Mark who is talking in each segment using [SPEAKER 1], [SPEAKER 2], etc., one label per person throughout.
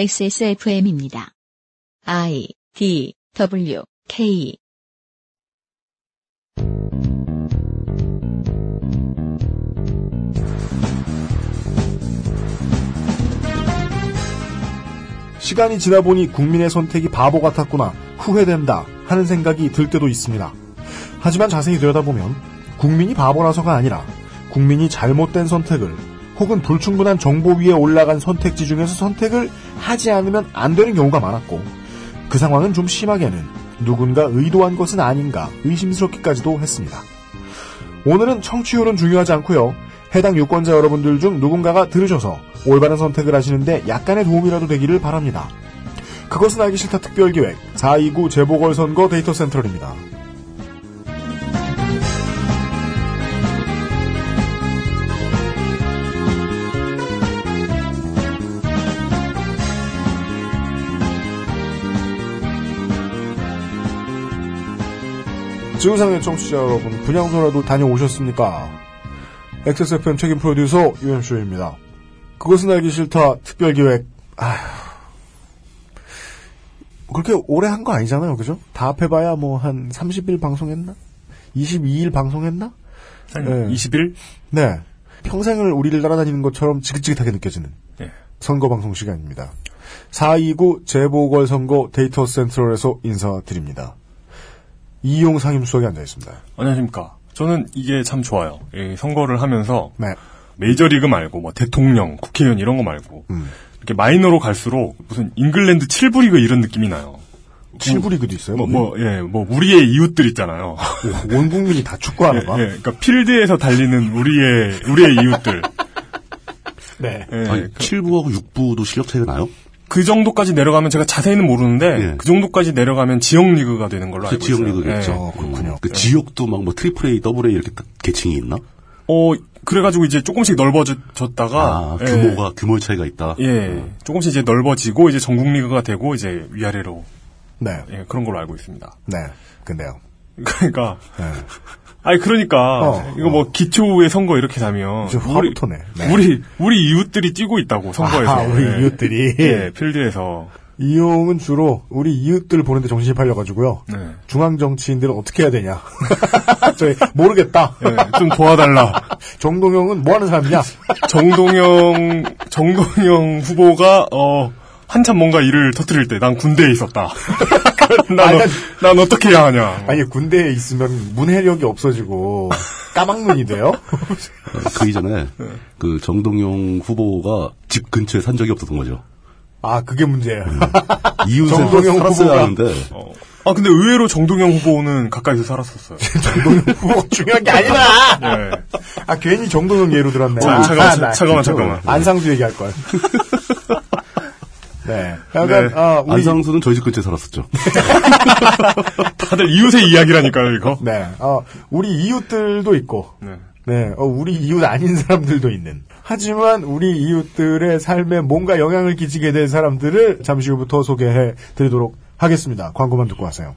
[SPEAKER 1] XSFM입니다. I D W K
[SPEAKER 2] 시간이 지나 보니 국민의 선택이 바보 같았구나, 후회된다 하는 생각이 들 때도 있습니다. 하지만 자세히 들여다보면 국민이 바보라서가 아니라 국민이 잘못된 선택을 혹은 불충분한 정보 위에 올라간 선택지 중에서 선택을 하지 않으면 안 되는 경우가 많았고 그 상황은 좀 심하게는 누군가 의도한 것은 아닌가 의심스럽기까지도 했습니다. 오늘은 청취율은 중요하지 않고요. 해당 유권자 여러분들 중 누군가가 들으셔서 올바른 선택을 하시는데 약간의 도움이라도 되기를 바랍니다. 그것은 알기 싫다 특별기획 429 재보궐선거 데이터 센트럴입니다. 지구상의 청취자 여러분, 분양소라도 다녀오셨습니까? XSFM 책임 프로듀서 UMC입니다. 그것은 알기 싫다 특별기획. 아휴. 그렇게 오래 한 거 아니잖아요, 그죠? 다 합해봐야 뭐 한 30일 방송했나? 22일 방송했나? 예.
[SPEAKER 3] 20일?
[SPEAKER 2] 네. 평생을 우리를 따라다니는 것처럼 지긋지긋하게 느껴지는
[SPEAKER 3] 예.
[SPEAKER 2] 선거 방송 시간입니다. 429 재보궐선거 데이터 센트럴에서 인사드립니다. 이용 상임수석이 앉아있습니다.
[SPEAKER 3] 안녕하십니까. 저는 이게 참 좋아요. 이 선거를 하면서
[SPEAKER 2] 네.
[SPEAKER 3] 메이저리그 말고 뭐 대통령, 국회의원 이런 거 말고
[SPEAKER 2] 음.
[SPEAKER 3] 이렇게 마이너로 갈수록 무슨 잉글랜드 7부 리그 이런 느낌이 나요.
[SPEAKER 2] 실브리그도 있어요.
[SPEAKER 3] 뭐, 뭐, 예, 뭐, 우리의 이웃들 있잖아요.
[SPEAKER 2] 온 국민이 다 축구하는
[SPEAKER 3] 음. 예,
[SPEAKER 2] 거야.
[SPEAKER 3] 그러니까 필드에서 달리는 우리의, 우리의 이웃들.
[SPEAKER 2] 네.
[SPEAKER 3] 예,
[SPEAKER 4] 아니, 7부하고 6부도 실력 차이가 나요?
[SPEAKER 3] 그 정도까지 내려가면 제가 자세히는 모르는데
[SPEAKER 4] 예.
[SPEAKER 3] 그 정도까지 내려가면 지역리그가 되는 걸로 알고
[SPEAKER 4] 그 지역
[SPEAKER 3] 있어요.
[SPEAKER 4] 리그겠죠.
[SPEAKER 3] 예.
[SPEAKER 2] 어, 그렇군요.
[SPEAKER 4] 그 지역도 막 뭐 트리플 A, 더블 A 이렇게 딱 계층이 있나?
[SPEAKER 3] 어, 그래가지고 이제 조금씩 넓어졌다가
[SPEAKER 4] 아, 규모가 규모의 차이가 있다.
[SPEAKER 3] 네.
[SPEAKER 4] 네,
[SPEAKER 3] 예, 예, 조금씩 이제 넓어지고 이제 전국 리그가 되고 이제 위아래로
[SPEAKER 2] 네.
[SPEAKER 3] 예, 그런 걸로 알고 있습니다.
[SPEAKER 2] 네. 근데요.
[SPEAKER 3] 그러니까
[SPEAKER 2] 네.
[SPEAKER 3] 아니 그러니까
[SPEAKER 2] 어,
[SPEAKER 3] 이거 뭐 기초의 선거 이렇게 되면
[SPEAKER 2] 이제 화부터네. 네.
[SPEAKER 3] 우리 우리 이웃들이 뛰고 있다고 선거에서
[SPEAKER 2] 아, 우리
[SPEAKER 3] 예.
[SPEAKER 2] 이웃들이.
[SPEAKER 3] 예, 필드에서
[SPEAKER 2] 이용은 주로 우리 이웃들 보는데 정신이 팔려가지고요.
[SPEAKER 3] 네.
[SPEAKER 2] 중앙 정치인들은 어떻게 해야 되냐. 저희 모르겠다.
[SPEAKER 3] 예, 좀 도와달라.
[SPEAKER 2] 정동영은 뭐 하는 사람이냐?
[SPEAKER 3] 정동영 정동영 후보가 어 한참 뭔가 일을 터뜨릴 때 난 군대에 있었다. 난,
[SPEAKER 2] 아니,
[SPEAKER 3] 어,
[SPEAKER 2] 난-
[SPEAKER 3] 난 어떻게 해야 하냐.
[SPEAKER 2] 아니 군대에 있으면 문해력이 없어지고 까막눈이 돼요.
[SPEAKER 4] 그 이전에 그 정동영 후보가 집 근처에 산 적이 없었던 거죠.
[SPEAKER 2] 아 그게 문제예요.
[SPEAKER 3] 음.
[SPEAKER 4] 이웃에
[SPEAKER 2] 정동영
[SPEAKER 4] 살았어야
[SPEAKER 2] 후보가-
[SPEAKER 4] 하는데
[SPEAKER 3] 어. 아 근데 의외로 정동영 후보는 가까이서 살았었어요.
[SPEAKER 2] 정동영 후보가 중요한 게 아니라.
[SPEAKER 3] 예.
[SPEAKER 2] 아 괜히 정동영 예로 들었네.
[SPEAKER 3] 자,
[SPEAKER 2] 아,
[SPEAKER 3] 잠깐만,
[SPEAKER 2] 나
[SPEAKER 3] 잠깐만,
[SPEAKER 2] 진짜
[SPEAKER 3] 잠깐만.
[SPEAKER 2] 안상수 얘기할 걸. 네. 약간
[SPEAKER 3] 네.
[SPEAKER 2] 아 우리
[SPEAKER 4] 안상수는 저희 집 근처에 살았었죠.
[SPEAKER 3] 다들 이웃의 이야기라니까요 이거.
[SPEAKER 2] 네. 어, 우리 이웃들도 있고,
[SPEAKER 3] 네.
[SPEAKER 2] 네. 어, 우리 이웃 아닌 사람들도 있는. 하지만 우리 이웃들의 삶에 뭔가 영향을 끼치게 된 사람들을 잠시 후부터 소개해 드리도록 하겠습니다. 광고만 듣고 하세요.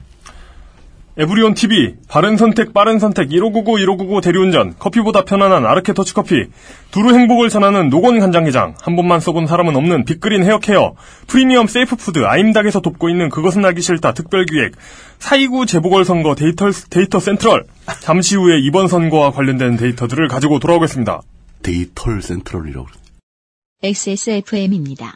[SPEAKER 3] 에브리온 TV, 바른 선택, 빠른 선택, 1599, 1599 대리운전, 커피보다 편안한 아르케 터치커피, 두루 행복을 전하는 노건 간장게장, 한 번만 써본 사람은 없는 빅그린 헤어케어, 프리미엄 세이프푸드, 아임닭에서 돕고 있는 그것은 알기 싫다 특별기획, 429 재보궐선거 데이터, 데이터 센트럴, 잠시 후에 이번 선거와 관련된 데이터들을 가지고 돌아오겠습니다.
[SPEAKER 4] 데이털 센트럴이라고 그러죠.
[SPEAKER 1] XSFM입니다.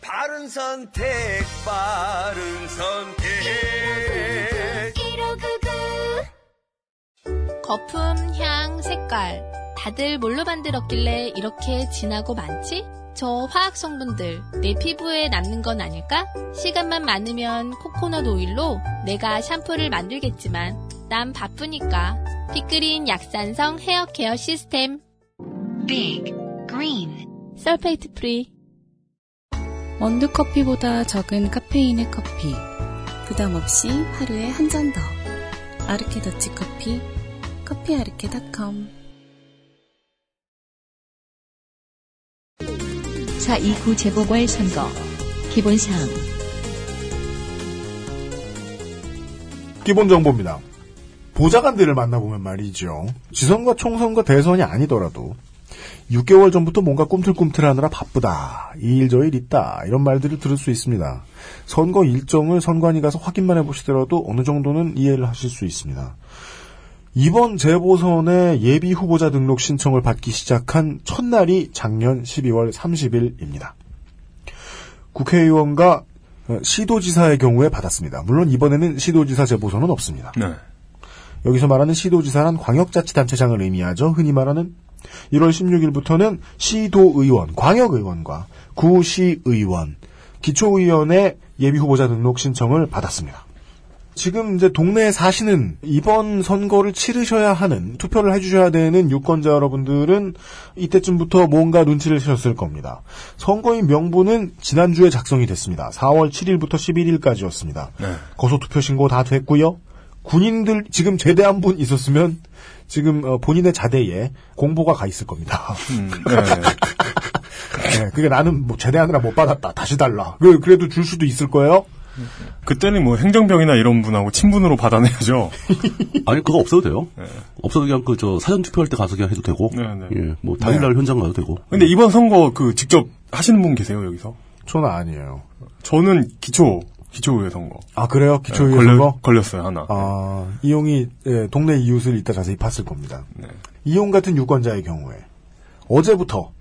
[SPEAKER 5] 바른 선택, 바른 선택.
[SPEAKER 6] 거품, 향, 색깔. 다들 뭘로 만들었길래 이렇게 진하고 많지? 저 화학 성분들 내 피부에 남는 건 아닐까? 시간만 많으면 코코넛 오일로 내가 샴푸를 만들겠지만 난 바쁘니까. 빅그린 약산성 헤어 케어 시스템.
[SPEAKER 7] Big Green
[SPEAKER 6] 설페이트 프리.
[SPEAKER 8] 원두 커피보다 적은 카페인의 커피. 부담 없이 하루에 한 잔 더. 아르케 더치 커피. 커피아르케닷컴.
[SPEAKER 1] 4 2 9 재보궐 선거. 기본사항.
[SPEAKER 2] 기본 정보입니다. 보좌관들을 만나보면 말이죠. 지선과 총선과 대선이 아니더라도 6개월 전부터 뭔가 꿈틀꿈틀하느라 바쁘다. 이 일 저 일 있다. 이런 말들을 들을 수 있습니다. 선거 일정을 선관위 가서 확인만 해보시더라도 어느 정도는 이해를 하실 수 있습니다. 이번 재보선의 예비 후보자 등록 신청을 받기 시작한 첫날이 작년 12월 30일입니다. 국회의원과 어, 시도지사의 경우에 받았습니다. 물론 이번에는 시도지사 재보선은 없습니다.
[SPEAKER 3] 네.
[SPEAKER 2] 여기서 말하는 시도지사란 광역자치단체장을 의미하죠. 흔히 말하는 1월 16일부터는 시도의원, 광역의원과 구시의원, 기초의원의 예비후보자 등록 신청을 받았습니다. 지금 이제 동네에 사시는 이번 선거를 치르셔야 하는 투표를 해주셔야 되는 유권자 여러분들은 이때쯤부터 뭔가 눈치를 채셨을 겁니다. 선거인 명부는 지난주에 작성이 됐습니다. 4월 7일부터 11일까지였습니다.
[SPEAKER 3] 네.
[SPEAKER 2] 거소 투표 신고 다 됐고요. 군인들 지금 제대한 분 있었으면 지금 어, 본인의 자대에 공보가 가 있을 겁니다.
[SPEAKER 3] 음, 네.
[SPEAKER 2] 네, 그게 나는 뭐 제대하느라 못 받았다. 다시 달라. 그- 그래도 줄 수도 있을 거예요.
[SPEAKER 3] 그때는 뭐 행정병이나 이런 분하고 친분으로 받아내야죠.
[SPEAKER 4] 아니 그거 없어도 돼요. 없어도 그냥 그 저 사전 투표할 때 가서 그냥 해도 되고,
[SPEAKER 3] 네, 네.
[SPEAKER 4] 예, 뭐 당일날 현장 가도 되고.
[SPEAKER 3] 근데 이번 선거 그 직접 하시는 분 계세요, 여기서?
[SPEAKER 2] 저는 아니에요.
[SPEAKER 3] 저는 기초, 기초의회 선거.
[SPEAKER 2] 아 그래요? 기초의회
[SPEAKER 3] 네, 걸려-
[SPEAKER 2] 선거?
[SPEAKER 3] 걸렸어요, 하나.
[SPEAKER 2] 아, 이용이 예, 동네 이웃을 이따 자세히 봤을 겁니다.
[SPEAKER 3] 네.
[SPEAKER 2] 이용 같은 유권자의 경우에 어제부터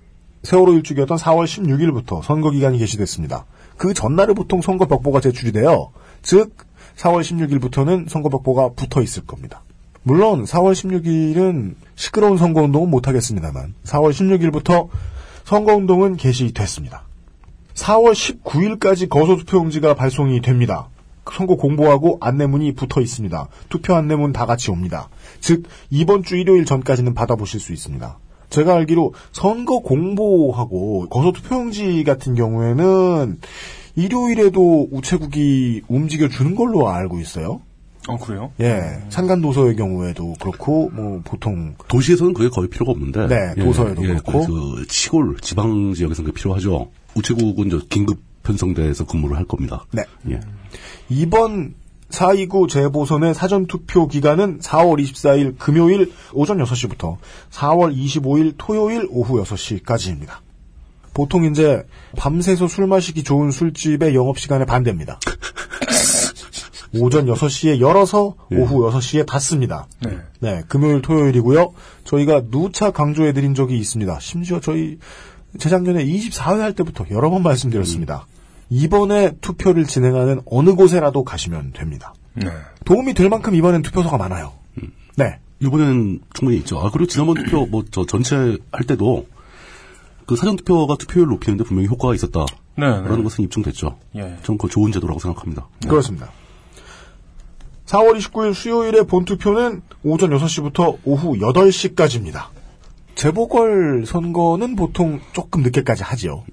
[SPEAKER 2] 세월호 일주기였던 4월 16일부터 선거 기간이 개시됐습니다. 그 전날에 보통 선거 벽보가 제출이 돼요. 즉 4월 16일부터는 선거 벽보가 붙어 있을 겁니다. 물론 4월 16일은 시끄러운 선거 운동은 못 하겠습니다만 4월 16일부터 선거 운동은 개시됐습니다. 4월 19일까지 거소투표용지가 발송이 됩니다. 선거 공보하고 안내문이 붙어 있습니다. 투표 안내문 다 같이 옵니다. 즉 이번 주 일요일 전까지는 받아보실 수 있습니다. 제가 알기로 선거 공보하고 거소투표용지 같은 경우에는 일요일에도 우체국이 움직여 주는 걸로 알고 있어요.
[SPEAKER 3] 어, 그래요?
[SPEAKER 2] 예, 산간 도서의 경우에도 그렇고 뭐 보통
[SPEAKER 4] 도시에서는 그게 거의 필요가 없는데. 예,
[SPEAKER 2] 네, 도서에도 그렇고.
[SPEAKER 4] 그 시골 지방 지역에서는 그게 필요하죠. 우체국은 저 긴급 편성대에서 근무를 할 겁니다.
[SPEAKER 2] 네.
[SPEAKER 4] 예.
[SPEAKER 2] 이번 4.29 재보선의 사전투표 기간은 4월 24일 금요일 오전 6시부터 4월 25일 토요일 오후 6시까지입니다. 보통 이제 밤새서 술 마시기 좋은 술집의 영업시간에 반대입니다. 오전 6시에 열어서 오후 6시에 닫습니다.
[SPEAKER 3] 네.
[SPEAKER 2] 네, 금요일, 토요일이고요. 저희가 누차 강조해드린 적이 있습니다. 심지어 저희 재작년에 24회 할 때부터 여러 번 말씀드렸습니다. 이번에 투표를 진행하는 어느 곳에라도 가시면 됩니다.
[SPEAKER 3] 네.
[SPEAKER 2] 도움이 될 만큼 이번엔 투표소가 많아요. 네,
[SPEAKER 4] 이번에는 충분히 있죠. 아, 그리고 지난번 투표, 뭐, 저 전체 할 때도 그 사전투표가 투표율 높이는데 분명히 효과가 있었다.
[SPEAKER 3] 네, 네.
[SPEAKER 4] 라는 것은 입증됐죠.
[SPEAKER 3] 예.
[SPEAKER 4] 전 그거 좋은 제도라고 생각합니다.
[SPEAKER 2] 그렇습니다. 4월 29일 수요일에 본투표는 오전 6시부터 오후 8시까지입니다. 재보궐 선거는 보통 조금 늦게까지 하지요.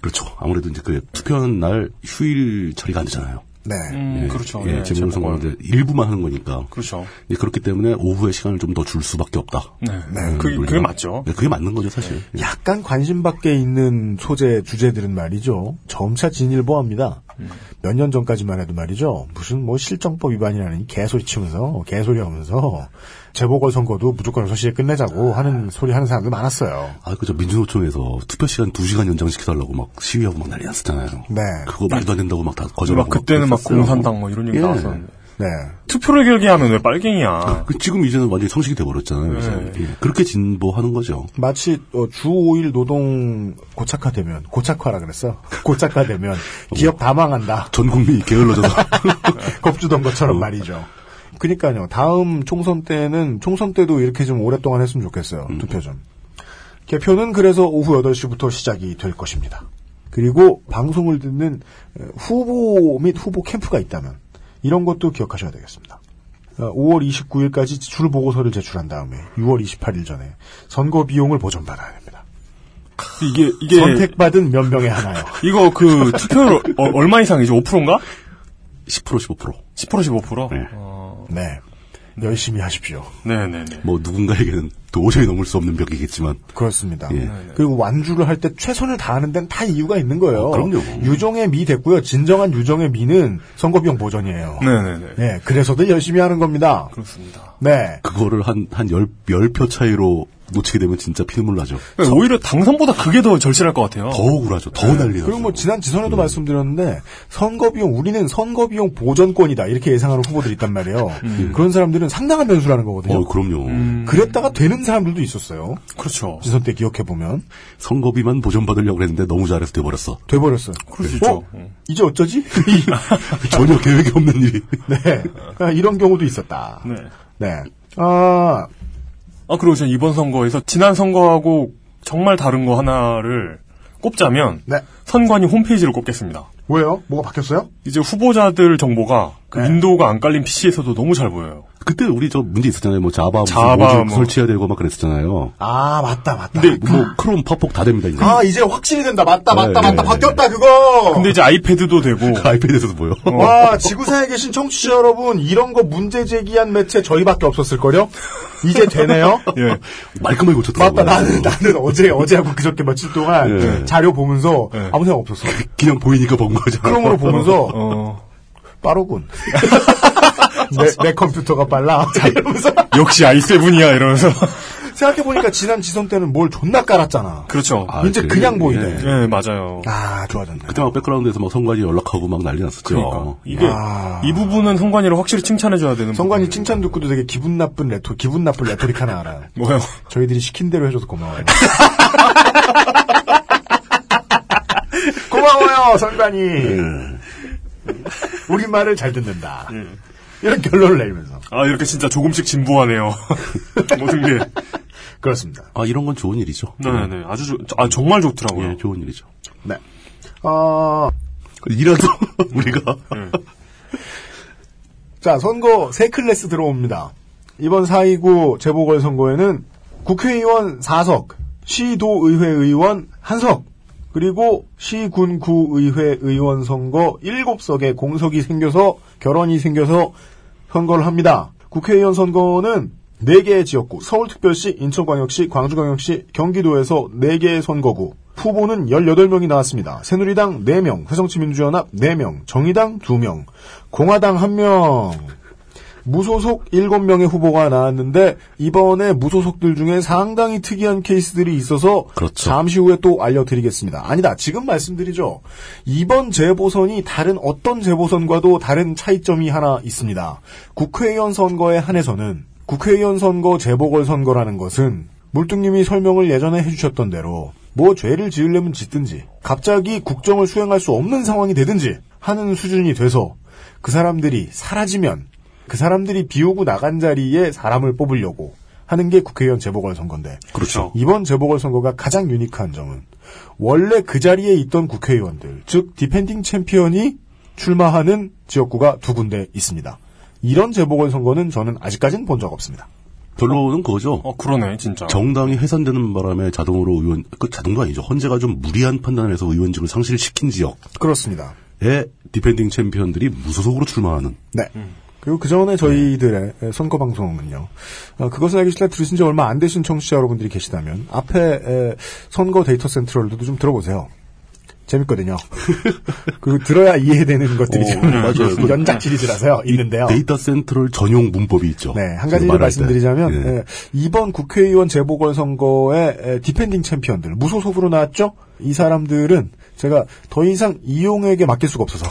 [SPEAKER 4] 그렇죠. 아무래도 이제 그 투표하는 날 휴일 처리가 안 되잖아요.
[SPEAKER 2] 네.
[SPEAKER 3] 음,
[SPEAKER 4] 예.
[SPEAKER 3] 그렇죠.
[SPEAKER 4] 예,
[SPEAKER 3] 예,
[SPEAKER 4] 재보궐
[SPEAKER 3] 제목을.
[SPEAKER 4] 선거는 이제 일부만 하는 거니까.
[SPEAKER 3] 그렇죠.
[SPEAKER 4] 예, 그렇기 때문에 오후에 시간을 좀 더 줄 수밖에 없다.
[SPEAKER 3] 네.
[SPEAKER 4] 음,
[SPEAKER 3] 그게, 그게
[SPEAKER 4] 우리가.
[SPEAKER 3] 맞죠.
[SPEAKER 4] 예, 그게 맞는 거죠, 사실. 예.
[SPEAKER 2] 약간 관심 밖에 있는 소재 주제들은 말이죠. 점차 진일보합니다. 몇 년 전까지만 해도 말이죠. 무슨 뭐 실정법 위반이라는 개소리 치면서 개소리 하면서 재보궐 선거도 무조건 6시에 끝내자고 하는 소리 하는 사람들 많았어요.
[SPEAKER 4] 아, 그저 민주노총에서 투표 시간 2시간 연장시켜달라고 막 시위하고 막 난리 났었잖아요.
[SPEAKER 2] 네.
[SPEAKER 4] 그거 말도 안 된다고 막 다 거절하고.
[SPEAKER 3] 막 그때는 막
[SPEAKER 4] 그랬었어요.
[SPEAKER 3] 공산당 뭐 이런 얘기
[SPEAKER 4] 예.
[SPEAKER 3] 나왔었는데.
[SPEAKER 2] 네.
[SPEAKER 3] 투표를 길게 하면 왜 빨갱이야.
[SPEAKER 4] 그 지금 이제는 완전히 성식이 돼버렸잖아요. 요새.
[SPEAKER 3] 네.
[SPEAKER 4] 예. 그렇게 진보하는 거죠.
[SPEAKER 2] 마치 어, 주 5일 노동 고착화되면 고착화라 그랬어. 고착화되면 기업 다 망한다.
[SPEAKER 4] 전 국민이 게을러져서
[SPEAKER 2] 겁주던 것처럼 말이죠. 그니까요. 다음 총선 때는 총선 때도 이렇게 좀 오랫동안 했으면 좋겠어요. 투표 좀. 개표는 그래서 오후 8시부터 시작이 될 것입니다. 그리고 방송을 듣는 어, 후보 및 후보 캠프가 있다면 이런 것도 기억하셔야 되겠습니다. 어, 5월 29일까지 지출 보고서를 제출한 다음에 6월 28일 전에 선거 비용을 보전받아야 됩니다.
[SPEAKER 3] 이게 이게
[SPEAKER 2] 선택받은 몇 명에 하나요.
[SPEAKER 3] 이거 그 투표율 어, 얼마 이상이죠? 5%인가?
[SPEAKER 4] 10% 15%.
[SPEAKER 3] 10% 15%?
[SPEAKER 4] 네.
[SPEAKER 2] 네. 열심히 하십시오.
[SPEAKER 3] 네, 네, 네.
[SPEAKER 4] 뭐 누군가에게는 도저히 넘을 수 없는 벽이겠지만
[SPEAKER 2] 그렇습니다.
[SPEAKER 4] 예.
[SPEAKER 2] 그리고 완주를 할 때 최선을 다하는 데는 다 이유가 있는 거예요.
[SPEAKER 4] 어, 그럼요.
[SPEAKER 2] 유종의 미 됐고요. 진정한 유종의 미는 선거비용 보전이에요.
[SPEAKER 3] 네, 네, 네.
[SPEAKER 2] 네, 그래서도 열심히 하는 겁니다.
[SPEAKER 3] 그렇습니다.
[SPEAKER 2] 네.
[SPEAKER 4] 그거를 한한열열표 차이로 놓치게 되면 진짜 피눈물 나죠.
[SPEAKER 3] 그러니까 오히려 당선보다 그게 더 절실할 것 같아요.
[SPEAKER 4] 더 억울하죠. 더
[SPEAKER 3] 네.
[SPEAKER 4] 난리 나죠.
[SPEAKER 2] 그리고 뭐 지난 지선에도 말씀드렸는데 선거비용 우리는 선거비용 보전권이다 이렇게 예상하는 후보들이 있단 말이에요. 음. 그런 사람들은 상당한 변수라는 거거든요.
[SPEAKER 4] 어, 그럼요.
[SPEAKER 3] 음.
[SPEAKER 2] 그랬다가 되는 사람들도 있었어요.
[SPEAKER 3] 그렇죠.
[SPEAKER 2] 지선 때 기억해 보면
[SPEAKER 4] 선거비만 보전받으려고 했는데 너무 잘해서 돼버렸어.
[SPEAKER 2] 돼버렸어요.
[SPEAKER 3] 그럴 수 있죠.
[SPEAKER 2] 어? 이제 어쩌지?
[SPEAKER 3] 네.
[SPEAKER 4] 전혀 계획이 없는 일이.
[SPEAKER 2] 네, 아, 이런 경우도 있었다.
[SPEAKER 3] 네.
[SPEAKER 2] 네. 아,
[SPEAKER 3] 아, 그리고 전 이번 선거에서 지난 선거하고 정말 다른 거 하나를 꼽자면
[SPEAKER 2] 네.
[SPEAKER 3] 선관위 홈페이지를 꼽겠습니다.
[SPEAKER 2] 왜요? 뭐가 바뀌었어요?
[SPEAKER 3] 이제 후보자들 정보가 그
[SPEAKER 2] 네.
[SPEAKER 3] 윈도우가 안 깔린 PC에서도 너무 잘 보여요.
[SPEAKER 4] 그때 우리 저 문제 있었잖아요. 뭐 자바, 무슨
[SPEAKER 3] 자바
[SPEAKER 4] 모듈
[SPEAKER 3] 뭐.
[SPEAKER 4] 설치해야 되고 막 그랬었잖아요.
[SPEAKER 2] 아, 맞다, 맞다.
[SPEAKER 4] 근데 뭐 크롬, 팝폭 다 됩니다. 이제.
[SPEAKER 2] 아, 이제 확실히 된다. 맞다, 맞다,
[SPEAKER 4] 네,
[SPEAKER 2] 맞다.
[SPEAKER 4] 네,
[SPEAKER 2] 바뀌었다, 그거!
[SPEAKER 3] 근데 이제 아이패드도 되고
[SPEAKER 4] 아이패드에서도 보여.
[SPEAKER 2] 와, 지구상에 계신 청취자 여러분, 이런 거 문제 제기한 매체 저희밖에 없었을걸요? 이제 되네요?
[SPEAKER 3] 예.
[SPEAKER 4] 말끔하게 고쳤더라고요.
[SPEAKER 2] 맞다, 나는, 나는 어제, 어제하고 그저께 며칠 동안
[SPEAKER 4] 예.
[SPEAKER 2] 자료 보면서
[SPEAKER 3] 예.
[SPEAKER 2] 아무 생각 없었어.
[SPEAKER 4] 그냥 보이니까 본 거죠.
[SPEAKER 2] 크롬으로 보면서
[SPEAKER 3] 어,
[SPEAKER 2] 빠르군. 내, 내 컴퓨터가 빨라. 자, 이러면서.
[SPEAKER 3] 역시 아이7이야 이러면서.
[SPEAKER 2] 생각해보니까 지난 지선 때는 뭘 존나 깔았잖아.
[SPEAKER 3] 그렇죠.
[SPEAKER 4] 아,
[SPEAKER 2] 이제
[SPEAKER 4] 그래요?
[SPEAKER 2] 그냥 보이네.
[SPEAKER 4] 예.
[SPEAKER 3] 예, 맞아요.
[SPEAKER 2] 아, 좋아졌네.
[SPEAKER 4] 그때 막 백그라운드에서 막 선관위 연락하고 막 난리 났었죠. 예.
[SPEAKER 3] 그러니까 이게
[SPEAKER 2] 야.
[SPEAKER 3] 이 부분은 선관위를 확실히 칭찬해 줘야 되는
[SPEAKER 2] 성관이 칭찬 듣고도 되게 기분 나쁜 레토, 기분 나쁜 레토릭 하나 알아요.
[SPEAKER 3] 부분. 뭐요?
[SPEAKER 2] 저희들이 시킨 대로 해줘서 고마워요. 고마워요, 선관이. 네. 우리 말을 잘 듣는다. 이런 결론을 내리면서.
[SPEAKER 3] 아 이렇게 진짜 조금씩 진부하네요. 모든 게.
[SPEAKER 2] 그렇습니다.
[SPEAKER 4] 아, 이런 건 좋은 일이죠.
[SPEAKER 3] 네네 아주 좋- 아 정말 좋더라고요.
[SPEAKER 4] 예, 좋은 일이죠.
[SPEAKER 2] 네. 어,
[SPEAKER 4] 이라도 우리가
[SPEAKER 2] 네. 자, 선거 세 클래스 들어옵니다. 이번 4.29 재보궐선거에는 국회의원 4석, 시도의회 의원 1석, 그리고 시군구의회 의원 선거 7석에 공석이 생겨서 결혼이 생겨서 선거를 합니다. 국회의원 선거는 4개의 지역구, 서울특별시, 인천광역시, 광주광역시, 경기도에서 4개의 선거구, 후보는 18명이 나왔습니다. 새누리당 4명, 새정치민주연합 4명, 정의당 2명, 공화당 1명, 무소속 7명의 후보가 나왔는데 이번에 무소속들 중에 상당히 특이한 케이스들이 있어서
[SPEAKER 4] 그렇죠.
[SPEAKER 2] 잠시 후에 또 알려드리겠습니다. 아니다. 지금 말씀드리죠. 이번 재보선이 다른 어떤 재보선과도 다른 차이점이 하나 있습니다. 국회의원 선거에 한해서는 국회의원 선거 재보궐선거라는 것은 물뚱님이 설명을 예전에 해주셨던 대로 뭐 죄를 지으려면 짓든지 갑자기 국정을 수행할 수 없는 상황이 되든지 하는 수준이 돼서 그 사람들이 사라지면 그 사람들이 비우고 나간 자리에 사람을 뽑으려고 하는 게 국회의원 재보궐선거인데
[SPEAKER 3] 그렇죠.
[SPEAKER 2] 이번 재보궐선거가 가장 유니크한 점은 원래 그 자리에 있던 국회의원들, 즉 디펜딩 챔피언이 출마하는 지역구가 두 군데 있습니다. 이런 재보궐선거는 저는 아직까진 본 적 없습니다.
[SPEAKER 4] 결론은 그거죠.
[SPEAKER 3] 어 그러네 진짜.
[SPEAKER 4] 정당이 해산되는 바람에 자동으로 의원 그 자동도 아니죠. 헌재가 좀 무리한 판단을 해서 의원직을 상실시킨 지역에
[SPEAKER 2] 그렇습니다.
[SPEAKER 4] 디펜딩 챔피언들이 무소속으로 출마하는
[SPEAKER 2] 네. 그리고 그 전에 저희들의 선거 방송은요. 어, 그것을 알기 싫다 들으신 지 얼마 안 되신 청취자 여러분들이 계시다면 앞에 에, 선거 데이터 센트럴도 좀 들어보세요. 재밌거든요. 그리고 들어야 이해되는 것들이
[SPEAKER 4] 오,
[SPEAKER 2] 좀
[SPEAKER 4] 맞아요.
[SPEAKER 2] 연작 시리즈라서요. 있는데요.
[SPEAKER 4] 데이터 센트럴 전용 문법이 있죠.
[SPEAKER 2] 네, 한 가지
[SPEAKER 4] 말할 때.
[SPEAKER 2] 말씀드리자면
[SPEAKER 4] 예.
[SPEAKER 2] 예, 이번 국회의원 재보궐선거의 에, 디펜딩 챔피언들 무소속으로 나왔죠. 이 사람들은 제가 더 이상 이용에게 맡길 수가 없어서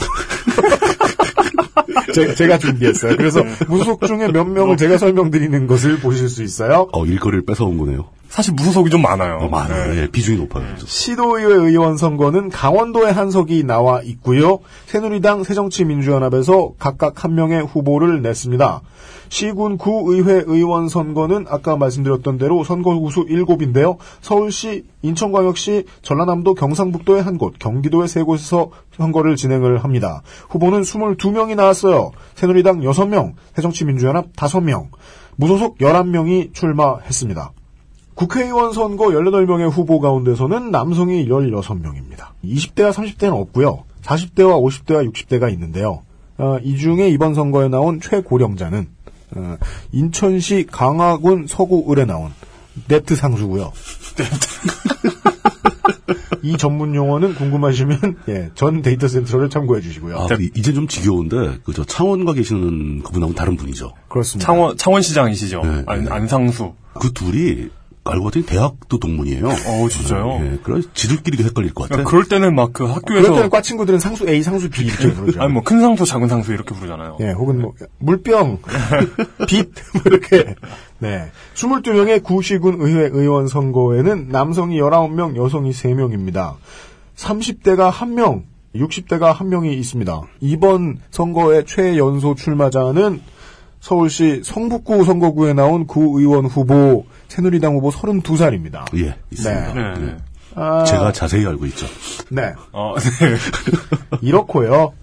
[SPEAKER 2] 제, 가 준비했어요.
[SPEAKER 4] 네.
[SPEAKER 2] 그래서 무소속 중에 몇 명을 제가 설명드리는 것을 보실 수 있어요.
[SPEAKER 4] 어, 일거리를 뺏어온 거네요.
[SPEAKER 3] 사실 무소속이 좀 많아요.
[SPEAKER 4] 어, 많아요.
[SPEAKER 3] 네.
[SPEAKER 4] 예, 비중이 높아요. 그래서.
[SPEAKER 2] 시도의회 의원 선거는 강원도의 한석이 나와 있고요. 새누리당 새정치민주연합에서 각각 한 명의 후보를 냈습니다. 시군 구의회 의원 선거는 아까 말씀드렸던 대로 선거구 수 7인데요. 서울시, 인천광역시, 전라남도, 경상북도의 한 곳, 경기도의 세 곳에서 선거를 진행을 합니다. 후보는 22명이 나왔어요. 새누리당 6명, 새정치민주연합 5명, 무소속 11명이 출마했습니다. 국회의원 선거 18명의 후보 가운데서는 남성이 16명입니다. 20대와 30대는 없고요. 40대와 50대와 60대가 있는데요. 어, 이 중에 이번 선거에 나온 최고령자는 어, 인천시 강화군 서구을에 나온 네트 상수고요. 이 전문 용어는 궁금하시면 예, 전 데이터 센터를 참고해 주시고요.
[SPEAKER 4] 아, 그 이제 좀 지겨운데 그 저 창원과 계시는 그분하고 는 다른 분이죠.
[SPEAKER 2] 그렇습니다.
[SPEAKER 3] 창원 창원시장이시죠.
[SPEAKER 4] 네,
[SPEAKER 3] 안,
[SPEAKER 4] 네.
[SPEAKER 3] 안상수.
[SPEAKER 4] 그 둘이 알고 봤더니 대학도 동문이에요.
[SPEAKER 3] 어 진짜요.
[SPEAKER 4] 예, 그래 지들끼리도 헷갈릴 것 같아.
[SPEAKER 3] 그러니까 그럴 때는 막 그
[SPEAKER 2] 그럴
[SPEAKER 3] 학교에서
[SPEAKER 2] 때는 과 친구들은 상수 A, 상수 B 이렇게 부르죠.
[SPEAKER 3] 아니 뭐 큰 상수 작은 상수 이렇게 부르잖아요.
[SPEAKER 2] 예, 혹은 뭐 물병, 빛 뭐 이렇게. 네. 22명의 구시군 의회 의원 선거에는 남성이 19명, 여성이 3명입니다. 30대가 1명, 60대가 1명이 있습니다. 이번 선거의 최연소 출마자는 서울시 성북구 선거구에 나온 구의원 후보 새누리당 후보 32살입니다.
[SPEAKER 4] 예, 있습니다.
[SPEAKER 3] 네. 네.
[SPEAKER 4] 예. 제가 자세히 알고 있죠.
[SPEAKER 2] 네.
[SPEAKER 3] 어, 네.
[SPEAKER 2] 이렇고요.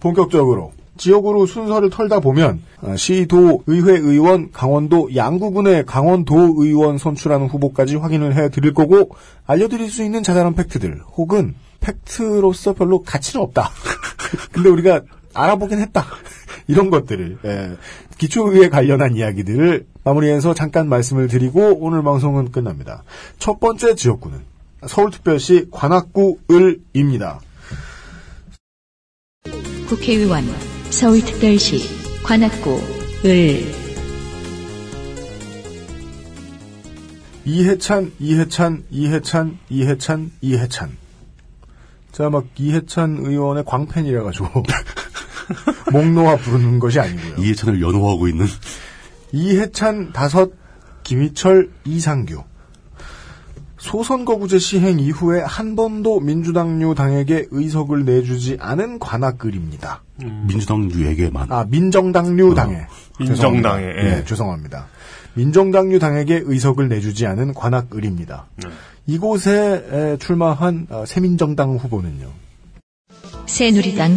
[SPEAKER 2] 본격적으로 지역으로 순서를 털다 보면 아, 시도 의회 의원 강원도 양구군의 강원도 의원 선출하는 후보까지 확인을 해드릴 거고 알려드릴 수 있는 자잘한 팩트들 혹은 팩트로서 별로 가치는 없다. 근데 우리가 알아보긴 했다. 이런 것들을 예, 기초의회 관련한 이야기들을 마무리해서 잠깐 말씀을 드리고 오늘 방송은 끝납니다. 첫 번째 지역구는 서울특별시 관악구 을입니다.
[SPEAKER 1] 국회의원 서울특별시 관악구 을
[SPEAKER 2] 이해찬, 이해찬, 이해찬, 이해찬, 이해찬. 제가 막 이해찬 의원의 광팬이라 가지고 목 놓아 부르는 것이 아니고요.
[SPEAKER 4] 이해찬을 연호하고 있는
[SPEAKER 2] 이해찬 다섯, 김희철, 이상규. 소선거구제 시행 이후에 한 번도 민주당류 당에게 의석을 내주지 않은 관악글입니다.
[SPEAKER 4] 민주당 유에게만
[SPEAKER 2] 아 민정당류 당에
[SPEAKER 3] 민정당에,
[SPEAKER 2] 죄송합니다. 예,
[SPEAKER 3] 예.
[SPEAKER 2] 죄송합니다. 민정당류 당에게 의석을 내주지 않은 관악을입니다. 이곳에 에, 출마한 어, 새민정당 후보는요.
[SPEAKER 1] 새누리당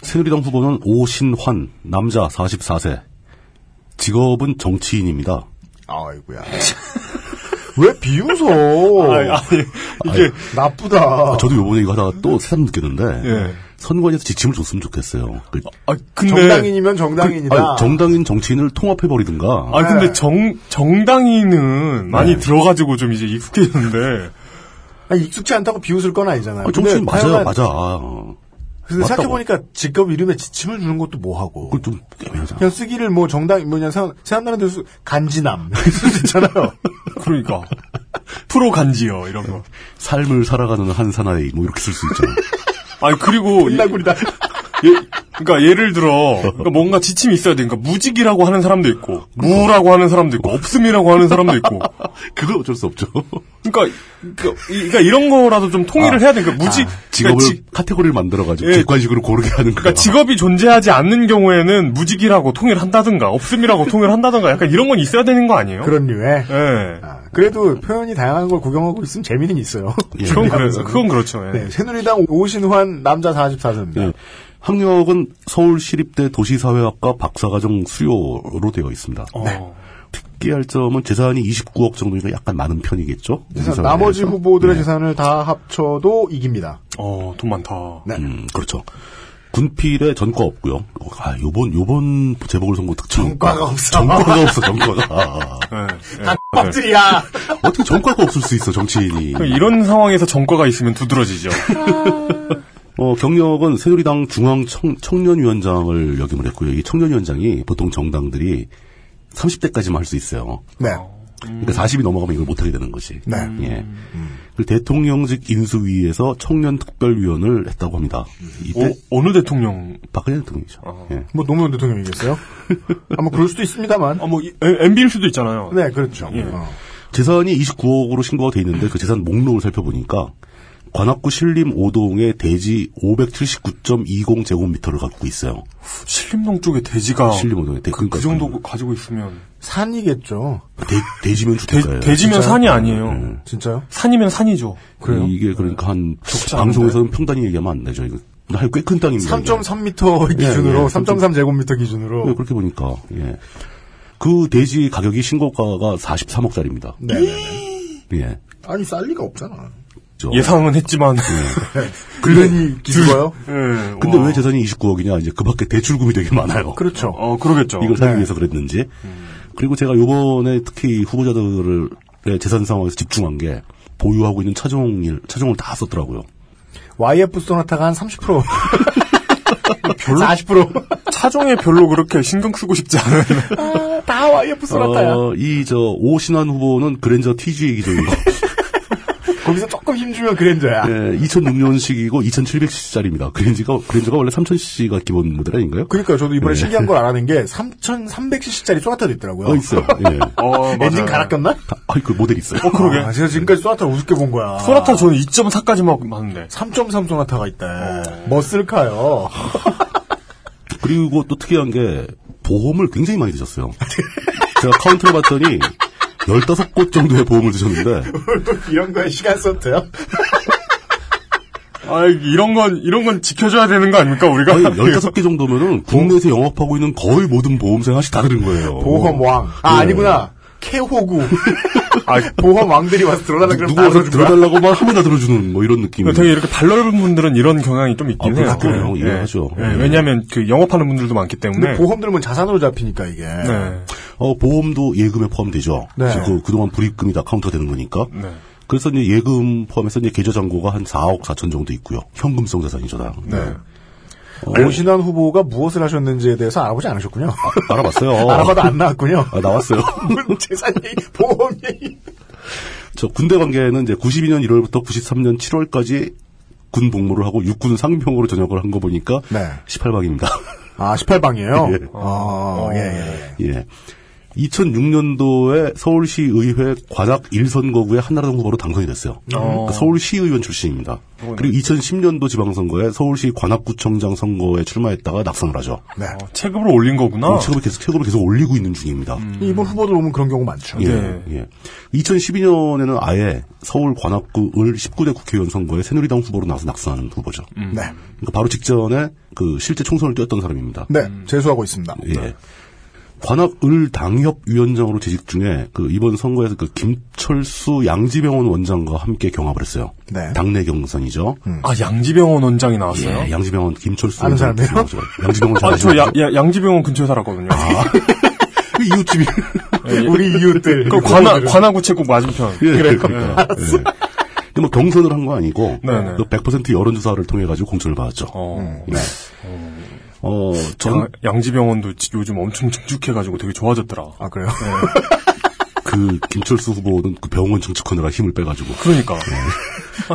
[SPEAKER 4] 새누리당 후보는 오신환 남자 44세 직업은 정치인입니다.
[SPEAKER 2] 아이고야. 왜 비웃어? 이게 나쁘다.
[SPEAKER 4] 아, 저도 요번에 이거 하다가 또 새삼 느꼈는데
[SPEAKER 3] 예.
[SPEAKER 4] 선관위에서 지침을 줬으면 좋겠어요. 그-
[SPEAKER 3] 아 근데
[SPEAKER 2] 정당인이면 정당인이다.
[SPEAKER 4] 아니, 정당인 정치인을 통합해 버리든가.
[SPEAKER 3] 아 근데
[SPEAKER 2] 네.
[SPEAKER 3] 정 정당인은 많이 들어가지고 좀 이제 익숙해졌는데
[SPEAKER 2] 아니, 익숙치 않다고 비웃을 건 아니잖아요.
[SPEAKER 4] 정치인
[SPEAKER 2] 근데
[SPEAKER 4] 맞아요,
[SPEAKER 2] 다양한-
[SPEAKER 4] 맞아.
[SPEAKER 2] 근데
[SPEAKER 4] 맞다고.
[SPEAKER 2] 생각해보니까 직업 이름에 지침을 주는 것도 뭐하고.
[SPEAKER 4] 그걸 좀 애매하잖아.
[SPEAKER 2] 그냥 쓰기를 뭐 정당, 뭐냐, 사- 사람들한테 쓰- 간지남. 이럴 수도 있잖아요.
[SPEAKER 3] 그러니까 프로 간지요 이런 거.
[SPEAKER 4] 삶을 살아가는 한 사나이 뭐 이렇게 쓸 수 있잖아.
[SPEAKER 3] 아니 그리고 이-
[SPEAKER 2] 끝나구리다.
[SPEAKER 3] 예, 그러니까 예를 들어 그러니까 뭔가 지침이 있어야 되니까 무직이라고 하는 사람도 있고 무라고 하는 사람도 있고 없음이라고 하는 사람도 있고
[SPEAKER 4] 그건 어쩔 수 없죠.
[SPEAKER 3] 그러니까 그러니까, 이- 그러니까 이런 거라도 좀
[SPEAKER 2] 아.
[SPEAKER 3] 통일을 해야 되니까 무직
[SPEAKER 4] 직업을
[SPEAKER 3] 그러니까, 직-
[SPEAKER 4] 카테고리를 만들어 가지고
[SPEAKER 3] 예.
[SPEAKER 4] 객관식으로 고르게 하는 거야.
[SPEAKER 3] 그러니까 직업이 존재하지 않는 경우에는 무직이라고 통일한다든가 없음이라고 통일한다든가 약간 이런 건 있어야 되는 거 아니에요?
[SPEAKER 2] 그런 류에.
[SPEAKER 3] 예.
[SPEAKER 2] 아, 그래도 표현이 다양한 걸 구경하고 있으면 재미는 있어요.
[SPEAKER 3] 예, 그건 그래서 그건 그렇죠. 예.
[SPEAKER 2] 네, 새누리당 오신환 남자 44세입니다.
[SPEAKER 4] 예. 학력은 서울시립대 도시사회학과 박사과정 수료로 되어 있습니다.
[SPEAKER 3] 어.
[SPEAKER 4] 특기할 점은 재산이 29억 정도니까 약간 많은 편이겠죠.
[SPEAKER 2] 그래서
[SPEAKER 4] 우리
[SPEAKER 2] 나머지
[SPEAKER 4] 사회에서.
[SPEAKER 2] 후보들의
[SPEAKER 3] 예.
[SPEAKER 4] 네.
[SPEAKER 2] 재산을 다 합쳐도 이깁니다.
[SPEAKER 3] 어, 돈 많다.
[SPEAKER 4] 음, 그렇죠. 군필에 전과 없고요. 어, 아, 요번 요번 재보궐선거 특징
[SPEAKER 2] 전과가 없어.
[SPEAKER 4] 전과가 없어. 전과가.
[SPEAKER 3] 예, 예.
[SPEAKER 2] 빡들이야.
[SPEAKER 4] 어떻게 전과가 없을 수 있어 정치인이.
[SPEAKER 3] 그러니까 이런 상황에서 전과가 있으면 두드러지죠.
[SPEAKER 4] 어, 경력은 새누리당 중앙 청, 청년위원장을 역임을 했고요. 이 청년위원장이 보통 정당들이 30대까지만 할 수 있어요.
[SPEAKER 2] 네.
[SPEAKER 4] 그러니까 40이 넘어가면 이걸 못하게 되는 거지.
[SPEAKER 2] 네.
[SPEAKER 4] 예.
[SPEAKER 3] 음.
[SPEAKER 4] 그 대통령직 인수위에서 청년특별위원을 했다고 합니다. 이때
[SPEAKER 3] 오, 음. 어느 아. 대통령?
[SPEAKER 4] 박근혜 대통령이죠. 예.
[SPEAKER 2] 뭐 노무현 대통령이겠어요? 아마 그럴 수도 있습니다만.
[SPEAKER 3] 아, 뭐, 이- 에- MB일 수도 있잖아요.
[SPEAKER 2] 네, 그렇죠.
[SPEAKER 3] 예.
[SPEAKER 2] 어.
[SPEAKER 4] 재산이 29억으로 신고가 돼 있는데 그 재산 목록을 살펴보니까 관악구 신림 5동의 대지 579.20 제곱미터를 갖고 있어요.
[SPEAKER 3] 신림동 쪽에 돼지가.
[SPEAKER 4] 신림 5동의 대,
[SPEAKER 3] 그
[SPEAKER 4] 그러니까
[SPEAKER 3] 정도 가지고 있으면.
[SPEAKER 2] 산이겠죠.
[SPEAKER 4] 대, 지면
[SPEAKER 3] 돼,
[SPEAKER 4] 주택가예요.
[SPEAKER 3] 돼지면 산이 아니에요.
[SPEAKER 2] 진짜요?
[SPEAKER 3] 산이면 산이죠.
[SPEAKER 4] 이게 그러니까 한
[SPEAKER 3] 적지 않은데.
[SPEAKER 4] 방송에서는 평단이 얘기하면 안 되죠. 이거 꽤큰
[SPEAKER 3] 예,
[SPEAKER 4] 땅입니다. 이게.
[SPEAKER 2] 3.3m 기준으로,
[SPEAKER 4] 예, 예.
[SPEAKER 2] 3.3 제곱미터
[SPEAKER 4] 네,
[SPEAKER 2] 기준으로.
[SPEAKER 4] 그렇게 보니까 예. 그 대지 가격이 신고가가 43억짜리입니다.
[SPEAKER 2] 네, 네, 네.
[SPEAKER 4] 예.
[SPEAKER 2] 아니, 쌀 리가 없잖아.
[SPEAKER 4] 저-
[SPEAKER 3] 예상은 했지만.
[SPEAKER 2] 그러니 기죽어요?
[SPEAKER 3] 예,
[SPEAKER 4] 근데
[SPEAKER 3] 와.
[SPEAKER 4] 왜 재산이 29억이냐? 이제 그 밖에 대출금이 되게 많아요.
[SPEAKER 2] 그렇죠.
[SPEAKER 3] 어, 그러겠죠.
[SPEAKER 4] 이걸
[SPEAKER 2] 네. 음.
[SPEAKER 4] 살기 위해서 그랬는지. 그리고 제가 요번에 특히 후보자들의 재산 상황에서 집중한 게 보유하고 있는 차종일 차종을 다 썼더라고요.
[SPEAKER 2] YF 소나타가 한 30%. 40%.
[SPEAKER 3] 차종에 별로 그렇게 신경 쓰고 싶지 않은.
[SPEAKER 2] 다 YF 소나타야.
[SPEAKER 4] 어, 이저 오신환 후보는 그랜저 TG의 기종이고
[SPEAKER 2] 거기서 조금 힘주면 그랜저야.
[SPEAKER 4] 예, 2006년식이고 2,700cc짜리입니다. 그랜저가 그랜저가 원래 3,000cc가 기본 모델 아닌가요?
[SPEAKER 2] 그러니까 저도 이번에
[SPEAKER 4] 네.
[SPEAKER 2] 신기한 걸 알아낸 게 3,300cc짜리 소나타도 있더라고요.
[SPEAKER 4] 어 있어요. 예.
[SPEAKER 3] 어,
[SPEAKER 2] 엔진
[SPEAKER 3] 맞아요.
[SPEAKER 2] 갈아 꼈나?
[SPEAKER 4] 아, 그 모델 있어요.
[SPEAKER 3] 어, 그러게.
[SPEAKER 2] 아, 제가 지금까지 소나타를 우습게 본 거야.
[SPEAKER 3] 소라타 저는 2.4까지 막 봤는데.
[SPEAKER 2] 3.3 소나타가 있대. 어. 머슬카요.
[SPEAKER 4] 그리고 또 특이한 게 보험을 굉장히 많이 드셨어요. 제가 카운트를 봤더니 15곳 정도의 보험을 드셨는데
[SPEAKER 2] 또 이런 거에 시간 썼대요?
[SPEAKER 3] 아, 이런 건, 이런 건 지켜줘야 되는 거 아닙니까, 우리가?
[SPEAKER 4] 거의 15개 정도면은 국내에서 영업하고 있는 거의 모든 보험사 하나씩 다 들은 거예요.
[SPEAKER 2] 보험왕. 아,
[SPEAKER 4] 예.
[SPEAKER 2] 아니구나. 캐호구. 아, 보험왕들이 와서 들어달라
[SPEAKER 4] 누-
[SPEAKER 2] 그러면
[SPEAKER 4] 누가
[SPEAKER 2] 다
[SPEAKER 4] 와서
[SPEAKER 2] 들어주고.
[SPEAKER 4] 들어달라고만 하면 다 들어주는 뭐 이런 느낌.
[SPEAKER 3] 되게 이렇게 발 넓은 분들은 이런 경향이 좀 있긴
[SPEAKER 4] 아,
[SPEAKER 3] 해요.
[SPEAKER 4] 그렇군요. 이해하죠.
[SPEAKER 3] 예,
[SPEAKER 4] 예.
[SPEAKER 3] 왜냐하면 그 영업하는 분들도 많기 때문에.
[SPEAKER 2] 근데 보험 들면 자산으로 잡히니까 이게.
[SPEAKER 3] 네.
[SPEAKER 4] 어, 보험도 예금에 포함되죠.
[SPEAKER 2] 네.
[SPEAKER 4] 그래서 그, 그동안 불입금이 다 카운터 되는 거니까.
[SPEAKER 3] 네.
[SPEAKER 4] 그래서 이제 예금 포함해서 이제 계좌 잔고가 한 4억 4천 정도 있고요. 현금성 자산이죠, 다. 네.
[SPEAKER 2] 오신환 후보가 무엇을 하셨는지에 대해서 알아보지 않으셨군요.
[SPEAKER 4] 알아봤어요.
[SPEAKER 2] 알아봐도 안 나왔군요.
[SPEAKER 4] 아, 나왔어요.
[SPEAKER 2] 뭔 재산 얘기, 보험 얘기.
[SPEAKER 4] 저 군대 관계는 이제 92년 1월부터 93년 7월까지 군 복무를 하고 육군 상병으로 전역을 한 거 보니까
[SPEAKER 2] 네.
[SPEAKER 4] 18박입니다.
[SPEAKER 2] 아, 18방이에요?
[SPEAKER 4] 예.
[SPEAKER 2] 아, 예, 예.
[SPEAKER 4] 예. 2006년도에 서울시 의회 관악 1선거구에 한나라당 후보로 당선이 됐어요. 그러니까 서울시의원 출신입니다. 그리고 2010년도 지방선거에 서울시 관악구청장 선거에 출마했다가 낙선을 하죠.
[SPEAKER 2] 네.
[SPEAKER 3] 어, 체급을 올린 거구나.
[SPEAKER 4] 네, 체급을 계속 체급을 계속 올리고 있는 중입니다.
[SPEAKER 2] 이번 후보들 오면 그런 경우 많죠.
[SPEAKER 4] 예,
[SPEAKER 3] 네.
[SPEAKER 4] 예. 2012년에는 아예 서울 관악구 을 19대 국회의원 선거에 새누리당 후보로 나와서 낙선하는 후보죠.
[SPEAKER 2] 네.
[SPEAKER 4] 그러니까 바로 직전에 그 실제 총선을 뛰었던 사람입니다.
[SPEAKER 2] 네, 재수하고 있습니다.
[SPEAKER 4] 예. 관악을 당협위원장으로 재직 중에 그 이번 선거에서 그 김철수 양지병원 원장과 함께 경합을 했어요.
[SPEAKER 2] 네.
[SPEAKER 4] 당내 경선이죠.
[SPEAKER 3] 아, 양지병원 원장이 나왔어요?
[SPEAKER 4] 예, 양지병원 김철수
[SPEAKER 2] 아는
[SPEAKER 4] 원장
[SPEAKER 2] 사람이에요?
[SPEAKER 4] 경합이죠. 양지병원
[SPEAKER 3] 아, 저
[SPEAKER 4] 잘
[SPEAKER 3] 야,
[SPEAKER 4] 아시죠?
[SPEAKER 3] 야, 양지병원 근처에 살았거든요.
[SPEAKER 4] 아,
[SPEAKER 3] 예,
[SPEAKER 4] 그 이웃집이
[SPEAKER 2] 우리 이웃들.
[SPEAKER 3] 그 관아, 관아구 체국 맞은편.
[SPEAKER 4] 예, 그래, 그러니까. 예. 근데 뭐 경선을 한 거 아니고
[SPEAKER 3] 네네.
[SPEAKER 4] 그100% 여론조사를 통해 가지고 공천을 받았죠.
[SPEAKER 3] 어.
[SPEAKER 4] 네. 어, 저는
[SPEAKER 3] 양- 양지병원도 지- 요즘 엄청 정직해가지고 되게 좋아졌더라.
[SPEAKER 2] 아, 그래요?
[SPEAKER 4] 그 김철수 후보는 그 병원 정치권느라 힘을 빼가지고
[SPEAKER 3] 그러니까.
[SPEAKER 4] 네.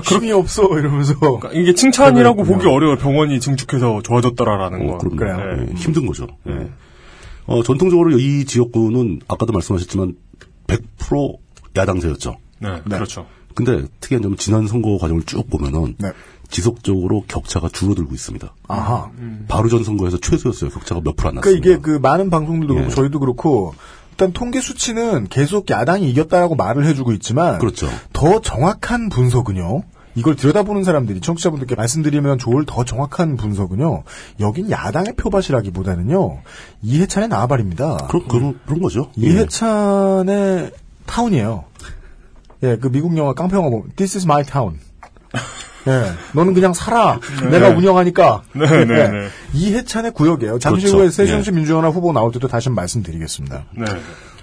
[SPEAKER 2] 힘이 없어, 이러면서.
[SPEAKER 3] 그러니까 이게 칭찬이라고 보기 어려워요. 병원이 증축해서 좋아졌더라라는
[SPEAKER 4] 어,
[SPEAKER 3] 거. 네.
[SPEAKER 4] 그럼요.
[SPEAKER 2] 그래요. 음.
[SPEAKER 4] 예, 힘든 거죠. 예. 어, 전통적으로 이 지역구는 아까도 말씀하셨지만 100% 야당세였죠.
[SPEAKER 3] 네, 그렇죠.
[SPEAKER 4] 근데 특이한 점은 지난 선거 과정을 쭉 보면은
[SPEAKER 2] 네.
[SPEAKER 4] 지속적으로 격차가 줄어들고 있습니다.
[SPEAKER 2] 아하.
[SPEAKER 4] 바로 전 선거에서 최소였어요. 격차가 몇 프로 안
[SPEAKER 2] 그러니까
[SPEAKER 4] 났습니다.
[SPEAKER 2] 이게 그 많은 방송들도 그렇고
[SPEAKER 4] 예.
[SPEAKER 2] 저희도 그렇고 일단 통계 수치는 계속 야당이 이겼다라고 말을 해주고 있지만
[SPEAKER 4] 그렇죠.
[SPEAKER 2] 더 정확한 분석은요. 이걸 들여다보는 사람들이 청취자분들께 말씀드리면 좋을 더 정확한 분석은요. 여긴 야당의 표밭이라기보다는요. 이해찬의 나발입니다.
[SPEAKER 4] 그런 그런 그런 거죠. 예.
[SPEAKER 2] 이해찬의 타운이에요. 예, 그 미국 영화 깡패영화 보면 This is my town. 예, 너는 그냥 살아. 내가 운영하니까.
[SPEAKER 3] 네, 네,
[SPEAKER 2] 예,
[SPEAKER 3] 네.
[SPEAKER 2] 이해찬의 구역이에요. 잠시
[SPEAKER 4] 그렇죠.
[SPEAKER 2] 후에 세종시 민주연합 후보 나올 때도 다시 말씀드리겠습니다.
[SPEAKER 3] 네.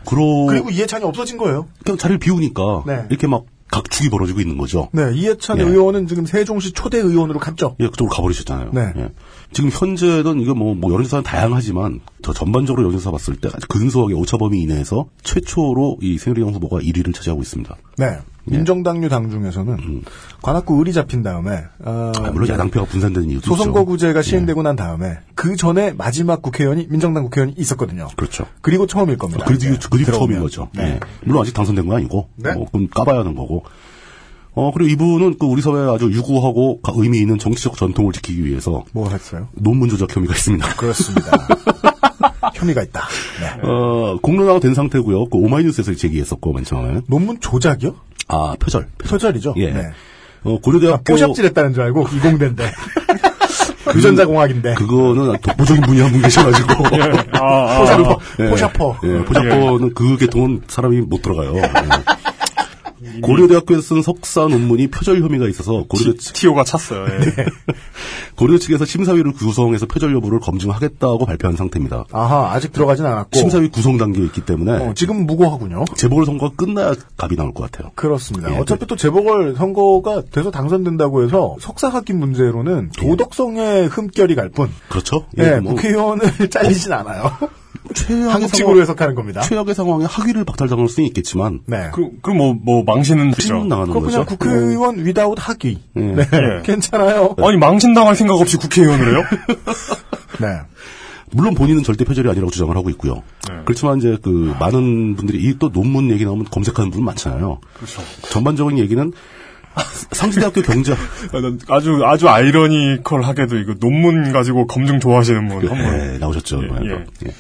[SPEAKER 4] 그러
[SPEAKER 2] 그리고 이해찬이 없어진 거예요.
[SPEAKER 4] 그냥 자리를 비우니까
[SPEAKER 2] 네.
[SPEAKER 4] 이렇게 막 각축이 벌어지고 있는 거죠.
[SPEAKER 2] 네, 이해찬
[SPEAKER 4] 예.
[SPEAKER 2] 의원은 지금 세종시 초대 의원으로 갔죠.
[SPEAKER 4] 예, 그쪽으로 가버리셨잖아요.
[SPEAKER 2] 네.
[SPEAKER 4] 예. 지금 현재는 이거 뭐, 뭐 여론조사는 다양하지만 저 전반적으로 여론조사 봤을 때 아주 근소하게 오차 범위 이내에서 최초로 이 새누리당 후보가 1위를 차지하고 있니다
[SPEAKER 2] 네. 민정당류 당 중에서는 관악구 을이 잡힌 다음에 어,
[SPEAKER 4] 아, 물론 야당표가 분산되는 이유도 있죠.
[SPEAKER 2] 소선거구제가 시행되고 난 다음에 그 전에 마지막 국회의원이 민정당 국회의원이 있었거든요.
[SPEAKER 4] 그렇죠.
[SPEAKER 2] 그리고 처음일 겁니다.
[SPEAKER 4] 그래도 이게
[SPEAKER 2] 네.
[SPEAKER 4] 그게 처음인
[SPEAKER 2] 들어오면.
[SPEAKER 4] 거죠.
[SPEAKER 2] 네.
[SPEAKER 4] 예. 물론 아직 당선된 건 아니고,
[SPEAKER 2] 네.
[SPEAKER 4] 뭐 그럼 까봐야 하는 거고. 어 그리고 이분은 그 우리 사회에 아주 유구하고 가- 의미 있는 정치적 전통을 지키기 위해서
[SPEAKER 2] 뭐 했어요?
[SPEAKER 4] 논문 조작 혐의가 있습니다.
[SPEAKER 2] 그렇습니다. 혐의가 있다. 네.
[SPEAKER 4] 어 공론화가 된 상태고요. 그 오마이뉴스에서 제기했었고 맨 처음에
[SPEAKER 2] 논문 조작이요?
[SPEAKER 4] 아 표절.
[SPEAKER 2] 표절이죠.
[SPEAKER 4] 예.
[SPEAKER 2] 네.
[SPEAKER 4] 어 고려대학교
[SPEAKER 2] 꼬샵질했다는 줄 알고 이공대인데 유전자 공학인데
[SPEAKER 4] 그 그거는 독보적인 분이 한 분 계셔가지고.
[SPEAKER 2] 아, 포샤퍼,
[SPEAKER 4] 예.
[SPEAKER 2] 포샤퍼.
[SPEAKER 4] 예, 포샤퍼는 그 계통은 사람이 못 들어가요. 예. 고려대학교에서 쓴 석사 논문이 표절 혐의가 있어서 고려대, 측-
[SPEAKER 3] 티오가 찼어요. 예.
[SPEAKER 4] 네. 고려대 측에서 심사위를 구성해서 표절 여부를 검증하겠다고 발표한 상태입니다.
[SPEAKER 2] 아하 아직 들어가진 않았고
[SPEAKER 4] 심사위 구성 단계에 있기 때문에
[SPEAKER 2] 어, 지금 무고하군요.
[SPEAKER 4] 재보궐선거가 끝나야 갑이 나올 것 같아요.
[SPEAKER 2] 그렇습니다.
[SPEAKER 4] 예,
[SPEAKER 2] 어차피 또 재보궐 선거가 돼서 당선된다고 해서 석사학위 문제로는 도덕성의 흠결이 갈 뿐.
[SPEAKER 4] 그렇죠?
[SPEAKER 2] 예,
[SPEAKER 4] 예. 뭐
[SPEAKER 2] 국회의원을 잘리진 않아요.
[SPEAKER 4] 최악의
[SPEAKER 2] 한국식으로
[SPEAKER 4] 상황,
[SPEAKER 2] 해석하는 겁니다.
[SPEAKER 4] 최악의 상황에 학위를 박탈당할 수는 있겠지만
[SPEAKER 2] 네. 그,
[SPEAKER 3] 그, 그, 뭐, 뭐, 망신은
[SPEAKER 4] 신문
[SPEAKER 3] 되죠.
[SPEAKER 4] 나가는
[SPEAKER 2] 럼
[SPEAKER 4] 거죠.
[SPEAKER 2] 그냥 국회의원 위다웃 학위.
[SPEAKER 4] 예.
[SPEAKER 2] 네. 괜찮아요.
[SPEAKER 3] 아니, 망신당할 생각 없이 국회의원을 해요?
[SPEAKER 2] 네.
[SPEAKER 4] 물론 본인은 절대 표절이 아니라고 주장을 하고 있고요.
[SPEAKER 2] 네.
[SPEAKER 4] 그렇지만 이제 그 많은 분들이 이 또 논문 얘기 나오면 검색하는 분 많잖아요.
[SPEAKER 2] 그렇죠.
[SPEAKER 4] 전반적인 얘기는 상지대학교 경제
[SPEAKER 3] 아, 난 아주, 아주 아이러니컬하게도 이거 논문 가지고 검증 좋아하시는
[SPEAKER 2] 네,
[SPEAKER 3] 분 한 분.
[SPEAKER 4] 예, 나오셨죠.
[SPEAKER 3] 예,
[SPEAKER 4] 이번에도.
[SPEAKER 3] 예.
[SPEAKER 4] 예.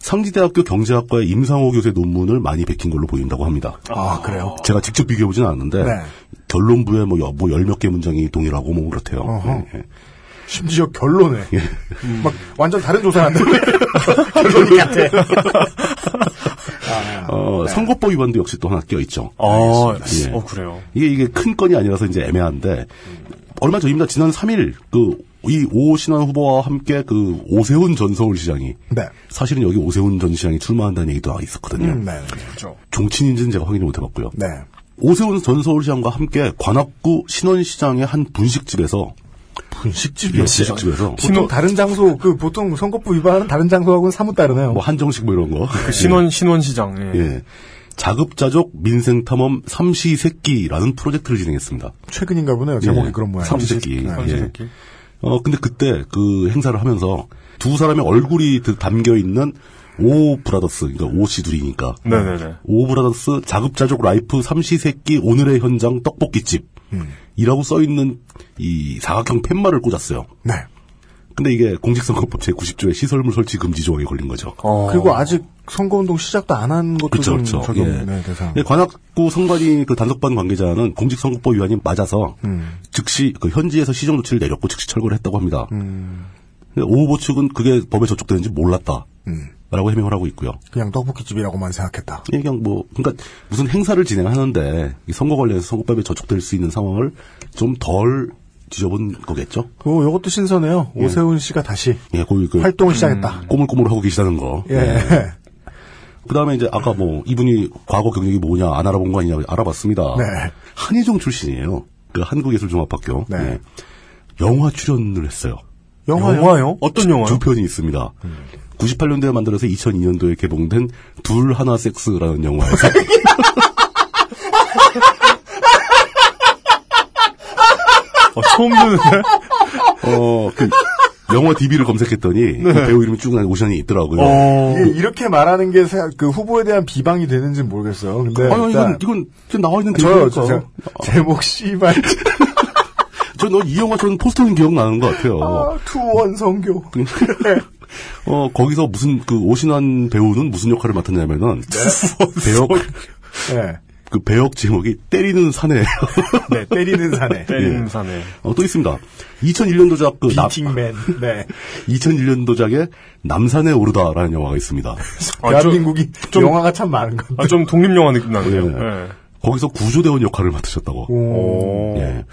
[SPEAKER 4] 상지대학교 경제학과의 임상호 교수의 논문을 많이 베낀 걸로 보인다고 합니다.
[SPEAKER 2] 아, 그래요?
[SPEAKER 4] 제가 직접 비교해보진 않았는데
[SPEAKER 2] 네.
[SPEAKER 4] 결론부에 뭐열몇 개 문장이 동일하고 뭐 그렇대요.
[SPEAKER 2] 어허.
[SPEAKER 4] 예, 예.
[SPEAKER 2] 심지어 결론에. 음, 막, 완전 다른
[SPEAKER 4] 음.
[SPEAKER 2] 조사하는데. 결론이 같아. 아,
[SPEAKER 4] 어,
[SPEAKER 2] 네.
[SPEAKER 4] 선거법 위반도 역시 또 하나 껴있죠.
[SPEAKER 3] 아,
[SPEAKER 4] 예.
[SPEAKER 3] 어, 그래요.
[SPEAKER 4] 이게 이게 큰 건이 아니라서 이제 애매한데 얼마 전입니다. 지난 3일 그 이 오신환 후보와 함께 그 오세훈 전 서울시장이
[SPEAKER 2] 네.
[SPEAKER 4] 사실은 여기 오세훈 전 시장이 출마한다는 얘기도 아, 있었거든요.
[SPEAKER 2] 음, 네.
[SPEAKER 4] 종친인지는 제가 확인을 못해봤고요.
[SPEAKER 2] 네.
[SPEAKER 4] 오세훈 전 서울시장과 함께 관악구 신원시장의 한 분식집에서 분식집이요. 분식집에서
[SPEAKER 2] 보통 다른 장소, 그, 보통 선거법 위반하는 다른 장소하고는 사뭇 다르네요.
[SPEAKER 4] 뭐 한정식 뭐 이런 거.
[SPEAKER 3] 그 신원, 신원시장. 예.
[SPEAKER 4] 예. 자급자족 민생탐험 삼시세끼라는 프로젝트를 진행했습니다.
[SPEAKER 2] 최근인가 보네요. 제목이 그런 모양.
[SPEAKER 4] 예. 삼시세끼.
[SPEAKER 2] 네.
[SPEAKER 4] 예. 어, 근데 그때 그 행사를 하면서 두 사람의 얼굴이 그 담겨 있는 오 브라더스, 그러니까 오씨 둘이니까.
[SPEAKER 3] 네네네.
[SPEAKER 4] 오 브라더스 자급자족 라이프 삼시세끼 오늘의 현장 떡볶이집.
[SPEAKER 3] 음.
[SPEAKER 4] 이라고 써 있는 이 사각형 팻말을 꽂았어요.
[SPEAKER 2] 네.
[SPEAKER 4] 근데 이게 공직선거법 제90조의 시설물 설치 금지 조항에 걸린 거죠.
[SPEAKER 3] 어.
[SPEAKER 2] 그리고 아직 선거운동 시작도 안 한 것도
[SPEAKER 4] 그렇죠,
[SPEAKER 2] 좀
[SPEAKER 4] 그렇죠.
[SPEAKER 2] 적용
[SPEAKER 4] 예.
[SPEAKER 2] 네, 대상.
[SPEAKER 4] 예, 관악구 선관위 그 단속반 관계자는 공직선거법 위반이 맞아서
[SPEAKER 2] 음.
[SPEAKER 4] 즉시 그 현지에서 시정 조치를 내렸고 즉시 철거를 했다고 합니다.
[SPEAKER 2] 음.
[SPEAKER 4] 근데 오 후보 측은 그게 법에 저촉되는지 몰랐다.
[SPEAKER 2] 음.
[SPEAKER 4] 라고 해명을 하고 있고요.
[SPEAKER 2] 그냥 떡볶이집이라고만 생각했다.
[SPEAKER 4] 이게 그냥 뭐, 그러니까 무슨 행사를 진행하는데 이 선거 관련해서 선거법에 저촉될 수 있는 상황을 좀 덜 뒤져본 거겠죠.
[SPEAKER 2] 오, 그 요것도 신선해요. 오세훈 씨가 다시
[SPEAKER 4] 예, 거기 그
[SPEAKER 2] 활동을 시작했다.
[SPEAKER 4] 꼬물꼬물 하고 계시다는 거.
[SPEAKER 2] 예.
[SPEAKER 4] 예. 그 다음에 이제 아까 뭐 이분이 과거 경력이 뭐냐 안 알아본 거 아니냐 알아봤습니다.
[SPEAKER 2] 네.
[SPEAKER 4] 한희종 출신이에요. 그 한국예술종합학교.
[SPEAKER 2] 네.
[SPEAKER 4] 예. 영화 출연을 했어요.
[SPEAKER 2] 영화요? 음.
[SPEAKER 3] 어떤 영화요?
[SPEAKER 4] 두 편이 있습니다. 98년도에 만들어서 2002년도에 개봉된 둘 하나 섹스라는 영화에서
[SPEAKER 3] 어, 처음 듣는데?
[SPEAKER 4] 어, 그 영화
[SPEAKER 2] 네.
[SPEAKER 4] DB를 검색했더니 그 배우 이름이 쭉 나오는 오션이
[SPEAKER 2] 어.
[SPEAKER 4] 있더라고요. 네. 어.
[SPEAKER 2] 이게 이렇게 말하는 게 그 후보에 대한 비방이 되는지는 모르겠어요. 근데
[SPEAKER 4] 아니
[SPEAKER 2] 네, 일단
[SPEAKER 4] 이건 그 그러니까. 이건 지금 나와 있는
[SPEAKER 2] 저요,
[SPEAKER 4] 대사니까.
[SPEAKER 2] 저, 제목 씨발
[SPEAKER 4] 저는 이 영화 저는 포스터는 기억나는 것 같아요.
[SPEAKER 2] 아, 투원 성교.
[SPEAKER 4] 그러니까. 어, 거기서 무슨 그 오신환 배우는 무슨 역할을 맡았냐면은 배역
[SPEAKER 2] 네.
[SPEAKER 4] 그 배역 제목이 때리는 사내예요.
[SPEAKER 2] 네, 때리는 사내.
[SPEAKER 3] 때리는 사네.
[SPEAKER 4] 어, 또 있습니다. 2001년도작 그 남,
[SPEAKER 2] 비팅맨. 네.
[SPEAKER 4] 2001년도작에 남산에 오르다라는 영화가 있습니다.
[SPEAKER 3] 아, 좀,
[SPEAKER 2] 대한민국이
[SPEAKER 3] 좀-
[SPEAKER 2] 영화가 참 많은 것
[SPEAKER 3] 아, 좀 독립영화 느낌 나네요.
[SPEAKER 4] 예. 거기서 구조대원 역할을 맡으셨다고.
[SPEAKER 3] 오.
[SPEAKER 4] 예.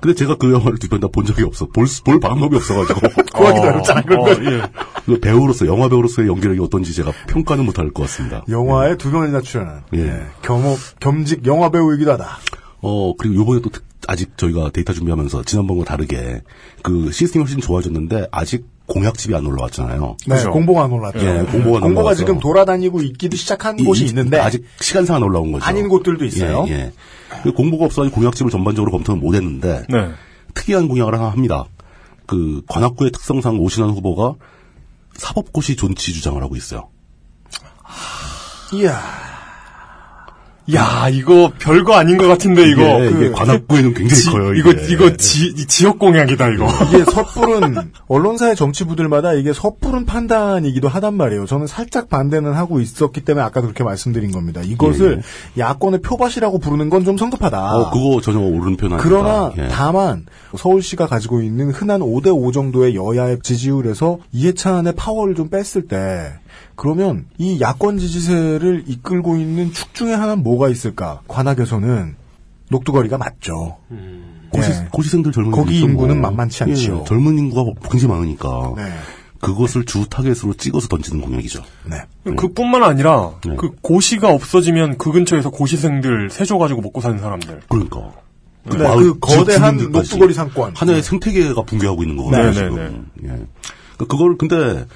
[SPEAKER 4] 근데 제가 그 영화를 두 편 다 본 적이 없어. 볼, 수- 볼 방법이 없어가지고.
[SPEAKER 2] 구하기도 어렵잖아, 그런 거.
[SPEAKER 3] 예.
[SPEAKER 4] 그 배우로서, 영화 배우로서의 연기력이 어떤지 제가 평가는 못할 것 같습니다.
[SPEAKER 2] 영화에 네. 두 명이나 출연한
[SPEAKER 4] 예.
[SPEAKER 2] 예. 겸, 겸직 영화 배우이기도 하다.
[SPEAKER 4] 어, 그리고 요번에 또 특- 아직 저희가 데이터 준비하면서 지난번과 다르게 그 시스템이 훨씬 좋아졌는데 아직 공약집이 안 올라왔잖아요.
[SPEAKER 2] 네,
[SPEAKER 4] 그죠?
[SPEAKER 2] 공보가 안 올랐죠.
[SPEAKER 4] 예, 공보가 안
[SPEAKER 2] 공보가
[SPEAKER 4] 올라와서.
[SPEAKER 2] 지금 돌아다니고 있기도 시작한
[SPEAKER 4] 이-
[SPEAKER 2] 네, 곳이
[SPEAKER 4] 이-
[SPEAKER 2] 있는데
[SPEAKER 4] 아직 시간상 안 올라온 거죠.
[SPEAKER 2] 아닌 곳들도 있어요.
[SPEAKER 4] 예, 예. 그 공보가 없어가지고 공약집을 전반적으로 검토는 못했는데
[SPEAKER 3] 네.
[SPEAKER 4] 특이한 공약을 하나 합니다. 그 관악구의 특성상 오신환 후보가 사법고시 존치 주장을 하고 있어요.
[SPEAKER 2] 이야.
[SPEAKER 3] 야, 이거 별거 아닌 것 같은데, 이거.
[SPEAKER 4] 이게, 이게
[SPEAKER 3] 그-
[SPEAKER 4] 관악구에는 굉장히
[SPEAKER 3] 지-
[SPEAKER 4] 커요.
[SPEAKER 3] 이거,
[SPEAKER 4] 이게.
[SPEAKER 3] 이거 지, 이 지역 공약이다, 이거.
[SPEAKER 2] 이게 섣부른 언론사의 정치부들마다 이게 섣부른 판단이기도 하단 말이에요. 저는 살짝 반대는 하고 있었기 때문에 아까 그렇게 말씀드린 겁니다. 이것을 야권의 표밭이라고 부르는 건 좀 성급하다.
[SPEAKER 4] 예, 어, 그거 전혀 옳은 표현 아니다.
[SPEAKER 2] 그러나
[SPEAKER 4] 예.
[SPEAKER 2] 다만 서울시가 가지고 있는 흔한 5대5 정도의 여야의 지지율에서 이해찬의 파워를 좀 뺐을 때 그러면 이 야권 지지세를 이끌고 있는 축 중에 하나는 뭐가 있을까? 관악에서는 녹두거리가 맞죠.
[SPEAKER 4] 음. 고시,
[SPEAKER 2] 네.
[SPEAKER 4] 고시생들 젊은
[SPEAKER 2] 거기
[SPEAKER 4] 있죠, 뭐.
[SPEAKER 2] 인구는 만만치 않지요.
[SPEAKER 4] 예, 젊은 인구가 굉장히 많으니까
[SPEAKER 2] 네.
[SPEAKER 4] 그것을 주 타겟으로 찍어서 던지는 공약이죠.
[SPEAKER 2] 네.
[SPEAKER 3] 그뿐만 아니라,
[SPEAKER 4] 네.
[SPEAKER 3] 그 고시가 없어지면 그 근처에서 고시생들 세줘 가지고 먹고 사는 사람들.
[SPEAKER 4] 그러니까
[SPEAKER 2] 네,
[SPEAKER 4] 마을
[SPEAKER 2] 그
[SPEAKER 4] 주-
[SPEAKER 2] 거대한
[SPEAKER 4] 주민들까지.
[SPEAKER 2] 녹두거리 상권. 네.
[SPEAKER 4] 하나의 생태계가 붕괴하고 있는 거거든요.
[SPEAKER 3] 네,
[SPEAKER 4] 지금.
[SPEAKER 3] 네, 네.
[SPEAKER 4] 예. 그러니까 그걸 근데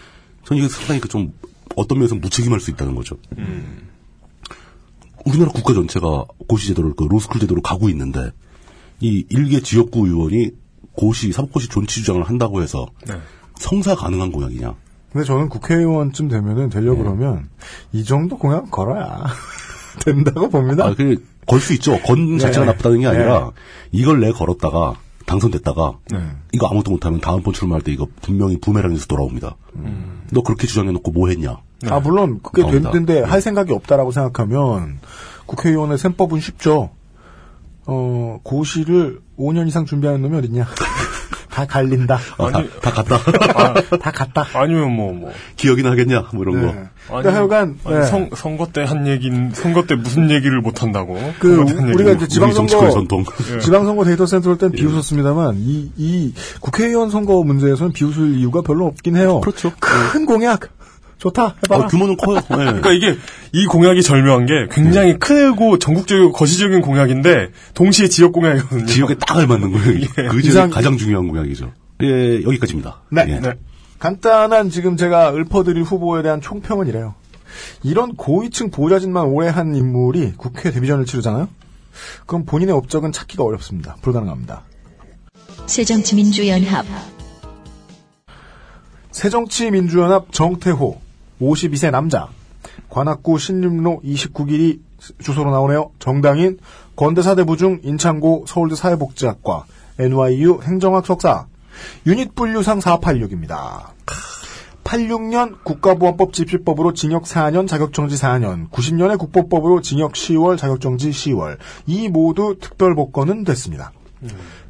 [SPEAKER 4] 저는 이게 상당히 그 좀 어떤 면에서 무책임할 수 있다는 거죠.
[SPEAKER 2] 음.
[SPEAKER 4] 우리나라 국가 전체가 고시 제도를 그 로스쿨 제도로 가고 있는데 이 일개 지역구 의원이 고시 사법고시 존치 주장을 한다고 해서
[SPEAKER 2] 네.
[SPEAKER 4] 성사 가능한 공약이냐?
[SPEAKER 2] 근데 저는 국회의원쯤 되면은 되려고
[SPEAKER 4] 네.
[SPEAKER 2] 그러면 이 정도 공약 걸어야 된다고 봅니다.
[SPEAKER 4] 아, 그, 걸 수 있죠. 건 자체가
[SPEAKER 2] 네. 네.
[SPEAKER 4] 나쁘다는 게 아니라, 이걸 내 걸었다가, 당선됐다가, 이거 아무것도 못하면 다음번 출마할 때 이거 분명히 부메랑에서 돌아옵니다.
[SPEAKER 2] 음.
[SPEAKER 4] 너 그렇게 주장해놓고 뭐 했냐?
[SPEAKER 2] 아, 물론 그게
[SPEAKER 4] 나옵니다. 네.
[SPEAKER 2] 됐는데 할 생각이 없다라고 생각하면 국회의원의 셈법은 쉽죠. 어, 고시를 5년 이상 준비하는 놈이 어딨냐. 다 갈린다.
[SPEAKER 4] 아, 다, 다 갔다.
[SPEAKER 2] 다 갔다.
[SPEAKER 3] 아니면 뭐, 뭐.
[SPEAKER 4] 기억이나 하겠냐? 뭐 이런
[SPEAKER 2] 네.
[SPEAKER 4] 거.
[SPEAKER 2] 근데 하여간
[SPEAKER 3] 아니,
[SPEAKER 2] 네.
[SPEAKER 3] 선, 선거 때 한 얘긴, 선거 때 무슨 얘기를 못 한다고.
[SPEAKER 2] 그
[SPEAKER 3] 선거 때 한
[SPEAKER 2] 우리가
[SPEAKER 3] 얘기를
[SPEAKER 2] 이제
[SPEAKER 3] 못-
[SPEAKER 4] 우리 정치권의
[SPEAKER 2] 지방선거 예.
[SPEAKER 4] 전통.
[SPEAKER 2] 지방선거 데이터 센터럴
[SPEAKER 4] 예.
[SPEAKER 2] 땐 비웃었습니다만 이, 이 국회의원 선거 문제에서는 비웃을 이유가 별로 없긴 해요.
[SPEAKER 4] 그렇죠.
[SPEAKER 2] 큰 공약 좋다 해봐.
[SPEAKER 4] 아, 규모는 커요. 예.
[SPEAKER 3] 그러니까 이게 이 공약이 절묘한 게 굉장히
[SPEAKER 4] 네.
[SPEAKER 3] 크고 전국적이고 거시적인 공약인데 동시에 지역 공약이거든요.
[SPEAKER 4] 지역에 딱 알맞는 거예요. 그 지역이
[SPEAKER 2] 이상-
[SPEAKER 4] 가장 중요한 공약이죠. 예, 여기까지입니다.
[SPEAKER 2] 네.
[SPEAKER 4] 예.
[SPEAKER 2] 네. 간단한 지금 제가 읊어드릴 후보에 대한 총평은 이래요. 이런 고위층 보좌진만 오래 한 인물이 국회 데뷔전을 치르잖아요? 그럼 본인의 업적은 찾기가 어렵습니다. 불가능합니다.
[SPEAKER 1] 새정치민주연합
[SPEAKER 2] 새정치민주연합 정태호, 52세 남자, 관악구 신림로 29길이 주소로 나오네요. 정당인, 건대사대부중 인창고 서울대 사회복지학과, NYU 행정학 석사, 유닛 분류상 486입니다. 86년 국가보안법 집시법으로 징역 4년, 자격정지 4년, 90년에 국보법으로 징역 10월, 자격정지 10월, 이 모두 특별복권은 됐습니다.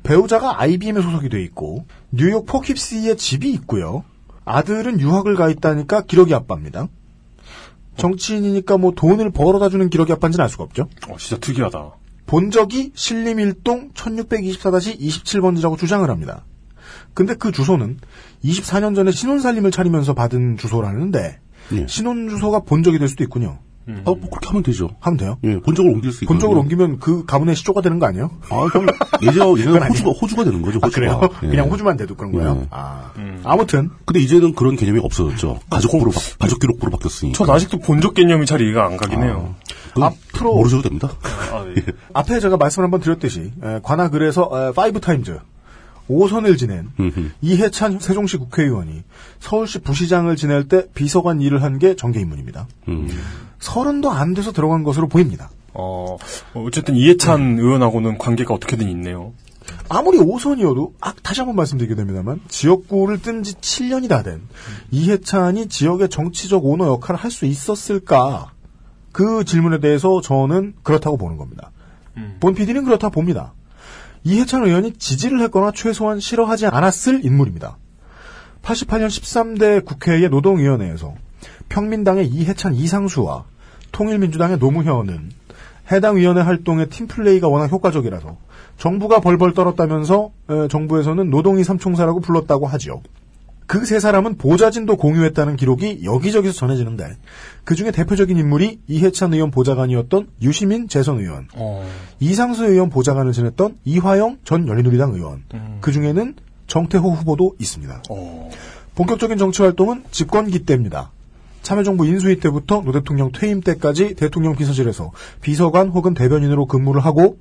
[SPEAKER 2] 배우자가 IBM에 소속이 돼 있고 뉴욕 포킵스의 집이 있고요. 아들은 유학을 가 있다니까 기러기 아빠입니다. 정치인이니까 뭐 돈을 벌어다 주는 기러기 아빠인지는 알 수가 없죠.
[SPEAKER 3] 어, 진짜 특이하다.
[SPEAKER 2] 본적이 신림일동 1624-27번지라고 주장을 합니다. 근데 그 주소는 24년 전에 신혼살림을 차리면서 받은 주소라는데
[SPEAKER 4] 예.
[SPEAKER 2] 신혼주소가 본적이 될 수도 있군요.
[SPEAKER 3] 음.
[SPEAKER 2] 어?
[SPEAKER 4] 아, 뭐 그렇게 하면 되죠.
[SPEAKER 2] 하면 돼요.
[SPEAKER 4] 예, 본적으로 옮길 수 있고.
[SPEAKER 2] 본적으로 옮기면 그 가문의 시조가 되는 거 아니에요?
[SPEAKER 4] 아, 그럼 예전, 예전
[SPEAKER 2] 아니에요.
[SPEAKER 4] 호주가, 호주가 되는 거죠, 호주가.
[SPEAKER 2] 그래요?
[SPEAKER 4] 예.
[SPEAKER 2] 그냥 호주만 돼도 그런 거예요?
[SPEAKER 4] 예.
[SPEAKER 2] 아. 아무튼
[SPEAKER 4] 근데 이제는 그런 개념이 없어졌죠. 가족부로 바, 가족 기록부로 바뀌었으니까.
[SPEAKER 3] 전 아직도 본적 개념이 잘 이해가 안
[SPEAKER 4] 아.
[SPEAKER 3] 가긴 해요.
[SPEAKER 4] 그건
[SPEAKER 2] 앞으로-
[SPEAKER 4] 모르셔도 됩니다.
[SPEAKER 3] 뭐 아, 예.
[SPEAKER 2] 앞에 제가 말씀을 한번 드렸듯이 에, 관악을에서 파이브 타임즈 5선을 지낸
[SPEAKER 4] 음흠.
[SPEAKER 2] 이해찬 세종시 국회의원이 서울시 부시장을 지낼 때 비서관 일을 한 게 전개인문입니다.
[SPEAKER 4] 음.
[SPEAKER 2] 서른도 안 돼서 들어간 것으로 보입니다.
[SPEAKER 3] 어, 어쨌든
[SPEAKER 4] 네.
[SPEAKER 3] 이해찬 의원하고는 관계가 어떻게든 있네요.
[SPEAKER 2] 아무리 5선이어도 아, 다시 한번 말씀드리게 됩니다만 지역구를 뜬 지 7년이 다 된 이해찬이 지역의 정치적 오너 역할을 할 수 있었을까? 그 질문에 대해서 저는 그렇다고 보는 겁니다. 본 PD는 그렇다 봅니다. 이해찬 의원이 지지를 했거나 최소한 싫어하지 않았을 인물입니다. 88년 13대 국회의 노동위원회에서 평민당의 이해찬 이상수와 통일민주당의 노무현은 해당 위원회 활동의 팀플레이가 워낙 효과적이라서 정부가 벌벌 떨었다면서 에, 정부에서는 노동이 삼총사라고 불렀다고 하지요. 그 세 사람은 보좌진도 공유했다는 기록이 여기저기서 전해지는데 그 중에 대표적인 인물이 이해찬 의원 보좌관이었던 유시민 재선 의원, 이상수 의원 보좌관을 지냈던 이화영 전 열린우리당 의원, 그 중에는 정태호 후보도 있습니다. 본격적인 정치 활동은 집권기 때입니다. 참여정부 인수위 때부터 노 대통령 퇴임 때까지 대통령 비서실에서 비서관 혹은 대변인으로 근무를 하고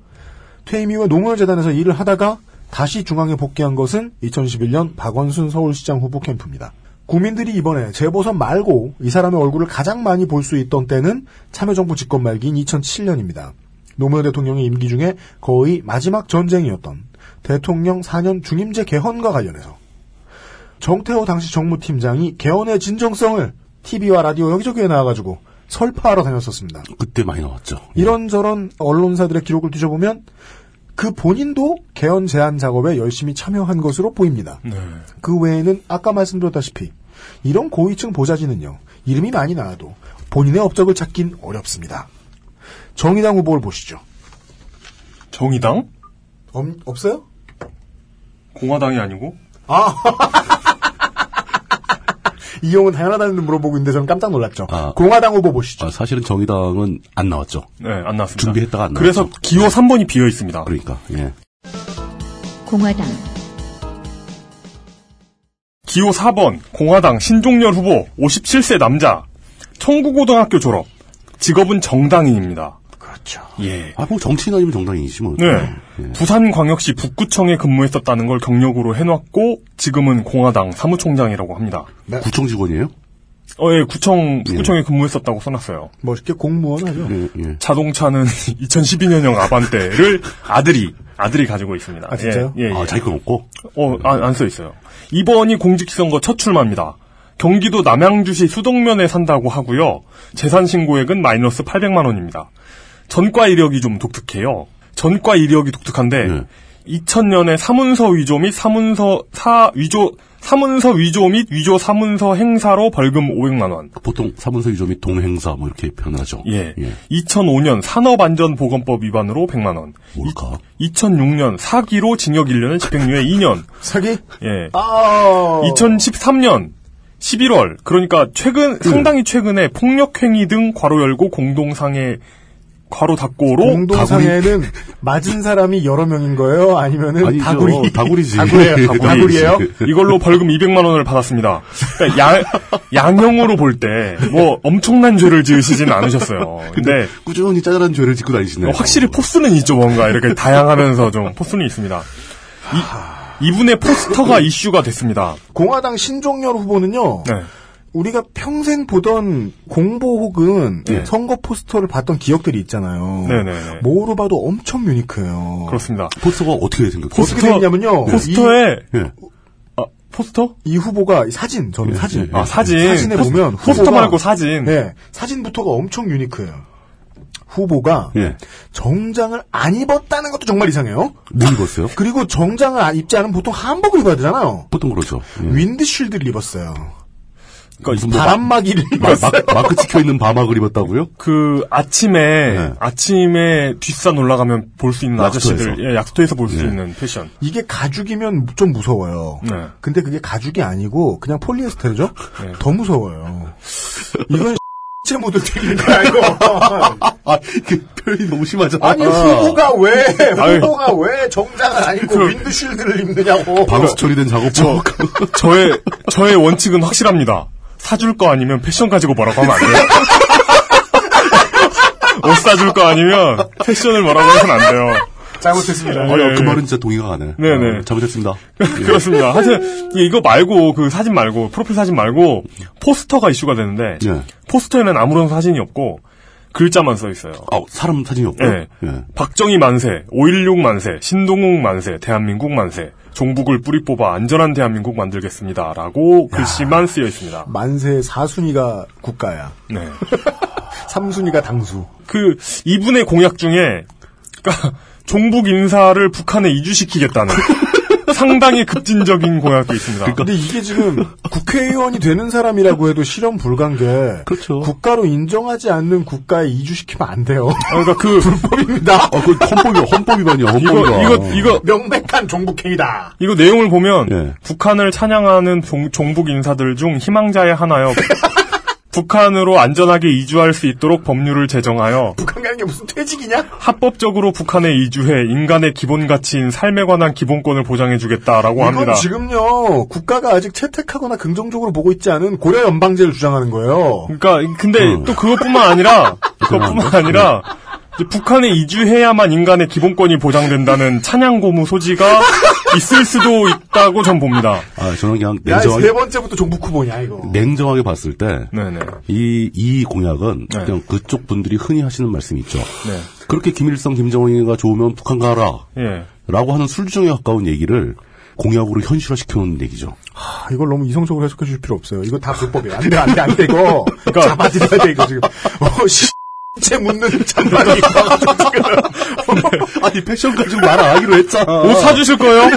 [SPEAKER 2] 퇴임 이후에 노무현재단에서 일을 하다가 다시 중앙에 복귀한 것은 2011년 박원순 서울시장 후보 캠프입니다. 국민들이 이번에 재보선 말고 이 사람의 얼굴을 가장 많이 볼 수 있던 때는 참여정부 집권 말기인 2007년입니다. 노무현 대통령의 임기 중에 거의 마지막 전쟁이었던 대통령 4년 중임제 개헌과 관련해서 정태호 당시 정무팀장이 개헌의 진정성을 TV와 라디오 여기저기에 나와가지고 설파하러 다녔었습니다.
[SPEAKER 4] 그때 많이 나왔죠.
[SPEAKER 2] 이런저런 언론사들의 기록을 뒤져보면 그 본인도 개헌 제안 작업에 열심히 참여한 것으로 보입니다. 그 외에는 아까 말씀드렸다시피 이런 고위층 보좌진은요 이름이 많이 나와도 본인의 업적을 찾긴 어렵습니다. 정의당 후보를 보시죠.
[SPEAKER 3] 정의당?
[SPEAKER 2] 엄- 없어요?
[SPEAKER 3] 공화당이 아니고?
[SPEAKER 2] 이용은 다양하다는 물어보고 있는데 저는 깜짝 놀랐죠.
[SPEAKER 4] 아.
[SPEAKER 2] 공화당 후보 보시죠.
[SPEAKER 4] 아, 사실은 정의당은 안 나왔죠.
[SPEAKER 3] 네, 안 나왔습니다.
[SPEAKER 4] 준비했다가 안
[SPEAKER 3] 그래서
[SPEAKER 4] 나왔죠. 네.
[SPEAKER 3] 기호 3번이 비어 있습니다.
[SPEAKER 4] 그러니까 예.
[SPEAKER 1] 공화당,
[SPEAKER 3] 기호 4번 공화당 신종렬 후보 57세 남자 청구고등학교 졸업 직업은 정당인입니다.
[SPEAKER 2] 그렇죠.
[SPEAKER 3] 예.
[SPEAKER 4] 아, 뭐 정치인 아니면 정당인이지 뭐.
[SPEAKER 3] 네. 부산광역시 북구청에 근무했었다는 걸 경력으로 해놨고 지금은 공화당 사무총장이라고 합니다.
[SPEAKER 2] 네.
[SPEAKER 4] 구청 직원이에요?
[SPEAKER 3] 어, 예, 구청 북구청에 근무했었다고 써놨어요.
[SPEAKER 2] 멋있게 뭐 공무원 하죠.
[SPEAKER 4] 예, 예.
[SPEAKER 3] 자동차는 2012년형 아반떼를 아들이 아들이 가지고 있습니다.
[SPEAKER 2] 아, 진짜요?
[SPEAKER 3] 예, 예, 예.
[SPEAKER 4] 아, 자기 건 없고.
[SPEAKER 3] 어, 안 써 있어요. 이번이 공직선거 첫 출마입니다. 경기도 남양주시 수동면에 산다고 하고요. 재산 신고액은 마이너스 800만 원입니다. 전과 이력이 좀 독특해요. 전과 이력이 독특한데
[SPEAKER 2] 네.
[SPEAKER 3] 2000년에 사문서 위조 및 사문서 사 위조 사문서 위조 및 위조 사문서 행사로 벌금 500만 원.
[SPEAKER 4] 보통 사문서 위조및 동행사 뭐 이렇게 표현하죠.
[SPEAKER 3] 예. 2005년 산업안전보건법 위반으로 100만 원.
[SPEAKER 4] 뭘까?
[SPEAKER 3] 2006년 사기로 징역 1년에 집행유예 2년.
[SPEAKER 2] 사기?
[SPEAKER 3] 예.
[SPEAKER 2] 아.
[SPEAKER 3] 2013년 11월 그러니까 최근 상당히 최근에 폭력행위 등 괄호 열고 공동상해 괄호 닫고로
[SPEAKER 2] 공동상에는 맞은 사람이 여러 명인 거예요? 아니면은
[SPEAKER 4] 아니죠.
[SPEAKER 2] 다구리?
[SPEAKER 4] 다구리지.
[SPEAKER 2] 다구리예요.
[SPEAKER 4] 다구리.
[SPEAKER 2] 다구리예요?
[SPEAKER 3] 이걸로 벌금 200만 원을 받았습니다. 그러니까 양, 양형으로 볼 때 뭐 엄청난 죄를 지으시진 않으셨어요. 근데
[SPEAKER 4] 꾸준히 짜잘한 죄를 짓고 다니시네요.
[SPEAKER 3] 어, 확실히 포스는 있죠, 뭔가. 이렇게 다양하면서 좀 포스는 있습니다. 이, 이분의 포스터가 이슈가 됐습니다.
[SPEAKER 2] 공화당 신종열 후보는요.
[SPEAKER 3] 네.
[SPEAKER 2] 우리가 평생 보던 공보 혹은
[SPEAKER 3] 네.
[SPEAKER 2] 선거 포스터를 봤던 기억들이 있잖아요.
[SPEAKER 3] 네네네.
[SPEAKER 2] 뭐로 봐도 엄청 유니크해요.
[SPEAKER 3] 그렇습니다.
[SPEAKER 4] 포스가 어떻게 생겼죠?
[SPEAKER 2] 어떻게 됐냐면요.
[SPEAKER 3] 포스터에,
[SPEAKER 4] 예.
[SPEAKER 3] 아, 포스터?
[SPEAKER 2] 이, 이 후보가 이 사진 저는 사진.
[SPEAKER 3] 아, 사진.
[SPEAKER 2] 사진에
[SPEAKER 3] 포스-
[SPEAKER 2] 보면 후보가-
[SPEAKER 3] 포스터 말고 사진.
[SPEAKER 2] 네, 사진부터가 엄청 유니크해요. 후보가
[SPEAKER 4] 예.
[SPEAKER 2] 정장을 안 입었다는 것도 정말 이상해요.
[SPEAKER 4] 뭐 입었어요?
[SPEAKER 2] 그리고 정장을 안 입지 않으면 보통 한복을 입어야 되잖아요.
[SPEAKER 4] 보통 그러죠. 예.
[SPEAKER 2] 윈드쉴드를 입었어요.
[SPEAKER 3] 그러니까
[SPEAKER 4] 무슨 뭐
[SPEAKER 2] 바람막이를
[SPEAKER 4] 마,
[SPEAKER 2] 입었어요.
[SPEAKER 4] 마, 마크 찍혀있는 바막을 입었다고요?
[SPEAKER 3] 그, 아침에,
[SPEAKER 4] 네.
[SPEAKER 3] 아침에 뒷산 올라가면 볼 수 있는
[SPEAKER 4] 약수터에서.
[SPEAKER 3] 아저씨들, 예, 약수터에서 볼 수 있는 패션.
[SPEAKER 2] 이게 가죽이면 좀 무서워요.
[SPEAKER 3] 네.
[SPEAKER 2] 근데 그게 가죽이 아니고 그냥 폴리에스테르죠? 더 무서워요. 이건 제 모델 들린 거야 이거.
[SPEAKER 4] 아, 그 표현이 너무 심하잖아.
[SPEAKER 2] 아니 후보가 왜 후보가 왜 정장을 안 입고 윈드쉴드를 입느냐고.
[SPEAKER 4] 방수 처리된 작업. 뭐. 저, 그,
[SPEAKER 3] 저의, 저의 원칙은 확실합니다. 사줄 거 아니면 패션 가지고 뭐라고 하면 안 돼요. 옷 사줄 거 아니면 패션을 뭐라고 해서는 안 돼요.
[SPEAKER 2] 잘못했습니다.
[SPEAKER 4] 어,
[SPEAKER 3] 예,
[SPEAKER 4] 그
[SPEAKER 3] 예.
[SPEAKER 4] 말은 진짜 동의가 가네.
[SPEAKER 3] 네네.
[SPEAKER 4] 아, 잘못했습니다. 예.
[SPEAKER 3] 그렇습니다. 하여튼 이- 이거 말고 그 사진 말고 프로필 사진 말고 포스터가 이슈가 되는데
[SPEAKER 4] 예.
[SPEAKER 3] 포스터에는 아무런 사진이 없고 글자만 써 있어요.
[SPEAKER 4] 아, 사람 사진이 없고.
[SPEAKER 3] 예. 박정희 만세, 516 만세, 신동욱 만세, 대한민국 만세. 종북을 뿌리 뽑아 안전한 대한민국 만들겠습니다라고 글씨만 쓰여 있습니다.
[SPEAKER 2] 만세 4순위가 국가야.
[SPEAKER 3] 네.
[SPEAKER 2] 3순위가 당수.
[SPEAKER 3] 그 이분의 공약 중에 그러니까 종북 인사를 북한에 이주시키겠다는 상당히 급진적인 공약도 있습니다.
[SPEAKER 2] 근데 이게 지금 국회의원이 되는 사람이라고 해도 실현 불가인 게
[SPEAKER 4] 그렇죠.
[SPEAKER 2] 국가로 인정하지 않는 국가에 이주시키면 안 돼요.
[SPEAKER 3] 그러니까 그
[SPEAKER 2] 불법입니다.
[SPEAKER 4] 아, 그 헌법이 헌법 위반이야. 헌법
[SPEAKER 3] 이거
[SPEAKER 4] 위반.
[SPEAKER 3] 이거 이거
[SPEAKER 2] 어, 명백한 종북행위다.
[SPEAKER 3] 이거 내용을 보면
[SPEAKER 4] 예.
[SPEAKER 3] 북한을 찬양하는 종, 종북 인사들 중 희망자의 하나여 북한으로 안전하게 이주할 수 있도록 법률을 제정하여
[SPEAKER 2] 북한 가는 게 무슨 퇴직이냐?
[SPEAKER 3] 합법적으로 북한에 이주해 인간의 기본 가치인 삶에 관한 기본권을 보장해 주겠다라고 합니다.
[SPEAKER 2] 이건 지금요 국가가 아직 채택하거나 긍정적으로 보고 있지 않은 고려 연방제를 주장하는 거예요.
[SPEAKER 3] 그러니까 근데
[SPEAKER 2] 어.
[SPEAKER 3] 또 그것뿐만 아니라 그것뿐만 아니라 이제 북한에 이주해야만 인간의 기본권이 보장된다는 찬양 고무 소지가 있을 수도 있다고 전 봅니다.
[SPEAKER 4] 아, 저는 그냥
[SPEAKER 2] 야세
[SPEAKER 4] 냉정하게
[SPEAKER 2] 번째부터 종북 후보냐 이거.
[SPEAKER 4] 냉정하게 봤을 때
[SPEAKER 3] 네네.
[SPEAKER 4] 이, 이 공약은 그냥 그쪽 분들이 흔히 하시는 말씀이 있죠. 그렇게 김일성, 김정은이가 좋으면 북한 가라.
[SPEAKER 3] 예.
[SPEAKER 4] 라고 하는 술주정에 가까운 얘기를 공약으로 현실화시켜놓는 얘기죠.
[SPEAKER 2] 아, 이걸 너무 이성적으로 해석해 주실 필요 없어요. 이거 다 불법이에요. 안 돼, 안 돼, 안 돼, 이거. 잡아들여야 돼, 이거 지금. 어, 씨. 체 묻는 잔말이
[SPEAKER 4] 아니, 패션 가지고 말 안 하기로 했잖아.
[SPEAKER 3] 옷 사주실 거예요?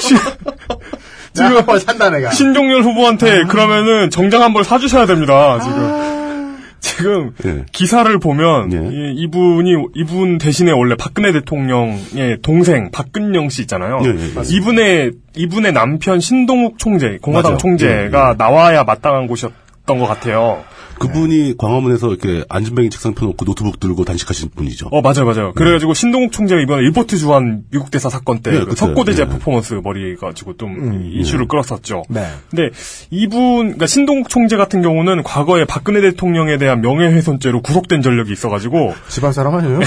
[SPEAKER 3] 시-
[SPEAKER 2] 지금 한번 산다 내가.
[SPEAKER 3] 신종렬 후보한테
[SPEAKER 4] 아.
[SPEAKER 3] 그러면은 정장 한 벌 사주셔야 됩니다. 지금 지금
[SPEAKER 4] 예.
[SPEAKER 3] 기사를 보면
[SPEAKER 4] 예.
[SPEAKER 3] 이, 분이 이분 대신에 원래 박근혜 대통령의 동생 박근영 씨 있잖아요.
[SPEAKER 4] 예, 예, 맞습니다.
[SPEAKER 3] 이분의 이분의 남편 신동욱 총재 공화당
[SPEAKER 4] 맞아요. 예,
[SPEAKER 3] 총재가 나와야 마땅한 곳이었던 것 같아요.
[SPEAKER 4] 그분이 광화문에서 이렇게 안진뱅이 책상 펴놓고 노트북 들고 단식하신 분이죠.
[SPEAKER 3] 어 맞아요 맞아요. 그래가지고 신동욱 총재가 이번에 일포트 주한 미국 대사 사건 때
[SPEAKER 4] 예,
[SPEAKER 3] 그
[SPEAKER 4] 그때, 음,
[SPEAKER 3] 석고대제
[SPEAKER 4] 예.
[SPEAKER 3] 퍼포먼스 머리 가지고 좀 이슈를 끌었었죠.
[SPEAKER 2] 네.
[SPEAKER 3] 근데 이분, 그러니까 신동욱 총재 같은 경우는 과거에 박근혜 대통령에 대한 명예훼손죄로 구속된 전력이 있어가지고,
[SPEAKER 2] 집안 사람 아니에요?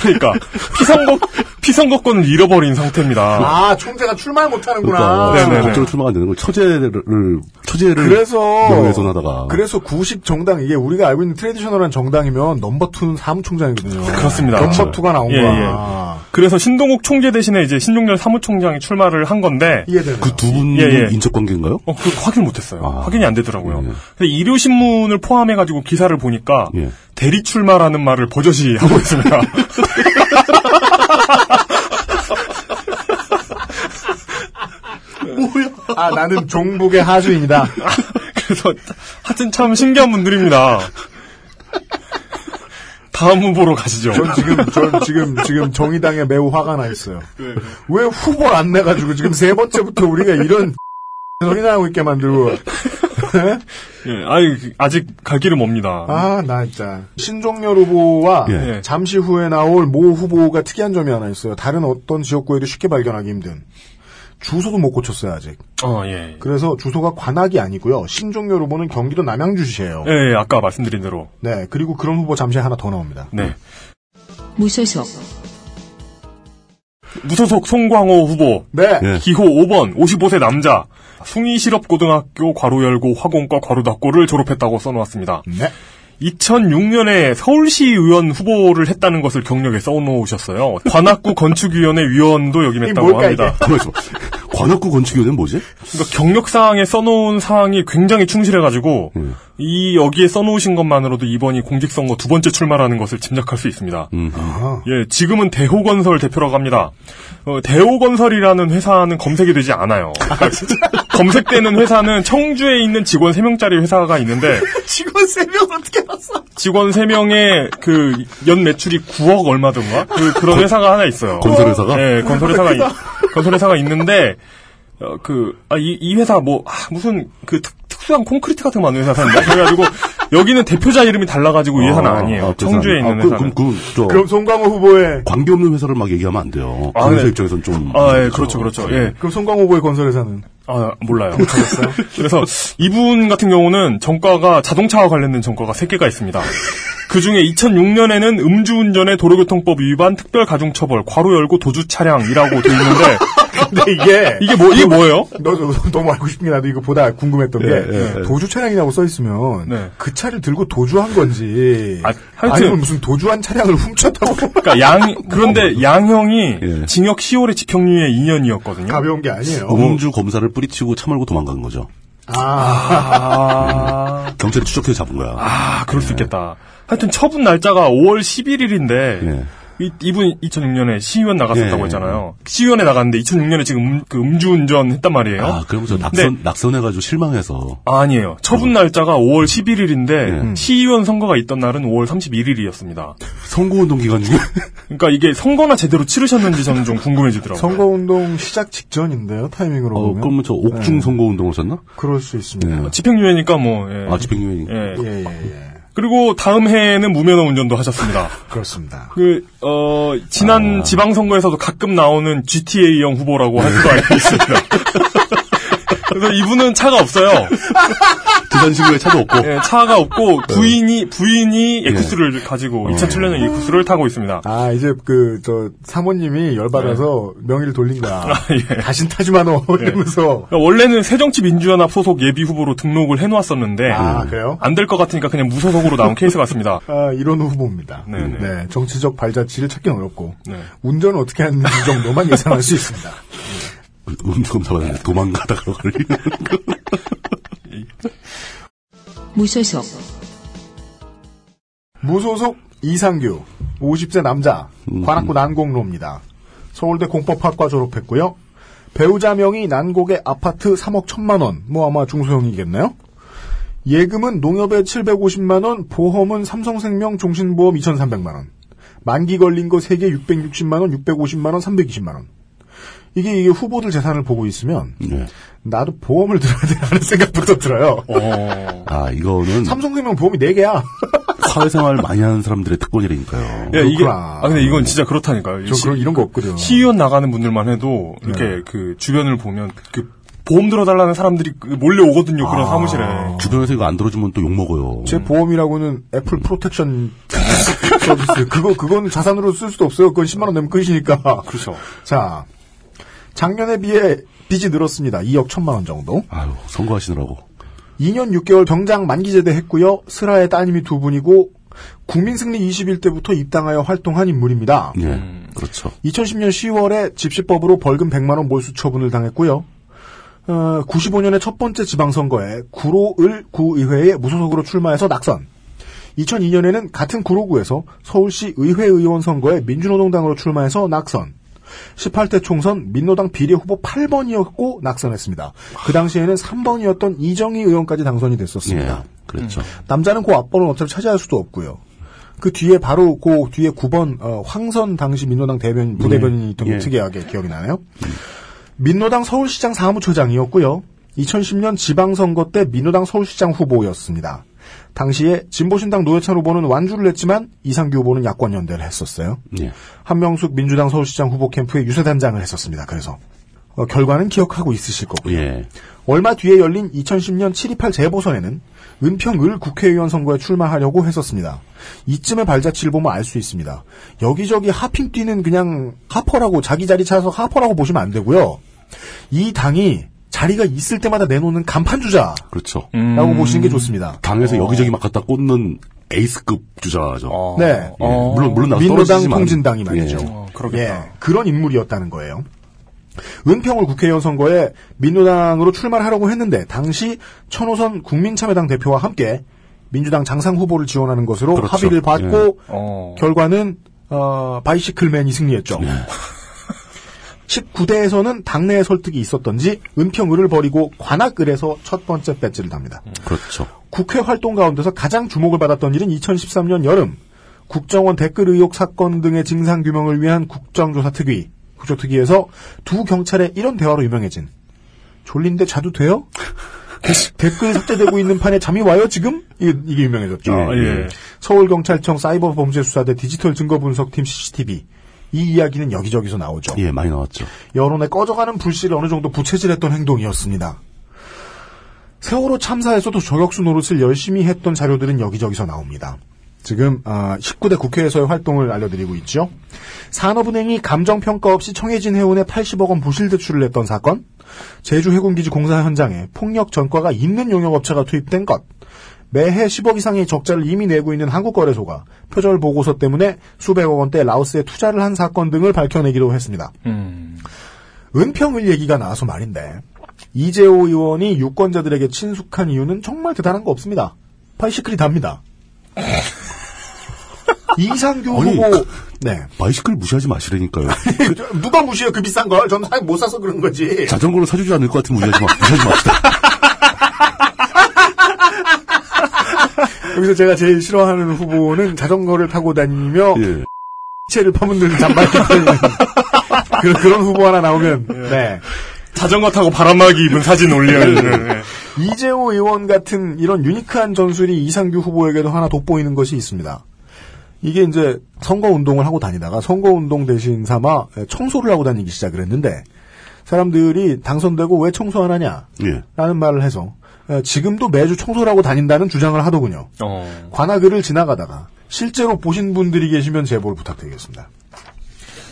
[SPEAKER 3] 그러니까 피선거 피선거권을 잃어버린 상태입니다.
[SPEAKER 2] 아, 총재가 출마를 못하는구나.
[SPEAKER 4] 그러니까
[SPEAKER 3] 네네. 네네네.
[SPEAKER 4] 법적으로 출마가 안 되는 걸 처제를 처제를
[SPEAKER 2] 그래서
[SPEAKER 4] 명예훼손하다가
[SPEAKER 2] 그래서 구식 정당 이게 우리가 알고 있는 트레디셔널한 정당이면 넘버 투는 사무총장이거든요.
[SPEAKER 3] 그렇습니다.
[SPEAKER 2] 넘버 투가 나온
[SPEAKER 3] 예,
[SPEAKER 2] 거야.
[SPEAKER 3] 그래서 신동욱 총재 대신에 이제 신종렬 사무총장이 출마를 한 건데,
[SPEAKER 2] 이해되네요.
[SPEAKER 4] 그 두 분이
[SPEAKER 3] 예, 예.
[SPEAKER 4] 인적 관계인가요?
[SPEAKER 3] 어, 그 확인 못했어요.
[SPEAKER 4] 아.
[SPEAKER 3] 확인이 안 되더라고요.
[SPEAKER 4] 예.
[SPEAKER 3] 근데 일요신문을 포함해가지고 기사를 보니까
[SPEAKER 4] 예.
[SPEAKER 3] 대리 출마라는 말을 버젓이 하고 있습니다.
[SPEAKER 2] 아, 나는 종북의 하주인이다.
[SPEAKER 3] 그래서 하여튼 참 신기한 분들입니다. 다음 후보로 가시죠.
[SPEAKER 2] 전 지금, 전 지금, 지금 정의당에 매우 화가 나 있어요. 왜 후보를 안 내가지고 지금 세 번째부터 우리가 이런 소리 나고 있게 만들고.
[SPEAKER 3] 예, 아니, 아직 갈 길은 멉니다.
[SPEAKER 2] 아, 나 진짜. 신종렬 후보와
[SPEAKER 4] 예.
[SPEAKER 2] 잠시 후에 나올 모 후보가 특이한 점이 하나 있어요. 다른 어떤 지역구에도 쉽게 발견하기 힘든. 주소도 못 고쳤어요, 아직.
[SPEAKER 3] 어, 예.
[SPEAKER 2] 그래서 주소가 관악이 아니고요. 신종렬 후보는 경기도 남양주시예요.
[SPEAKER 3] 예, 예, 아까 말씀드린 대로.
[SPEAKER 2] 네, 그리고 그런 후보 잠시 하나 더 나옵니다.
[SPEAKER 3] 네.
[SPEAKER 1] 무소속
[SPEAKER 3] 무소속 송광호 후보.
[SPEAKER 2] 네,
[SPEAKER 4] 예.
[SPEAKER 3] 기호 5번, 55세 남자. 숭이실업고등학교 괄호 열고 화공과 괄호 닫고를 졸업했다고 써놓았습니다.
[SPEAKER 2] 네.
[SPEAKER 3] 2006년에 서울시 의원 후보를 했다는 것을 경력에 써놓으셨어요. 관악구 건축위원회 위원도
[SPEAKER 2] 이게
[SPEAKER 3] 역임했다고
[SPEAKER 2] 뭘까,
[SPEAKER 3] 합니다.
[SPEAKER 4] 잠깐만, 관악구 건축위원회는 뭐지?
[SPEAKER 3] 그러니까 경력사항에 써놓은 사항이 굉장히 충실해가지고 이 여기에 써놓으신 것만으로도 이번이 공직선거 두 번째 출마라는 것을 짐작할 수 있습니다. 예, 지금은 대호건설 대표라고 합니다. 어, 대호건설이라는 회사는 검색이 되지 않아요. 그러니까 검색되는 회사는 청주에 있는 직원 3명짜리 회사가 있는데
[SPEAKER 2] 직원 세 명 어떻게 봤어?
[SPEAKER 3] 직원 3명의 그 연 매출이 9억 얼마든가 그, 런 회사가 하나 있어요.
[SPEAKER 4] 건설회사가?
[SPEAKER 3] 네, 건설회사가 있- 건설회사가 있는데 어, 그, 아, 이, 이 회사 뭐, 아, 무슨, 그, 특, 수한 콘크리트 같은 거 만드는 회사 사는데. 그래가지고, 여기는 대표자 이름이 달라가지고 이 회사는
[SPEAKER 4] 아,
[SPEAKER 3] 아니에요.
[SPEAKER 4] 아, 그
[SPEAKER 3] 청주에 있는
[SPEAKER 4] 사람. 아,
[SPEAKER 3] 회사는.
[SPEAKER 4] 그, 그럼 그저
[SPEAKER 2] 그럼 송강호 후보의
[SPEAKER 4] 관계 없는 회사를 막 얘기하면 안 돼요.
[SPEAKER 3] 아,
[SPEAKER 4] 건설
[SPEAKER 3] 네.
[SPEAKER 4] 입장에선 좀
[SPEAKER 3] 아, 예, 그렇죠, 그렇죠.
[SPEAKER 4] 네.
[SPEAKER 3] 예.
[SPEAKER 2] 그럼 송강호 후보의 건설회사는
[SPEAKER 3] 아, 몰라요. 그래서 이분 같은 경우는 전과가 자동차와 관련된 전과가 3개가 있습니다. 그 중에 2006년에는 음주운전의 도로교통법 위반 특별가중처벌, 괄호 열고 도주 차량이라고 돼 있는데,
[SPEAKER 2] 근데 이게
[SPEAKER 3] 이게 뭐, 이게 뭐예요?
[SPEAKER 2] 너, 너- 너무 알고 싶은 게 나도 이거 보다 궁금했던 게 도주 차량이라고 써 있으면
[SPEAKER 3] 예, 네.
[SPEAKER 2] 그 차를 들고 도주한 건지
[SPEAKER 3] 아, 하여튼-
[SPEAKER 2] 아니면 무슨 도주한 차량을 훔쳤다고
[SPEAKER 3] 그러니까 양, 그런데 양형이
[SPEAKER 4] 예.
[SPEAKER 3] 징역 10월에 집행유예 2년이었거든요.
[SPEAKER 2] 가벼운 게 아니에요.
[SPEAKER 4] 음주 검사를 뿌리치고 차 몰고 도망간 거죠.
[SPEAKER 2] 아,
[SPEAKER 3] 아,
[SPEAKER 4] 경찰이 추적해서 잡은 거야.
[SPEAKER 3] 아, 그럴 수 있겠다. 하여튼 처분 날짜가 5월 11일인데,
[SPEAKER 4] 예.
[SPEAKER 3] 이, 분 2006년에 시의원 나갔었다고
[SPEAKER 4] 예.
[SPEAKER 3] 했잖아요. 시의원에 나갔는데 2006년에 지금 음, 그 음주운전 네. 했단 말이에요.
[SPEAKER 4] 아, 그러면서 낙선, 낙선해가지고 실망해서.
[SPEAKER 3] 아, 니에요 처분 날짜가 5월 11일인데
[SPEAKER 4] 예.
[SPEAKER 3] 시의원 선거가 있던 날은 5월 31일이었습니다.
[SPEAKER 4] 선거운동 기간 중에.
[SPEAKER 3] 그러니까 이게 선거나 제대로 치르셨는지 저는 좀 궁금해지더라고요.
[SPEAKER 2] 선거운동 시작 직전인데요, 타이밍으로
[SPEAKER 4] 어,
[SPEAKER 2] 보면. 네.
[SPEAKER 4] 그러면 저 옥중 선거운동을 쳤나?
[SPEAKER 2] 그럴 수 있습니다.
[SPEAKER 4] 네.
[SPEAKER 3] 집행유예니까 뭐
[SPEAKER 2] 네.
[SPEAKER 3] 예.
[SPEAKER 4] 아, 집행유예니까.
[SPEAKER 3] 예.
[SPEAKER 2] 예, 예, 예.
[SPEAKER 3] 그리고 다음 해에는 무면허 운전도 하셨습니다.
[SPEAKER 2] 그렇습니다.
[SPEAKER 3] 그, 어, 지난 지방선거에서도 가끔 나오는 GTA형 후보라고 할 수도 알고 있습니다. 그래서 이분은 차가 없어요.
[SPEAKER 4] 부산신고에 차도 없고.
[SPEAKER 3] 예, 차가 없고
[SPEAKER 2] 네.
[SPEAKER 3] 부인이
[SPEAKER 2] 예.
[SPEAKER 3] 부인이 에쿠스를
[SPEAKER 2] 어,
[SPEAKER 3] 가지고 2007년형 에쿠스를 타고 있습니다.
[SPEAKER 2] 아, 이제 그, 저, 사모님이 열받아서 명의를 돌린 거야.
[SPEAKER 3] 네. 예.
[SPEAKER 2] 다신 타지 마노. 이러면서.
[SPEAKER 3] 그러니까 원래는 새정치민주연합 소속 예비 후보로 등록을 해놓았었는데
[SPEAKER 2] 아, 그래요?
[SPEAKER 3] 안 될 것 같으니까 그냥 무소속으로 나온 케이스 같습니다.
[SPEAKER 2] 아, 이런 후보입니다.
[SPEAKER 3] 네네.
[SPEAKER 2] 네, 정치적 발자취를 찾기 어렵고.
[SPEAKER 3] 네.
[SPEAKER 2] 운전은 어떻게 하는지 정도만 예상할 수 있습니다.
[SPEAKER 4] 음주검사받았네. 도망가다가 걸리는.
[SPEAKER 1] 무소속
[SPEAKER 2] 무소속 이상규, 50세 남자, 관악구 난곡로입니다. 서울대 공법학과 졸업했고요. 배우자 명의 난곡의 아파트 3억 1천만 원, 뭐 아마 중소형이겠네요. 예금은 농협에 750만 원, 보험은 삼성생명 종신보험 2,300만 원. 만기 걸린 거 3개 660만 원, 650만 원, 320만 원. 이게 이게 후보들 재산을 보고 있으면
[SPEAKER 4] 네.
[SPEAKER 2] 나도 보험을 들어야 되라는 생각부터 들어요.
[SPEAKER 4] 아, 이거는
[SPEAKER 2] 삼성생명 보험이 4개야.
[SPEAKER 4] 사회생활 많이 하는 사람들의 특권이라니까요.
[SPEAKER 3] 예, 이게
[SPEAKER 2] 그렇구나.
[SPEAKER 3] 아 근데 이건 진짜 그렇다니까요.
[SPEAKER 2] 저 그런 네. 이런 거 없거든요.
[SPEAKER 3] 시의원 나가는 분들만 해도 이렇게 그 주변을 보면 그 보험 들어달라는 사람들이 그 몰려오거든요.
[SPEAKER 2] 아.
[SPEAKER 3] 그런 사무실에.
[SPEAKER 4] 주변에서 이거 안 들어주면 또 욕먹어요.
[SPEAKER 2] 예. 제 보험이라고는 애플 프로텍션 서비스 그거 그건 자산으로 쓸 수도 없어요. 그건 10만 원 내면 끝이니까.
[SPEAKER 3] 그렇죠.
[SPEAKER 2] 자 작년에 비해 빚이 늘었습니다. 2억 1천만 원 정도.
[SPEAKER 4] 아유, 선거하시느라고.
[SPEAKER 2] 2년 6개월 병장 만기 제대했고요. 슬하의 따님이 두 분이고 국민승리 21대부터 입당하여 활동한 인물입니다.
[SPEAKER 4] 예.
[SPEAKER 2] 음.
[SPEAKER 4] 그렇죠.
[SPEAKER 2] 2010년 10월에 집시법으로 벌금 100만 원 몰수 처분을 당했고요. 95년의 첫 번째 지방선거에 구로을 구의회에 무소속으로 출마해서 낙선. 2002년에는 같은 구로구에서 서울시 의회의원 선거에 민주노동당으로 출마해서 낙선. 18대 총선 민노당 비례 후보 8번이었고 낙선했습니다. 그 당시에는 3번이었던 이정희 의원까지 당선이
[SPEAKER 4] 예.
[SPEAKER 2] 됐었습니다.
[SPEAKER 4] 그렇죠.
[SPEAKER 2] 남자는 그 앞번호는 어차피 차지할 수도 없고요. 그 뒤에 바로 그 뒤에 9번 어, 황선 당시 민노당 대변 부대변인이 있던 게
[SPEAKER 4] 예.
[SPEAKER 2] 특이하게 기억이 나네요. 민노당 서울시장 사무처장이었고요. 2010년 지방선거 때 민노당 서울시장 후보였습니다. 당시에 진보신당 노회찬 후보는 완주를 했지만 이상규 후보는 야권 연대를 했었어요.
[SPEAKER 4] 예.
[SPEAKER 2] 한명숙 민주당 서울시장 후보 캠프의 유세단장을 했었습니다. 그래서 어, 결과는 기억하고 있으실 거고요.
[SPEAKER 4] 예.
[SPEAKER 2] 얼마 뒤에 열린 2010년 7.28 재보선에는 은평을 국회의원 선거에 출마하려고 했었습니다. 이쯤에 발자취를 보면 알 수 있습니다. 여기저기 하핑 뛰는 그냥 하퍼라고 자기 자리 찾아서 하퍼라고 보시면 안 되고요. 이 당이 자리가 있을 때마다 내놓는 간판 주자라고
[SPEAKER 4] 그렇죠.
[SPEAKER 2] 음. 보시는 게 좋습니다.
[SPEAKER 4] 당에서 여기저기 막 갖다 꽂는 에이스급 주자죠.
[SPEAKER 2] 네.
[SPEAKER 4] 예. 물론, 물론 나도
[SPEAKER 2] 민노당
[SPEAKER 4] 떨어지지만.
[SPEAKER 2] 통진당이 말이죠.
[SPEAKER 4] 예.
[SPEAKER 2] 예, 그런 인물이었다는 거예요. 은평을 국회의원 선거에 민주당으로 출마를 하려고 했는데 당시 천호선 국민참여당 대표와 함께 민주당 장상 후보를 지원하는 것으로
[SPEAKER 4] 그렇죠.
[SPEAKER 2] 합의를 받고
[SPEAKER 4] 예.
[SPEAKER 3] 어.
[SPEAKER 2] 결과는 어, 바이시클맨이 승리했죠.
[SPEAKER 4] 네.
[SPEAKER 2] 19대에서는 당내의 설득이 있었던지 은평을을 버리고 관악을에서 첫 번째 배지를 답니다.
[SPEAKER 4] 그렇죠.
[SPEAKER 2] 국회 활동 가운데서 가장 주목을 받았던 일은 2013년 여름 국정원 댓글 의혹 사건 등의 진상 규명을 위한 국정조사 특위 국조특위에서 두 경찰의 이런 대화로 유명해진 졸린데 자도 돼요? 댓글 삭제되고 있는 판에 잠이 와요 지금? 이게, 이게 유명해졌죠.
[SPEAKER 3] 아, 예.
[SPEAKER 2] 서울경찰청 사이버범죄수사대 디지털 증거분석팀 CCTV 이 이야기는 여기저기서 나오죠.
[SPEAKER 4] 예, 많이 나왔죠.
[SPEAKER 2] 여론에 꺼져가는 불씨를 어느 정도 부채질했던 행동이었습니다. 세월호 참사에서도 저격수 노릇을 열심히 했던 자료들은 여기저기서 나옵니다. 지금 아, 19대 국회에서의 활동을 알려드리고 있죠. 산업은행이 감정평가 없이 청해진 해운에 80억 원 부실 대출을 했던 사건, 제주 해군기지 공사 현장에 폭력 전과가 있는 용역업체가 투입된 것, 매해 10억 이상의 적자를 이미 내고 있는 한국거래소가 표절 보고서 때문에 수백억 원대 라오스에 투자를 한 사건 등을 밝혀내기도 했습니다. 음. 은평을 얘기가 나와서 말인데 이재호 의원이 유권자들에게 친숙한 이유는 정말 대단한 거 없습니다. 파이시클이 답니다. 이상규
[SPEAKER 4] 아니,
[SPEAKER 2] 후보 네
[SPEAKER 4] 바이시클 무시하지 마시라니까요.
[SPEAKER 2] 그, 저, 누가 무시해요 그 비싼 걸 저는 사못 사서 그런 거지
[SPEAKER 4] 자전거를 사주지 않을 것 같은 무시하지 마. 무시하지 맙시다.
[SPEAKER 2] 여기서 제가 제일 싫어하는 후보는 자전거를 타고
[SPEAKER 3] 어.
[SPEAKER 2] 다니며
[SPEAKER 4] 예.
[SPEAKER 2] 체를 파문드는 잔발 그런, 그런 후보 하나 나오면 네
[SPEAKER 3] 자전거 타고 바람막이 입은 사진 올려야 되는. 예.
[SPEAKER 2] 이재호 의원 같은 이런 유니크한 전술이 이상규 후보에게도 하나 돋보이는 것이 있습니다. 이게 이제 선거 운동을 하고 다니다가 선거 운동 대신 삼아 청소를 하고 다니기 시작을 했는데 사람들이 당선되고 왜 청소 안 하냐
[SPEAKER 4] 예.
[SPEAKER 2] 라는 말을 해서 에, 지금도 매주 청소를 하고 다닌다는 주장을 하더군요.
[SPEAKER 3] 어.
[SPEAKER 2] 관악을을 지나가다가 실제로 보신 분들이 계시면 제보를 부탁드리겠습니다.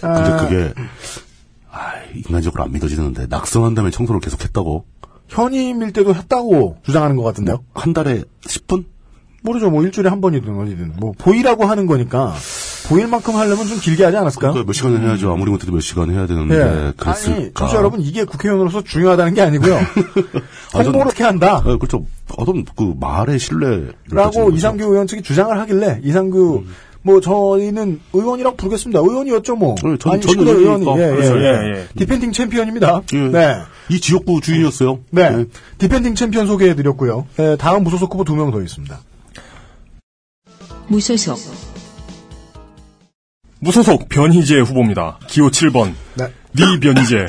[SPEAKER 4] 근데
[SPEAKER 2] 아,
[SPEAKER 4] 그게 아, 인간적으로 안 믿어지는데 낙선한 다음에 청소를 계속했다고
[SPEAKER 2] 현임일 때도 했다고 주장하는 것 같은데요.
[SPEAKER 4] 뭐 한 달에 10분?
[SPEAKER 2] 모르죠. 뭐 일주일에 한 번이든 어디든. 뭐 보이라고 하는 거니까 보일 만큼 하려면 좀 길게 하지
[SPEAKER 3] 어?
[SPEAKER 2] 않았을까요?
[SPEAKER 4] 그러니까 몇 시간 을 해야죠. 아무리 못해도 몇 시간 해야 되는데
[SPEAKER 3] 예.
[SPEAKER 4] 그랬을까?
[SPEAKER 2] 아니, 청취자 여러분 이게 국회의원으로서 중요하다는 게 아니고요.
[SPEAKER 4] 아, 전-
[SPEAKER 2] 홍보를 이렇게 한다.
[SPEAKER 4] 아, 그렇죠. 그, 어떤 그 말의 신뢰를 그렇죠. 가지는
[SPEAKER 2] 라고
[SPEAKER 4] 거죠.
[SPEAKER 2] 이상규 의원 측이 주장을 하길래 이상규
[SPEAKER 4] 음.
[SPEAKER 2] 뭐 저희는 의원이라고 부르겠습니다. 의원이었죠 뭐.
[SPEAKER 4] 네, 저는-
[SPEAKER 2] 아니
[SPEAKER 4] 저는
[SPEAKER 2] 시끄러 의원이.
[SPEAKER 4] 의원이니까.
[SPEAKER 2] 예, 예,
[SPEAKER 4] 그렇죠.
[SPEAKER 2] 예.
[SPEAKER 3] 예, 예.
[SPEAKER 2] 디펜딩 챔피언입니다.
[SPEAKER 4] 예.
[SPEAKER 2] 네.
[SPEAKER 4] 이 지역구 주인이었어요.
[SPEAKER 2] 네.
[SPEAKER 4] 예.
[SPEAKER 2] 디펜딩 챔피언 소개해드렸고요. 네, 다음 무소속 후보 두 명 더 있습니다.
[SPEAKER 1] 무소속
[SPEAKER 3] 무소속 변희재 후보입니다. 기호 7번.
[SPEAKER 2] 네.
[SPEAKER 3] 니 변희재.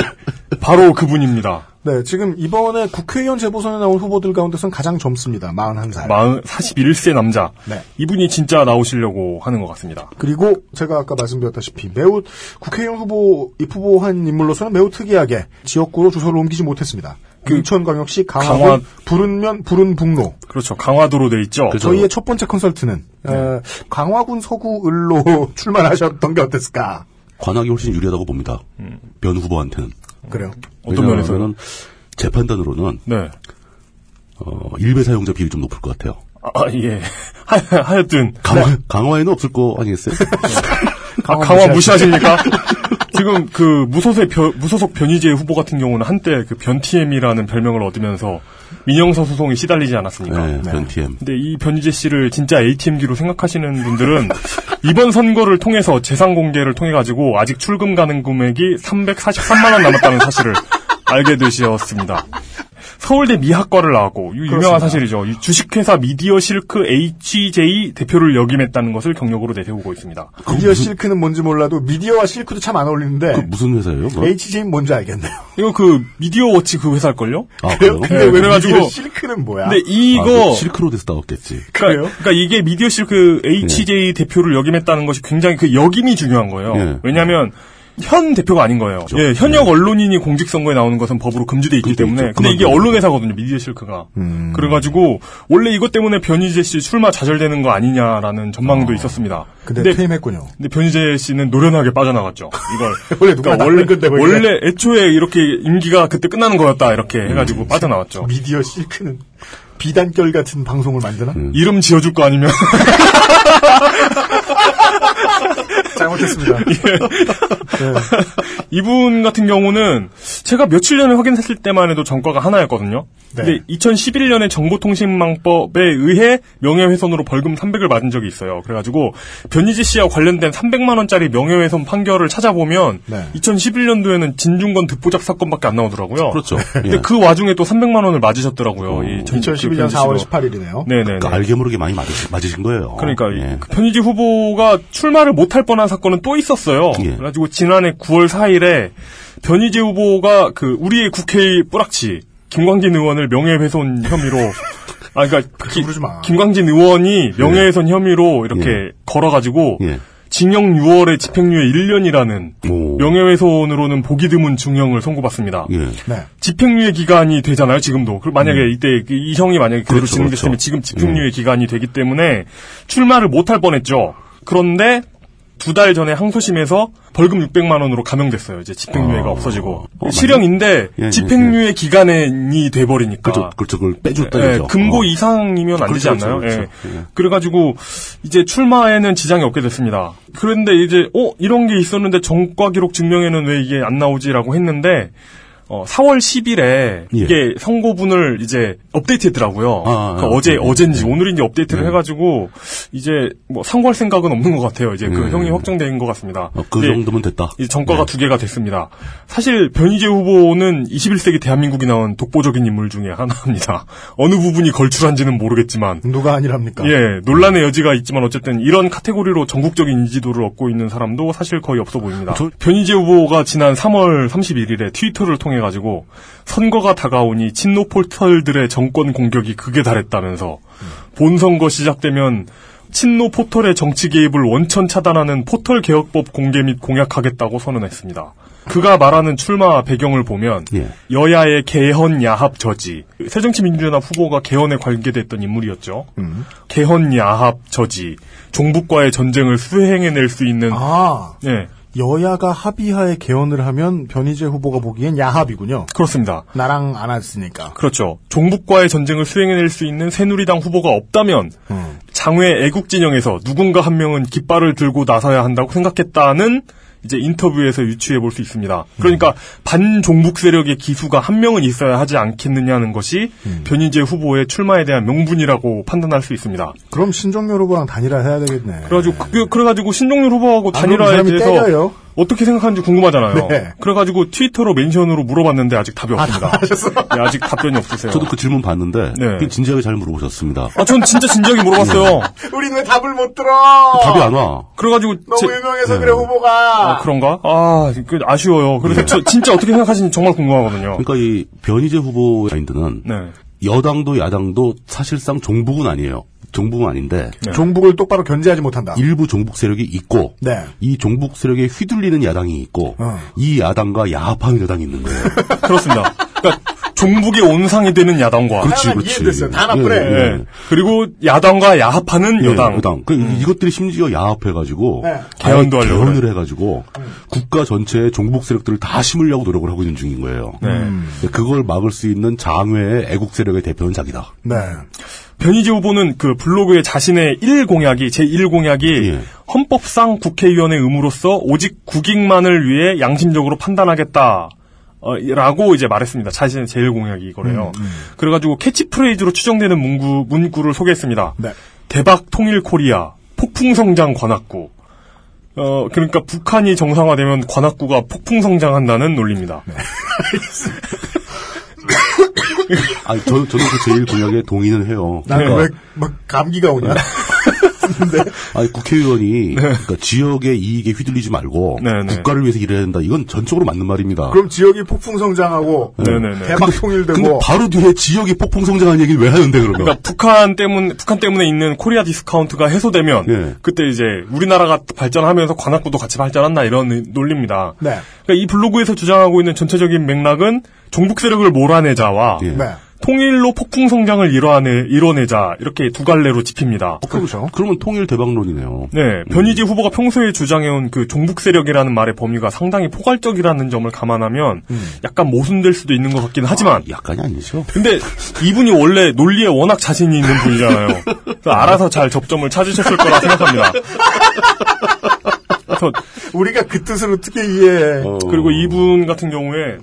[SPEAKER 3] 바로 그분입니다.
[SPEAKER 2] 네, 지금 이번에 국회의원 재보선에 나온 후보들 가운데선 가장 젊습니다. 41살.
[SPEAKER 3] 마흔 41세 남자.
[SPEAKER 2] 네.
[SPEAKER 3] 이분이 진짜 나오시려고 하는 것 같습니다.
[SPEAKER 2] 그리고 제가 아까 말씀드렸다시피 매우 국회의원 후보 입후보한 인물로서는 매우 특이하게 지역구로 주소를 옮기지 못했습니다. 인천광역시 강화군
[SPEAKER 3] 강화-
[SPEAKER 2] 부른면 부른북로
[SPEAKER 3] 그렇죠. 강화도로 돼 있죠.
[SPEAKER 2] 저희의 첫 번째 컨설트는 어, 강화군 서구을로 출마하셨던 게 어땠을까?
[SPEAKER 4] 관악이 훨씬 유리하다고 봅니다. 변 후보한테는.
[SPEAKER 2] 그래요.
[SPEAKER 3] 음. 어떤 면에서요?
[SPEAKER 4] 왜냐하면은 제 판단으로는
[SPEAKER 3] 네.
[SPEAKER 4] 어, 일배 사용자 비율이 좀 높을 것 같아요.
[SPEAKER 3] 아, 예. 하, 하여튼.
[SPEAKER 4] 강화, 강화에는 없을 거 아니겠어요?
[SPEAKER 3] 아, 강화 무시하십니까? 지금 그 무소속 변, 무소속 변희재 후보 같은 경우는 한때 그 변TM이라는 별명을 얻으면서 민영사 소송에 시달리지 않았습니까?
[SPEAKER 4] 네, 변 TM.
[SPEAKER 3] 근데 이 변희재 씨를 진짜 ATM기로 생각하시는 분들은 이번 선거를 통해서 재산 공개를 통해 가지고 아직 출금 가능 금액이 343만 원 남았다는 사실을 알게 되셨습니다. 서울대 미학과를 나왔고 이 유명한 사실이죠. 이 주식회사 미디어 실크 HJ 대표를 역임했다는 것을 경력으로 내세우고 있습니다.
[SPEAKER 2] 미디어 실크는 뭔지 몰라도 미디어와 실크도 참 안 어울리는데
[SPEAKER 3] 네.
[SPEAKER 4] 그 무슨 회사예요? 뭐?
[SPEAKER 2] HJ는 뭔지 알겠네요.
[SPEAKER 3] 이거 그 미디어 워치 그 회사일걸요?
[SPEAKER 4] 아,
[SPEAKER 2] 그래요?
[SPEAKER 4] 그래요?
[SPEAKER 2] 근데 왜
[SPEAKER 3] 그래가지고-
[SPEAKER 2] 미디어 실크는 뭐야?
[SPEAKER 3] 근데
[SPEAKER 4] 아,
[SPEAKER 3] 이거
[SPEAKER 4] 그 실크로드에서 나왔겠지.
[SPEAKER 3] 그러니까, 그러니까 이게 미디어 실크 HJ 대표를 역임했다는 것이 굉장히 그 역임이 중요한 예. 거예요.
[SPEAKER 4] 예.
[SPEAKER 3] 왜냐하면 현 대표가 아닌 거예요. 예, 현역 언론인이 공직선거에 나오는 것은 법으로 금지돼 있기
[SPEAKER 4] 금지돼
[SPEAKER 3] 때문에.
[SPEAKER 4] 있죠.
[SPEAKER 3] 근데 이게
[SPEAKER 4] 그만큼.
[SPEAKER 3] 언론회사거든요, 음. 미디어 그 실크가. 그래가지고 원래 이것 때문에 변희재 씨 출마 좌절되는 거 아니냐라는 전망도 있었습니다.
[SPEAKER 2] 근데
[SPEAKER 3] 근데
[SPEAKER 2] 퇴임했군요.
[SPEAKER 3] 근데 변희재 씨는 노련하게 빠져나갔죠. 이걸 그러니까
[SPEAKER 2] 원래 누가
[SPEAKER 3] 원래
[SPEAKER 2] 나는 건데 뭐 이게.
[SPEAKER 3] 원래 애초에 이렇게 임기가 그때 끝나는 거였다 이렇게 해가지고 빠져나왔죠.
[SPEAKER 2] 미디어 실크는 비단결 같은 방송을 만드나?
[SPEAKER 3] 이름 지어줄 거 아니면
[SPEAKER 2] 잘못했습니다.
[SPEAKER 3] 예. 이분 같은 경우는 제가 며칠 전에 확인했을 때만 해도 전과가 하나였거든요.
[SPEAKER 2] 네.
[SPEAKER 3] 근데 2011년에 정보통신망법에 의해 명예훼손으로 벌금 300을 맞은 적이 있어요. 그래가지고 변희재 씨와 관련된 300만 원짜리 명예훼손 판결을 찾아보면
[SPEAKER 2] 네.
[SPEAKER 3] 2011년도에는 진중권 득보잡 사건밖에 안 나오더라고요.
[SPEAKER 4] 그렇죠.
[SPEAKER 3] 근데
[SPEAKER 4] 예.
[SPEAKER 3] 그 와중에 또 300만 원을 맞으셨더라고요. 이 전- 그
[SPEAKER 2] 2011년
[SPEAKER 3] 변희재
[SPEAKER 2] 4월
[SPEAKER 3] 씨가.
[SPEAKER 2] 18일이네요.
[SPEAKER 3] 네네네.
[SPEAKER 4] 그러니까 알게 모르게 많이 맞으신, 맞으신 거예요.
[SPEAKER 3] 그러니까 이-
[SPEAKER 4] 예.
[SPEAKER 3] 그 편의지 후보가 출마를 못할 뻔한 사건은 또 있었어요.
[SPEAKER 4] 예.
[SPEAKER 3] 그래가지고 지난해 9월 4일에 변희재 후보가 그 우리의 국회의 뿌락치 김광진 의원을 명예훼손 혐의로 아 그러니까 기-
[SPEAKER 2] 부르지 마.
[SPEAKER 3] 김광진 의원이 명예훼손 혐의로 이렇게 걸어가지고
[SPEAKER 4] 예.
[SPEAKER 3] 징역 6월에 집행유예 1년이라는
[SPEAKER 4] 오.
[SPEAKER 3] 명예훼손으로는 보기 드문 중형을 선고받습니다.
[SPEAKER 4] 예.
[SPEAKER 2] 네.
[SPEAKER 3] 집행유예 기간이 되잖아요, 지금도. 그리고 만약에 이때 그이 형이 만약에 그대로
[SPEAKER 4] 음. 그렇죠,
[SPEAKER 3] 진행됐으면
[SPEAKER 4] 그렇죠.
[SPEAKER 3] 지금 집행유예 기간이 되기 때문에 출마를 못할 뻔했죠. 그런데 두 달 전에 항소심에서 벌금 600만 원으로 감형됐어요. 이제 집행유예가
[SPEAKER 4] 아.
[SPEAKER 3] 없어지고
[SPEAKER 4] 어,
[SPEAKER 3] 실형인데
[SPEAKER 4] 예, 예,
[SPEAKER 3] 집행유예 기간이 돼버리니까
[SPEAKER 4] 그렇죠. 그렇죠. 그걸 빼줬다.
[SPEAKER 3] 예,
[SPEAKER 4] 이거죠.
[SPEAKER 3] 아. 금고
[SPEAKER 4] 어.
[SPEAKER 3] 이상이면 안 되지
[SPEAKER 4] 그렇죠,
[SPEAKER 3] 않나요?
[SPEAKER 4] 그렇죠,
[SPEAKER 3] 예.
[SPEAKER 4] 그렇죠. 예.
[SPEAKER 3] 그래가지고 이제 출마에는 지장이 없게 됐습니다. 그런데 이제 어 이런 게 있었는데 정과 기록 증명에는 왜 이게 안 나오지라고 했는데 어, 4월 10일에
[SPEAKER 4] 예.
[SPEAKER 3] 이게 선고분을 이제 업데이트했더라고요.
[SPEAKER 4] 아, 아,
[SPEAKER 3] 그
[SPEAKER 4] 아,
[SPEAKER 3] 어제
[SPEAKER 4] 네.
[SPEAKER 3] 어젠지 오늘인지 업데이트를
[SPEAKER 4] 네.
[SPEAKER 3] 해가지고 이제 뭐 상고할 생각은 없는 것 같아요. 이제 그
[SPEAKER 4] 네.
[SPEAKER 3] 형이 확정된 것 같습니다. 네.
[SPEAKER 4] 어, 그
[SPEAKER 3] 이제
[SPEAKER 4] 정도면 됐다.
[SPEAKER 3] 이 정과가 두 개가 됐습니다. 사실 변희재 후보는 21세기 대한민국이 나온 독보적인 인물 중에 하나입니다. 어느 부분이 걸출한지는 모르겠지만
[SPEAKER 2] 누가 아니랍니까?
[SPEAKER 3] 예, 논란의 여지가 있지만 어쨌든 이런 카테고리로 전국적인 인지도를 얻고 있는 사람도 사실 거의 없어 보입니다.
[SPEAKER 4] 저-
[SPEAKER 3] 변희재 후보가 지난 3월 31일에 트위터를 통해 가지고 선거가 다가오니 친노 포털들의 정권 공격이 극에 달했다면서 본 선거 시작되면 친노 포털의 정치 개입을 원천 차단하는 포털 개혁법 공개 및 공약하겠다고 선언했습니다. 그가 말하는 출마 배경을 보면
[SPEAKER 4] 예.
[SPEAKER 3] 여야의 개헌 야합 저지 새정치민주연합 후보가 개헌에 관계됐던 인물이었죠. 개헌 야합 저지 종북과의 전쟁을 수행해낼 수 있는
[SPEAKER 2] 아,
[SPEAKER 3] 예
[SPEAKER 2] 여야가 합의하에 개헌을 하면 변희재 후보가 보기엔 야합이군요.
[SPEAKER 3] 그렇습니다.
[SPEAKER 2] 나랑 안 왔으니까.
[SPEAKER 3] 그렇죠. 종북과의 전쟁을 수행해낼 수 있는 새누리당 후보가 없다면
[SPEAKER 2] 음.
[SPEAKER 3] 장외 애국 진영에서 누군가 한 명은 깃발을 들고 나서야 한다고 생각했다는 이제 인터뷰에서 유추해 볼 수 있습니다.
[SPEAKER 2] 음.
[SPEAKER 3] 그러니까 반종북 세력의 기수가 한 명은 있어야 하지 않겠느냐는 것이
[SPEAKER 2] 음.
[SPEAKER 3] 변희재 후보의 출마에 대한 명분이라고 판단할 수 있습니다.
[SPEAKER 2] 그럼 신종렬 후보랑 단일화 해야 되겠네.
[SPEAKER 3] 그래가지고 그, 그래가지고 신종률 후보하고
[SPEAKER 2] 아, 그럼 이
[SPEAKER 3] 단일화에
[SPEAKER 2] 사람이
[SPEAKER 3] 대해서
[SPEAKER 2] 때려요?
[SPEAKER 3] 어떻게 생각하는지 궁금하잖아요.
[SPEAKER 2] 네.
[SPEAKER 3] 그래가지고 트위터로 멘션으로 물어봤는데 아직 답이 없습니다. 예, 아직 답변이 없으세요.
[SPEAKER 4] 저도 그 질문 봤는데
[SPEAKER 3] 네.
[SPEAKER 4] 그게 진지하게 잘 물어보셨습니다.
[SPEAKER 3] 아, 전 진짜 진지하게 물어봤어요.
[SPEAKER 2] 우린 왜 답을 못
[SPEAKER 3] 아.
[SPEAKER 2] 들어?
[SPEAKER 4] 답이 안 와.
[SPEAKER 3] 그래가지고 제-
[SPEAKER 2] 유명해서 그래 후보가.
[SPEAKER 3] 아, 그런가? 아, 그 아쉬워요. 그래서 저 진짜 어떻게 생각하시는지 정말 궁금하거든요.
[SPEAKER 4] 그러니까 이 변희재 후보의 마인드는
[SPEAKER 3] 네.
[SPEAKER 4] 여당도 야당도 사실상 종북은 아니에요. 종북은 아닌데
[SPEAKER 3] 네.
[SPEAKER 2] 종북을 똑바로 견제하지 못한다.
[SPEAKER 4] 일부 종북 네. 세력이 있고
[SPEAKER 2] 네.
[SPEAKER 4] 이 종북 세력에 휘둘리는 야당이 있고
[SPEAKER 2] 어.
[SPEAKER 4] 이 야당과 야합하는 여당이 있는 거예요.
[SPEAKER 3] 그렇습니다. 그러니까 종북의 온상이 되는 야당과
[SPEAKER 4] 그렇지,
[SPEAKER 2] 하나는
[SPEAKER 4] 그렇지.
[SPEAKER 2] 이해됐어요. 다 나쁘네.
[SPEAKER 4] 예, 예,
[SPEAKER 3] 예. 그리고 야당과 야합하는
[SPEAKER 4] 예,
[SPEAKER 3] 여당.
[SPEAKER 4] 여당. 그 이것들이 심지어 야합해가지고
[SPEAKER 2] 음. 네. 음.
[SPEAKER 4] 아예
[SPEAKER 3] 개헌도 하려고
[SPEAKER 4] 개헌을 해가지고 국가 전체의 종북 세력들을 다 심으려고 노력을 하고 있는 중인 거예요.
[SPEAKER 3] 네.
[SPEAKER 4] 근데 그걸 막을 수 있는 장외의 애국 세력의 대표는 자기다.
[SPEAKER 2] 네.
[SPEAKER 3] 변희재 후보는 그 블로그에 자신의 1 공약이 제1 공약이
[SPEAKER 4] 예.
[SPEAKER 3] 헌법상 국회의원의 의무로서 오직 국익만을 위해 양심적으로 판단하겠다. 어, 라고 이제 말했습니다. 자신의 제1 공약이 이거래요. 그래가지고 캐치프레이즈로 추정되는 문구, 문구를 소개했습니다.
[SPEAKER 2] 네.
[SPEAKER 3] 대박 통일 코리아, 폭풍 성장 관악구. 어, 그러니까 북한이 정상화되면 관악구가 폭풍 성장한다는 논리입니다.
[SPEAKER 4] 아, 저, 저도 그 제일 공약에 동의는 해요.
[SPEAKER 2] 나는
[SPEAKER 3] 네.
[SPEAKER 4] 그러니까
[SPEAKER 2] 왜 막 감기가 오냐?
[SPEAKER 4] 아니 국회의원이 그러니까 지역의 이익에 휘둘리지 말고
[SPEAKER 3] 네, 네.
[SPEAKER 4] 국가를 위해서 일해야 된다. 이건 전적으로 맞는 말입니다.
[SPEAKER 2] 그럼 지역이 폭풍 성장하고
[SPEAKER 3] 네네네.
[SPEAKER 2] 대박
[SPEAKER 4] 근데
[SPEAKER 2] 통일되고
[SPEAKER 4] 바로 뒤에 지역이 폭풍 성장하는 얘기를 왜 하는데 그러면?
[SPEAKER 3] 그러니까 북한 때문 북한 때문에 있는 코리아 디스카운트가 해소되면
[SPEAKER 4] 예.
[SPEAKER 3] 그때 이제 우리나라가 발전하면서 관악구도 같이 발전한다 이런 논리입니다.
[SPEAKER 2] 네.
[SPEAKER 3] 그러니까 이 블로그에서 주장하고 있는 전체적인 맥락은 종북 세력을 몰아내자와
[SPEAKER 4] 예.
[SPEAKER 2] 네.
[SPEAKER 3] 통일로 폭풍 성장을 이뤄내, 이뤄내자 이렇게 두 갈래로 짚힙니다.
[SPEAKER 2] 그렇죠.
[SPEAKER 4] 그러면 통일 대박론이네요.
[SPEAKER 3] 네, 변희재 후보가 평소에 주장해온 그 종북 세력이라는 말의 범위가 상당히 포괄적이라는 점을 감안하면 약간 모순될 수도 있는 것 같긴 하지만
[SPEAKER 4] 약간이 음. 아니죠.
[SPEAKER 3] 근데 이분이 원래 논리에 워낙 자신이 있는 분이잖아요. 그래서 알아서 잘 접점을 찾으셨을 거라 생각합니다. 그래서
[SPEAKER 2] 우리가 그 뜻을 어떻게 이해해?
[SPEAKER 3] 그리고 이분 같은 경우에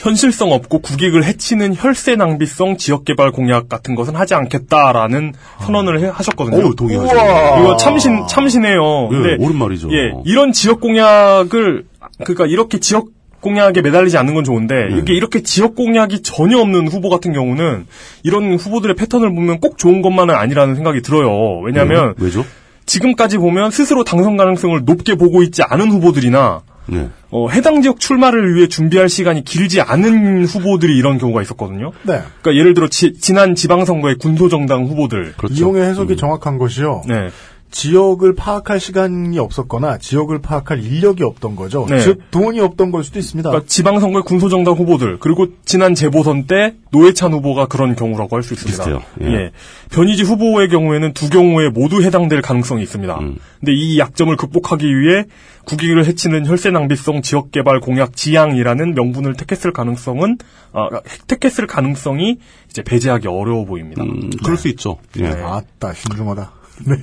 [SPEAKER 3] 현실성 없고 국익을 해치는 혈세 낭비성 지역개발 공약 같은 것은 하지 않겠다라는 선언을 해- 하셨거든요.
[SPEAKER 4] 어우, 동의하죠.
[SPEAKER 3] 이거 참신 참신해요.
[SPEAKER 4] 예,
[SPEAKER 3] 근데
[SPEAKER 4] 옳은 말이죠.
[SPEAKER 3] 예, 이런 지역 공약을 그러니까 이렇게 지역 공약에 매달리지 않는 건 좋은데 이게 이렇게 지역 공약이 전혀 없는 후보 같은 경우는 이런 후보들의 패턴을 보면 꼭 좋은 것만은 아니라는 생각이 들어요. 왜냐하면
[SPEAKER 4] 예, 왜죠?
[SPEAKER 3] 지금까지 보면 스스로 당선 가능성을 높게 보고 있지 않은 후보들이나
[SPEAKER 4] 네.
[SPEAKER 3] 어, 해당 지역 출마를 위해 준비할 시간이 길지 않은 후보들이 이런 경우가 있었거든요.
[SPEAKER 2] 네.
[SPEAKER 3] 그러니까 예를 들어 지, 지난 지방선거의 군소정당 후보들.
[SPEAKER 4] 그렇죠.
[SPEAKER 2] 이용의 해석이 정확한 것이요.
[SPEAKER 3] 음. 네.
[SPEAKER 2] 지역을 파악할 시간이 없었거나 지역을 파악할 인력이 없던 거죠.
[SPEAKER 3] 네.
[SPEAKER 2] 즉 돈이 없던 걸 수도 있습니다.
[SPEAKER 4] 아.
[SPEAKER 3] 그러니까 지방선거의 군소정당 후보들 그리고 지난 재보선 때 노회찬 후보가 그런 경우라고 할 수 있습니다.
[SPEAKER 4] 비슷해요. 예.
[SPEAKER 3] 변희지 후보의 경우에는 두 경우에 모두 해당될 가능성이 있습니다.
[SPEAKER 4] 음.
[SPEAKER 3] 근데 이 약점을 극복하기 위해 국익을 해치는 혈세 낭비성 지역 개발 공약 지향이라는 명분을 택했을 가능성은 아, 택했을 가능성이 이제 배제하기 어려워 보입니다.
[SPEAKER 4] 음, 그럴 수 있죠. 예.
[SPEAKER 2] 네. 아따 신중하다. 네.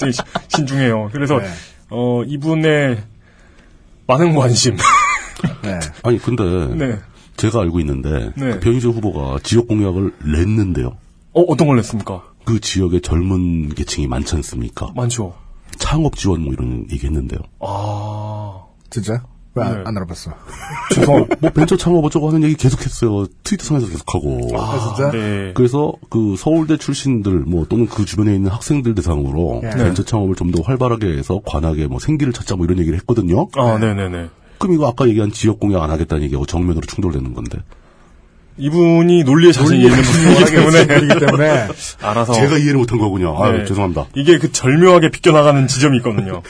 [SPEAKER 3] 되게 시- 신중해요. 그래서
[SPEAKER 2] 네.
[SPEAKER 3] 어, 이분의 많은 관심
[SPEAKER 2] 네.
[SPEAKER 4] 아니 근데
[SPEAKER 3] 네.
[SPEAKER 4] 제가 알고 있는데
[SPEAKER 3] 네.
[SPEAKER 4] 그 변희재 후보가 지역 공약을 냈는데요.
[SPEAKER 3] 어, 어떤 걸 냈습니까?
[SPEAKER 4] 그 지역의 젊은 계층이 많지 않습니까?
[SPEAKER 3] 많죠.
[SPEAKER 4] 창업 지원 뭐 이런 얘기했는데요.
[SPEAKER 3] 아.
[SPEAKER 2] 진짜? 왜 안
[SPEAKER 3] 네.
[SPEAKER 2] 알아봤어?
[SPEAKER 4] 뭐, 뭐 벤처 창업 어쩌고 하는 얘기 계속했어요. 트위터상에서 계속하고.
[SPEAKER 2] 아, 진짜?
[SPEAKER 3] 네.
[SPEAKER 4] 그래서 그 서울대 출신들 뭐 또는 그 주변에 있는 학생들 대상으로
[SPEAKER 2] 예.
[SPEAKER 3] 네.
[SPEAKER 4] 벤처 창업을 좀 더 활발하게 해서 관하게 뭐 생기를 찾자 뭐 이런 얘기를 했거든요.
[SPEAKER 3] 아, 네네네.
[SPEAKER 4] 그럼 이거 아까 얘기한 지역 공약 안 하겠다는 얘기하고 정면으로 충돌되는 건데.
[SPEAKER 3] 이분이 논리에 자신이 있는 분이기 때문에
[SPEAKER 2] 그렇기 때문에
[SPEAKER 3] 알아서
[SPEAKER 4] 제가 이해를 못한 거군요. 아유,
[SPEAKER 3] 어. 네.
[SPEAKER 4] 죄송합니다.
[SPEAKER 3] 이게 그 절묘하게 비껴나가는 지점이 있거든요.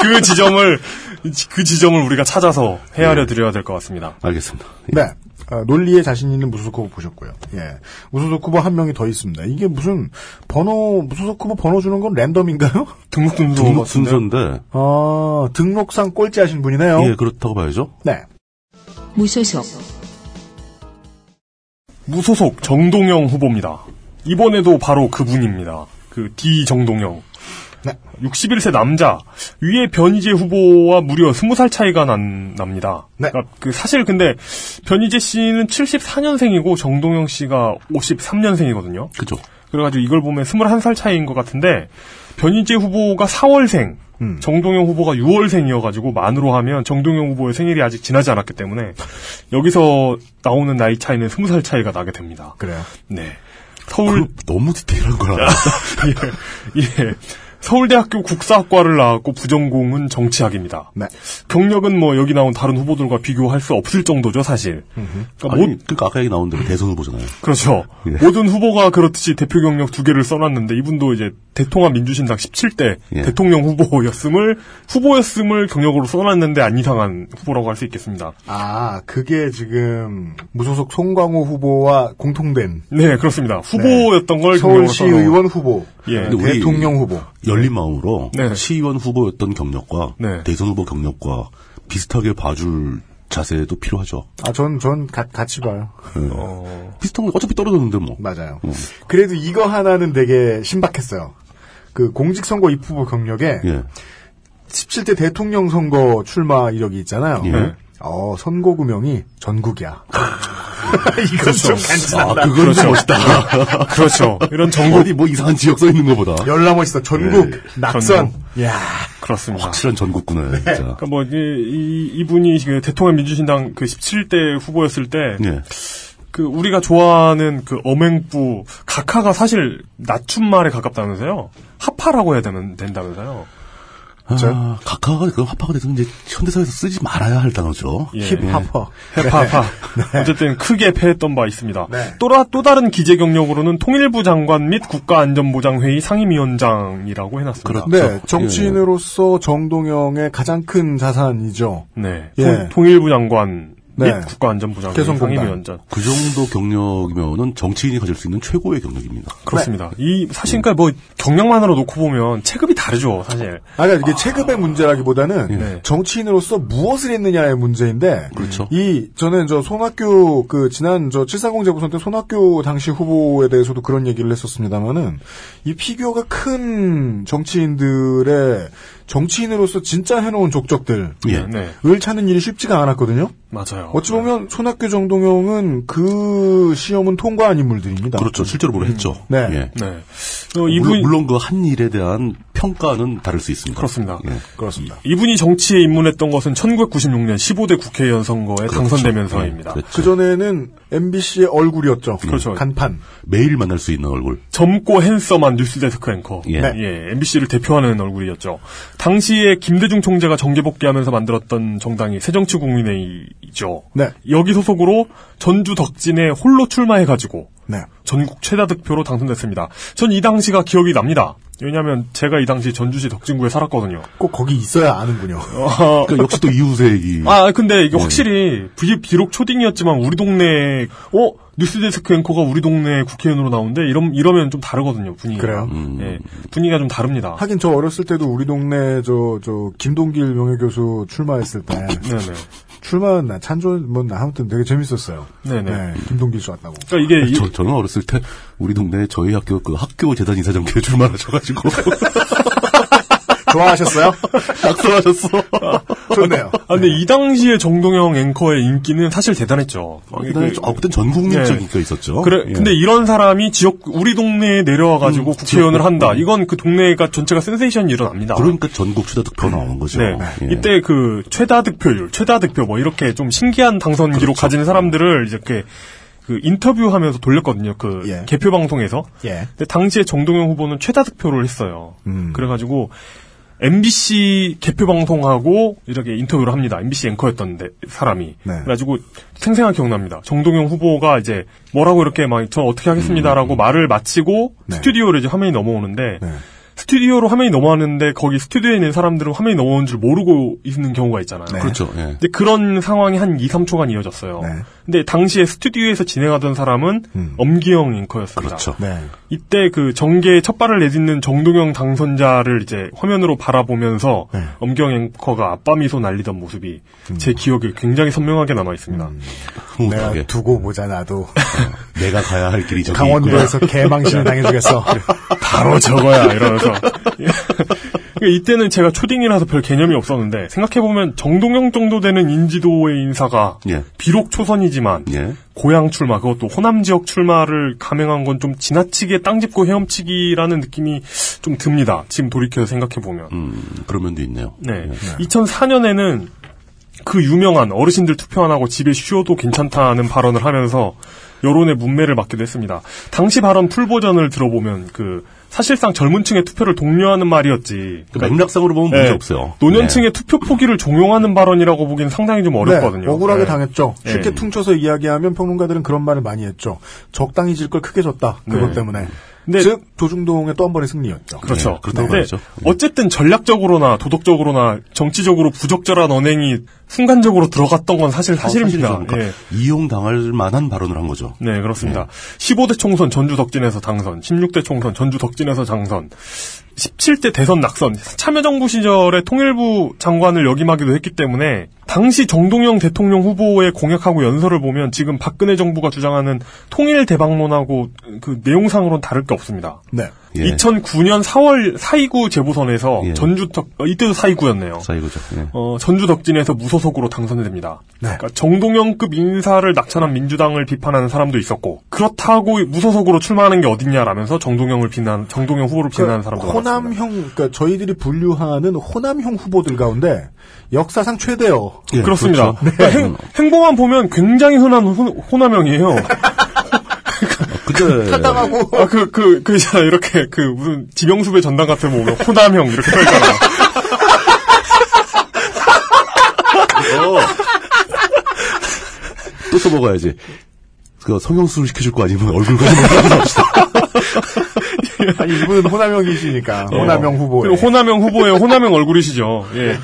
[SPEAKER 3] 그 지점을 그 지점을 우리가 찾아서 헤아려 드려야 될 것 같습니다.
[SPEAKER 4] 알겠습니다. 예.
[SPEAKER 2] 네. 아, 논리에 자신 있는 무소속 후보 보셨고요. 예. 무소속 후보 한 명이 더 있습니다. 이게 무슨 번호 무소속 후보 번호 주는 건 랜덤인가요?
[SPEAKER 3] 등록 순서
[SPEAKER 4] 등록
[SPEAKER 3] 같은데요?
[SPEAKER 4] 순서인데
[SPEAKER 2] 아, 등록상 꼴찌 하신
[SPEAKER 3] 어?
[SPEAKER 2] 분이네요.
[SPEAKER 4] 예 그렇다고 봐야죠.
[SPEAKER 2] 네.
[SPEAKER 1] 무소속
[SPEAKER 3] 무소속 정동영 후보입니다. 이번에도 바로 그분입니다. 그 D 정동영.
[SPEAKER 2] 네.
[SPEAKER 3] 61세 남자 위에 변희재 후보와 무려 20살 차이가 난, 납니다.
[SPEAKER 2] 네.
[SPEAKER 3] 그러니까 그 사실 근데 변희재 씨는 74년생이고 정동영 씨가 53년생이거든요.
[SPEAKER 4] 그죠.
[SPEAKER 3] 그래가지고 이걸 보면 21살 차이인 것 같은데 변희재 후보가 4월생,
[SPEAKER 4] 음.
[SPEAKER 3] 정동영 후보가 6월생이어가지고 만으로 하면 정동영 후보의 생일이 아직 지나지 않았기 때문에 여기서 나오는 나이 차이는 20살 차이가 나게 됩니다.
[SPEAKER 2] 그래요.
[SPEAKER 3] 네. 서울 아,
[SPEAKER 4] 그 너무 디테일한 거라. 그-
[SPEAKER 3] 예, 예. 서울대학교 국사학과를 나왔고 부전공은 정치학입니다.
[SPEAKER 2] 네.
[SPEAKER 3] 경력은 뭐 여기 나온 다른 후보들과 비교할 수 없을 정도죠 사실. 그러니까
[SPEAKER 4] 아니,
[SPEAKER 3] 모-
[SPEAKER 4] 그러니까 아까 얘기 나온 대로 대선 후보잖아요.
[SPEAKER 3] 그렇죠.
[SPEAKER 4] 예.
[SPEAKER 3] 모든 후보가 그렇듯이 대표 경력 두 개를 써놨는데 이분도 이제 대통합 민주신당 17대
[SPEAKER 4] 예.
[SPEAKER 3] 대통령 후보였음을 후보였음을 경력으로 써놨는데 안 이상한 후보라고 할 수 있겠습니다.
[SPEAKER 2] 아, 그게 지금 무소속 송광호 후보와 공통된
[SPEAKER 3] 네, 그렇습니다. 후보였던 걸 경력으로
[SPEAKER 2] 서울시
[SPEAKER 3] 써놓은-
[SPEAKER 2] 의원 후보,
[SPEAKER 3] 예.
[SPEAKER 2] 네,
[SPEAKER 4] 근데 우리
[SPEAKER 2] 대통령 후보.
[SPEAKER 4] 열린 마음으로
[SPEAKER 3] 네.
[SPEAKER 4] 시의원 후보였던 경력과
[SPEAKER 3] 네.
[SPEAKER 4] 대선 후보 경력과 비슷하게 봐줄 자세도 필요하죠.
[SPEAKER 2] 아, 전, 전 가- 같이 봐요.
[SPEAKER 4] 예. 비슷한 건 어차피 떨어졌는데 뭐.
[SPEAKER 2] 맞아요. 그래도 이거 하나는 되게 신박했어요. 그 공직선거 입후보 경력에
[SPEAKER 4] 예.
[SPEAKER 2] 17대 대통령 선거 출마 이력이 있잖아요.
[SPEAKER 4] 예.
[SPEAKER 2] 어, 선거 구명이 전국이야. 이건 좀
[SPEAKER 4] 아,
[SPEAKER 2] 간지난다.
[SPEAKER 4] 그건 좀 멋있다.
[SPEAKER 3] 그렇죠. 이런 정보
[SPEAKER 4] 어디 뭐 이상한 지역 써 있는 거보다.
[SPEAKER 2] 열나 멋있어. 전국,
[SPEAKER 4] 예.
[SPEAKER 2] 낙선.
[SPEAKER 3] 전국.
[SPEAKER 2] 야
[SPEAKER 3] 그렇습니다.
[SPEAKER 4] 확실한 전국구네, 진짜.
[SPEAKER 3] 그러니까 뭐 이, 이, 분이그 대통합 민주신당 그 17대 후보였을 때 그
[SPEAKER 4] 예.
[SPEAKER 3] 우리가 좋아하는 그 엄행부 각하가 사실 낮춤말에 가깝다면서요. 합파라고 해야 되는 된다면서요.
[SPEAKER 4] 아, 각하가 그 화파가 돼서 이제 현대사에서 쓰지 말아야 할 단어죠.
[SPEAKER 3] 예.
[SPEAKER 2] 힙합퍼.
[SPEAKER 3] 해파파. 어쨌든 크게 패했던 바 있습니다.
[SPEAKER 2] 네.
[SPEAKER 3] 또, 라- 또 다른 기재 경력으로는 통일부 장관 및 국가안전보장회의 상임위원장이라고 해놨습니다.
[SPEAKER 4] 그렇죠.
[SPEAKER 2] 네, 정치인으로서 정동영의 가장 큰 자산이죠.
[SPEAKER 3] 네.
[SPEAKER 2] 예.
[SPEAKER 3] 통- 통일부 장관
[SPEAKER 2] 네.
[SPEAKER 3] 및 국가안전보장회의
[SPEAKER 2] 개성공단. 네.
[SPEAKER 3] 상임위원장.
[SPEAKER 4] 그 정도 경력이면은 정치인이 가질 수 있는 최고의 경력입니다.
[SPEAKER 3] 그렇습니다. 이
[SPEAKER 2] 음.
[SPEAKER 3] 사실 그러니까 뭐 경력만으로 놓고 보면 체급이 다르죠, 사실.
[SPEAKER 2] 아니, 그러니까 이게 체급의 문제라기보다는
[SPEAKER 3] 네.
[SPEAKER 2] 정치인으로서 무엇을 했느냐의 문제인데.
[SPEAKER 4] 예. 그렇죠.
[SPEAKER 2] 이, 저는 저 손학규, 그, 지난 저 740 재보선 때 손학규 당시 후보에 대해서도 그런 얘기를 했었습니다만은, 이 피규어가 큰 정치인들의 정치인으로서 진짜 해놓은 족적들을
[SPEAKER 4] 예.
[SPEAKER 3] 네.
[SPEAKER 2] 찾는 일이 쉽지가 않았거든요.
[SPEAKER 3] 맞아요.
[SPEAKER 2] 어찌
[SPEAKER 4] 네.
[SPEAKER 2] 보면 손학규 정동영은 그 시험은 통과한 인물들입니다.
[SPEAKER 4] 그렇죠. 실제로 보려 했죠.
[SPEAKER 2] 네.
[SPEAKER 4] 예.
[SPEAKER 3] 네. 어,
[SPEAKER 4] 물론,
[SPEAKER 3] 이분
[SPEAKER 4] 물론 그 한 일에 대한 평가는 다를 수 있습니다.
[SPEAKER 3] 그렇습니다.
[SPEAKER 4] 예.
[SPEAKER 2] 그렇습니다.
[SPEAKER 3] 이분이 정치에 입문했던 것은 1996년 15대 국회의원 선거에
[SPEAKER 2] 그렇죠.
[SPEAKER 3] 당선되면서입니다.
[SPEAKER 4] 예,
[SPEAKER 2] 네.
[SPEAKER 4] 그렇죠.
[SPEAKER 2] 그전에는 MBC의 얼굴이었죠.
[SPEAKER 3] 그렇죠.
[SPEAKER 2] 간판.
[SPEAKER 4] 매일 만날 수 있는 얼굴.
[SPEAKER 3] 젊고 핸섬한 뉴스데스크 앵커.
[SPEAKER 4] 예. 네.
[SPEAKER 3] MBC를 대표하는 얼굴이었죠. 당시에 김대중 총재가 정계복귀하면서 만들었던 정당이 새정치국민회의죠.
[SPEAKER 2] 네.
[SPEAKER 3] 여기 소속으로 전주 덕진에 홀로 출마해가지고
[SPEAKER 2] 네.
[SPEAKER 3] 전국 최다 득표로 당선됐습니다. 전 이 당시가 기억이 납니다. 왜냐하면 제가 이 당시 전주시 덕진구에 살았거든요.
[SPEAKER 2] 꼭 거기 있어야 아는군요.
[SPEAKER 3] 아,
[SPEAKER 4] 그러니까 역시 또 이웃의 얘기.
[SPEAKER 3] 아, 근데 이게 확실히 비- 비록 초딩이었지만 우리 동네 어 뉴스데스크 앵커가 우리 동네 국회의원으로 나오는데 이런 이러면 좀 다르거든요 분위기.
[SPEAKER 2] 그래요?
[SPEAKER 3] 예, 분위기가 좀 다릅니다.
[SPEAKER 2] 하긴 저 어렸을 때도 우리 동네 저, 저, 김동길 명예교수 출마했을 때,
[SPEAKER 3] 네네.
[SPEAKER 2] 출마나 찬조, 뭐, 아무튼 되게 재밌었어요.
[SPEAKER 3] 네네.
[SPEAKER 2] 네, 김동길 씨 왔다고.
[SPEAKER 3] 그러니까 이게 이-
[SPEAKER 4] 저, 저는 어렸을 때 우리 동네 저희 학교 그 학교 재단 이사장께 출마하셔가지고
[SPEAKER 2] 좋아하셨어요?
[SPEAKER 4] 낙선하셨어.
[SPEAKER 2] 좋네요.
[SPEAKER 3] 아, 근데 이 당시에 정동영 앵커의 인기는 사실 대단했죠.
[SPEAKER 4] 아, 그때 아, 그땐 전 국민적
[SPEAKER 3] 예.
[SPEAKER 4] 인기가 있었죠.
[SPEAKER 3] 그래,
[SPEAKER 4] 예.
[SPEAKER 3] 근데 이런 사람이 지역, 우리 동네에 내려와가지고
[SPEAKER 4] 음,
[SPEAKER 3] 국회의원을
[SPEAKER 4] 지역구.
[SPEAKER 3] 한다. 이건 그 동네가 전체가 센세이션이 일어납니다.
[SPEAKER 4] 그러니까 전국 최다 득표 나온 거죠.
[SPEAKER 3] 네.
[SPEAKER 4] 예.
[SPEAKER 3] 이때 그 최다 득표율, 최다 득표 뭐 이렇게 좀 신기한 당선 기록
[SPEAKER 4] 그렇죠.
[SPEAKER 3] 가진 사람들을 이제 이렇게 그 인터뷰하면서 돌렸거든요. 그
[SPEAKER 2] 예.
[SPEAKER 3] 개표 방송에서.
[SPEAKER 2] 예.
[SPEAKER 3] 근데 당시에 정동영 후보는 최다 득표를 했어요.
[SPEAKER 2] 음.
[SPEAKER 3] 그래가지고 MBC 개표 방송하고 이렇게 인터뷰를 합니다. MBC 앵커였던 데- 사람이.
[SPEAKER 2] 네.
[SPEAKER 3] 그래가지고 생생하게 기억납니다. 정동영 후보가 이제 뭐라고 이렇게 막 저 어떻게 하겠습니다라고 말을 마치고
[SPEAKER 2] 음. 네.
[SPEAKER 3] 스튜디오로 이제 화면이 넘어오는데
[SPEAKER 2] 네.
[SPEAKER 3] 스튜디오로 화면이 넘어왔는데 거기 스튜디오에 있는 사람들은 화면이 넘어온 줄 모르고 있는 경우가 있잖아요.
[SPEAKER 2] 네.
[SPEAKER 4] 그렇죠. 예.
[SPEAKER 3] 근데 그런 상황이 한 2, 3초간 이어졌어요.
[SPEAKER 2] 네.
[SPEAKER 3] 근데 당시에 스튜디오에서 진행하던 사람은
[SPEAKER 2] 음.
[SPEAKER 3] 엄기영 앵커였습니다.
[SPEAKER 4] 그렇죠.
[SPEAKER 2] 네.
[SPEAKER 3] 이때 그 정계의 첫 발을 내딛는 정동영 당선자를 이제 화면으로 바라보면서
[SPEAKER 2] 네.
[SPEAKER 3] 엄기영 앵커가 아빠 미소 날리던 모습이 제 기억에 굉장히 선명하게 남아 있습니다.
[SPEAKER 2] 내가
[SPEAKER 4] 흥분하게.
[SPEAKER 2] 네. 두고 보자 나도
[SPEAKER 4] 내가 가야 할 길이 저기
[SPEAKER 2] 강원도에서 개망신을 당해주겠어.
[SPEAKER 3] 바로 저거야 이러면서 그러니까 이때는 제가 초딩이라서 별 개념이 없었는데 생각해보면 정동영 정도 되는 인지도의 인사가
[SPEAKER 4] 예.
[SPEAKER 3] 비록 초선이지만
[SPEAKER 4] 있고요. 예.
[SPEAKER 3] 고향 출마 그것도 호남 지역 출마를 감행한 건 좀 지나치게 땅짚고 헤엄치기라는 느낌이 좀 듭니다 지금 돌이켜 생각해보면
[SPEAKER 4] 음, 그런 면도 있네요.
[SPEAKER 3] 네. 2004년에는 그 유명한 어르신들 투표 안 하고 집에 쉬어도 괜찮다는 발언을 하면서 여론의 문매를 맞기도 했습니다. 당시 발언 풀 버전을 들어보면 그 사실상 젊은 층의 투표를 독려하는 말이었지.
[SPEAKER 4] 그 맥락상으로 보면
[SPEAKER 3] 네.
[SPEAKER 4] 문제 없어요. 네.
[SPEAKER 3] 노년층의 투표 포기를 종용하는 발언이라고 보기엔 상당히 좀 어렵거든요.
[SPEAKER 2] 네, 억울하게
[SPEAKER 3] 네.
[SPEAKER 2] 당했죠. 쉽게
[SPEAKER 3] 네.
[SPEAKER 2] 퉁쳐서 이야기하면 평론가들은 그런 말을 많이 했죠. 적당히 질 걸 크게 졌다. 그것
[SPEAKER 3] 네.
[SPEAKER 2] 때문에.
[SPEAKER 3] 근데-
[SPEAKER 2] 즉 조중동의 또 한 번의 승리였죠.
[SPEAKER 3] 그렇죠.
[SPEAKER 4] 네,
[SPEAKER 3] 근데
[SPEAKER 4] 그렇다고 봐야죠. 네.
[SPEAKER 3] 어쨌든 전략적으로나 도덕적으로나 정치적으로 부적절한 언행이 순간적으로 들어갔던 건 사실 사실입니다.
[SPEAKER 4] 그
[SPEAKER 3] 예.
[SPEAKER 4] 그러니까 이용당할 만한 발언을 한 거죠.
[SPEAKER 3] 네, 그렇습니다. 15대 총선 전주 덕진에서 당선, 16대 총선 전주 덕진에서 당선, 17대 대선 낙선, 참여정부 시절에 통일부 장관을 역임하기도 했기 때문에 당시 정동영 대통령 후보의 공약하고 연설을 보면 지금 박근혜 정부가 주장하는 통일 대방론하고 그 내용상으로는 다를 게 없습니다.
[SPEAKER 2] 네.
[SPEAKER 4] 예.
[SPEAKER 3] 2009년 4월 4.29 재보선에서
[SPEAKER 4] 예.
[SPEAKER 3] 전주 덕, 어, 이때도 4.29였네요.
[SPEAKER 4] 사이고죠. 예.
[SPEAKER 3] 어, 전주 덕진에서 무소속으로 당선됩니다.
[SPEAKER 2] 네.
[SPEAKER 3] 그러니까 정동영급 인사를 낙천한 민주당을 비판하는 사람도 있었고 그렇다고 무소속으로 출마하는 게 어딨냐라면서 정동영을 비난, 정동영 후보를 비난하는 사람도 많았습니다.
[SPEAKER 2] 그 호남형 그러니까 저희들이 분류하는 호남형 후보들 가운데 역사상 최대요.
[SPEAKER 4] 예,
[SPEAKER 2] 네.
[SPEAKER 3] 그렇습니다.
[SPEAKER 4] 그렇죠.
[SPEAKER 3] 그러니까 행, 행보만 보면 굉장히 흔한 호, 호남형이에요.
[SPEAKER 4] 근데
[SPEAKER 2] 하고
[SPEAKER 3] 아, 그, 그, 그, 있잖아. 이렇게, 그, 무슨, 지명수배 전당 같은 거 보면 호남형 이렇게 써있잖아요.
[SPEAKER 4] 또 써먹어야지. 그 성형수술 시켜줄 거 아니면 얼굴 가지고
[SPEAKER 2] 아니 이분은 호남형이시니까 호남형 후보.
[SPEAKER 3] 예. 어. 그리고 호남형 후보예요. 호남형 얼굴이시죠. 예.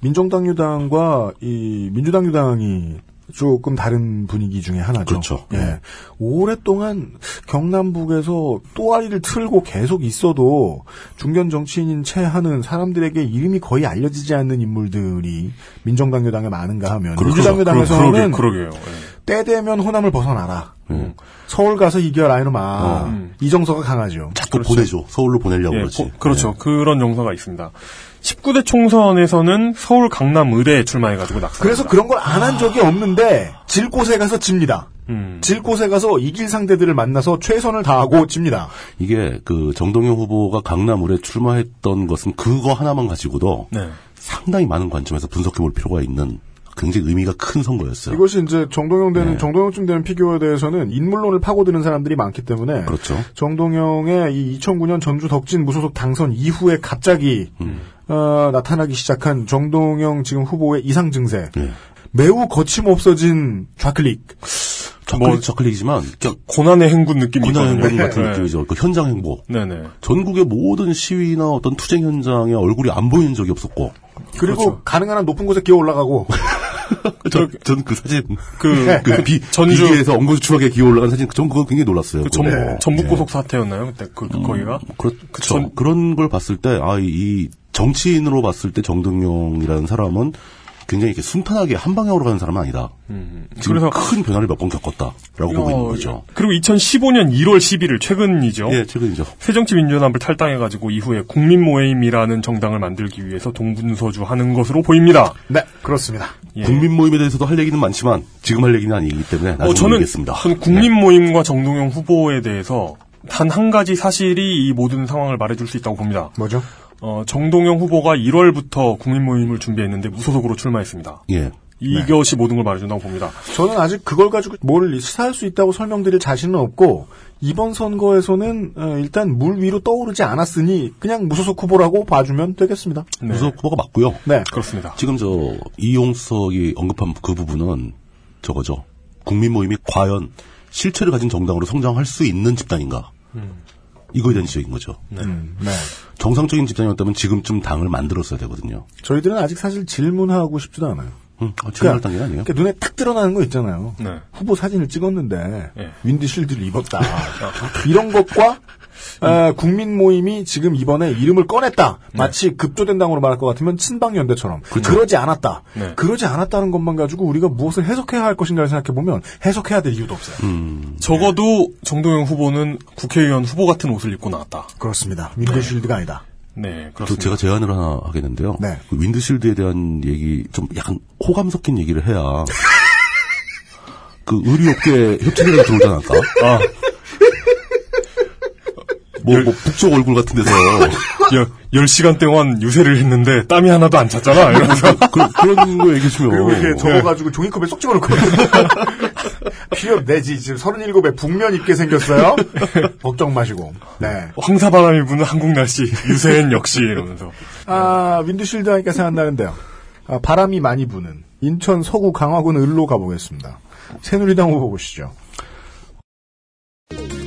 [SPEAKER 2] 민정당 유당과 이 민주당 유당이 조금 다른 분위기 중에 하나죠.
[SPEAKER 4] 그렇죠.
[SPEAKER 2] 예. 오랫동안 경남북에서 또아리를 틀고 계속 있어도 중견 정치인인 채 하는 사람들에게 이름이 거의 알려지지 않는 인물들이 민정당 유당에 많은가 하면
[SPEAKER 4] 그렇죠.
[SPEAKER 2] 민주당 유당에서는
[SPEAKER 3] 그러, 게요 예.
[SPEAKER 2] 때 되면 호남을 벗어나라.
[SPEAKER 4] 네.
[SPEAKER 2] 서울 가서 이겨라
[SPEAKER 4] 어.
[SPEAKER 2] 이놈아. 음. 이정서가 강하죠.
[SPEAKER 4] 자꾸 보내줘. 서울로 보내려고
[SPEAKER 3] 예,
[SPEAKER 4] 그러지.
[SPEAKER 3] 고- 그렇죠. 그런 용서가 있습니다. 19대 총선에서는 서울 강남 의대에 출마해가지고 낙선.
[SPEAKER 2] 그래서 그런 걸 안 한 적이 없는데 질 곳에 가서 집니다.
[SPEAKER 3] 음.
[SPEAKER 2] 질 곳에 가서 이길 상대들을 만나서 최선을 다하고 집니다.
[SPEAKER 4] 이게 그 정동영 후보가 강남을에 출마했던 것은 그거 하나만 가지고도
[SPEAKER 3] 네.
[SPEAKER 4] 상당히 많은 관점에서 분석해 볼 필요가 있는 굉장히 의미가 큰 선거였어요.
[SPEAKER 2] 이것이 이제 정동영
[SPEAKER 4] 네.
[SPEAKER 2] 되는 정동영쯤 되는 피규어에 대해서는 인물론을 파고드는 사람들이 많기 때문에
[SPEAKER 4] 그렇죠.
[SPEAKER 2] 정동영의 이 2009년 전주 덕진 무소속 당선 이후에 갑자기
[SPEAKER 4] 음.
[SPEAKER 2] 어, 나타나기 시작한 정동영 지금 후보의 이상 증세
[SPEAKER 4] 예.
[SPEAKER 2] 매우 거침없어진 좌클릭 뭐
[SPEAKER 4] 저클릭, 저클릭이지만 그냥
[SPEAKER 3] 고난의 행군 느낌이
[SPEAKER 4] 고난 행보
[SPEAKER 3] 있거든요.
[SPEAKER 4] 같은
[SPEAKER 3] 네.
[SPEAKER 4] 느낌이죠. 그 현장 행보.
[SPEAKER 3] 네네.
[SPEAKER 4] 전국의 모든 시위나 어떤 투쟁 현장에 얼굴이 안 보이는 적이 없었고.
[SPEAKER 2] 그리고
[SPEAKER 4] 그렇죠.
[SPEAKER 2] 가능한 한 높은 곳에 기어 올라가고
[SPEAKER 4] 전그 사진
[SPEAKER 3] 그,
[SPEAKER 4] 그 비,
[SPEAKER 3] 전주-
[SPEAKER 4] 비기에서 엉거주 추하게 기어 올라간 사진 전 그거 굉장히 놀랐어요.
[SPEAKER 3] 그 전,
[SPEAKER 4] 그거. 네. 음,
[SPEAKER 3] 전북 고속 사태였나요? 그때 그, 그 거기가?
[SPEAKER 4] 그렇, 죠
[SPEAKER 3] 전-
[SPEAKER 4] 그런 걸 봤을 때, 아, 이 정치인으로 봤을 때 정동영이라는 사람은 굉장히 이렇게 순탄하게 한 방향으로 가는 사람은 아니다. 지금
[SPEAKER 3] 그래서-
[SPEAKER 4] 큰 변화를 몇 번 겪었다라고 보고 있는
[SPEAKER 3] 어,
[SPEAKER 4] 거죠.
[SPEAKER 3] 그리고 2015년 1월 11일 최근이죠.
[SPEAKER 4] 예, 최근이죠.
[SPEAKER 3] 새정치민주연합을 탈당해가지고 이후에 국민모임이라는 정당을 만들기 위해서 동분서주하는 것으로 보입니다.
[SPEAKER 2] 네, 그렇습니다.
[SPEAKER 3] 예.
[SPEAKER 4] 국민 모임에 대해서도 할 얘기는 많지만 지금 할 얘기는 아니기 때문에 나중에
[SPEAKER 3] 어, 저는,
[SPEAKER 4] 얘기하겠습니다. 네.
[SPEAKER 3] 저는 국민모임과 정동영 후보에 대해서 단 한 가지 사실이 이 모든 상황을 말해줄 수 있다고 봅니다.
[SPEAKER 2] 뭐죠?
[SPEAKER 3] 어, 정동영 후보가 1월부터 국민모임을 준비했는데 무소속으로 출마했습니다.
[SPEAKER 4] 네. 예.
[SPEAKER 3] 이것이 모든 걸 말해준다고 봅니다.
[SPEAKER 2] 저는 아직 그걸 가지고 뭘 시사할 수 있다고 설명드릴 자신은 없고 이번 선거에서는 어, 일단 물 위로 떠오르지 않았으니 그냥 무소속 후보라고 봐주면 되겠습니다.
[SPEAKER 3] 네,
[SPEAKER 4] 무소속 후보가 맞고요.
[SPEAKER 2] 네,
[SPEAKER 3] 그렇습니다.
[SPEAKER 4] 지금 저 이용석이 언급한 그 부분은 저거죠. 국민 모임이 과연 실체를 가진 정당으로 성장할 수 있는 집단인가?
[SPEAKER 2] 음.
[SPEAKER 4] 이거에 대한 지적인 거죠.
[SPEAKER 2] 네.
[SPEAKER 4] 정상적인 집단이었다면 지금쯤 당을 만들었어야 되거든요.
[SPEAKER 2] 저희들은 아직 사실 질문하고 싶지도 않아요.
[SPEAKER 4] 음, 아, 지금 단계 아니에요?
[SPEAKER 2] 그러니까 눈에 탁 드러나는 거 있잖아요.
[SPEAKER 3] 네.
[SPEAKER 2] 후보 사진을 찍었는데
[SPEAKER 3] 예.
[SPEAKER 2] 윈드실드를 입었다. 이런 것과 아, 국민 모임이 지금 이번에 이름을 꺼냈다. 마치 급조된 당으로 말할 것 같으면 친박연대처럼. 그러지 않았다.
[SPEAKER 3] 네.
[SPEAKER 2] 그러지 않았다는 것만 가지고 우리가 무엇을 해석해야 할 것인가를 생각해보면 해석해야 될 이유도 없어요.
[SPEAKER 3] 적어도 정동영 후보는 국회의원 후보 같은 옷을 입고 나왔다.
[SPEAKER 2] 그렇습니다. 윈드실드가 아니다.
[SPEAKER 3] 네,
[SPEAKER 4] 저
[SPEAKER 3] 그렇습니다.
[SPEAKER 4] 제가 제안을 하나 하겠는데요.
[SPEAKER 2] 네.
[SPEAKER 4] 그 윈드실드에 대한 얘기 좀 약간 호감 섞인 얘기를 해야 그 의류업계 협찬이라도 들어오지 않을까?
[SPEAKER 3] 아,
[SPEAKER 4] 뭐, 뭐 북쪽 얼굴 같은 데서
[SPEAKER 3] 열, 10시간 동안 유세를 했는데 땀이 하나도 안 찼잖아. 이러면서.
[SPEAKER 4] 그, 그런 거 얘기해 주면
[SPEAKER 2] 그리고 이렇게
[SPEAKER 4] 네.
[SPEAKER 2] 적어가지고 종이컵에 쏙 집어넣고. 필요 내지. 지금 37에 북면 입게 생겼어요. 걱정 마시고. 네.
[SPEAKER 3] 황사바람이 부는 한국 날씨, 유세엔 역시, 이러면서.
[SPEAKER 2] 아, 윈드실드 하니까 생각나는데요. 아, 바람이 많이 부는 인천 서구 강화군 을로 가보겠습니다. 새누리당 후보 보시죠.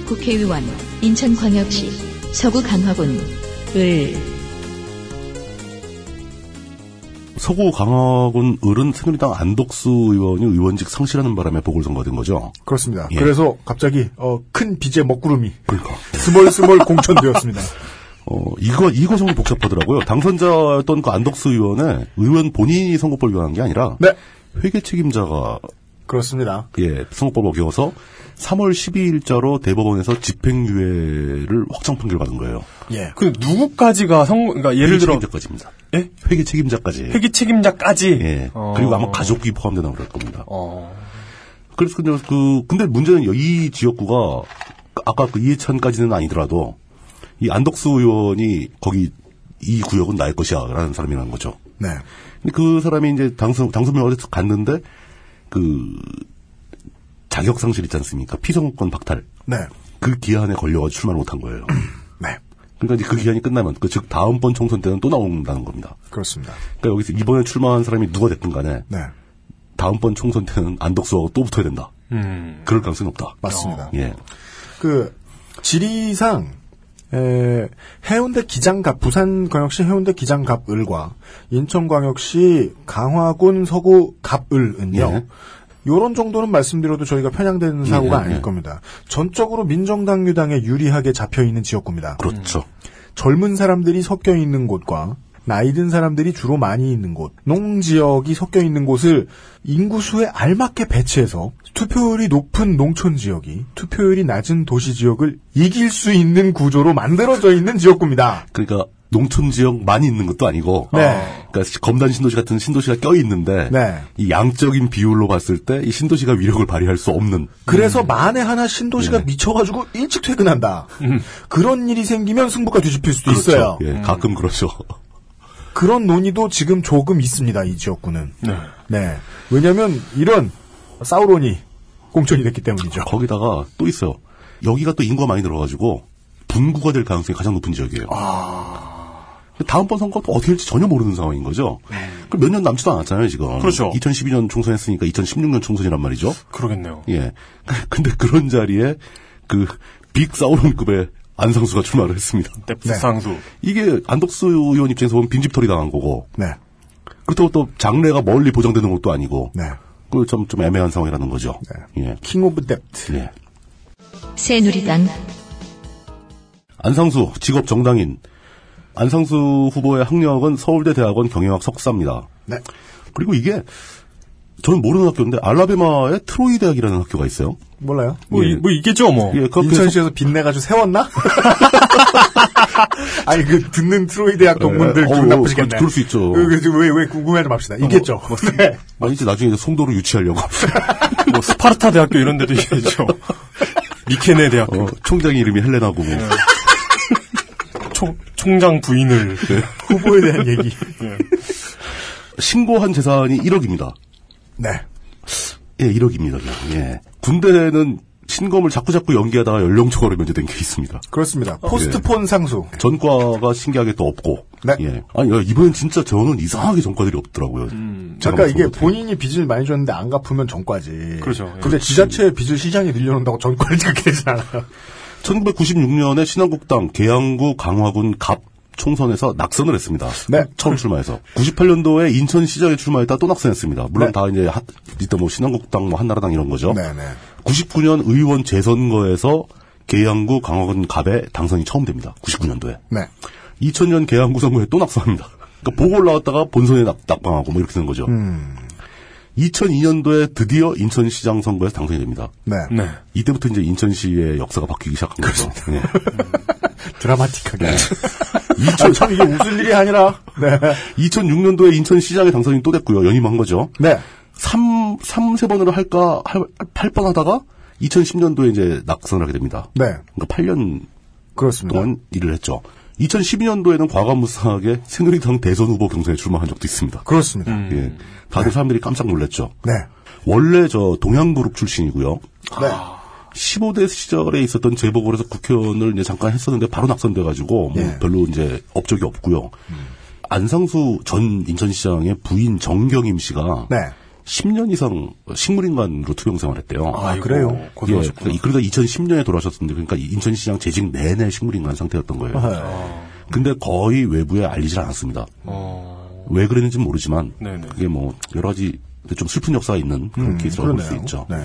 [SPEAKER 1] 국회의원 인천광역시 서구 강화군 을
[SPEAKER 4] 서구 강화군 을은 새누리당 안덕수 의원이 의원직 상실하는 바람에 보궐선거가 된 거죠.
[SPEAKER 2] 그렇습니다.
[SPEAKER 4] 예.
[SPEAKER 2] 그래서 갑자기 어, 큰 빚의 먹구름이
[SPEAKER 4] 그러니까.
[SPEAKER 2] 스멀스멀 공천되었습니다.
[SPEAKER 4] 어, 이거, 이거 정말 복잡하더라고요. 당선자였던 그 안덕수 의원의 의원 본인이 선거법 위반한 게 아니라
[SPEAKER 2] 네,
[SPEAKER 4] 회계 책임자가
[SPEAKER 2] 그렇습니다.
[SPEAKER 4] 예, 선거법 어겨서 3월 12일자로 대법원에서 집행유예를 확정 판결 받은 거예요.
[SPEAKER 2] 예,
[SPEAKER 3] 그, 누구까지가 성, 그러니까 예를
[SPEAKER 4] 그렇죠.
[SPEAKER 3] 들어,
[SPEAKER 4] 책임자까지입니다.
[SPEAKER 3] 예?
[SPEAKER 4] 회계 책임자까지.
[SPEAKER 3] 회기 책임자까지.
[SPEAKER 4] 예.
[SPEAKER 3] 어.
[SPEAKER 4] 그리고 아마 가족이 포함되나 그럴 겁니다.
[SPEAKER 3] 어.
[SPEAKER 4] 그래서 근데 그 근데 문제는 이 지역구가 아까 그 이해찬까지는 아니더라도 이 안덕수 의원이 거기 이 구역은 나의 것이야라는 사람이라는 거죠.
[SPEAKER 2] 네,
[SPEAKER 4] 근데 그 사람이 이제 당선 당선명 어디서 갔는데 그 자격 상실 있지 않습니까? 피선거권 박탈
[SPEAKER 2] 네,
[SPEAKER 4] 그 기한에 걸려가 지고 출마를 못한 거예요.
[SPEAKER 2] 네,
[SPEAKER 4] 그러니까 이제 그 기한이 끝나면 그 즉 다음번 총선 때는 또 나온다는 겁니다.
[SPEAKER 2] 그렇습니다.
[SPEAKER 4] 그러니까 여기서 이번에 출마한 사람이 누가 됐든 간에
[SPEAKER 2] 네,
[SPEAKER 4] 다음번 총선 때는 안덕수하고 또 붙어야 된다.
[SPEAKER 3] 음.
[SPEAKER 4] 그럴 가능성이 없다.
[SPEAKER 2] 맞습니다.
[SPEAKER 4] 예.
[SPEAKER 2] 그 지리상 에, 해운대 기장갑 부산광역시 해운대 기장갑을과 인천광역시 강화군 서구 갑을은요.
[SPEAKER 4] 예.
[SPEAKER 2] 요런 정도는 말씀드려도 저희가 편향되는 사고가
[SPEAKER 4] 예,
[SPEAKER 2] 아닐
[SPEAKER 4] 예.
[SPEAKER 2] 겁니다. 전적으로 민정당 유당에 유리하게 잡혀 있는 지역구입니다.
[SPEAKER 4] 그렇죠.
[SPEAKER 2] 젊은 사람들이 섞여 있는 곳과 나이 든 사람들이 주로 많이 있는 곳, 농지역이 섞여 있는 곳을 인구수에 알맞게 배치해서 투표율이 높은 농촌 지역이 투표율이 낮은 도시 지역을 이길 수 있는 구조로 만들어져 있는 지역구입니다.
[SPEAKER 4] 그러니까 농촌 지역 많이 있는 것도 아니고
[SPEAKER 2] 네.
[SPEAKER 4] 어, 그러니까 시- 검단 신도시 같은 신도시가 껴 있는데
[SPEAKER 2] 네.
[SPEAKER 4] 이 양적인 비율로 봤을 때 이 신도시가 위력을 발휘할 수 없는
[SPEAKER 2] 그래서
[SPEAKER 4] 음.
[SPEAKER 2] 만에 하나 신도시가
[SPEAKER 4] 네.
[SPEAKER 2] 미쳐가지고 일찍 퇴근한다. 그런 일이 생기면 승부가 뒤집힐 수도
[SPEAKER 4] 음. 그렇죠.
[SPEAKER 2] 있어요.
[SPEAKER 4] 예, 가끔 그렇죠.
[SPEAKER 2] 그런 논의도 지금 조금 있습니다. 이 지역구는.
[SPEAKER 3] 네.
[SPEAKER 2] 네. 왜냐하면 이런 사우론이 공천이 됐기 때문이죠.
[SPEAKER 4] 거기다가 또 있어요. 여기가 또 인구가 많이 늘어가지고 분구가 될 가능성이 가장 높은 지역이에요.
[SPEAKER 2] 아.
[SPEAKER 4] 다음번 선거 또 어떻게 될지 전혀 모르는 상황인 거죠.
[SPEAKER 2] 네.
[SPEAKER 4] 그럼 몇 년 남지도 않았잖아요, 지금.
[SPEAKER 3] 그렇죠.
[SPEAKER 4] 2012년 총선했으니까 2016년 총선이란 말이죠.
[SPEAKER 3] 그러겠네요.
[SPEAKER 4] 예. 근데 그런 자리에 그 빅 사우론급의 안상수가 출마를 했습니다.
[SPEAKER 3] 뎁상수.
[SPEAKER 4] 이게 안덕수 의원 입장에서 보면 빈집털이 당한 거고
[SPEAKER 2] 네.
[SPEAKER 4] 그렇다고 또 장래가 멀리 보장되는 것도 아니고
[SPEAKER 2] 네.
[SPEAKER 4] 그좀좀 애매한 상황이라는 거죠. 예.
[SPEAKER 2] 킹 오브 뎁트.
[SPEAKER 4] 예.
[SPEAKER 1] 새누리당
[SPEAKER 4] 안상수 직업 정당인 안상수 후보의 학력은 서울대 대학원 경영학 석사입니다.
[SPEAKER 2] 네.
[SPEAKER 4] 그리고 이게 저는 모르는 학교인데 알라베마의 트로이 대학이라는 학교가 있어요.
[SPEAKER 2] 몰라요.
[SPEAKER 3] 뭐,
[SPEAKER 4] 예.
[SPEAKER 3] 이- 뭐 있겠죠, 뭐.
[SPEAKER 4] 예, 그 학교에서
[SPEAKER 2] 인천시에서 빚내가지고 세웠나? 아니 그 듣는 트로이 대학 동문들
[SPEAKER 4] 예,
[SPEAKER 2] 기분
[SPEAKER 4] 어우,
[SPEAKER 2] 나쁘시겠네.
[SPEAKER 4] 그- 그럴 수 있죠.
[SPEAKER 2] 왜왜 궁금해하지 맙시다. 있겠죠. 네.
[SPEAKER 4] 아니지 나중에 이제 송도로 유치하려고 어,
[SPEAKER 3] 뭐 스파르타 대학교 이런 데도 있겠죠. 미케네 대학교.
[SPEAKER 4] 어, 총장 이름이 헬레나고 뭐.
[SPEAKER 3] 총, 총장 부인을.
[SPEAKER 4] 네.
[SPEAKER 2] 후보에 대한 얘기.
[SPEAKER 4] 신고한 재산이 1억입니다.
[SPEAKER 2] 네.
[SPEAKER 4] 예, 1억입니다. 예. 군대는 신검을 자꾸자꾸 연기하다가 연령 초과로 면제된 게 있습니다.
[SPEAKER 2] 그렇습니다. 포스트폰 상수.
[SPEAKER 4] 전과가 신기하게 또 없고.
[SPEAKER 2] 네.
[SPEAKER 4] 예. 아니, 야, 이번엔 진짜 저는 이상하게 전과들이 없더라고요. 제가
[SPEAKER 2] 잠깐 이게
[SPEAKER 4] 말씀드린-
[SPEAKER 2] 본인이 빚을 많이 줬는데 안 갚으면 전과지.
[SPEAKER 3] 그렇죠. 예.
[SPEAKER 2] 근데 지자체의 빚을 시장에 늘려놓는다고 전과를 지게 되지 않아요.
[SPEAKER 4] 1996년에 신한국당 계양구 강화군 갑 총선에서 낙선을 했습니다.
[SPEAKER 2] 네.
[SPEAKER 4] 처음 출마해서. 98년도에 인천시장에 출마했다 또 낙선했습니다. 물론
[SPEAKER 2] 네.
[SPEAKER 4] 다 이제 하, 이때 뭐 신한국당 뭐 한나라당 이런 거죠.
[SPEAKER 2] 네네.
[SPEAKER 4] 99년 의원 재선거에서 계양구 강화군 갑에 당선이 처음 됩니다. 99년도에.
[SPEAKER 2] 네.
[SPEAKER 4] 2000년 계양구 선거에 또 낙선합니다. 그러니까 보고 올라왔다가 본선에 낙, 낙방하고 뭐 이렇게 되는 거죠.
[SPEAKER 2] 음.
[SPEAKER 4] 2002년도에 드디어 인천시장 선거에서 당선이 됩니다.
[SPEAKER 2] 네.
[SPEAKER 3] 네.
[SPEAKER 4] 이때부터 이제 인천시의 역사가 바뀌기 시작한 거죠. 예.
[SPEAKER 2] 드라마틱하게. 아, 참 이게 웃을 일이 아니라. 네.
[SPEAKER 4] 2006년도에 예. 인천시장에 당선이 또 됐고요. 연임한 거죠.
[SPEAKER 2] 네.
[SPEAKER 4] 3, 삼세번으로 할까, 할, 할뻔 하다가 2010년도에 이제 낙선을 하게 됩니다.
[SPEAKER 2] 네.
[SPEAKER 4] 그러니까 8년
[SPEAKER 2] 그렇습니다.
[SPEAKER 4] 동안 일을 했죠. 2012년도에는 과감무쌍하게 새누리당 대선 후보 경선에 출마한 적도 있습니다.
[SPEAKER 2] 그렇습니다.
[SPEAKER 4] 예. 다들 사람들이 깜짝 놀랐죠.
[SPEAKER 2] 음. 네.
[SPEAKER 4] 원래 저 동양그룹 출신이고요. 아, 15대 시절에 있었던 재보궐에서 국회의원을 이제 잠깐 했었는데 바로 낙선돼가지고 뭐
[SPEAKER 2] 예.
[SPEAKER 4] 별로 이제 업적이 없고요.
[SPEAKER 2] 음.
[SPEAKER 4] 안상수 전 인천시장의 부인 정경임 씨가
[SPEAKER 2] 네.
[SPEAKER 4] 10년 이상 식물인간으로 투병 생활했대요.
[SPEAKER 2] 아, 그래요?
[SPEAKER 4] 고생하셨구나. 그러다 2010년에 돌아가셨는데 그러니까 인천시장 재직 내내 식물인간 상태였던 거예요. 근데 거의 외부에 알리질 않았습니다. 왜 그랬는지 는 모르지만
[SPEAKER 3] 어. 네네.
[SPEAKER 4] 그게 뭐 여러 가지 좀 슬픈 역사가 있는 그런 케이스라고 볼 수 있죠.
[SPEAKER 2] 네.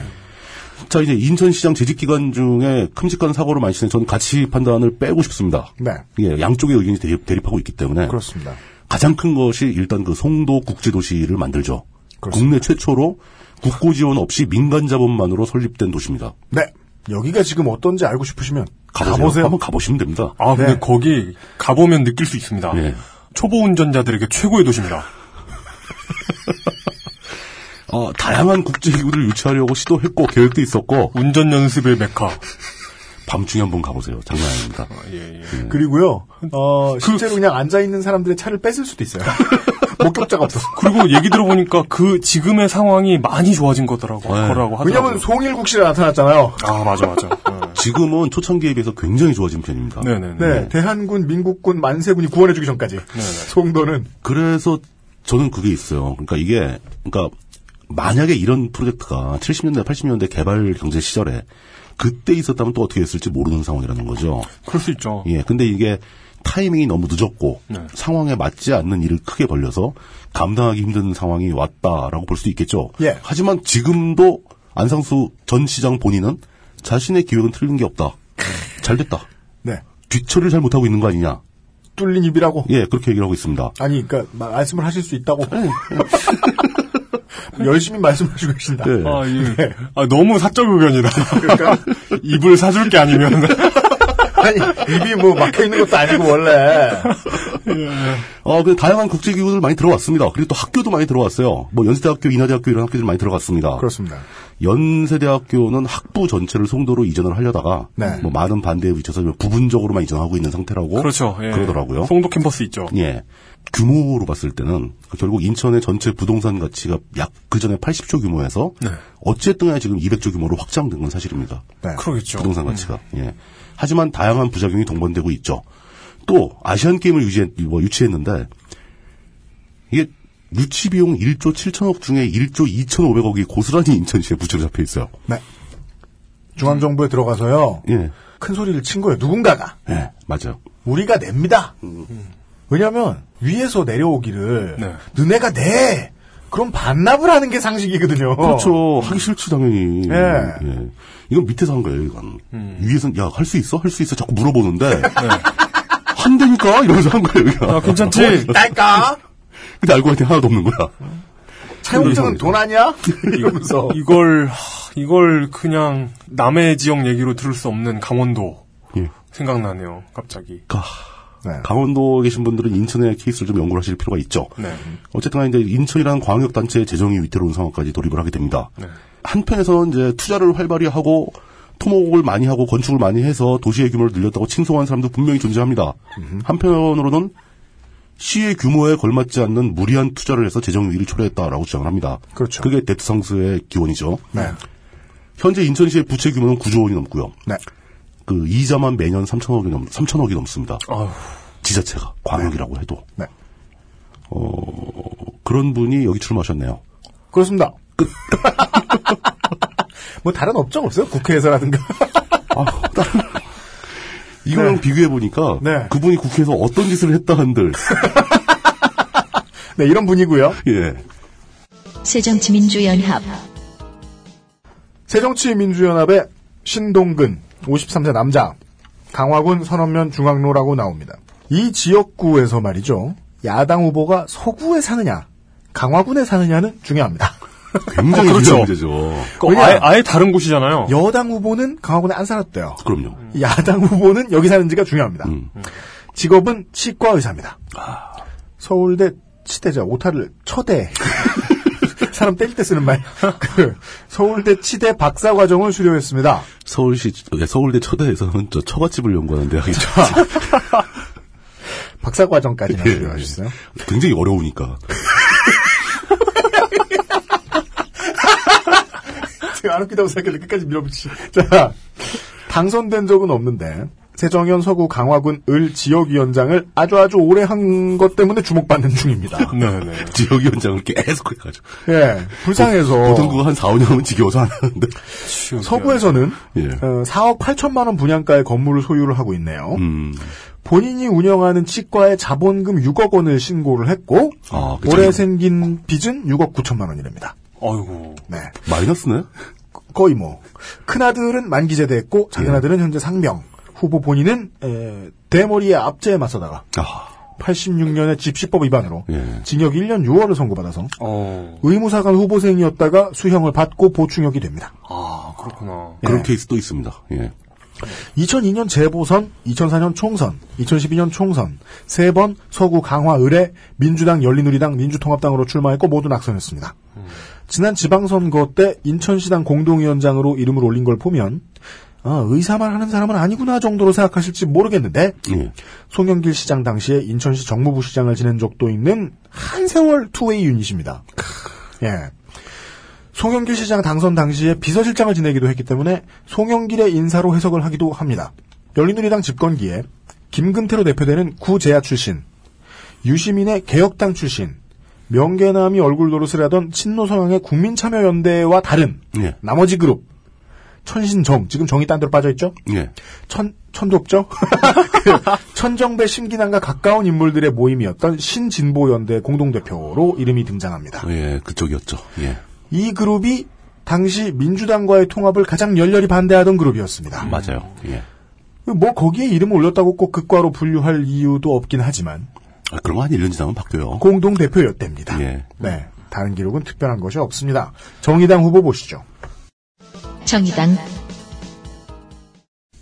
[SPEAKER 4] 자 이제 인천시장 재직 기간 중에 큼직한 사고를 많이 치는 저는 가치 판단을 빼고 싶습니다.
[SPEAKER 2] 네. 그렇죠.
[SPEAKER 4] 예, 양쪽의 의견이 대립, 대립하고 있기 때문에
[SPEAKER 2] 그렇습니다.
[SPEAKER 4] 가장 큰 것이 일단 그 송도 국제도시를 만들죠. 국내 최초로 국고 지원 없이 민간 자본만으로 설립된 도시입니다.
[SPEAKER 2] 네. 여기가 지금 어떤지 알고 싶으시면
[SPEAKER 4] 가보세요.
[SPEAKER 2] 가보세요.
[SPEAKER 4] 한번 가보시면 됩니다.
[SPEAKER 3] 아, 근데
[SPEAKER 2] 네.
[SPEAKER 3] 거기 가보면 느낄 수 있습니다.
[SPEAKER 4] 예.
[SPEAKER 3] 초보 운전자들에게 최고의 도시입니다.
[SPEAKER 4] 어, 다양한 국제기구를 유치하려고 시도했고 계획도 있었고
[SPEAKER 3] 운전 연습의 메카.
[SPEAKER 4] 밤중에 한번 가보세요. 장난 아닙니다. 네.
[SPEAKER 2] 그리고요. 어, 실제로 그... 냥 앉아 있는 사람들의 차를 뺏을 수도 있어요. 목격자가 없어서.
[SPEAKER 3] 그리고 얘기 들어보니까 그 지금의 상황이 많이 좋아진 거더라고.
[SPEAKER 4] 네.
[SPEAKER 3] 거라고 하더라고.
[SPEAKER 2] 왜냐면 송일국 씨가 나타났잖아요.
[SPEAKER 3] 아, 맞아, 맞아. 네.
[SPEAKER 4] 지금은 초창기에 비해서 굉장히 좋아진 편입니다.
[SPEAKER 3] 네네네.
[SPEAKER 2] 네, 대한군, 민국군, 만세군이 구원해주기 전까지.
[SPEAKER 4] 네,
[SPEAKER 2] 송도는
[SPEAKER 4] 그래서 저는 그게 있어요. 그러니까 이게 그러니까 만약에 이런 프로젝트가 70년대 80년대 개발 경제 시절에 그때 있었다면 또 어떻게 했을지 모르는 상황이라는 거죠.
[SPEAKER 3] 그럴 수 있죠.
[SPEAKER 4] 예. 근데 이게 타이밍이 너무 늦었고 상황에 맞지 않는 일을 크게 벌려서 감당하기 힘든 상황이 왔다라고 볼 수도 있겠죠.
[SPEAKER 2] 예.
[SPEAKER 4] 하지만 지금도 안상수 전 시장 본인은 자신의 기획은 틀린 게 없다. 잘 됐다.
[SPEAKER 2] 네
[SPEAKER 4] 뒤처리를 잘 못하고 있는 거 아니냐.
[SPEAKER 2] 뚫린 입이라고.
[SPEAKER 4] 예, 네, 그렇게 얘기를 하고 있습니다.
[SPEAKER 2] 아니, 그러니까 마- 말씀을 하실 수 있다고. 열심히 말씀하시고 계신다.
[SPEAKER 4] 네.
[SPEAKER 3] 아, 예. 아, 너무 사적 의견이다. 입을 사줄 게 아니면.
[SPEAKER 2] 아니 입이 뭐 막혀 있는 것도 아니고 원래.
[SPEAKER 4] 어, 그 다양한 국제기구들 많이 들어왔습니다. 그리고 또 학교도 많이 들어왔어요. 뭐 연세대학교, 인하대학교 이런 학교들 많이 들어갔습니다.
[SPEAKER 2] 그렇습니다.
[SPEAKER 4] 연세대학교는 학부 전체를 송도로 이전을 하려다가
[SPEAKER 2] 네.
[SPEAKER 4] 뭐 많은 반대에 부딪혀서 부분적으로만 이전하고 있는 상태라고
[SPEAKER 3] 그렇죠. 예.
[SPEAKER 4] 어? 그러더라고요.
[SPEAKER 3] 송도 캠퍼스 있죠.
[SPEAKER 4] 예. 규모로 봤을 때는 결국 인천의 전체 부동산 가치가 약 그 전에 80조 규모에서
[SPEAKER 3] 네.
[SPEAKER 4] 어쨌든 간에 지금 200조 규모로 확장된 건 사실입니다.
[SPEAKER 2] 네.
[SPEAKER 3] 그러겠죠. 음.
[SPEAKER 4] 부동산 가치가. 예. 하지만 다양한 부작용이 동반되고 있죠. 또 아시안 게임을 유치했, 뭐 유치했는데 이게 유치 비용 1조 7천억 중에 1조 2,500억이 고스란히 인천시에 부채로 잡혀 있어요.
[SPEAKER 2] 네. 중앙정부에 들어가서요.
[SPEAKER 4] 예.
[SPEAKER 2] 큰 소리를 친 거예요. 누군가가
[SPEAKER 4] 예, 맞아요.
[SPEAKER 2] 우리가 냅니다. 왜냐하면 위에서 내려오기를
[SPEAKER 3] 네.
[SPEAKER 2] 너네가 내 그럼 반납을 하는 게 상식이거든요.
[SPEAKER 3] 어.
[SPEAKER 4] 그렇죠. 하기 싫지 당연히.
[SPEAKER 2] 예.
[SPEAKER 4] 예. 이건 밑에서 한 거예요, 이건.
[SPEAKER 3] 음.
[SPEAKER 4] 위에선 야, 할 수 있어? 할 수 있어? 자꾸 물어보는데 한다니까 이러면서 한 거예요, 이거.
[SPEAKER 3] 아, 네. 괜찮지?
[SPEAKER 2] 딸까?
[SPEAKER 4] 근데 알고 보니 하나도 없는 거야.
[SPEAKER 2] 사용증은 돈 아니야? 이러면서.
[SPEAKER 3] 이걸 하, 이걸 그냥 남해 지역 얘기로 들을 수 없는 강원도
[SPEAKER 4] 예.
[SPEAKER 3] 생각나네요. 갑자기.
[SPEAKER 4] 가-
[SPEAKER 2] 네.
[SPEAKER 4] 강원도에 계신 분들은 인천의 케이스를 좀 연구를 하실 필요가 있죠.
[SPEAKER 3] 네.
[SPEAKER 4] 어쨌든 간에 이제 인천이라는 광역단체의 재정이 위태로운 상황까지 돌입을 하게 됩니다.
[SPEAKER 3] 네.
[SPEAKER 4] 한편에서는 이제 투자를 활발히 하고 토목을 많이 하고 건축을 많이 해서 도시의 규모를 늘렸다고 칭송한 사람도 분명히 존재합니다. 한편으로는 시의 규모에 걸맞지 않는 무리한 투자를 해서 재정 위기를 초래했다라고 주장을 합니다.
[SPEAKER 2] 그렇죠.
[SPEAKER 4] 그게 데트상스의 기원이죠.
[SPEAKER 2] 네.
[SPEAKER 4] 현재 인천시의 부채 규모는 9조 원이 넘고요.
[SPEAKER 2] 네.
[SPEAKER 4] 그 이자만 매년 3천억이 넘 3천억이 넘습니다.
[SPEAKER 3] 아휴.
[SPEAKER 4] 지자체가 광역이라고 해도 어,
[SPEAKER 2] 네.
[SPEAKER 4] 그런 분이 여기 출마하셨네요.
[SPEAKER 2] 그렇습니다. 뭐 다른 업적 없어요? 국회에서라든가.
[SPEAKER 4] 아, 다른- 이거랑 비교해 보니까
[SPEAKER 2] 네.
[SPEAKER 4] 그분이 국회에서 어떤 짓을 했다 한들
[SPEAKER 2] 네, 이런 분이고요.
[SPEAKER 4] 예.
[SPEAKER 1] 새정치민주연합
[SPEAKER 2] 새정치민주연합의 신동근 53세 남자 강화군 선원면 중앙로라고 나옵니다. 이 지역구에서 말이죠. 야당 후보가 서구에 사느냐 강화군에 사느냐는 중요합니다.
[SPEAKER 4] 굉장히
[SPEAKER 3] 어, 그렇죠.
[SPEAKER 4] 중요한 문제죠.
[SPEAKER 3] 그
[SPEAKER 2] 왜냐?
[SPEAKER 3] 아예, 아예 다른 곳이잖아요.
[SPEAKER 2] 여당 후보는 강화군에 안 살았대요.
[SPEAKER 4] 그럼요.
[SPEAKER 2] 야당 후보는 여기 사는지가 중요합니다.
[SPEAKER 4] 음. 아.
[SPEAKER 2] 직업은 치과 의사입니다. 서울대 치대자 오타를 쳐대. 사람 때릴 때 쓰는 말. 그 서울대 치대 박사 과정을 수료했습니다.
[SPEAKER 4] 서울시 예, 서울대 초대에서는 저 처갓집을 연구하는 대학이죠.
[SPEAKER 2] 박사 과정까지는
[SPEAKER 4] 예.
[SPEAKER 2] 수료하셨어요.
[SPEAKER 4] 굉장히 어려우니까.
[SPEAKER 2] 제가 안 웃기다고 생각했는데 끝까지 밀어붙이시. 자, 당선된 적은 없는데 세정현 서구 강화군 을 지역위원장을 아주 아주 오래 한 것 때문에 주목받는 중입니다.
[SPEAKER 3] 네네.
[SPEAKER 4] 지역위원장을 계속 해가지고.
[SPEAKER 2] 예, 불쌍해서
[SPEAKER 4] 보통 그거 한 4, 5년은 지겨워서 안 하는데.
[SPEAKER 2] 서구에서는
[SPEAKER 4] 예.
[SPEAKER 2] 어, 4억 8천만 원 분양가의 건물을 소유를 하고 있네요.
[SPEAKER 4] 음.
[SPEAKER 2] 본인이 운영하는 치과에 자본금 6억 원을 신고를 했고
[SPEAKER 4] 아, 그
[SPEAKER 2] 올해
[SPEAKER 4] 자기-
[SPEAKER 2] 생긴 빚은 6억 9천만 원이랍니다.
[SPEAKER 3] 아이고.
[SPEAKER 2] 네,
[SPEAKER 4] 마이너스네?
[SPEAKER 2] 거의 뭐큰 아들은 만기제대했고 작은 아들은 현재 상명. 후보 본인은 에, 대머리에 압제에 맞서다가
[SPEAKER 4] 아,
[SPEAKER 2] 86년에 집시법 위반으로
[SPEAKER 4] 예.
[SPEAKER 2] 징역 1년 6월을 선고받아서
[SPEAKER 3] 어.
[SPEAKER 2] 의무사관 후보생이었다가 수형을 받고 보충역이 됩니다.
[SPEAKER 3] 아 그렇구나.
[SPEAKER 4] 그런 케이스도 있습니다. 예.
[SPEAKER 2] 2002년 재보선, 2004년 총선, 2012년 총선 세 번 서구 강화 을에 민주당, 열린우리당, 민주통합당으로 출마했고 모두 낙선했습니다. 지난 지방선거 때 인천시당 공동위원장으로 이름을 올린 걸 보면 아, 의사만 하는 사람은 아니구나 정도로 생각하실지 모르겠는데
[SPEAKER 4] 예.
[SPEAKER 2] 송영길 시장 당시에 인천시 정무부 시장을 지낸 적도 있는 한세월 투웨이 유닛입니다. 예. 송영길 시장 당선 당시에 비서실장을 지내기도 했기 때문에 송영길의 인사로 해석을 하기도 합니다. 열린우리당 집권기에 김근태로 대표되는 구제야 출신, 유시민의 개혁당 출신, 명계남이 얼굴 노릇을 하던 친노 성향의 국민참여연대와 다른
[SPEAKER 4] 예.
[SPEAKER 2] 나머지 그룹, 천신정, 지금 정이 딴 데로 빠져있죠?
[SPEAKER 4] 예.
[SPEAKER 2] 천, 천도없죠? 그 천정배 심기남과 가까운 인물들의 모임이었던 신진보연대 공동대표로 이름이 등장합니다.
[SPEAKER 4] 예, 그쪽이었죠. 예.
[SPEAKER 2] 이 그룹이 당시 민주당과의 통합을 가장 열렬히 반대하던 그룹이었습니다.
[SPEAKER 4] 맞아요. 예.
[SPEAKER 2] 뭐 거기에 이름을 올렸다고 꼭 극과로 분류할 이유도 없긴 하지만
[SPEAKER 4] 아, 그런 거한 1년 지나면 바뀌어요.
[SPEAKER 2] 공동대표였답니다.
[SPEAKER 4] 예.
[SPEAKER 2] 네. 다른 기록은 특별한 것이 없습니다. 정의당 후보 보시죠.
[SPEAKER 1] 정의당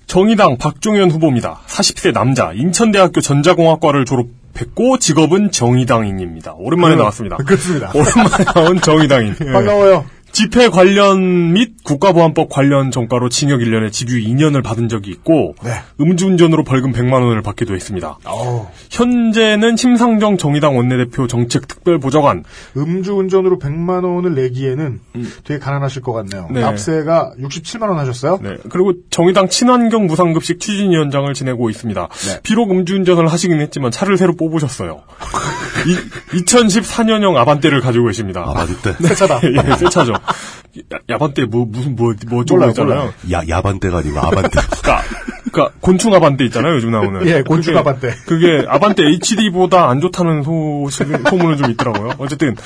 [SPEAKER 3] 정의당 박종현 후보입니다. 40세 남자, 인천대학교 전자공학과를 졸업했고 직업은 정의당인입니다. 오랜만에 나왔습니다.
[SPEAKER 2] 그렇습니다. 예.
[SPEAKER 3] 오랜만에 예. 나온 정의당인.
[SPEAKER 2] 반가워요.
[SPEAKER 3] 집회 관련 및 국가보안법 관련 전과로 징역 1년에 집유 2년을 받은 적이 있고
[SPEAKER 2] 네.
[SPEAKER 3] 음주운전으로 벌금 100만 원을 받기도 했습니다. 현재는 심상정 정의당 원내대표 정책특별보좌관
[SPEAKER 2] 음주운전으로 100만 원을 내기에는
[SPEAKER 4] 음.
[SPEAKER 2] 되게 가난하실 것 같네요.
[SPEAKER 3] 네.
[SPEAKER 2] 납세가 67만 원 하셨어요?
[SPEAKER 3] 네, 그리고 정의당 친환경 무상급식 추진위원장을 지내고 있습니다.
[SPEAKER 2] 네.
[SPEAKER 3] 비록 음주운전을 하시긴 했지만 차를 새로 뽑으셨어요. 2014년형 아반떼를 가지고 계십니다.
[SPEAKER 4] 아, 맞을 때.
[SPEAKER 2] 네. 세차다.
[SPEAKER 3] 예, 새 차죠. 야- 야반떼 뭐 무슨 뭐뭐
[SPEAKER 2] 몰라요,
[SPEAKER 3] 쪽으로 있잖아요.
[SPEAKER 2] 몰라요.
[SPEAKER 4] 야, 야반대가 아니고 아반대.
[SPEAKER 3] 그러니까 그러니까 곤충 아반떼 있잖아요 요즘 나오는.
[SPEAKER 2] 예, 곤충
[SPEAKER 3] 그게-
[SPEAKER 2] 아반떼.
[SPEAKER 3] 그게 아반떼 HD보다 안 좋다는 소식 소문은 좀 있더라고요. 어쨌든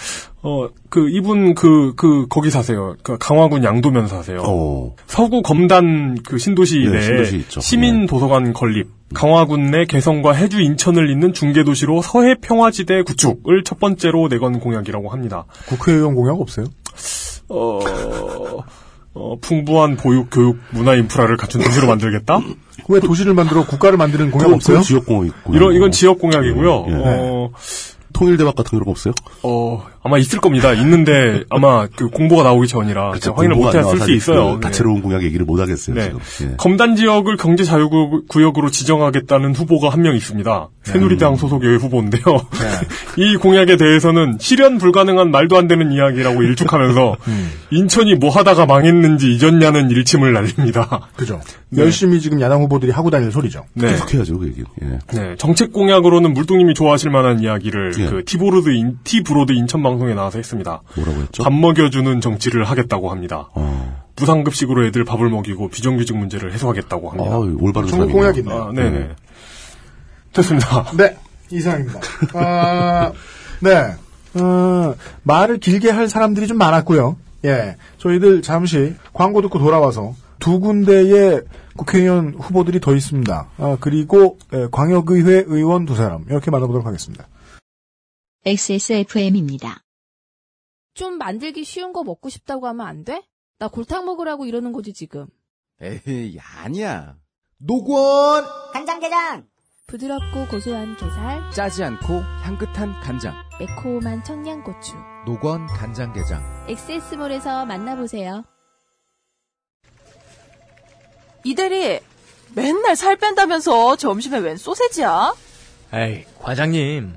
[SPEAKER 3] 어 그 이분 그 그 거기 사세요. 그 강화군 양도면 사세요.
[SPEAKER 4] 어.
[SPEAKER 3] 서구 검단 그 신도시
[SPEAKER 4] 네,
[SPEAKER 3] 내
[SPEAKER 4] 신도시 있죠. 네. 음.
[SPEAKER 3] 시민 도서관 건립, 강화군 내 개성과 해주 인천을 잇는 중계 도시로 서해 평화지대 구축을 첫 번째로 내건 공약이라고 합니다.
[SPEAKER 2] 국회의원 공약 없어요?
[SPEAKER 3] 어, 어, 풍부한 보육, 교육, 문화 인프라를 갖춘 도시로 만들겠다?
[SPEAKER 2] 왜 도시를 만들어 국가를 만드는 공약
[SPEAKER 4] 그 그건
[SPEAKER 2] 없어요?
[SPEAKER 4] 지역공항 있고.
[SPEAKER 3] 이런 이건 지역 공약이고요.
[SPEAKER 4] 예, 예.
[SPEAKER 3] 어,
[SPEAKER 4] 통일대박 같은 그런 거 없어요?
[SPEAKER 3] 어, 아마 있을 겁니다. 있는데 아마 그 공보가 나오기 전이라 제가 그렇죠. 확인을
[SPEAKER 4] 공부가 안
[SPEAKER 3] 못해야 쓸
[SPEAKER 4] 나와서
[SPEAKER 3] 수
[SPEAKER 4] 뭐 아직
[SPEAKER 3] 있어요.
[SPEAKER 4] 그
[SPEAKER 3] 네.
[SPEAKER 4] 다채로운 공약 얘기를 못 하겠어요,
[SPEAKER 3] 네.
[SPEAKER 4] 지금. 예.
[SPEAKER 3] 검단 지역을 경제 자유구역으로 지정하겠다는 후보가 한 명 있습니다.
[SPEAKER 4] 네. 음.
[SPEAKER 3] 새누리당 소속의 후보인데요. 이 공약에 대해서는 실현 불가능한 말도 안 되는 이야기라고 일축하면서
[SPEAKER 4] 음.
[SPEAKER 3] 인천이 뭐 하다가 망했는지 잊었냐는 일침을 날립니다.
[SPEAKER 2] 그죠.
[SPEAKER 4] 네.
[SPEAKER 2] 열심히 지금 야당 후보들이 하고 다닐 소리죠.
[SPEAKER 3] 네.
[SPEAKER 4] 계속 해야죠, 그 얘기는. 예.
[SPEAKER 3] 네, 정책 공약으로는 물뚱님이 좋아하실 만한 이야기를
[SPEAKER 4] 예.
[SPEAKER 3] 그 티보르드 인, 티브로드 인천 방송에 나와서 했습니다.
[SPEAKER 4] 뭐라고 했죠?
[SPEAKER 3] 밥 먹여주는 정치를 하겠다고 합니다.
[SPEAKER 4] 어.
[SPEAKER 3] 무상급식으로 애들 밥을 먹이고 비정규직 문제를 해소하겠다고
[SPEAKER 4] 아,
[SPEAKER 3] 합니다.
[SPEAKER 4] 올바른
[SPEAKER 2] 정말
[SPEAKER 4] 사람이네요. 예.
[SPEAKER 2] 공약이 있네요.
[SPEAKER 3] 아, 네네. 됐습니다.
[SPEAKER 2] 네, 이상입니다. 아, 네, 어, 말을 길게 할 사람들이 좀 많았고요. 예, 저희들 잠시 광고 듣고 돌아와서 두 군데의 국회의원 후보들이 더 있습니다. 아, 그리고 예, 광역의회 의원 두 사람 이렇게 만나보도록 하겠습니다.
[SPEAKER 1] XSFM입니다.
[SPEAKER 6] 좀 만들기 쉬운 거 먹고 싶다고 하면 안 돼? 나 골탕 먹으라고 이러는 거지 지금.
[SPEAKER 5] 에이, 아니야. 노건!
[SPEAKER 9] 간장게장
[SPEAKER 6] 부드럽고 고소한 게살,
[SPEAKER 5] 짜지 않고 향긋한 간장.
[SPEAKER 6] 매콤한 청양고추.
[SPEAKER 5] 노건 간장게장.
[SPEAKER 6] 엑세스몰에서 만나보세요.
[SPEAKER 9] 이대리 맨날 살 뺀다면서 점심에 웬 소세지야?
[SPEAKER 5] 에이, 과장님.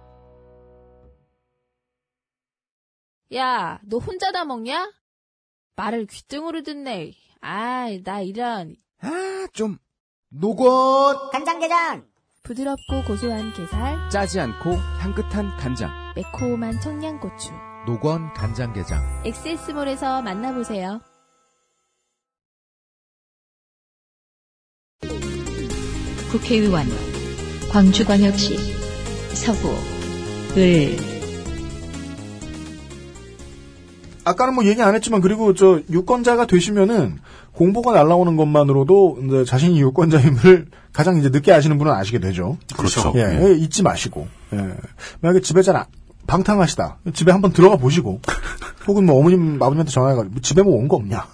[SPEAKER 6] 야, 너 혼자 다 먹냐? 말을 귀등으로 듣네. 아이, 나 이런.
[SPEAKER 5] 아, 좀. 노건!
[SPEAKER 9] 간장게장
[SPEAKER 6] 부드럽고 고소한 게살,
[SPEAKER 5] 짜지 않고 향긋한 간장.
[SPEAKER 6] 매콤한 청양고추.
[SPEAKER 5] 노건 간장게장.
[SPEAKER 6] 엑세스몰에서 만나보세요.
[SPEAKER 1] 국회의원 광주광역시 서구 을
[SPEAKER 2] 아까는 뭐 얘기 안 했지만 그리고 저 유권자가 되시면은 공보가 날라오는 것만으로도 이제 자신이 유권자임을 가장 이제 늦게 아시는 분은 아시게 되죠.
[SPEAKER 4] 그렇죠.
[SPEAKER 2] 예,
[SPEAKER 4] 예.
[SPEAKER 2] 예, 잊지 마시고. 예. 만약에 집에 잘 안- 방탕하시다. 집에 한번 들어가 보시고. 혹은 뭐 어머님, 아버님한테 전화해가지고 집에 뭐 온 거 없냐.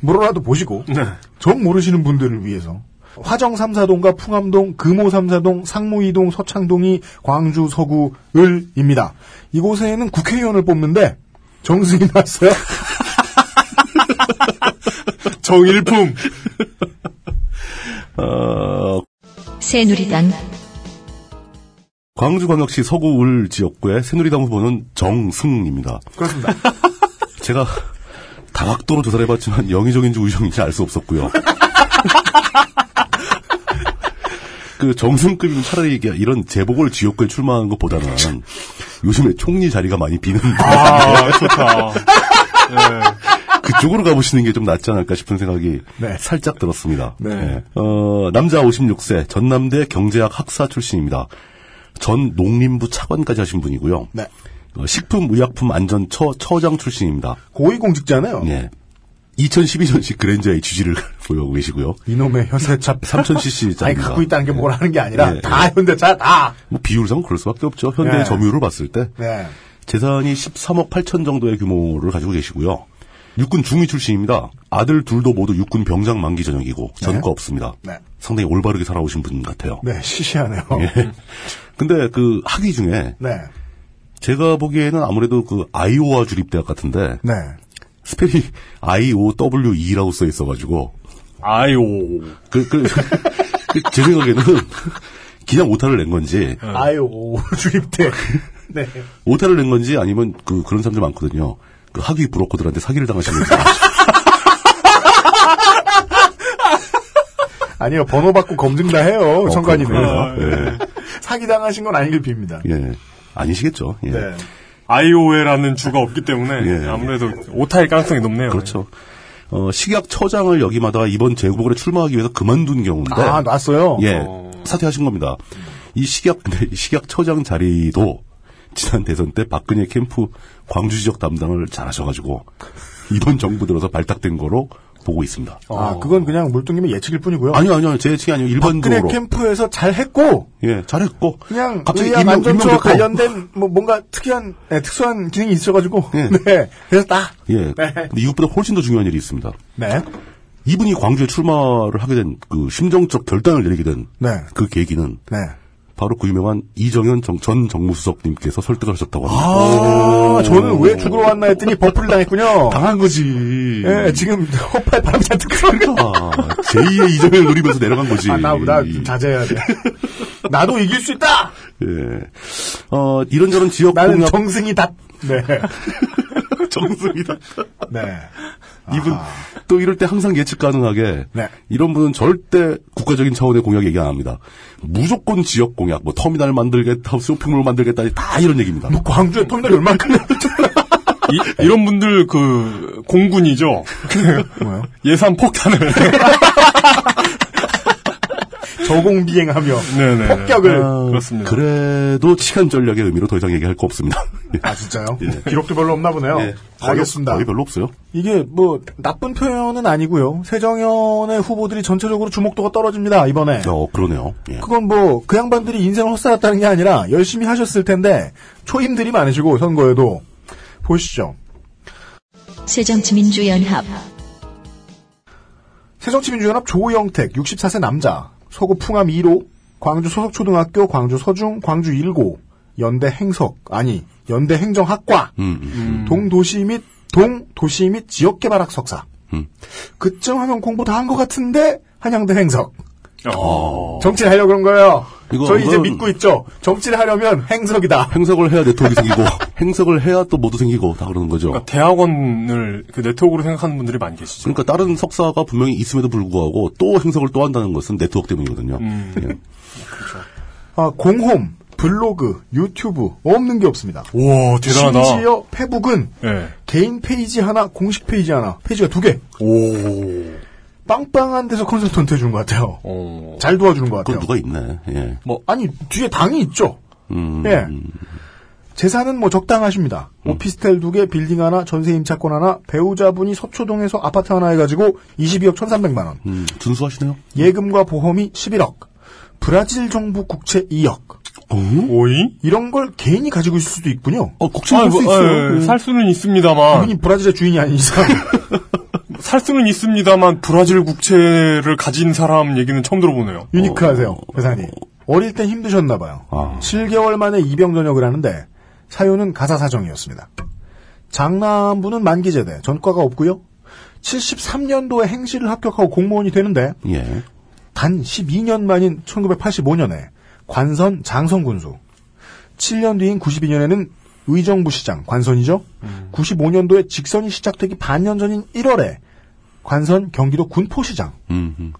[SPEAKER 2] 물어라도 보시고.
[SPEAKER 4] 네.
[SPEAKER 2] 정 모르시는 분들을 위해서. 화정 3사동과 풍암동, 금호 3사동, 상무 2동, 서창동이 광주 서구 을입니다. 이곳에는 국회의원을 뽑는데 정승이 났어요.
[SPEAKER 3] 정일품.
[SPEAKER 4] 어,
[SPEAKER 1] 새누리당
[SPEAKER 4] 광주광역시 서구 울 지역구의 새누리당 후보는 정승입니다.
[SPEAKER 2] 그렇습니다.
[SPEAKER 4] 제가 다각도로 조사를 해봤지만 영의정인지 우정인지 알 수 없었고요. 그 정승급이면 차라리 이게 이런 재보궐 지역구에 출마하는 것보다는 요즘에 총리 자리가 많이 비는데
[SPEAKER 3] 아, 좋다.
[SPEAKER 4] 그쪽으로 가보시는 게 좀 낫지 않을까 싶은 생각이
[SPEAKER 2] 네.
[SPEAKER 4] 살짝 들었습니다.
[SPEAKER 2] 네.
[SPEAKER 4] 어, 남자 56세 전남대 경제학 학사 출신입니다. 전 농림부 차관까지 하신 분이고요.
[SPEAKER 2] 네.
[SPEAKER 4] 어, 식품의약품안전처 처장 출신입니다.
[SPEAKER 2] 고위공직자네요.
[SPEAKER 4] 예. 2012년식 그랜저 HG를 보유하고 계시고요.
[SPEAKER 2] 이놈의 현대차
[SPEAKER 4] 3000cc
[SPEAKER 2] 아니
[SPEAKER 4] 짜리가.
[SPEAKER 2] 갖고 있다는 게 뭐라는 게 아니라
[SPEAKER 4] 예,
[SPEAKER 2] 다 현대차 다.
[SPEAKER 4] 뭐 비율상 그럴 수밖에 없죠. 현대
[SPEAKER 2] 네.
[SPEAKER 4] 점유율을 봤을 때
[SPEAKER 2] 네.
[SPEAKER 4] 재산이 13억 8천 정도의 규모를 가지고 계시고요. 육군 중위 출신입니다. 아들 둘도 모두 육군 병장 만기 전역이고 전과 없습니다.
[SPEAKER 2] 네.
[SPEAKER 4] 상당히 올바르게 살아오신 분 같아요.
[SPEAKER 2] 네, 시시하네요.
[SPEAKER 4] 예. 근데 그 학위 중에
[SPEAKER 2] 네.
[SPEAKER 4] 제가 보기에는 아무래도 그 아이오와 주립대학 같은데
[SPEAKER 2] 네.
[SPEAKER 4] 스펠이 IOWE라고 써 있어가지고
[SPEAKER 3] 아이오.
[SPEAKER 4] 그, 그, 그, 제 생각에는 그냥 오타를 낸 건지,
[SPEAKER 2] 아유 주입대. 네.
[SPEAKER 4] 오타를 낸 건지 아니면 그, 그런 사람들 많거든요. 그 학위 브로커들한테 사기를 당하시는 분들.
[SPEAKER 2] 아니요 번호 받고 검증 다 해요
[SPEAKER 4] 어, 그렇구나.
[SPEAKER 2] 정관이면
[SPEAKER 4] 예.
[SPEAKER 2] 사기 당하신 건 아니길 빕니다.
[SPEAKER 4] 예. 아니시겠죠. 예.
[SPEAKER 2] 네.
[SPEAKER 3] 아이오에라는 주가 없기 때문에
[SPEAKER 4] 예.
[SPEAKER 3] 아무래도 오타일 가능성이 높네요.
[SPEAKER 4] 그렇죠. 어, 식약 처장을 역임하다가 이번 재보궐에 출마하기 위해서 그만둔 경우인데.
[SPEAKER 2] 아 놨어요.
[SPEAKER 4] 예. 사퇴하신 겁니다. 이 식약, 근데 이 식약 처장 자리도 지난 대선 때 박근혜 캠프 광주 지역 담당을 잘 하셔가지고 이번 정부 들어서 발탁된 거로 보고 있습니다.
[SPEAKER 2] 아 그건 그냥 물뚱님의 예측일 뿐이고요.
[SPEAKER 4] 아니요, 아니요. 제 예측이 아니고
[SPEAKER 2] 박근혜
[SPEAKER 4] 일반적으로.
[SPEAKER 2] 캠프에서 잘 했고
[SPEAKER 4] 예, 잘했고.
[SPEAKER 2] 그냥
[SPEAKER 4] 갑자기
[SPEAKER 2] 의학
[SPEAKER 4] 임명-
[SPEAKER 2] 안전처
[SPEAKER 4] 임명됐고.
[SPEAKER 2] 관련된 뭐 뭔가 특이한 네, 특수한 기능이 있어가지고
[SPEAKER 4] 예.
[SPEAKER 2] 네 그래서 딱
[SPEAKER 4] 예. 근데 이것보다 훨씬 더 중요한 일이 있습니다.
[SPEAKER 2] 네.
[SPEAKER 4] 이분이 광주에 출마를 하게 된 그 심정적 결단을 내리게 된 그
[SPEAKER 2] 네.
[SPEAKER 4] 계기는
[SPEAKER 2] 네.
[SPEAKER 4] 바로 그 유명한 이정현 정- 전 정무수석님께서 설득을 하셨다고 합니다.
[SPEAKER 2] 아, 저는 왜 죽으러 왔나 했더니 버프를 아, 당했군요.
[SPEAKER 4] 당한 거지.
[SPEAKER 2] 예, 지금 허파에 바람 잔뜩 들어간 거.
[SPEAKER 4] 아, 제2의 이정현을 누리면서 내려간 거지.
[SPEAKER 2] 아, 나, 나좀 자제해야 돼. 나도 이길 수 있다!
[SPEAKER 4] 예. 어, 이런저런 지역
[SPEAKER 2] 나는
[SPEAKER 4] 공약
[SPEAKER 2] 정승이다. 네.
[SPEAKER 4] 정승이다.
[SPEAKER 2] 네.
[SPEAKER 4] 이분 또 이럴 때 항상 예측 가능하게
[SPEAKER 2] 네.
[SPEAKER 4] 이런 분은 절대 국가적인 차원의 공약 얘기 안 합니다. 무조건 지역 공약, 뭐 터미널 만들겠다, 쇼핑몰 만들겠다, 다 이런 얘기입니다.
[SPEAKER 2] 뭐 광주에 터미널이 얼마나 큰데?
[SPEAKER 3] 이, 이런 분들 그 공군이죠.
[SPEAKER 2] 뭐요?
[SPEAKER 3] 예산 폭탄을
[SPEAKER 2] 저공비행하며.
[SPEAKER 3] 네네.
[SPEAKER 2] 폭격을.
[SPEAKER 3] 그렇습니다.
[SPEAKER 4] 그래도 시간 전략의 의미로 더 이상 얘기할 거 없습니다. 예.
[SPEAKER 2] 아, 진짜요? 기록도 별로 없나 보네요.
[SPEAKER 4] 예. 거의-
[SPEAKER 2] 아, 알겠습니다.
[SPEAKER 4] 거의 별로 없어요.
[SPEAKER 2] 이게 뭐, 나쁜 표현은 아니고요. 세정연의 후보들이 전체적으로 주목도가 떨어집니다, 이번에.
[SPEAKER 4] 어, 그러네요. 예.
[SPEAKER 2] 그건 뭐, 그 양반들이 인생을 헛살았다는 게 아니라, 열심히 하셨을 텐데, 초임들이 많으시고, 선거에도. 보시죠.
[SPEAKER 1] 새정치민주연합
[SPEAKER 2] 새정치민주연합 조영택 64세 남자 서구 풍암 2로 광주 소속초등학교 광주 서중 광주 1고 연대 행석 아니 연대 행정학과
[SPEAKER 4] 음, 음.
[SPEAKER 2] 동도시 및 동도시 및 지역개발학 석사
[SPEAKER 4] 음.
[SPEAKER 2] 그쯤 하면 공부 다 한 것 같은데 한양대 행석
[SPEAKER 4] 어.
[SPEAKER 2] 정치를 하려고 그런 거예요
[SPEAKER 4] 이거
[SPEAKER 2] 저희 이제
[SPEAKER 4] 이건-
[SPEAKER 2] 믿고 있죠 정치를 하려면 행석이다
[SPEAKER 4] 행석을 해야 네트워크 생기고 행석을 해야 또 모두 생기고 다 그러는 거죠.
[SPEAKER 3] 그러니까 대학원을 그 네트워크로 생각하는 분들이 많이 계시죠.
[SPEAKER 4] 그러니까 다른 석사가 분명히 있음에도 불구하고 또 행석을 또 한다는 것은 네트워크 때문이거든요. 예.
[SPEAKER 2] 아, 공홈 블로그 유튜브 없는 게 없습니다
[SPEAKER 3] 우와 대단하다.
[SPEAKER 2] 심지어 페북은
[SPEAKER 3] 예.
[SPEAKER 2] 개인 페이지 하나, 공식 페이지 하나, 페이지가 두 개.
[SPEAKER 3] 오.
[SPEAKER 2] 빵빵한 데서 컨설턴트 해주는 것 같아요.
[SPEAKER 3] 어.
[SPEAKER 2] 잘 도와주는 것 같아요.
[SPEAKER 4] 그건 누가 있네. 예.
[SPEAKER 2] 뭐, 아니, 뒤에 당이 있죠?
[SPEAKER 4] 음,
[SPEAKER 2] 예. 재산은 뭐 적당하십니다. 오피스텔 두 개, 빌딩 하나, 전세 임차권 하나, 배우자분이 서초동에서 아파트 하나 해가지고 22억 1300만원.
[SPEAKER 4] 음, 준수하시네요.
[SPEAKER 2] 예금과 보험이 11억. 브라질 정부 국채 2억.
[SPEAKER 3] 오이?
[SPEAKER 2] 이런 걸 개인이 가지고 있을 수도 있군요.
[SPEAKER 4] 어, 국채 할수
[SPEAKER 3] 아이고,
[SPEAKER 4] 있어요.
[SPEAKER 3] 예,
[SPEAKER 4] 음.
[SPEAKER 3] 살 수는 있습니다만
[SPEAKER 2] 이분이 브라질의 주인이 아닌 이상.
[SPEAKER 3] 살 수는 있습니다만 브라질 국채를 가진 사람 얘기는 처음 들어보네요.
[SPEAKER 2] 유니크하세요, 회사님. 어릴 땐 힘드셨나봐요.
[SPEAKER 4] 아.
[SPEAKER 2] 7개월 만에 입영 전역을 하는데 사유는 가사 사정이었습니다. 장남부는 만기제대, 전과가 없고요. 73년도에 행시를 합격하고 공무원이 되는데
[SPEAKER 4] 예.
[SPEAKER 2] 단 12년 만인 1985년에 관선 장성군수, 7년 뒤인 92년에는 의정부 시장 관선이죠.
[SPEAKER 3] 음.
[SPEAKER 2] 95년도에 직선이 시작되기 반년 전인 1월에 관선 경기도 군포시장,
[SPEAKER 4] 음, 음.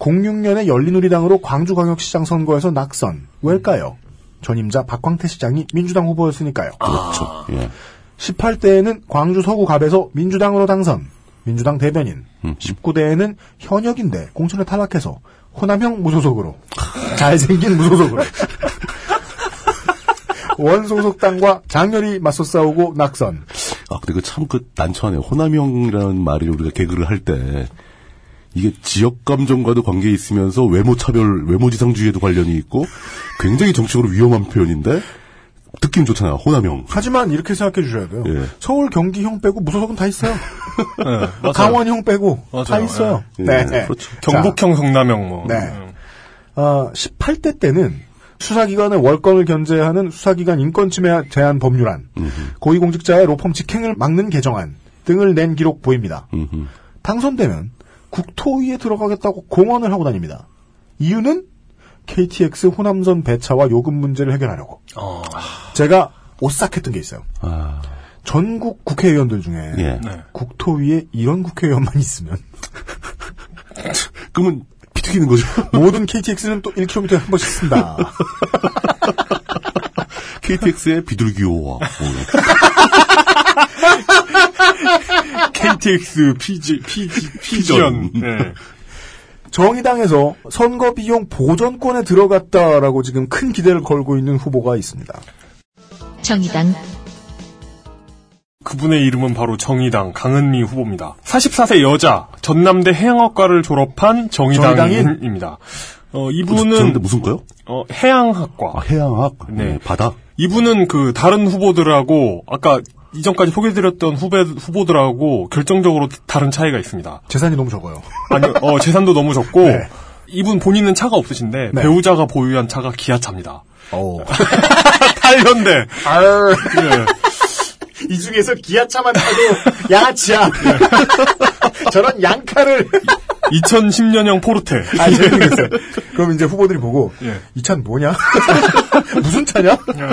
[SPEAKER 2] 06년에 열린우리당으로 광주광역시장 선거에서 낙선. 왜일까요? 전임자 박광태 시장이 민주당 후보였으니까요.
[SPEAKER 4] 그렇죠. 예.
[SPEAKER 2] 18대에는 광주 서구갑에서 민주당으로 당선. 민주당 대변인. 19대에는 현역인데 공천을 탈락해서 호남형 무소속으로. 잘생긴 무소속으로. 원소속당과 장렬히 맞서 싸우고 낙선.
[SPEAKER 4] 아, 근데 그 참 그 난처하네요. 호남형이라는 말이 우리가 개그를 할 때 이게 지역 감정과도 관계 있으면서 외모 차별, 외모 지상주의에도 관련이 있고 굉장히 정치적으로 위험한 표현인데 듣기는 좋잖아요. 호남형.
[SPEAKER 2] 하지만 이렇게 생각해 주셔야 돼요.
[SPEAKER 4] 예.
[SPEAKER 2] 서울 경기 형 빼고 무소속은 다 있어요.
[SPEAKER 3] 예, 맞아요.
[SPEAKER 2] 강원 형 빼고 다
[SPEAKER 3] 맞아요.
[SPEAKER 2] 있어요.
[SPEAKER 4] 예.
[SPEAKER 2] 네.
[SPEAKER 4] 예, 그렇죠.
[SPEAKER 2] 자.
[SPEAKER 3] 경북형 성남형 뭐.
[SPEAKER 2] 네.
[SPEAKER 3] 음.
[SPEAKER 2] 아, 18대 때는 수사기관의 월권을 견제하는 수사기관 인권침해 제한 법률안, 고위공직자의 로펌 직행을 막는 개정안, 등을 낸 기록 보입니다.
[SPEAKER 4] 음흠.
[SPEAKER 2] 당선되면 국토위에 들어가겠다고 공언을 하고 다닙니다. 이유는 KTX 호남선 배차와 요금 문제를 해결하려고. 제가 오싹했던 게 있어요.
[SPEAKER 4] 어. 아,
[SPEAKER 2] 전국 국회의원들 중에
[SPEAKER 4] 예.
[SPEAKER 2] 국토위에 이런 국회의원만 있으면
[SPEAKER 4] 그러면 비트기는 거죠.
[SPEAKER 2] 모든 KTX는 또 1km에 한 번씩 쓴다.
[SPEAKER 4] KTX의 비둘기호와 뭐
[SPEAKER 3] KTX 피지 피지 피전. 네.
[SPEAKER 2] 정의당에서 선거 비용 보전권에 들어갔다라고 지금 큰 기대를 걸고 있는 후보가 있습니다.
[SPEAKER 1] 정의당,
[SPEAKER 3] 그분의 이름은 바로 정의당 강은미 후보입니다. 44세 여자 전남대 해양학과를 졸업한 정의당인입니다. 어,
[SPEAKER 4] 그런데 뭐.
[SPEAKER 3] 이분은
[SPEAKER 4] 무슨 거요?
[SPEAKER 3] 어, 해양학과.
[SPEAKER 4] 아, 해양학,
[SPEAKER 3] 네.
[SPEAKER 4] 네. 바다.
[SPEAKER 3] 이분은 그 다른 후보들하고 아까 이전까지 소개드렸던 후배 후보들하고 결정적으로 다른 차이가 있습니다.
[SPEAKER 2] 재산이 너무 적어요.
[SPEAKER 3] 아니, 어, 재산도 너무 적고,
[SPEAKER 2] 네.
[SPEAKER 3] 이분 본인은 차가 없으신데,
[SPEAKER 2] 네.
[SPEAKER 3] 배우자가 보유한 차가 기아차입니다.
[SPEAKER 2] 오.
[SPEAKER 3] 탈현대. 네.
[SPEAKER 2] 이 중에서 기아차만 타도 양아치야. 저런 양카를
[SPEAKER 3] 2010년형 포르테.
[SPEAKER 2] 아, 이제 모르겠어요. 그럼 이제 후보들이 보고
[SPEAKER 3] 예.
[SPEAKER 2] 이 차는 뭐냐? 무슨 차냐?
[SPEAKER 3] 예.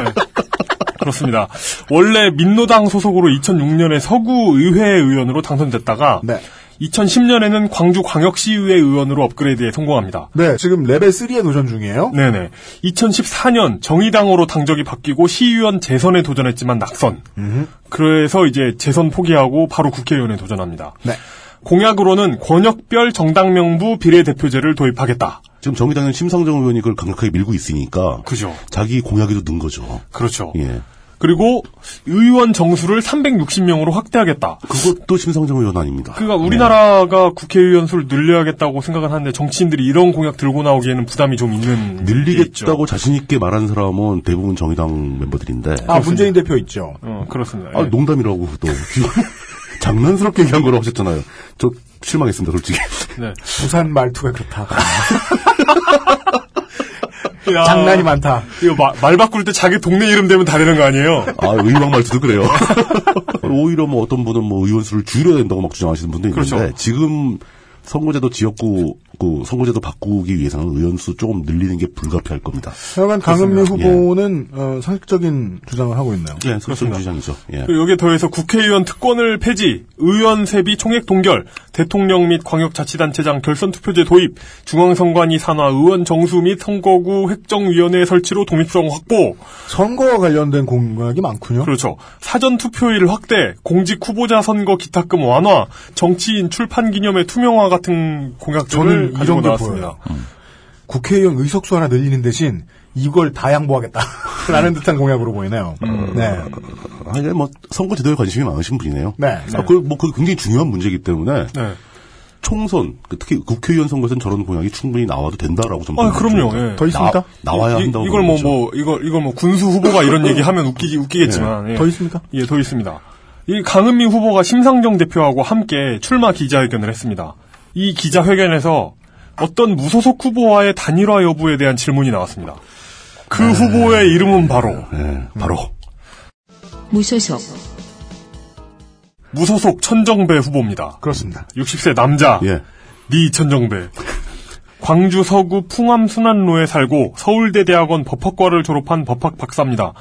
[SPEAKER 3] 그렇습니다. 원래 민노당 소속으로 2006년에 서구의회 의원으로 당선됐다가,
[SPEAKER 2] 네.
[SPEAKER 3] 2010년에는 광주광역시의회 의원으로 업그레이드에 성공합니다.
[SPEAKER 2] 네, 지금 레벨 3에 도전 중이에요.
[SPEAKER 3] 네네. 2014년 정의당으로 당적이 바뀌고 시의원 재선에 도전했지만 낙선. 그래서 이제 재선 포기하고 바로 국회의원에 도전합니다.
[SPEAKER 2] 네.
[SPEAKER 3] 공약으로는 권역별 정당명부 비례대표제를 도입하겠다.
[SPEAKER 4] 지금 정의당은 심상정 의원이 그걸 강력하게 밀고 있으니까
[SPEAKER 3] 그죠.
[SPEAKER 4] 자기 공약에도 넣은 거죠.
[SPEAKER 3] 그렇죠.
[SPEAKER 4] 예.
[SPEAKER 3] 그리고 의원 정수를 360명으로 확대하겠다.
[SPEAKER 4] 그것도 심상정 의원 아닙니다.
[SPEAKER 3] 그러니까
[SPEAKER 2] 네.
[SPEAKER 3] 우리나라가 국회의원 수를 늘려야겠다고 생각은 하는데 정치인들이 이런 공약 들고 나오기에는 부담이 좀 있는 게 있죠.
[SPEAKER 4] 예. 늘리겠다고 자신 있게 말하는 사람은 대부분 정의당 멤버들인데
[SPEAKER 2] 아, 문재인 대표 있죠.
[SPEAKER 3] 어, 그렇습니다.
[SPEAKER 4] 아,
[SPEAKER 3] 예.
[SPEAKER 4] 농담이라고 또 장난스럽게 얘기한 거라고 하셨잖아요. 저 실망했습니다, 솔직히.
[SPEAKER 3] 네.
[SPEAKER 2] 부산 말투가 그렇다. 장난이 많다.
[SPEAKER 3] 이거 마- 말 바꿀 때 자기 동네 이름 되면 다 되는 거 아니에요?
[SPEAKER 4] 아, 의왕 말투도 그래요. 오히려 뭐 어떤 분은 뭐 의원 수를 줄여야 된다고 막 주장하시는 분도 있는데
[SPEAKER 3] 그렇죠.
[SPEAKER 4] 지금 선거제도 지역구 그 선거제도 바꾸기 위해서는 의원 수 조금 늘리는 게 불가피할 겁니다.
[SPEAKER 2] 하여간 강은미
[SPEAKER 4] 그렇습니다. 예.
[SPEAKER 2] 후보는 어, 상식적인 주장을 하고 있네요.
[SPEAKER 4] 예, 그렇습니다. 주장이죠. 예.
[SPEAKER 3] 그리고 여기에 더해서 국회의원 특권을 폐지, 의원 세비 총액 동결, 대통령 및 광역자치단체장 결선 투표제 도입, 중앙선관위 산하 의원 정수 및 선거구 획정위원회 설치로 독립성 확보,
[SPEAKER 2] 선거와 관련된 공약이 많군요.
[SPEAKER 3] 그렇죠. 사전 투표일 확대, 공직 후보자 선거 기탁금 완화, 정치인 출판 기념의 투명화 같은 공약들을
[SPEAKER 2] 저는
[SPEAKER 3] 가지고
[SPEAKER 2] 이런 게
[SPEAKER 3] 나왔습니다. 음.
[SPEAKER 2] 보여요. 국회의원 의석수 하나 늘리는 대신 이걸 다 양보하겠다. 라는 듯한 공약으로 보이네요.
[SPEAKER 3] 음.
[SPEAKER 2] 네.
[SPEAKER 4] 아니, 뭐 선거 제도에 관심이 많으신 분이네요.
[SPEAKER 2] 네.
[SPEAKER 4] 아, 그, 뭐, 그 굉장히 중요한 문제이기 때문에
[SPEAKER 3] 네.
[SPEAKER 4] 총선, 그 특히 국회의원 선거에서는 저런 공약이 충분히 나와도 된다라고 좀.
[SPEAKER 3] 아,
[SPEAKER 4] 보여줍니다.
[SPEAKER 3] 그럼요. 예.
[SPEAKER 2] 더 있습니까?
[SPEAKER 4] 나, 와야
[SPEAKER 3] 이,
[SPEAKER 4] 한다고.
[SPEAKER 3] 이걸 뭐,
[SPEAKER 4] 보는 거죠.
[SPEAKER 3] 뭐, 이걸, 이걸 뭐, 군수 후보가 이런 얘기 하면 웃기지, 웃기겠지만. 예.
[SPEAKER 2] 네. 더 있습니까?
[SPEAKER 3] 예, 더 있습니다. 이 강은미 후보가 심상정 대표하고 함께 출마 기자회견을 했습니다. 이 기자회견에서 어떤 무소속 후보와의 단일화 여부에 대한 질문이 나왔습니다. 그 후보의 이름은 바로
[SPEAKER 4] 예, 바로.
[SPEAKER 1] 무소속,
[SPEAKER 3] 무소속 천정배 후보입니다.
[SPEAKER 2] 그렇습니다.
[SPEAKER 3] 60세 남자,
[SPEAKER 4] 예.
[SPEAKER 3] 니 천정배. 광주 서구 풍암 순환로에 살고 서울대 대학원 법학과를 졸업한 법학 박사입니다.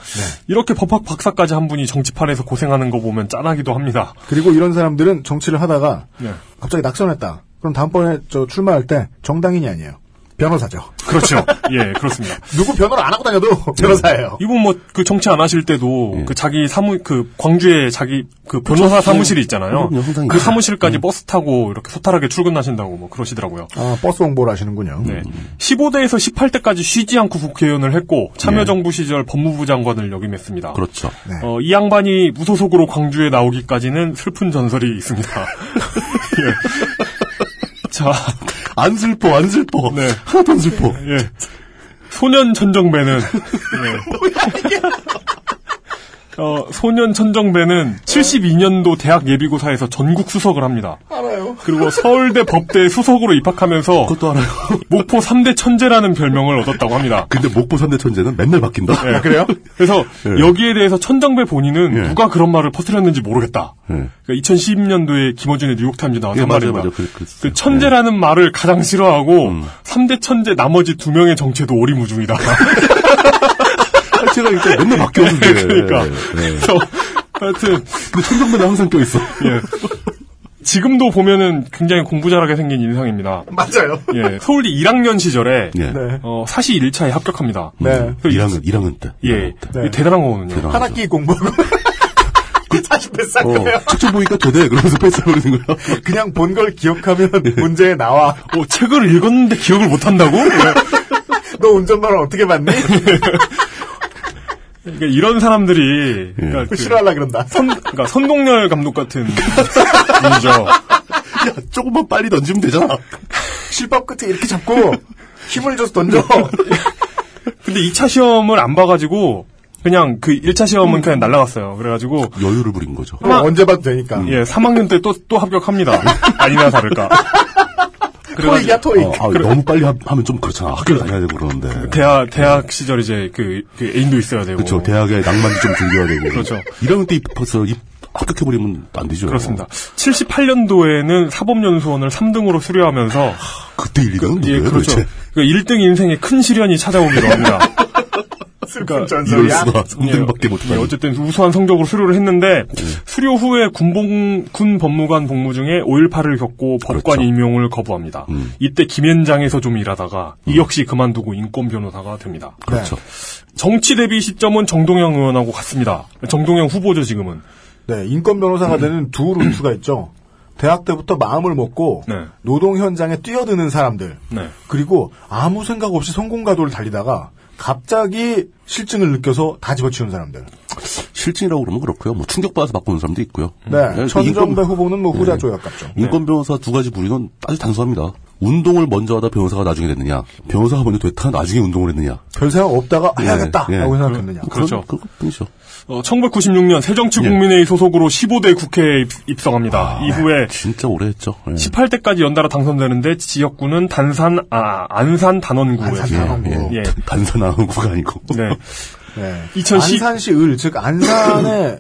[SPEAKER 3] 이렇게 법학 박사까지 한 분이 정치판에서 고생하는 거 보면 짠하기도 합니다.
[SPEAKER 2] 그리고 이런 사람들은 정치를 하다가
[SPEAKER 3] 네.
[SPEAKER 2] 갑자기 낙선했다. 그럼 다음번에 저 출마할 때 정당인이 아니에요. 변호사죠.
[SPEAKER 3] 그렇죠. 예, 그렇습니다.
[SPEAKER 2] 누구 변호를 안 하고 다녀도 변호사예요.
[SPEAKER 3] 이분 뭐 그 정치 안 하실 때도
[SPEAKER 4] 예.
[SPEAKER 3] 그 자기 사무 그 광주에 자기 그 변호사 사무실이 있잖아요.
[SPEAKER 4] 그렇죠. 그럼요, 예. 항상
[SPEAKER 3] 그
[SPEAKER 4] 있죠.
[SPEAKER 3] 사무실까지 버스 타고 이렇게 소탈하게 출근하신다고 뭐 그러시더라고요.
[SPEAKER 2] 아, 버스 홍보를 하시는군요.
[SPEAKER 3] 네.
[SPEAKER 4] 음.
[SPEAKER 3] 15대에서 18대까지 쉬지 않고 국회의원을 했고 참여정부 시절 법무부 장관을 역임했습니다.
[SPEAKER 4] 예. 그렇죠.
[SPEAKER 3] 어, 이 양반이 무소속으로 광주에 나오기까지는 슬픈 전설이 있습니다. 예. 자,
[SPEAKER 4] 안 슬퍼, 안 슬퍼.
[SPEAKER 3] 네.
[SPEAKER 4] 하나도 안 슬퍼.
[SPEAKER 3] 예. 소년 천정배는 예.
[SPEAKER 4] 네.
[SPEAKER 3] 어, 소년 천정배는 72년도 대학 예비고사에서 전국 수석을 합니다.
[SPEAKER 2] 알아요.
[SPEAKER 3] 그리고 서울대 법대 수석으로 입학하면서
[SPEAKER 4] 그것도 알아요.
[SPEAKER 3] 목포 3대 천재라는 별명을 얻었다고 합니다.
[SPEAKER 4] 근데 목포 3대 천재는 맨날 바뀐다.
[SPEAKER 3] 예. 그래서
[SPEAKER 4] 아, 예.
[SPEAKER 3] 여기에 대해서 천정배 본인은
[SPEAKER 4] 예.
[SPEAKER 3] 누가 그런 말을 퍼뜨렸는지 모르겠다.
[SPEAKER 4] 예.
[SPEAKER 3] 그러니까 2012년도에 김어준의 뉴욕타임즈 나온
[SPEAKER 4] 예, 맞아요,
[SPEAKER 3] 말입니다.
[SPEAKER 4] 맞아요. 그- 음. 그랬어요.
[SPEAKER 3] 그 천재라는 말을 가장 싫어하고 3대 천재 나머지 두 명의 정체도 오리무중이다.
[SPEAKER 4] 아, 제가 이제 맨날 바뀌었는데.
[SPEAKER 3] 그러니까.
[SPEAKER 4] 예.
[SPEAKER 3] 그래서 하여튼
[SPEAKER 4] 근데 천정배는 항상 껴있어.
[SPEAKER 3] 예. 지금도 보면은 굉장히 공부 잘하게 생긴 인상입니다.
[SPEAKER 2] 맞아요.
[SPEAKER 3] 예. 서울대 1학년 시절에
[SPEAKER 4] 예.
[SPEAKER 2] 네.
[SPEAKER 3] 어, 사시 1차에 합격합니다.
[SPEAKER 2] 네.
[SPEAKER 4] 1학년, 1학년 음, 때.
[SPEAKER 3] 예.
[SPEAKER 2] 네.
[SPEAKER 3] 이게 대단한 거거든요.
[SPEAKER 2] 한 학기 공부하고. 그 40배 싼 거예요.
[SPEAKER 4] 어, 책좀 보니까 되네. 그러면서 패스해버리는 거야.
[SPEAKER 2] 그냥 본 걸 기억하면 문제에 나와.
[SPEAKER 3] 어, 책을 읽었는데 기억을 못 한다고? 예.
[SPEAKER 2] 너 운전면허 어떻게 봤니?
[SPEAKER 3] 그러니까 이런 사람들이 그러니까 그
[SPEAKER 2] 싫어하려 그런다.
[SPEAKER 3] 선, 그러니까 선동열 감독 같은 분이죠.
[SPEAKER 4] 야, 조금만 빨리 던지면 되잖아.
[SPEAKER 2] 실밥 끝에 이렇게 잡고 힘을 줘서 던져.
[SPEAKER 3] 근데 2차 시험을 안 봐가지고 그냥 그 1차 시험은 그냥 날라갔어요. 그래가지고
[SPEAKER 4] 여유를 부린 거죠.
[SPEAKER 3] 어,
[SPEAKER 2] 뭐 언제 봐도 되니까.
[SPEAKER 3] 예, 3학년 때 또 또 합격합니다. 아니나 다를까. 네,
[SPEAKER 2] 토익이야
[SPEAKER 3] 그래가지고
[SPEAKER 2] 토익.
[SPEAKER 4] 어, 아, 너무 빨리 하, 면좀 그렇잖아. 학교 다녀야 되고 그러는데.
[SPEAKER 3] 대학 대학 시절 이제 그, 그 애인도 있어야 되고.
[SPEAKER 4] 그렇죠. 대학에 낭만도 좀 즐겨야 되고.
[SPEAKER 3] 그렇죠.
[SPEAKER 4] 1학년 때 입학해서 입- 합격해버리면 안 되죠.
[SPEAKER 3] 그렇습니다. 78년도에는 사법연수원을 3등으로 수료하면서
[SPEAKER 4] 아, 네, 그때 1, 2등은
[SPEAKER 3] 예,
[SPEAKER 4] 누구예요
[SPEAKER 3] 그렇죠.
[SPEAKER 4] 도대체?
[SPEAKER 3] 그 1등 인생의 큰 시련이 찾아오기도 합니다.
[SPEAKER 2] 슬픈
[SPEAKER 4] 이럴
[SPEAKER 2] 전설이야.
[SPEAKER 4] 수가.
[SPEAKER 3] 예,
[SPEAKER 4] 3등밖에
[SPEAKER 3] 예,
[SPEAKER 4] 못하는
[SPEAKER 3] 어쨌든 우수한 성적으로 수료를 했는데 수료 후에 군봉 군 법무관 복무 중에 5.18을 겪고 법관
[SPEAKER 4] 그렇죠.
[SPEAKER 3] 임용을 거부합니다.
[SPEAKER 4] 음.
[SPEAKER 3] 이때 김현장에서 좀 일하다가 이 역시 그만두고 인권 변호사가 됩니다.
[SPEAKER 4] 그렇죠.
[SPEAKER 3] 정치 대비 시점은 정동영 의원하고 같습니다. 정동영 후보죠 지금은.
[SPEAKER 2] 네, 인권 변호사가
[SPEAKER 3] 음.
[SPEAKER 2] 되는 두 루트가 있죠. 대학 때부터 마음을 먹고
[SPEAKER 3] 네.
[SPEAKER 2] 노동 현장에 뛰어드는 사람들.
[SPEAKER 3] 네.
[SPEAKER 2] 그리고 아무 생각 없이 성공가도를 달리다가 갑자기 실증을 느껴서 다 집어치우는 사람들.
[SPEAKER 4] 실증이라고 그러면 그렇고요. 뭐 충격받아서 바꾸는 사람도 있고요.
[SPEAKER 2] 네.
[SPEAKER 4] 예,
[SPEAKER 2] 천정배
[SPEAKER 4] 인권-
[SPEAKER 2] 후보는 뭐 후자 조약 같죠.
[SPEAKER 4] 인권 변호사 두 가지 부류는 아주 단순합니다. 운동을 먼저 하다 변호사가 나중에 됐느냐, 변호사가 먼저 됐다 나중에 운동을 했느냐.
[SPEAKER 2] 별 생각 없다가
[SPEAKER 4] 예,
[SPEAKER 2] 해야겠다라고
[SPEAKER 4] 예.
[SPEAKER 2] 생각했느냐.
[SPEAKER 3] 그렇죠.
[SPEAKER 4] 그런 것뿐이죠.
[SPEAKER 3] 1996년 어,
[SPEAKER 4] 예.
[SPEAKER 3] 새정치국민회의 소속으로 15대 국회에 입-
[SPEAKER 4] 아,
[SPEAKER 3] 입성합니다.
[SPEAKER 4] 네.
[SPEAKER 3] 이후에
[SPEAKER 4] 진짜 오래 했죠. 예.
[SPEAKER 3] 18대까지 연달아 당선되는데 지역구는 단산 아 안산 단원구에서
[SPEAKER 2] 안산 단원구.
[SPEAKER 3] 예.
[SPEAKER 4] 단산하는구가 아니고.
[SPEAKER 3] 네.
[SPEAKER 4] 예.
[SPEAKER 2] 네.
[SPEAKER 3] 2010
[SPEAKER 2] 안산시 을, 즉 안산의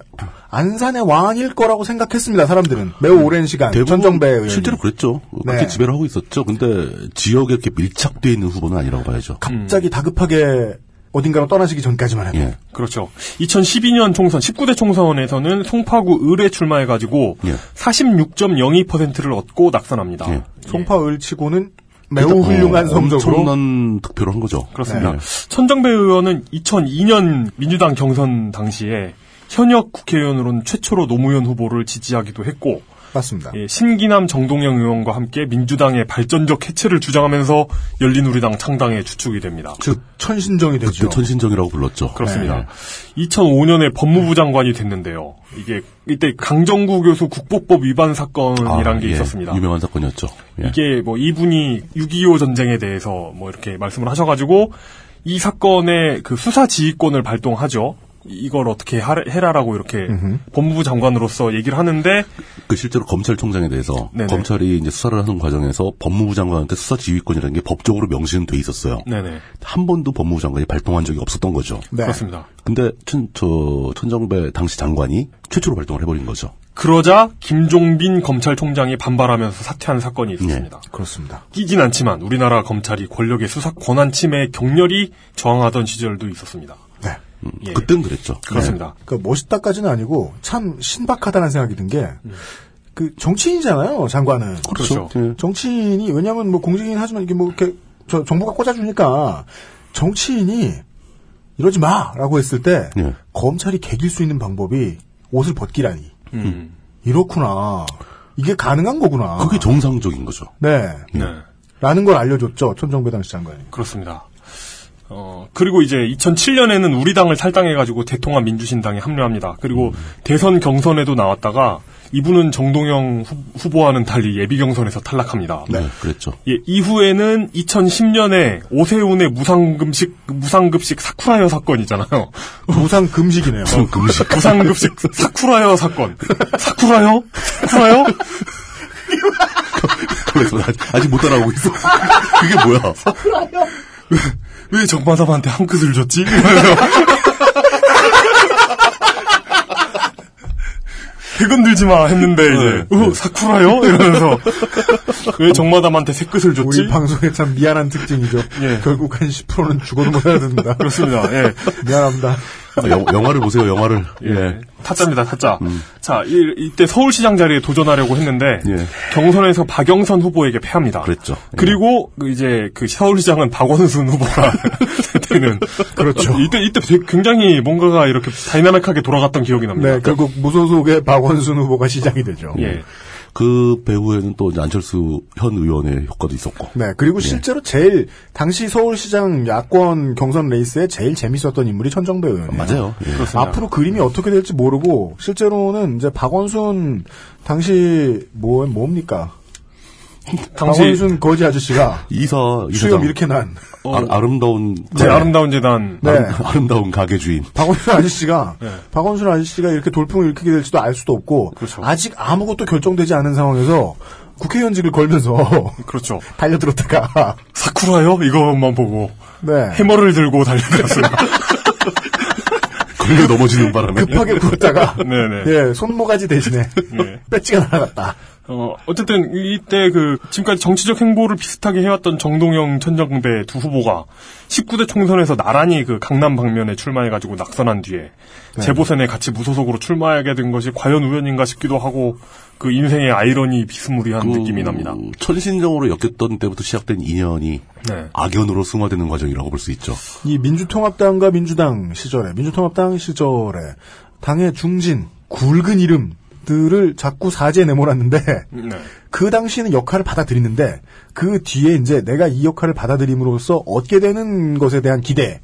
[SPEAKER 2] 안산의 왕일 거라고 생각했습니다. 사람들은 매우 오랜 시간
[SPEAKER 4] 음. 대부분
[SPEAKER 2] 천정배 네, 의원이.
[SPEAKER 4] 실제로 그랬죠. 그렇게
[SPEAKER 2] 네.
[SPEAKER 4] 지배를 하고 있었죠. 근데 지역에 이렇게 밀착돼 있는 후보는 아니라고 봐야죠.
[SPEAKER 2] 갑자기 음. 다급하게 어딘가로 떠나시기 전까지만 해도
[SPEAKER 4] 예.
[SPEAKER 3] 그렇죠. 2012년 총선 19대 총선에서는 송파구 을에 출마해 가지고
[SPEAKER 4] 예.
[SPEAKER 3] 46.02%를 얻고 낙선합니다.
[SPEAKER 4] 예.
[SPEAKER 2] 송파을 치고는 매우
[SPEAKER 4] 일단, 어,
[SPEAKER 2] 훌륭한 성적으로
[SPEAKER 4] 엄청난 득표를 한 거죠.
[SPEAKER 3] 그렇습니다.
[SPEAKER 4] 예.
[SPEAKER 3] 천정배 의원은 2002년 민주당 경선 당시에 현역 국회의원으로는 최초로 노무현 후보를 지지하기도 했고
[SPEAKER 2] 맞습니다.
[SPEAKER 3] 예, 신기남 정동영 의원과 함께 민주당의 발전적 해체를 주장하면서 열린우리당 창당에 주축이 됩니다.
[SPEAKER 2] 즉 천신정이
[SPEAKER 4] 그때
[SPEAKER 2] 되죠.
[SPEAKER 4] 천신정이라고 불렀죠. 예.
[SPEAKER 3] 그렇습니다.
[SPEAKER 4] 네.
[SPEAKER 3] 2005년에 법무부 장관이 됐는데요. 이게 이때 강정구 교수 국보법 위반
[SPEAKER 4] 아,
[SPEAKER 3] 사건이란 게
[SPEAKER 4] 예.
[SPEAKER 3] 있었습니다.
[SPEAKER 4] 유명한 사건이었죠. 예.
[SPEAKER 3] 이게 뭐 이분이 6.25 전쟁에 대해서 뭐 이렇게 말씀을 하셔가지고 이 사건의 그 수사 지휘권을 발동하죠. 이걸 어떻게 하라- 해라라고 이렇게 법무부 장관으로서 얘기를 하는데
[SPEAKER 4] 그 실제로 검찰총장에 대해서
[SPEAKER 3] 네네.
[SPEAKER 4] 검찰이 이제 수사를 하는 과정에서 법무부 장관한테 수사 지휘권이라는 게 법적으로 명시는 돼 있었어요.
[SPEAKER 3] 네네
[SPEAKER 4] 한 번도 법무부 장관이 발동한 적이 없었던 거죠.
[SPEAKER 2] 네.
[SPEAKER 3] 그렇습니다.
[SPEAKER 4] 근데 천, 저, 천정배 당시 장관이 최초로 발동을 해버린 거죠.
[SPEAKER 3] 그러자 김종빈 검찰총장이 반발하면서 사퇴한 사건이 있었습니다.
[SPEAKER 2] 그렇습니다.
[SPEAKER 3] 끼진 않지만 우리나라 검찰이 권력의 수사 권한 침해에 격렬히 저항하던 시절도 있었습니다.
[SPEAKER 2] 네.
[SPEAKER 4] 음.
[SPEAKER 3] 예.
[SPEAKER 4] 그땐 그랬죠.
[SPEAKER 3] 그렇습니다.
[SPEAKER 2] 그 멋있다까지는 아니고 참 신박하다는 생각이 든 게
[SPEAKER 4] 음.
[SPEAKER 2] 그 정치인이잖아요. 장관은
[SPEAKER 3] 그렇죠.
[SPEAKER 4] 예.
[SPEAKER 2] 정치인이 왜냐하면 뭐 공직이긴 하지만 이게 뭐 이렇게 저 정부가 꽂아주니까 정치인이 이러지 마라고 했을 때
[SPEAKER 4] 예.
[SPEAKER 2] 검찰이 개길 수 있는 방법이 옷을 벗기라니
[SPEAKER 3] 음.
[SPEAKER 2] 이렇구나 이게 가능한 거구나
[SPEAKER 4] 예. 그게 정상적인 거죠. 예.
[SPEAKER 2] 네
[SPEAKER 3] 네.
[SPEAKER 2] 라는 걸 알려줬죠 천정배 당시 장관이
[SPEAKER 3] 그렇습니다. 어, 그리고 이제 2007년에는 우리 당을 탈당해가지고 대통합 민주신당에 합류합니다. 그리고 대선 경선에도 나왔다가 이분은 정동영 후, 보와는 달리 예비 경선에서 탈락합니다.
[SPEAKER 4] 네. 그랬죠.
[SPEAKER 3] 예, 이후에는 2010년에 오세훈의 무상급식, 무상급식 사쿠라여 사건 있잖아요.
[SPEAKER 2] 무상 금식이네요
[SPEAKER 4] 금식. 그
[SPEAKER 3] 무상급식 사쿠라여 사건. 사쿠라요? 사쿠라요?
[SPEAKER 4] 그래서 나 아직 못 따라오고 있어. 그게 뭐야?
[SPEAKER 3] 왜 정마담한테 한 끗을 줬지? 해금 들지 마 했는데 이제
[SPEAKER 4] 네,
[SPEAKER 3] 어, 사쿠라요 이러면서 왜 정마담한테 새 끝을 줬지?
[SPEAKER 2] 우리 방송에 참 미안한 특징이죠.
[SPEAKER 3] 예.
[SPEAKER 2] 결국 한 10%는 죽어도 못 알아듣는다.
[SPEAKER 3] 그렇습니다. 예.
[SPEAKER 2] 미안합니다.
[SPEAKER 4] 아, 영, 영화를 보세요, 영화를.
[SPEAKER 3] 예. 음. 타짜입니다, 타짜. 자, 이, 때 서울시장 자리에 도전하려고 했는데,
[SPEAKER 4] 예.
[SPEAKER 3] 경선에서 박영선 후보에게 패합니다.
[SPEAKER 4] 그랬죠. 예.
[SPEAKER 3] 그리고, 그 이제, 그 서울시장은 박원순 후보라 되는.
[SPEAKER 2] 그렇죠.
[SPEAKER 3] 이때, 이때 되게 굉장히 뭔가가 이렇게 다이나믹하게 돌아갔던 기억이 납니다.
[SPEAKER 2] 네, 결국 무소속의 박원순 후보가 시작이 되죠.
[SPEAKER 3] 그러니까 예.
[SPEAKER 4] 그 배후에는 또 이제 안철수 현 의원의 효과도 있었고.
[SPEAKER 2] 네, 그리고 실제로 제일 당시 서울시장 야권 경선 레이스에 제일 재밌었던 인물이 천정배 의원이에요.
[SPEAKER 3] 네.
[SPEAKER 4] 맞아요. 예.
[SPEAKER 2] 앞으로 그림이 어떻게 될지 모르고 실제로는 이제 박원순 당시 뭐 뭡니까?
[SPEAKER 3] 당시,
[SPEAKER 2] 박원순 거지 아저씨가
[SPEAKER 4] 이사,
[SPEAKER 2] 수염
[SPEAKER 4] 이사장.
[SPEAKER 2] 이렇게 난
[SPEAKER 4] 아, 름다운
[SPEAKER 3] 제 네, 아름다운 재단.
[SPEAKER 2] 네.
[SPEAKER 4] 아름다운 가게 주인.
[SPEAKER 2] 박원순 아저씨가
[SPEAKER 4] 네.
[SPEAKER 2] 박원순 아저씨가 이렇게 돌풍을 일으키게 될지도 알 수도 없고
[SPEAKER 4] 그렇죠.
[SPEAKER 2] 아직 아무것도 결정되지 않은 상황에서 국회의원직을 걸면서
[SPEAKER 3] 그렇죠.
[SPEAKER 2] 달려들었다가
[SPEAKER 3] 사쿠라요? 이것만 보고.
[SPEAKER 2] 네.
[SPEAKER 3] 해머를 들고 달려들었어요.
[SPEAKER 4] 걸려 넘어지는 바람에.
[SPEAKER 2] 급하게 부르다가
[SPEAKER 3] 네네.
[SPEAKER 2] 예 손모가지 대신에 배지가 날아갔다.
[SPEAKER 3] 어, 어쨌든 이때 그 지금까지 정치적 행보를 비슷하게 해왔던 정동영, 천정배 두 후보가 19대 총선에서 나란히 그 강남 방면에 출마해가지고 낙선한 뒤에 재보선에 같이 무소속으로 출마하게 된 것이 과연 우연인가 싶기도 하고 그 인생의 아이러니 비스무리한 느낌이 납니다.
[SPEAKER 4] 음, 천신정으로 엮였던 때부터 시작된 인연이
[SPEAKER 3] 네.
[SPEAKER 4] 악연으로 승화되는 과정이라고 볼 수 있죠.
[SPEAKER 2] 이 민주통합당과 민주당 시절에 민주통합당 시절에 당의 중진 굵은 이름들을 자꾸 사지에 내몰았는데
[SPEAKER 3] 네.
[SPEAKER 2] 그 당시에는 역할을 받아들이는데 그 뒤에 이제 내가 이 역할을 받아들임으로써 얻게 되는 것에 대한 기대가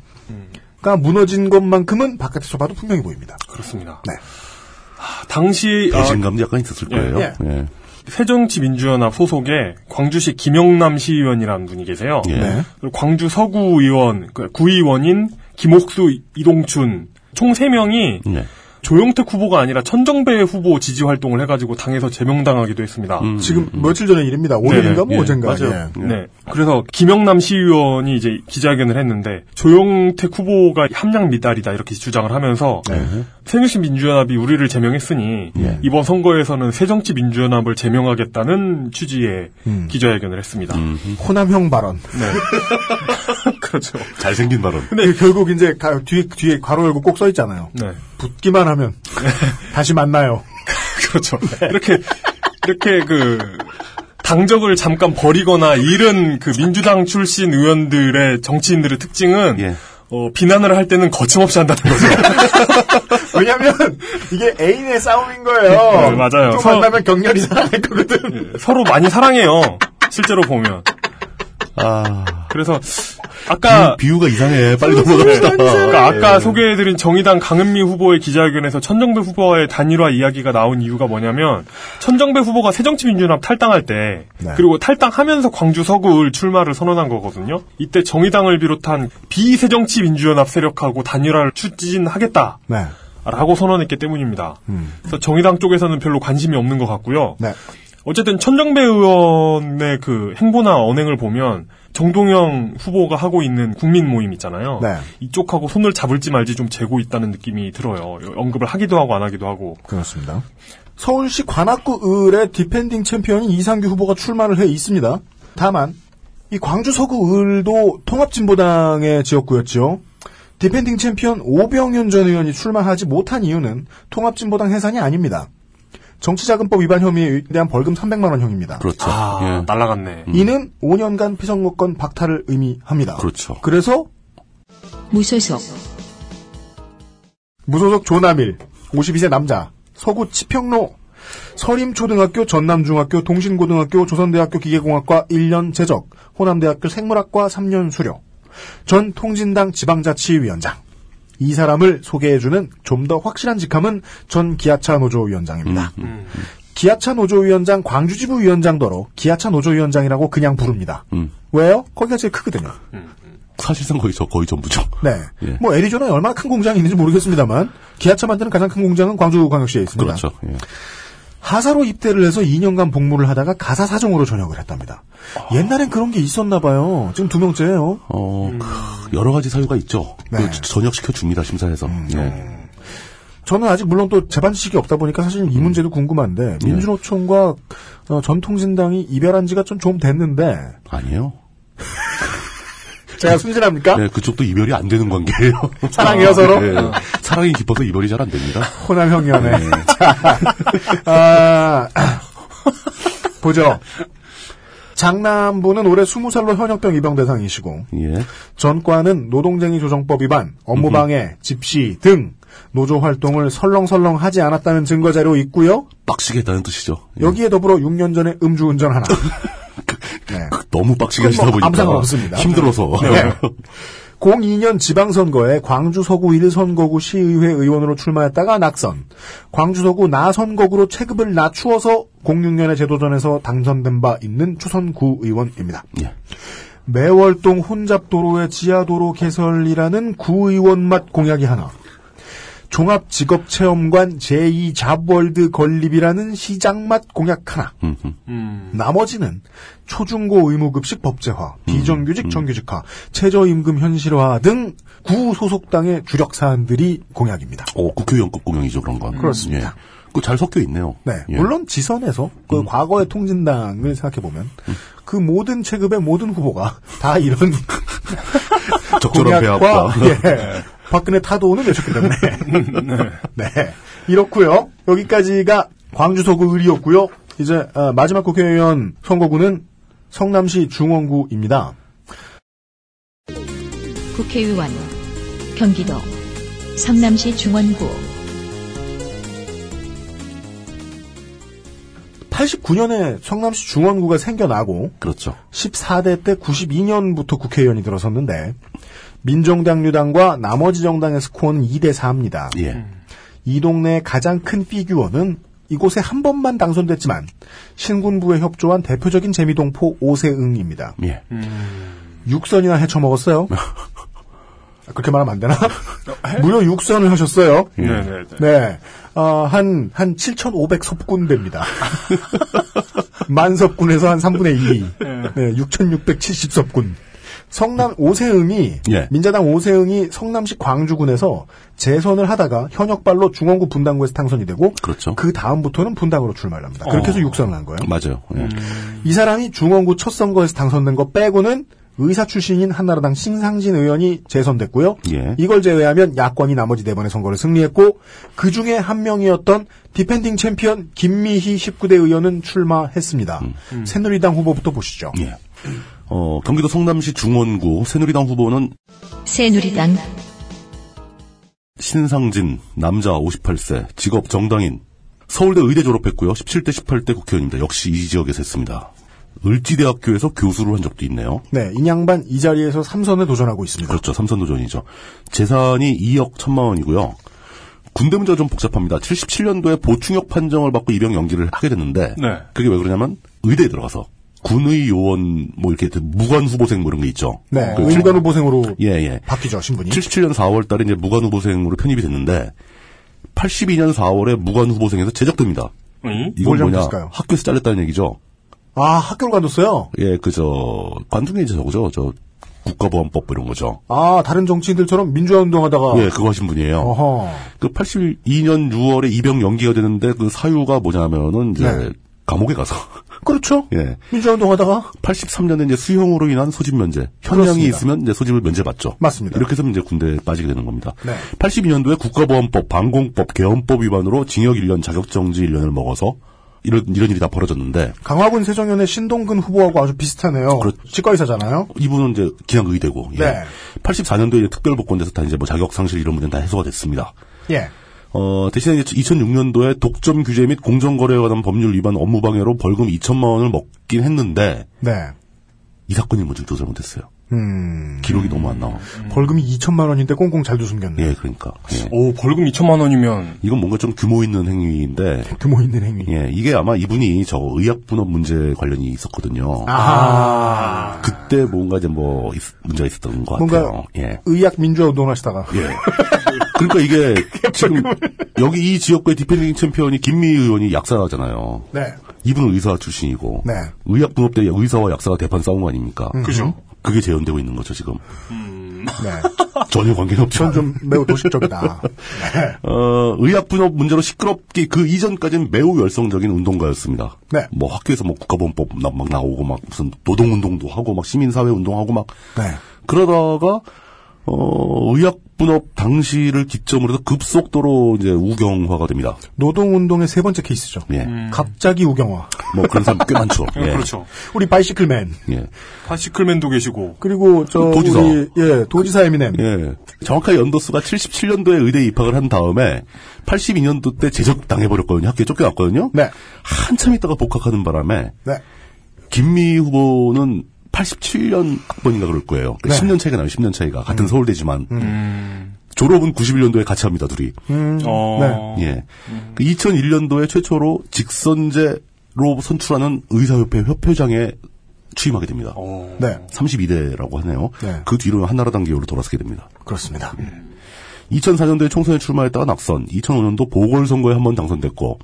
[SPEAKER 2] 무너진 것만큼은 바깥에서 봐도 분명히 보입니다.
[SPEAKER 3] 그렇습니다.
[SPEAKER 2] 네.
[SPEAKER 3] 아, 당시 아,
[SPEAKER 4] 배신감도 약간 있었을 거예요.
[SPEAKER 2] 예.
[SPEAKER 4] 예.
[SPEAKER 3] 새정치민주연합 소속의 광주시 김영남 시의원이라는 분이 계세요.
[SPEAKER 4] 예.
[SPEAKER 2] 네.
[SPEAKER 3] 그리고 광주 서구 의원, 그 구의원인 김옥수, 이동춘 총 3명이
[SPEAKER 4] 예.
[SPEAKER 3] 조영택 후보가 아니라 천정배 후보 지지 활동을 해가지고 당에서 제명당하기도 했습니다.
[SPEAKER 4] 음,
[SPEAKER 2] 지금 며칠 전의 일입니다. 오늘인가 뭐
[SPEAKER 4] 예,
[SPEAKER 2] 어젠가.
[SPEAKER 4] 맞아요.
[SPEAKER 2] 예.
[SPEAKER 3] 네. 그래서 김영남 시의원이 이제 기자회견을 했는데 조영택 후보가 함량 미달이다 이렇게 주장을 하면서 새정치 민주연합이 우리를 제명했으니
[SPEAKER 4] 예.
[SPEAKER 3] 이번 선거에서는 새정치 민주연합을 제명하겠다는 취지의
[SPEAKER 2] 음.
[SPEAKER 3] 기자회견을 했습니다.
[SPEAKER 2] 호남형 발언.
[SPEAKER 3] 그렇죠.
[SPEAKER 4] 잘생긴 발언.
[SPEAKER 2] 근데 그 결국 이제 가- 뒤에 뒤에 괄호 열고 꼭 써 있잖아요.
[SPEAKER 3] 네.
[SPEAKER 2] 붙기만 하면 다시 만나요.
[SPEAKER 3] 그렇죠. 이렇게 이렇게 그 당적을 잠깐 버리거나 잃은 그 민주당 출신 의원들의 정치인들의 특징은
[SPEAKER 4] 예.
[SPEAKER 3] 어, 비난을 할 때는 거침없이 한다는 거죠.
[SPEAKER 2] 왜냐면 이게 애인의 싸움인 거예요.
[SPEAKER 3] 네, 맞아요.
[SPEAKER 2] 또
[SPEAKER 3] 서-
[SPEAKER 2] 만나면 격렬히 살아날 거거든.
[SPEAKER 3] 서로 많이 사랑해요. 실제로 보면.
[SPEAKER 4] 아.
[SPEAKER 3] 그래서 아까
[SPEAKER 4] 비유가 이상해. 빨리 넘어갑시다.
[SPEAKER 3] 그러니까 아까 소개해드린 정의당 강은미 후보의 기자회견에서 천정배 후보와의 단일화 이야기가 나온 이유가 뭐냐면 천정배 후보가 새정치민주연합 탈당할 때 그리고 탈당하면서 광주 서구을 출마를 선언한 거거든요. 이때 정의당을 비롯한 비새정치민주연합 세력하고 단일화를 추진하겠다.
[SPEAKER 2] 네.
[SPEAKER 3] 라고 선언했기 때문입니다. 그래서 정의당 쪽에서는 별로 관심이 없는 것 같고요.
[SPEAKER 2] 네.
[SPEAKER 3] 어쨌든 천정배 의원의 그 행보나 언행을 보면 정동영 후보가 하고 있는 국민 모임 있잖아요.
[SPEAKER 2] 네.
[SPEAKER 3] 이쪽하고 손을 잡을지 말지 좀 재고 있다는 느낌이 들어요. 언급을 하기도 하고 안 하기도 하고.
[SPEAKER 2] 그렇습니다. 서울시 관악구 을의 디펜딩 챔피언인 이상규 후보가 출마를 해 있습니다. 다만 이 광주 서구 을도 통합진보당의 지역구였죠. 디펜딩 챔피언 오병윤 전 의원이 출마하지 못한 이유는 통합진보당 해산이 아닙니다. 정치자금법 위반 혐의에 대한 벌금 300만 원형입니다.
[SPEAKER 4] 그렇죠.
[SPEAKER 3] 아,
[SPEAKER 4] 예.
[SPEAKER 3] 날라갔네.
[SPEAKER 2] 이는 5년간 피선거권 박탈을 의미합니다.
[SPEAKER 4] 그렇죠.
[SPEAKER 2] 그래서
[SPEAKER 1] 무소속,
[SPEAKER 2] 무소속 조남일 52세 남자 서구 치평로 서림초등학교 전남중학교 동신고등학교 조선대학교 기계공학과 1년 재적 호남대학교 생물학과 3년 수료 전 통진당 지방자치위원장 이 사람을 소개해주는 좀 더 확실한 직함은 전 기아차 노조위원장입니다. 기아차 노조위원장 광주지부 위원장더러 기아차 노조위원장이라고 그냥 부릅니다.
[SPEAKER 4] 음.
[SPEAKER 2] 왜요? 거기가 제일 크거든요.
[SPEAKER 4] 사실상 거의 저 거의 전부죠.
[SPEAKER 2] 네.
[SPEAKER 4] 예.
[SPEAKER 2] 뭐 애리조나에 얼마나 큰 공장이 있는지 모르겠습니다만 기아차 만드는 가장 큰 공장은 광주광역시에 있습니다.
[SPEAKER 4] 그렇죠. 예.
[SPEAKER 2] 하사로 입대를 해서 2년간 복무를 하다가 가사 사정으로 전역을 했답니다.
[SPEAKER 4] 아.
[SPEAKER 2] 옛날엔 그런 게 있었나 봐요. 지금 두 명째예요.
[SPEAKER 4] 어, 크, 여러 가지 사유가 있죠.
[SPEAKER 2] 네.
[SPEAKER 4] 그 전역시켜 줍니다, 심사에서. 네.
[SPEAKER 2] 저는 아직 물론 또 재반 지식이 없다 보니까 사실
[SPEAKER 4] 음.
[SPEAKER 2] 이 문제도 궁금한데
[SPEAKER 4] 예.
[SPEAKER 2] 민주노총과 어, 전통신당이 이별한 지가 좀 좀 됐는데
[SPEAKER 4] 아니에요.
[SPEAKER 2] 제가 순진합니까?
[SPEAKER 4] 네, 그쪽도 이별이 안 되는 관계예요.
[SPEAKER 2] 아? 사랑해요, 서로?
[SPEAKER 4] 네. 사랑이 깊어서 이별이 잘 안 됩니다.
[SPEAKER 2] 호남형 연애.
[SPEAKER 4] 네.
[SPEAKER 2] 자, 아, 보죠. 장남부는 올해 20살로 현역병 입영 대상이시고
[SPEAKER 4] 예.
[SPEAKER 2] 전과는 노동쟁이 조정법 위반, 업무방해, 집시 등 노조 활동을 설렁설렁 하지 않았다는 증거 자료 있고요.
[SPEAKER 4] 빡시게 했다는 뜻이죠. 예.
[SPEAKER 2] 여기에 더불어 6년 전에 음주운전 하나. 네.
[SPEAKER 4] 너무
[SPEAKER 2] 그건
[SPEAKER 4] 빡시게 하시다
[SPEAKER 2] 뭐
[SPEAKER 4] 보니까.
[SPEAKER 2] 아무 상관없습니다.
[SPEAKER 4] 힘들어서.
[SPEAKER 2] 네. 02년 지방선거에 광주 서구 1선거구 시의회 의원으로 출마했다가 낙선. 광주 서구 나선거구로 체급을 낮추어서 06년에 재도전에서 당선된 바 있는 초선구 의원입니다.
[SPEAKER 4] 예.
[SPEAKER 2] 매월동 혼잡도로의 지하도로 개설이라는 구의원 맛 공약이 하나. 종합직업체험관 제2잡월드 건립이라는 시장 맛 공약 하나.
[SPEAKER 4] 음, 음.
[SPEAKER 2] 나머지는 초중고 의무급식 법제화, 비정규직 정규직화, 최저임금 현실화 등 구소속당의 주력 사안들이 공약입니다.
[SPEAKER 4] 어, 국회의원급 공영이죠, 그런 건.
[SPEAKER 2] 그렇습니다.
[SPEAKER 4] 예. 그잘 섞여 있네요.
[SPEAKER 2] 네,
[SPEAKER 4] 예.
[SPEAKER 2] 물론 지선에서 그 과거의 통진당을 생각해 보면 그 모든 체급의 모든 후보가 다 이런
[SPEAKER 4] 적절한 배합과.
[SPEAKER 2] 공약과 예, 박근혜 타도는 내셨기 때문에 네 이렇고요 여기까지가 광주 서구 의리였고요 이제 어, 마지막 국회의원 선거구는 성남시 중원구입니다.
[SPEAKER 1] 국회의원 경기도 성남시 중원구
[SPEAKER 2] 89년에 성남시 중원구가 생겨나고
[SPEAKER 4] 그렇죠.
[SPEAKER 2] 14대 때 92년부터 국회의원이 들어섰는데 민정당 유당과 나머지 정당의 스코어는 2대 4입니다.
[SPEAKER 4] 예.
[SPEAKER 2] 음. 이 동네의 가장 큰 피규어는 이곳에 한 번만 당선됐지만 신군부에 협조한 대표적인 재미동포 오세응입니다.
[SPEAKER 4] 예.
[SPEAKER 2] 육선이나 헤쳐먹었어요. 아, 그렇게 말하면 안 되나? 무려 육선을 하셨어요.
[SPEAKER 3] 예.
[SPEAKER 4] 예.
[SPEAKER 3] 네네네.
[SPEAKER 2] 네. 어, 한, 한 7,500 섭군 됩니다. 만 섭군에서 한 3분의 2. 네, 6,670 섭군. 성남 오세응이,
[SPEAKER 4] 예.
[SPEAKER 2] 민자당 오세응이 성남시 광주군에서 재선을 하다가 현역발로 중원구 분당구에서 당선이 되고,
[SPEAKER 4] 그렇죠. 어.
[SPEAKER 2] 그 다음부터는 분당으로 출마를 합니다. 그렇게 해서 육선을 한 거예요.
[SPEAKER 4] 맞아요. 예.
[SPEAKER 2] 이 사람이 중원구 첫 선거에서 당선된 거 빼고는 의사 출신인 한나라당 신상진 의원이 재선됐고요.
[SPEAKER 4] 예.
[SPEAKER 2] 이걸 제외하면 야권이 나머지 네 번의 선거를 승리했고 그 중에 한 명이었던 디펜딩 챔피언 김미희 19대 의원은 출마했습니다. 새누리당 후보부터 보시죠.
[SPEAKER 4] 음. 예. 어, 경기도 성남시 중원구 새누리당 후보는
[SPEAKER 1] 새누리당
[SPEAKER 4] 신상진, 남자 58세, 직업 정당인, 서울대 의대 졸업했고요. 17대, 18대 국회의원입니다. 역시 이 지역에서 했습니다. 을지대학교에서 교수를 한 적도 있네요.
[SPEAKER 2] 네, 인양반 이 자리에서 삼선에 도전하고 있습니다.
[SPEAKER 4] 그렇죠. 삼선도전이죠. 재산이 2억 1천만 원이고요. 군대 문제가 좀 복잡합니다. 77년도에 보충역 판정을 받고 입영 연기를 하게 됐는데
[SPEAKER 3] 네.
[SPEAKER 4] 그게 왜 그러냐면 의대에 들어가서 군의 요원 뭐 이렇게 무관 후보생 뭐 이런 게 있죠.
[SPEAKER 2] 네,
[SPEAKER 4] 그
[SPEAKER 2] 의무관 후보생으로
[SPEAKER 4] 예, 예.
[SPEAKER 2] 바뀌죠 신분이.
[SPEAKER 4] 77년 4월 달에 이제 무관 후보생으로 편입이 됐는데 82년 4월에 무관 후보생에서 제적됩니다.
[SPEAKER 3] 응?
[SPEAKER 4] 이건
[SPEAKER 2] 뭘
[SPEAKER 4] 뭐냐?
[SPEAKER 2] 잘못했을까요?
[SPEAKER 4] 학교에서 잘렸다는 얘기죠.
[SPEAKER 2] 아 학교를 가뒀어요.
[SPEAKER 4] 예, 그저 관중에 이제 저거죠. 저 국가보안법 뭐 이런 거죠.
[SPEAKER 2] 아 다른 정치인들처럼 민주화 운동하다가.
[SPEAKER 4] 예, 그거 하신 분이에요.
[SPEAKER 2] 아. 어허.
[SPEAKER 4] 그 82년 6월에 입영 연기가 되는데 그 사유가 뭐냐면은 이제
[SPEAKER 2] 네.
[SPEAKER 4] 감옥에 가서
[SPEAKER 2] 그렇죠.
[SPEAKER 4] 예.
[SPEAKER 2] 민주화 운동하다가
[SPEAKER 4] 83년에 이제 수형으로 인한 소집 면제 현행이
[SPEAKER 2] 그렇습니다.
[SPEAKER 4] 있으면 이제 소집을 면제받죠.
[SPEAKER 2] 맞습니다.
[SPEAKER 4] 이렇게 해서 이제 군대에 빠지게 되는 겁니다.
[SPEAKER 2] 네.
[SPEAKER 4] 82년도에 국가보안법, 방공법, 개헌법 위반으로 징역 1년, 자격정지 1년을 먹어서 이런 이런 일이 다 벌어졌는데
[SPEAKER 2] 강화군 세정연의 신동근 후보하고 아주 비슷하네요.
[SPEAKER 4] 그렇-
[SPEAKER 2] 치과의사잖아요.
[SPEAKER 4] 이분은 이제 기냥 의대고 예.
[SPEAKER 2] 네.
[SPEAKER 4] 84년도에 이제 특별복권돼서 다 이제 뭐 자격상실 이런 문제는 다 해소가 됐습니다.
[SPEAKER 2] 예.
[SPEAKER 4] 어, 대신에 2006년도에 독점 규제 및 공정거래에 관한 법률 위반 업무방해로 벌금 2천만 원을 먹긴 했는데
[SPEAKER 2] 네.
[SPEAKER 4] 이 사건이 뭐 뭔지 조사 를 못했어요.
[SPEAKER 2] 음.
[SPEAKER 4] 기록이 너무 안 나와.
[SPEAKER 2] 벌금이 2천만 원인데 꽁꽁 잘도 숨겼네.
[SPEAKER 4] 예, 그러니까. 예.
[SPEAKER 3] 오, 벌금 2천만 원이면
[SPEAKER 4] 이건 뭔가 좀 규모 있는 행위인데
[SPEAKER 2] 규모 있는 행위.
[SPEAKER 4] 예, 이게 아마 이분이 저 의약분업 문제 관련이 있었거든요.
[SPEAKER 2] 아.
[SPEAKER 4] 그때 뭔가 이제 뭐 있- 문제가 있었던 것
[SPEAKER 2] 뭔가
[SPEAKER 4] 같아요. 예.
[SPEAKER 2] 의학 민주화 운동을 하시다가
[SPEAKER 4] 예. 그러니까 이게 지금 여기 이 지역구의 디펜딩 챔피언이 김미 의원이 약사잖아요.
[SPEAKER 2] 네.
[SPEAKER 4] 이분은 의사 출신이고
[SPEAKER 2] 네. 음.
[SPEAKER 4] 의학분업 때 의사와 약사가 대판 싸운 거 아닙니까?
[SPEAKER 3] 그죠?
[SPEAKER 4] 그게 재현되고 있는 거죠 지금.
[SPEAKER 2] 네.
[SPEAKER 4] 전혀 관계는 없죠.
[SPEAKER 2] 전 좀 매우 도식적이다. 네.
[SPEAKER 4] 어, 의학분업 문제로 시끄럽게 그 이전까지는 매우 열성적인 운동가였습니다.
[SPEAKER 2] 네.
[SPEAKER 4] 뭐 학교에서 뭐 국가본법 나- 막 나오고 막 무슨 노동운동도 하고 막 시민사회 운동하고 막
[SPEAKER 2] 네.
[SPEAKER 4] 그러다가 어, 의학분업 당시를 기점으로 해서 급속도로 이제 우경화가 됩니다.
[SPEAKER 2] 노동운동의 세 번째 케이스죠.
[SPEAKER 4] 예.
[SPEAKER 2] 갑자기 우경화.
[SPEAKER 4] 뭐 그런 사람 꽤 많죠. 예.
[SPEAKER 3] 음. 그렇죠.
[SPEAKER 2] 우리 바이시클맨.
[SPEAKER 4] 예.
[SPEAKER 3] 파시클맨도 계시고
[SPEAKER 2] 그리고 저
[SPEAKER 4] 도지사.
[SPEAKER 2] 우리 예 도지사 에미넴.
[SPEAKER 4] 예. 정확하게 연도수가 77년도에 의대에 입학을 한 다음에 82년도 때 제적 당해버렸거든요. 학교에 쫓겨났거든요.
[SPEAKER 2] 네.
[SPEAKER 4] 한참 있다가 복학하는 바람에
[SPEAKER 2] 네.
[SPEAKER 4] 김미 후보는 87년 학번인가 그럴 거예요.
[SPEAKER 2] 네. 음.
[SPEAKER 4] 10년 차이가 나요. 10년 차이가 같은 서울대지만 졸업은 91년도에 같이 합니다. 둘이.
[SPEAKER 2] 음. 네.
[SPEAKER 3] 어,
[SPEAKER 4] 예. 2001년도에 최초로 직선제로 선출하는 의사협회 협회장에 취임하게 됩니다.
[SPEAKER 2] 네.
[SPEAKER 4] 32대라고 하네요.
[SPEAKER 2] 네.
[SPEAKER 4] 그 뒤로 한나라당 기호로 돌아서게 됩니다.
[SPEAKER 2] 그렇습니다.
[SPEAKER 4] 음. 2004년도에 총선에 출마했다가 낙선, 2005년도 보궐선거에 한 번 당선됐고,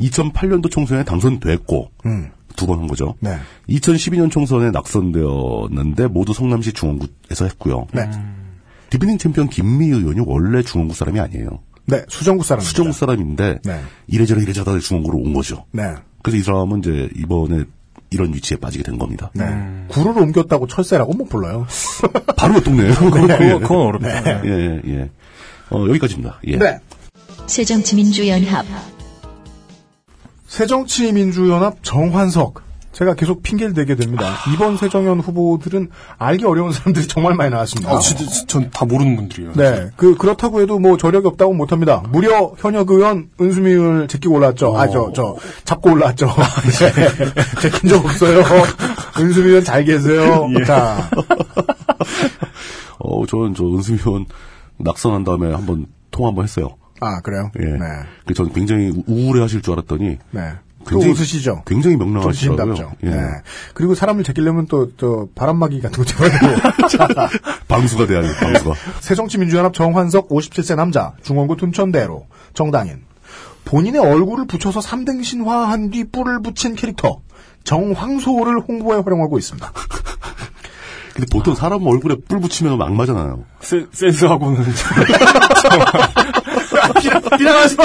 [SPEAKER 4] 2008년도 총선에 당선됐고,
[SPEAKER 2] 음.
[SPEAKER 4] 두 번 한 거죠.
[SPEAKER 2] 네.
[SPEAKER 4] 2012년 총선에 낙선되었는데 모두 성남시 중원구에서 했고요.
[SPEAKER 2] 네.
[SPEAKER 4] 디펜딩 챔피언 김미 의원이 원래 중원구 사람이 아니에요.
[SPEAKER 2] 네. 수정구 사람.
[SPEAKER 4] 수정구 사람인데
[SPEAKER 2] 네.
[SPEAKER 4] 이래저래 이래저래 중원구로 온 거죠.
[SPEAKER 2] 네.
[SPEAKER 4] 그래서 이 사람은 이제 이번에 이런 위치에 빠지게 된 겁니다.
[SPEAKER 2] 네. 구를 옮겼다고 철새라고 못 불러요.
[SPEAKER 4] 바로 옆 동네예요.
[SPEAKER 3] 그건, 그건 어렵다. 네.
[SPEAKER 4] 예, 예, 예. 어, 여기까지입니다. 예.
[SPEAKER 2] 네.
[SPEAKER 1] 새정치민주연합
[SPEAKER 2] 새정치민주연합 정환석. 제가 계속 핑계를 대게 됩니다. 이번 새정연 후보들은 알기 어려운 사람들이 정말 많이 나왔습니다.
[SPEAKER 3] 아, 진짜, 전 다 모르는 분들이에요.
[SPEAKER 2] 네. 그, 그렇다고 해도 뭐 저력이 없다고 못합니다. 무려 현역 의원 은수미을 제끼고 올라왔죠. 아, 저, 저, 잡고 올라왔죠.
[SPEAKER 4] 아, 예.
[SPEAKER 2] 네. 제낀 적 없어요. 은수미 의원 잘 계세요.
[SPEAKER 4] 예.
[SPEAKER 2] 자.
[SPEAKER 4] 어, 저는 저 은수미 의원 낙선한 다음에 한번 통화 한번 했어요.
[SPEAKER 2] 아, 그래요?
[SPEAKER 4] 예.
[SPEAKER 2] 네.
[SPEAKER 4] 그 저는 굉장히 우- 우울해하실 줄 알았더니
[SPEAKER 2] 네. 또 웃으시죠?
[SPEAKER 4] 굉장히
[SPEAKER 2] 좀
[SPEAKER 4] 명랑하시더라고요.
[SPEAKER 2] 진답죠.
[SPEAKER 4] 예.
[SPEAKER 2] 네. 그리고 사람을 제끼려면 또, 또, 바람막이 같은 거 잡아야 되고. 자.
[SPEAKER 4] 방수가 돼야 돼요. 방수가.
[SPEAKER 2] 새정치민주연합 정환석 57세 남자 중원구 둔천대로 정당인 본인의 얼굴을 붙여서 삼등 신화한 뒤 뿔을 붙인 캐릭터 정황소를 홍보에 활용하고 있습니다.
[SPEAKER 4] 근데 보통 사람 얼굴에 뿔 붙이면 막 맞잖아요.
[SPEAKER 3] 센- 센스하고는 아,
[SPEAKER 2] 비난하지 마.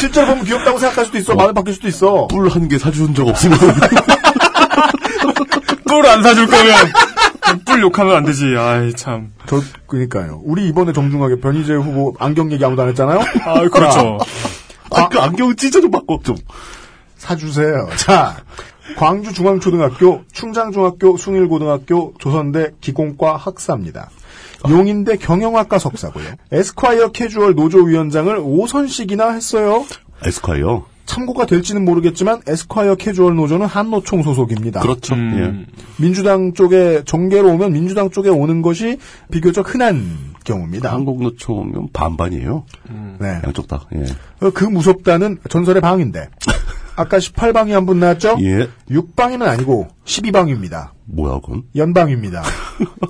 [SPEAKER 2] 실제로 보면 귀엽다고 생각할 수도 그 있어. 마음 바뀔 수도 있어.
[SPEAKER 4] 뿔 한 개 사준 적 없으면
[SPEAKER 3] 뿔 안 사줄 거면 뿔 욕하면 안 되지. 아이 참.
[SPEAKER 2] 저 그러니까요. 우리 이번에 정중하게 변희재 후보 안경 얘기 아무도 안 했잖아요.
[SPEAKER 3] 아 그렇죠.
[SPEAKER 4] 아, 그 안경 찢어 좀 바꿔 좀.
[SPEAKER 2] 사주세요. 자, 광주중앙초등학교, 충장중학교, 숭일고등학교, 조선대 기공과 학사입니다. 용인대 경영학과 석사고요. 에스콰이어 캐주얼 노조위원장을 5선씩이나 했어요.
[SPEAKER 4] 에스콰이어.
[SPEAKER 2] 참고가 될지는 모르겠지만 에스콰이어 캐주얼 노조는 한노총 소속입니다.
[SPEAKER 4] 그렇죠.
[SPEAKER 3] 음.
[SPEAKER 4] 예.
[SPEAKER 2] 민주당 쪽에 정계로 오면 민주당 쪽에 오는 것이 비교적 흔한 경우입니다.
[SPEAKER 4] 한국 노총은 반반이에요.
[SPEAKER 2] 네.
[SPEAKER 4] 양쪽 다. 예.
[SPEAKER 2] 어, 그 무섭다는 전설의 방인데 아까 18방이 한 분 나왔죠?
[SPEAKER 4] 예.
[SPEAKER 2] 6방이는 아니고 12방입니다.
[SPEAKER 4] 뭐야 그건?
[SPEAKER 2] 연방입니다.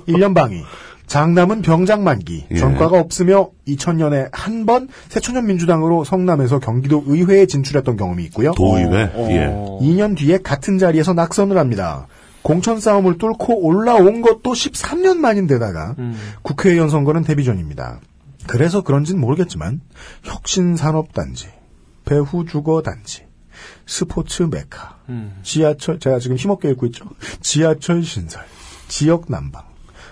[SPEAKER 2] 1년방위. 장남은 병장 만기.
[SPEAKER 4] 예.
[SPEAKER 2] 전과가 없으며 2000년에 한 번 새초년민주당으로 성남에서 경기도 의회에 진출했던 경험이 있고요.
[SPEAKER 4] 도의회.
[SPEAKER 2] 어.
[SPEAKER 4] 예.
[SPEAKER 3] 어.
[SPEAKER 2] 2년 뒤에 같은 자리에서 낙선을 합니다. 공천 싸움을 뚫고 올라온 것도 13년 만인데다가
[SPEAKER 3] 음.
[SPEAKER 2] 국회의원 선거는 데뷔 전입니다. 그래서 그런진 모르겠지만 혁신산업단지, 배후주거단지, 스포츠 메카,
[SPEAKER 3] 음.
[SPEAKER 2] 지하철 제가 지금 힘없게 읽고 있죠. 지하철 신설, 지역 난방,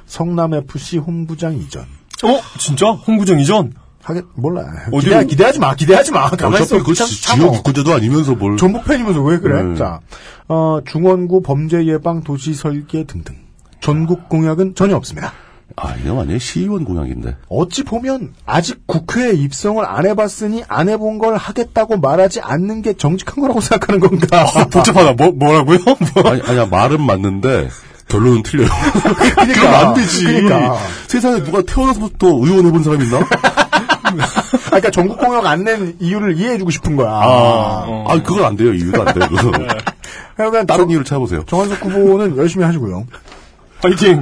[SPEAKER 2] 성남 FC 홈구장 이전.
[SPEAKER 3] 어 진짜 홍구정 이전.
[SPEAKER 2] 하긴 몰라.
[SPEAKER 3] 어디로-
[SPEAKER 2] 기대, 기대하지 마. 기대하지 마. 가만 있어.
[SPEAKER 4] 어차피 그
[SPEAKER 2] 참-
[SPEAKER 4] 지-
[SPEAKER 2] 참어.
[SPEAKER 4] 지역 입구제도 아니면서 뭘.
[SPEAKER 2] 전북 팬이면서 왜 그래?
[SPEAKER 4] 네.
[SPEAKER 2] 자, 어, 중원구 범죄 예방 도시 설계 등등. 전국 공약은 전혀 없습니다.
[SPEAKER 4] 아, 이거 아니에요. 시의원 공약인데.
[SPEAKER 2] 어찌 보면 아직 국회에 입성을 안 해봤으니 안 해본 걸 하겠다고 말하지 않는 게 정직한 거라고 생각하는 건가?
[SPEAKER 3] 복잡하다. 뭐 뭐라고요? 뭐.
[SPEAKER 4] 아니, 아니야, 말은 맞는데, 결론은 틀려요.
[SPEAKER 2] 그러니까,
[SPEAKER 4] 그러면 안 되지.
[SPEAKER 2] 그러니까.
[SPEAKER 4] 세상에 누가 태어나서부터 의원 해본 사람 있나?
[SPEAKER 2] 아, 그러니까 전국 공약 안 낸 이유를 이해해주고 싶은 거야.
[SPEAKER 4] 아,
[SPEAKER 2] 어.
[SPEAKER 4] 아, 그건 안 돼요. 이유가 안 돼요. 그거.
[SPEAKER 2] 네. 하여간
[SPEAKER 4] 다른
[SPEAKER 2] 다른
[SPEAKER 4] 이유를 찾아보세요.
[SPEAKER 2] 정한석 후보는 열심히 하시고요.
[SPEAKER 3] 파이팅.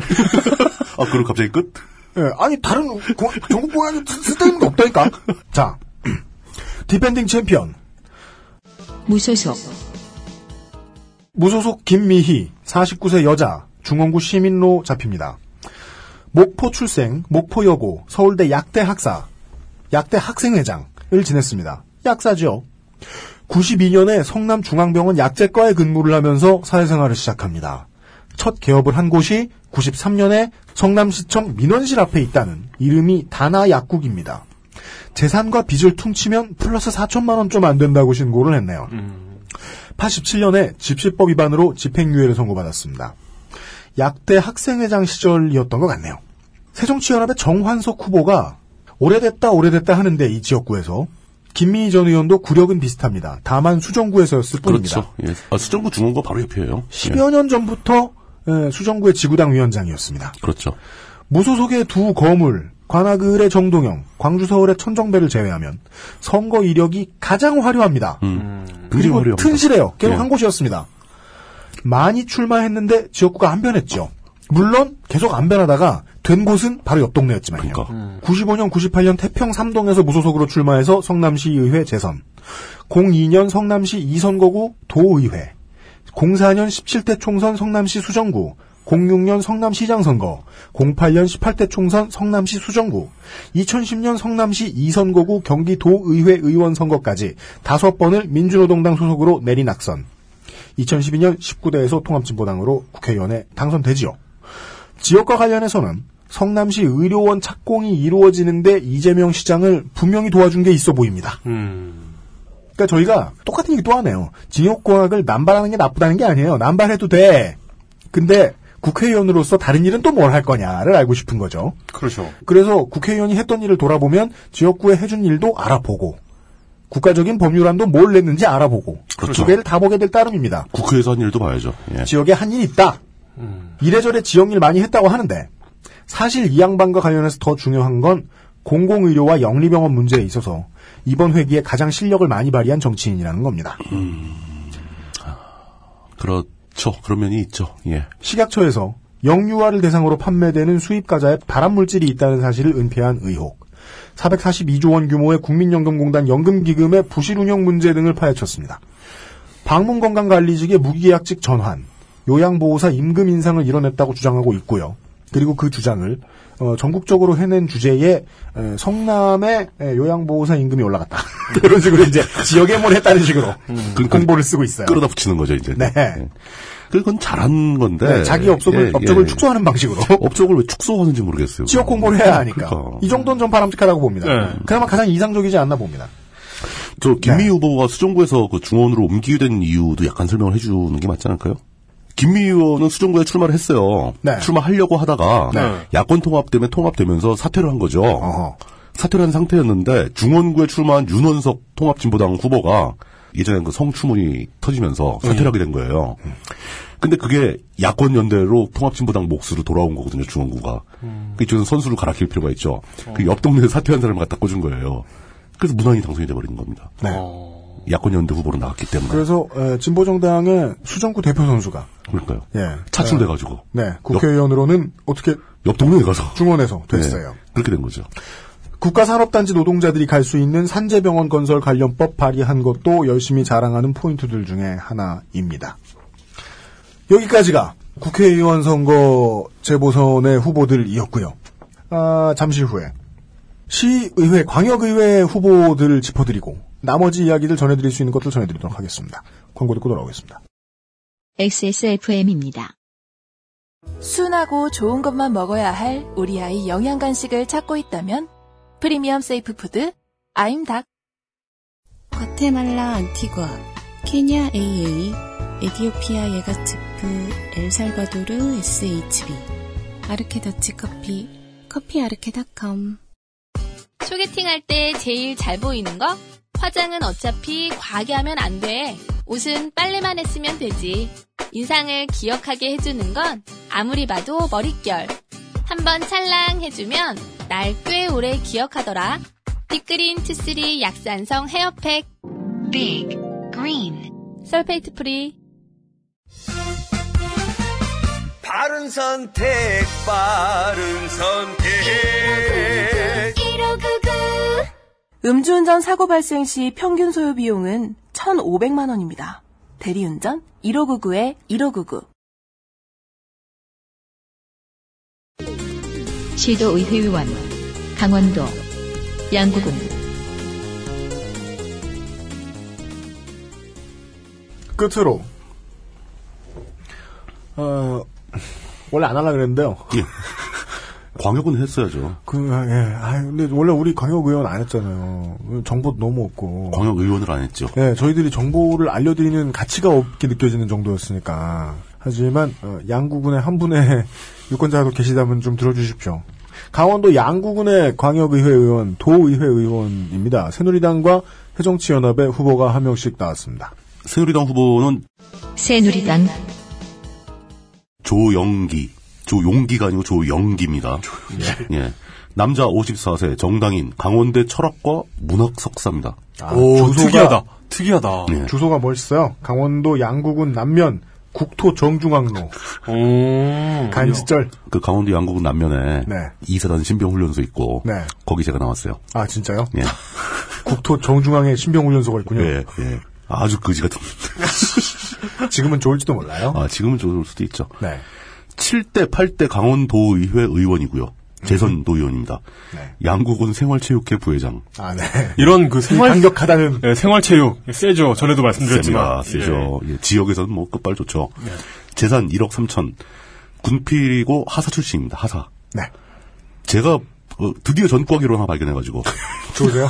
[SPEAKER 4] 아, 그럼 갑자기 끝?
[SPEAKER 2] 예, 아니 다른 고- 전국 모양이 쓸데있는 게 없다니까. 자, 디펜딩 챔피언
[SPEAKER 1] 무소속
[SPEAKER 2] 무소속 김미희 49세 여자 중원구 시민로 잡힙니다. 목포 출생, 목포여고, 서울대 약대 학사, 약대 학생회장을 지냈습니다. 약사죠. 92년에 성남중앙병원 약제과에 근무를 하면서 사회생활을 시작합니다. 첫 개업을 한 곳이 93년에 성남시청 민원실 앞에 있다는 이름이 다나 약국입니다. 재산과 빚을 퉁치면 플러스 4천만 원 좀 안 된다고 신고를 했네요.
[SPEAKER 4] 음.
[SPEAKER 2] 87년에 집시법 위반으로 집행유예를 선고받았습니다. 약대 학생회장 시절이었던 것 같네요. 새정치연합의 정환석 후보가 오래됐다 오래됐다 하는데 이 지역구에서 김민희 전 의원도 구력은 비슷합니다. 다만 수정구에서였을 뿐입니다.
[SPEAKER 4] 그렇죠. 예. 아, 수정구 중원과 바로 옆이에요. 예.
[SPEAKER 2] 10여 년 전부터 예, 수정구의 지구당 위원장이었습니다.
[SPEAKER 4] 예. 그렇죠.
[SPEAKER 2] 무소속의 두 거물, 관악을의 정동영, 광주 서울의 천정배를 제외하면 선거 이력이 가장 화려합니다.
[SPEAKER 4] 음. 굉장히
[SPEAKER 2] 그리고
[SPEAKER 4] 화려합니다.
[SPEAKER 2] 튼실해요. 계속
[SPEAKER 4] 예.
[SPEAKER 2] 한 곳이었습니다. 많이 출마했는데 지역구가 안 변했죠. 물론 계속 안 변하다가 된 곳은 바로 옆 동네였지만요.
[SPEAKER 4] 그러니까.
[SPEAKER 2] 95년, 98년 태평 3동에서 무소속으로 출마해서 성남시의회 재선, 02년 성남시 2선거구 도의회, 04년 17대 총선 성남시 수정구, 06년 성남시장 선거, 08년 18대 총선 성남시 수정구, 2010년 성남시 2선거구 경기도의회 의원 선거까지 다섯 번을 민주노동당 소속으로 내리낙선. 2012년 19대에서 통합진보당으로 국회의원에 당선되지요. 지역과 관련해서는 성남시 의료원 착공이 이루어지는데 이재명 시장을 분명히 도와준 게 있어 보입니다. 그러니까 저희가 똑같은 얘기 또 하네요. 징역공학을 남발하는 게 나쁘다는 게 아니에요. 남발해도 돼. 근데 국회의원으로서 다른 일은 또 뭘 할 거냐를 알고 싶은 거죠.
[SPEAKER 3] 그렇죠.
[SPEAKER 2] 그래서 국회의원이 했던 일을 돌아보면 지역구에 해준 일도 알아보고 국가적인 법률안도 뭘 냈는지 알아보고 그
[SPEAKER 4] 그렇죠.
[SPEAKER 2] 두 개를 다 보게 될 따름입니다.
[SPEAKER 4] 국회에서 한 일도 봐야죠. 예.
[SPEAKER 2] 지역에 한 일 있다.
[SPEAKER 4] 음.
[SPEAKER 2] 이래저래 지역 일 많이 했다고 하는데 사실 이 양반과 관련해서 더 중요한 건 공공의료와 영리병원 문제에 있어서 이번 회기에 가장 실력을 많이 발휘한 정치인이라는 겁니다.
[SPEAKER 4] 그렇죠. 그런 면이 있죠. 예.
[SPEAKER 2] 네. 식약처에서 영유아를 대상으로 판매되는 수입 가자에 발암 물질이 있다는 사실을 은폐한 의혹. 442조 원 규모의 국민연금공단 연금기금의 부실 운영 문제 등을 파헤쳤습니다. 방문건강관리직의 무기계약직 전환, 요양보호사 임금 인상을 이뤄냈다고 주장하고 있고요. 그리고 그 주장을 어, 전국적으로 해낸 주제에 에, 성남의 에, 요양보호사 임금이 올라갔다. 이런 식으로 이제 지역에 뭘 했다는 식으로
[SPEAKER 4] 그러니까
[SPEAKER 2] 공보를 쓰고 있어요.
[SPEAKER 4] 끌어다 붙이는 거죠, 이제.
[SPEAKER 2] 네.
[SPEAKER 4] 예. 그건 잘한 건데.
[SPEAKER 2] 네, 자기 업적을,
[SPEAKER 4] 예,
[SPEAKER 2] 업적을
[SPEAKER 4] 예.
[SPEAKER 2] 축소하는 방식으로
[SPEAKER 4] 업적을 왜 축소하는지 모르겠어요.
[SPEAKER 2] 지역 공부를 해야 하니까.
[SPEAKER 4] 그러니까.
[SPEAKER 2] 이 정도는 좀 바람직하다고 봅니다.
[SPEAKER 3] 네.
[SPEAKER 2] 그나마 가장 이상적이지 않나 봅니다.
[SPEAKER 4] 저 김미
[SPEAKER 2] 네.
[SPEAKER 4] 후보가 수정구에서 그 중원으로 옮기게 된 이유도 약간 설명을 해주는 게 맞지 않을까요? 김미 의원은 수정구에 출마를 했어요.
[SPEAKER 2] 네.
[SPEAKER 4] 출마하려고 하다가 야권 통합 때문에 통합되면서 사퇴를 한 거죠.
[SPEAKER 2] 어허.
[SPEAKER 4] 사퇴를 한 상태였는데 중원구에 출마한 윤원석 통합진보당 후보가 예전에 그 성추문이 터지면서
[SPEAKER 2] 음.
[SPEAKER 4] 사퇴를 하게 된 거예요. 근데 그게 야권 연대로 통합진보당 몫으로 돌아온 거거든요, 중원구가.
[SPEAKER 2] 음.
[SPEAKER 4] 그 이쪽에서 선수를 갈아낄 필요가 있죠.
[SPEAKER 2] 어.
[SPEAKER 4] 그 옆 동네에 사퇴한 사람을 갖다 꽂은 거예요. 그래서 무난히 당선이 돼버린 겁니다.
[SPEAKER 2] 네.
[SPEAKER 4] 야권 연대 후보로 나왔기 때문에.
[SPEAKER 2] 그래서 에, 진보정당의 수정구 대표 선수가
[SPEAKER 4] 그러니까요.
[SPEAKER 2] 예.
[SPEAKER 4] 차출돼가지고
[SPEAKER 2] 네, 국회의원으로는 어떻게
[SPEAKER 4] 옆 동네에 가서
[SPEAKER 2] 중원에서 됐어요.
[SPEAKER 4] 예, 그렇게 된 거죠.
[SPEAKER 2] 국가산업단지 노동자들이 갈 수 있는 산재병원 건설 관련법 발의한 것도 열심히 자랑하는 포인트들 중에 하나입니다. 여기까지가 국회의원 선거 재보선의 후보들이었고요. 아, 잠시 후에 시의회, 광역의회 후보들 짚어드리고 나머지 이야기들 전해드릴 수 있는 것들 전해드리도록 하겠습니다. 광고 듣고 돌아오겠습니다.
[SPEAKER 1] XSFM입니다.
[SPEAKER 10] 순하고 좋은 것만 먹어야 할 우리 아이 영양 간식을 찾고 있다면 프리미엄 세이프 푸드 아임닭
[SPEAKER 8] 과테말라 안티과, 케냐 AA, 에디오피아 예가츠프, 엘살바도르 SHB, 아르케 더치 커피, 커피아르케닷컴.
[SPEAKER 6] 소개팅할 때 제일 잘 보이는 거? 화장은 어차피 과하게 하면 안 돼. 옷은 빨래만 했으면 되지. 인상을 기억하게 해주는 건 아무리 봐도 머릿결. 한번 찰랑 해주면 날 꽤 오래 기억하더라. 빅그린 투쓰리 약산성 헤어팩
[SPEAKER 7] Big Green
[SPEAKER 6] 설페이트 프리
[SPEAKER 11] 바른 선택, 바른 선택.
[SPEAKER 10] 음주운전 사고 발생 시 평균 소요 비용은 1,500만 원입니다. 대리운전 1599에 1599.
[SPEAKER 1] 시도의회의원 강원도 양구군
[SPEAKER 2] 끝으로 어, 원래 안 하려 그랬는데요.
[SPEAKER 4] 광역은 했어야죠.
[SPEAKER 2] 그, 아, 예. 아, 근데 원래 우리 광역 의원 안 했잖아요. 정보도 너무 없고.
[SPEAKER 4] 광역 의원을 안 했죠.
[SPEAKER 2] 예, 저희들이 정보를 알려드리는 가치가 없게 느껴지는 정도였으니까. 하지만, 어, 양구군의 한 분의 유권자도 계시다면 좀 들어주십시오. 강원도 양구군의 광역의회 의원, 도의회 의원입니다. 새누리당과 해정치연합의 후보가 한 명씩 나왔습니다.
[SPEAKER 4] 새누리당 후보는
[SPEAKER 1] 새누리당
[SPEAKER 4] 조영기. 조용기가 아니고 조영기입니다. 예. 남자 54세 정당인 강원대 철학과 문학 석사입니다.
[SPEAKER 3] 아.
[SPEAKER 2] 특이하다.
[SPEAKER 3] 특이하다.
[SPEAKER 2] 주소가 멋있어요. 강원도 양구군 남면 국토 정중앙로. 음. 간지절.
[SPEAKER 4] 그 강원도 양구군 남면에
[SPEAKER 2] 네.
[SPEAKER 4] 이사단 신병훈련소 있고
[SPEAKER 2] 네.
[SPEAKER 4] 거기 제가 나왔어요.
[SPEAKER 2] 아 진짜요?
[SPEAKER 4] 예.
[SPEAKER 2] 국토 정중앙에 신병훈련소가 있군요.
[SPEAKER 4] 예, 예. 아주 그지 같은.
[SPEAKER 2] 지금은 좋을지도 몰라요.
[SPEAKER 4] 아, 지금은 좋을 수도 있죠.
[SPEAKER 2] 네.
[SPEAKER 4] 7대, 8대 강원도의회 의원이고요. 재선도 의원입니다. 양구군 생활체육회 부회장.
[SPEAKER 2] 아, 네.
[SPEAKER 3] 이런 그 생활
[SPEAKER 2] 강력하다는
[SPEAKER 3] 생활체육 예, 세죠. 전에도 말씀드렸지만
[SPEAKER 4] 셉니다. 세죠. 예, 지역에서는 뭐 끝발 좋죠. 재산 1억 3천. 군필이고 하사 출신입니다. 하사.
[SPEAKER 2] 네.
[SPEAKER 4] 제가 어, 드디어 전과기로 하나 발견해가지고
[SPEAKER 2] 좋으세요?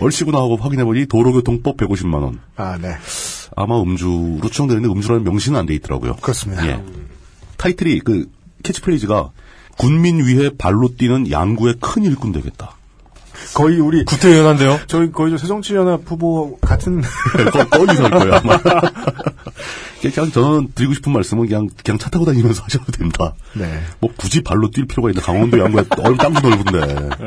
[SPEAKER 4] 얼씨구 나하고 확인해보니 도로교통법 150만 원.
[SPEAKER 2] 아, 네.
[SPEAKER 4] 아마 음주로 추정되는데 음주라는 명시는 안 돼 있더라고요.
[SPEAKER 2] 그렇습니다.
[SPEAKER 4] 예. 타이틀이 그 캐치프레이즈가 군민 위해 발로 뛰는 양구의 큰 일꾼 되겠다.
[SPEAKER 2] 거의 우리
[SPEAKER 3] 구태연한데요.
[SPEAKER 2] 저희 거의 저 새정치연합 후보 같은
[SPEAKER 4] 네, 거기서일 거예요 아마. 그냥 저는 드리고 싶은 말씀은 그냥 그냥 차 타고 다니면서 하셔도 된다.
[SPEAKER 2] 네.
[SPEAKER 4] 뭐 굳이 발로 뛸 필요가 있나? 강원도 양구에 넓 땅도 넓은데.
[SPEAKER 2] 네.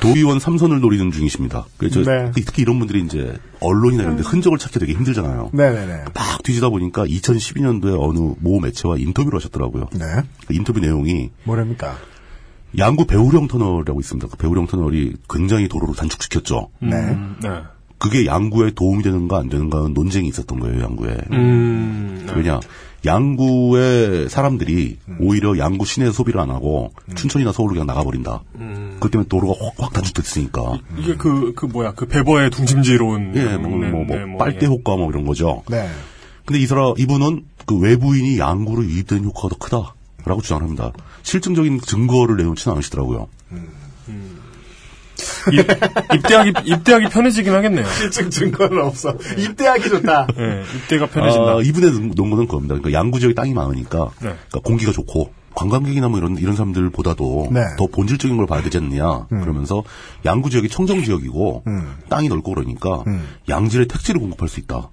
[SPEAKER 4] 도의원 삼선을 노리는 중이십니다. 그래서
[SPEAKER 2] 네. 음.
[SPEAKER 4] 특히 이런 분들이 이제 언론이나 이런 데 흔적을 찾기 되게 힘들잖아요.
[SPEAKER 2] 네네네.
[SPEAKER 4] 막 뒤지다 보니까 2012년도에 어느 모 매체와 인터뷰를 하셨더라고요.
[SPEAKER 2] 네.
[SPEAKER 4] 그 인터뷰 내용이
[SPEAKER 2] 뭐랍니까?
[SPEAKER 4] 양구 배우령 터널이라고 있습니다. 그 배우령 터널이 굉장히 도로를 단축시켰죠.
[SPEAKER 2] 네.
[SPEAKER 3] 예.
[SPEAKER 4] 그게 양구에 도움이 되는가 안 되는가는 논쟁이 있었던 거예요, 양구에.
[SPEAKER 3] 음.
[SPEAKER 4] 왜냐, 양구의 사람들이 오히려 양구 시내 소비를 안 하고
[SPEAKER 3] 음.
[SPEAKER 4] 춘천이나 서울로 그냥 나가버린다. 그것 때문에 도로가 확, 확 단축됐으니까.
[SPEAKER 3] 이게 그 그 뭐야 그 배버의 둥심지로운
[SPEAKER 4] 예, 뭐,
[SPEAKER 3] 네,
[SPEAKER 4] 뭐, 뭐,
[SPEAKER 3] 네, 뭐, 예.
[SPEAKER 4] 빨대 효과 뭐 이런 거죠.
[SPEAKER 2] 네.
[SPEAKER 4] 근데 이 사람, 이분은 그 외부인이 양구를 유입된 효과가 더 크다. 라고 주장합니다. 실증적인 증거를 내놓지는 않으시더라고요.
[SPEAKER 3] 예. 입, 입대하기 입대하기 편해지긴 하겠네요.
[SPEAKER 2] 실증 증거는 없어. 입대하기 좋다.
[SPEAKER 3] 예, 입대가 편해진다. 네.
[SPEAKER 4] 아, 이분의 논- 논거는 그겁니다. 그러니까 양구 지역이 땅이 많으니까 그러니까 공기가 좋고 관광객이나 뭐 이런 이런 사람들보다도
[SPEAKER 2] 네.
[SPEAKER 4] 더 본질적인 걸 봐야 되지 않느냐 그러면서 양구 지역이 청정 지역이고
[SPEAKER 2] 음.
[SPEAKER 4] 땅이 넓고 그러니까
[SPEAKER 2] 음.
[SPEAKER 4] 양질의 택지를 공급할 수 있다.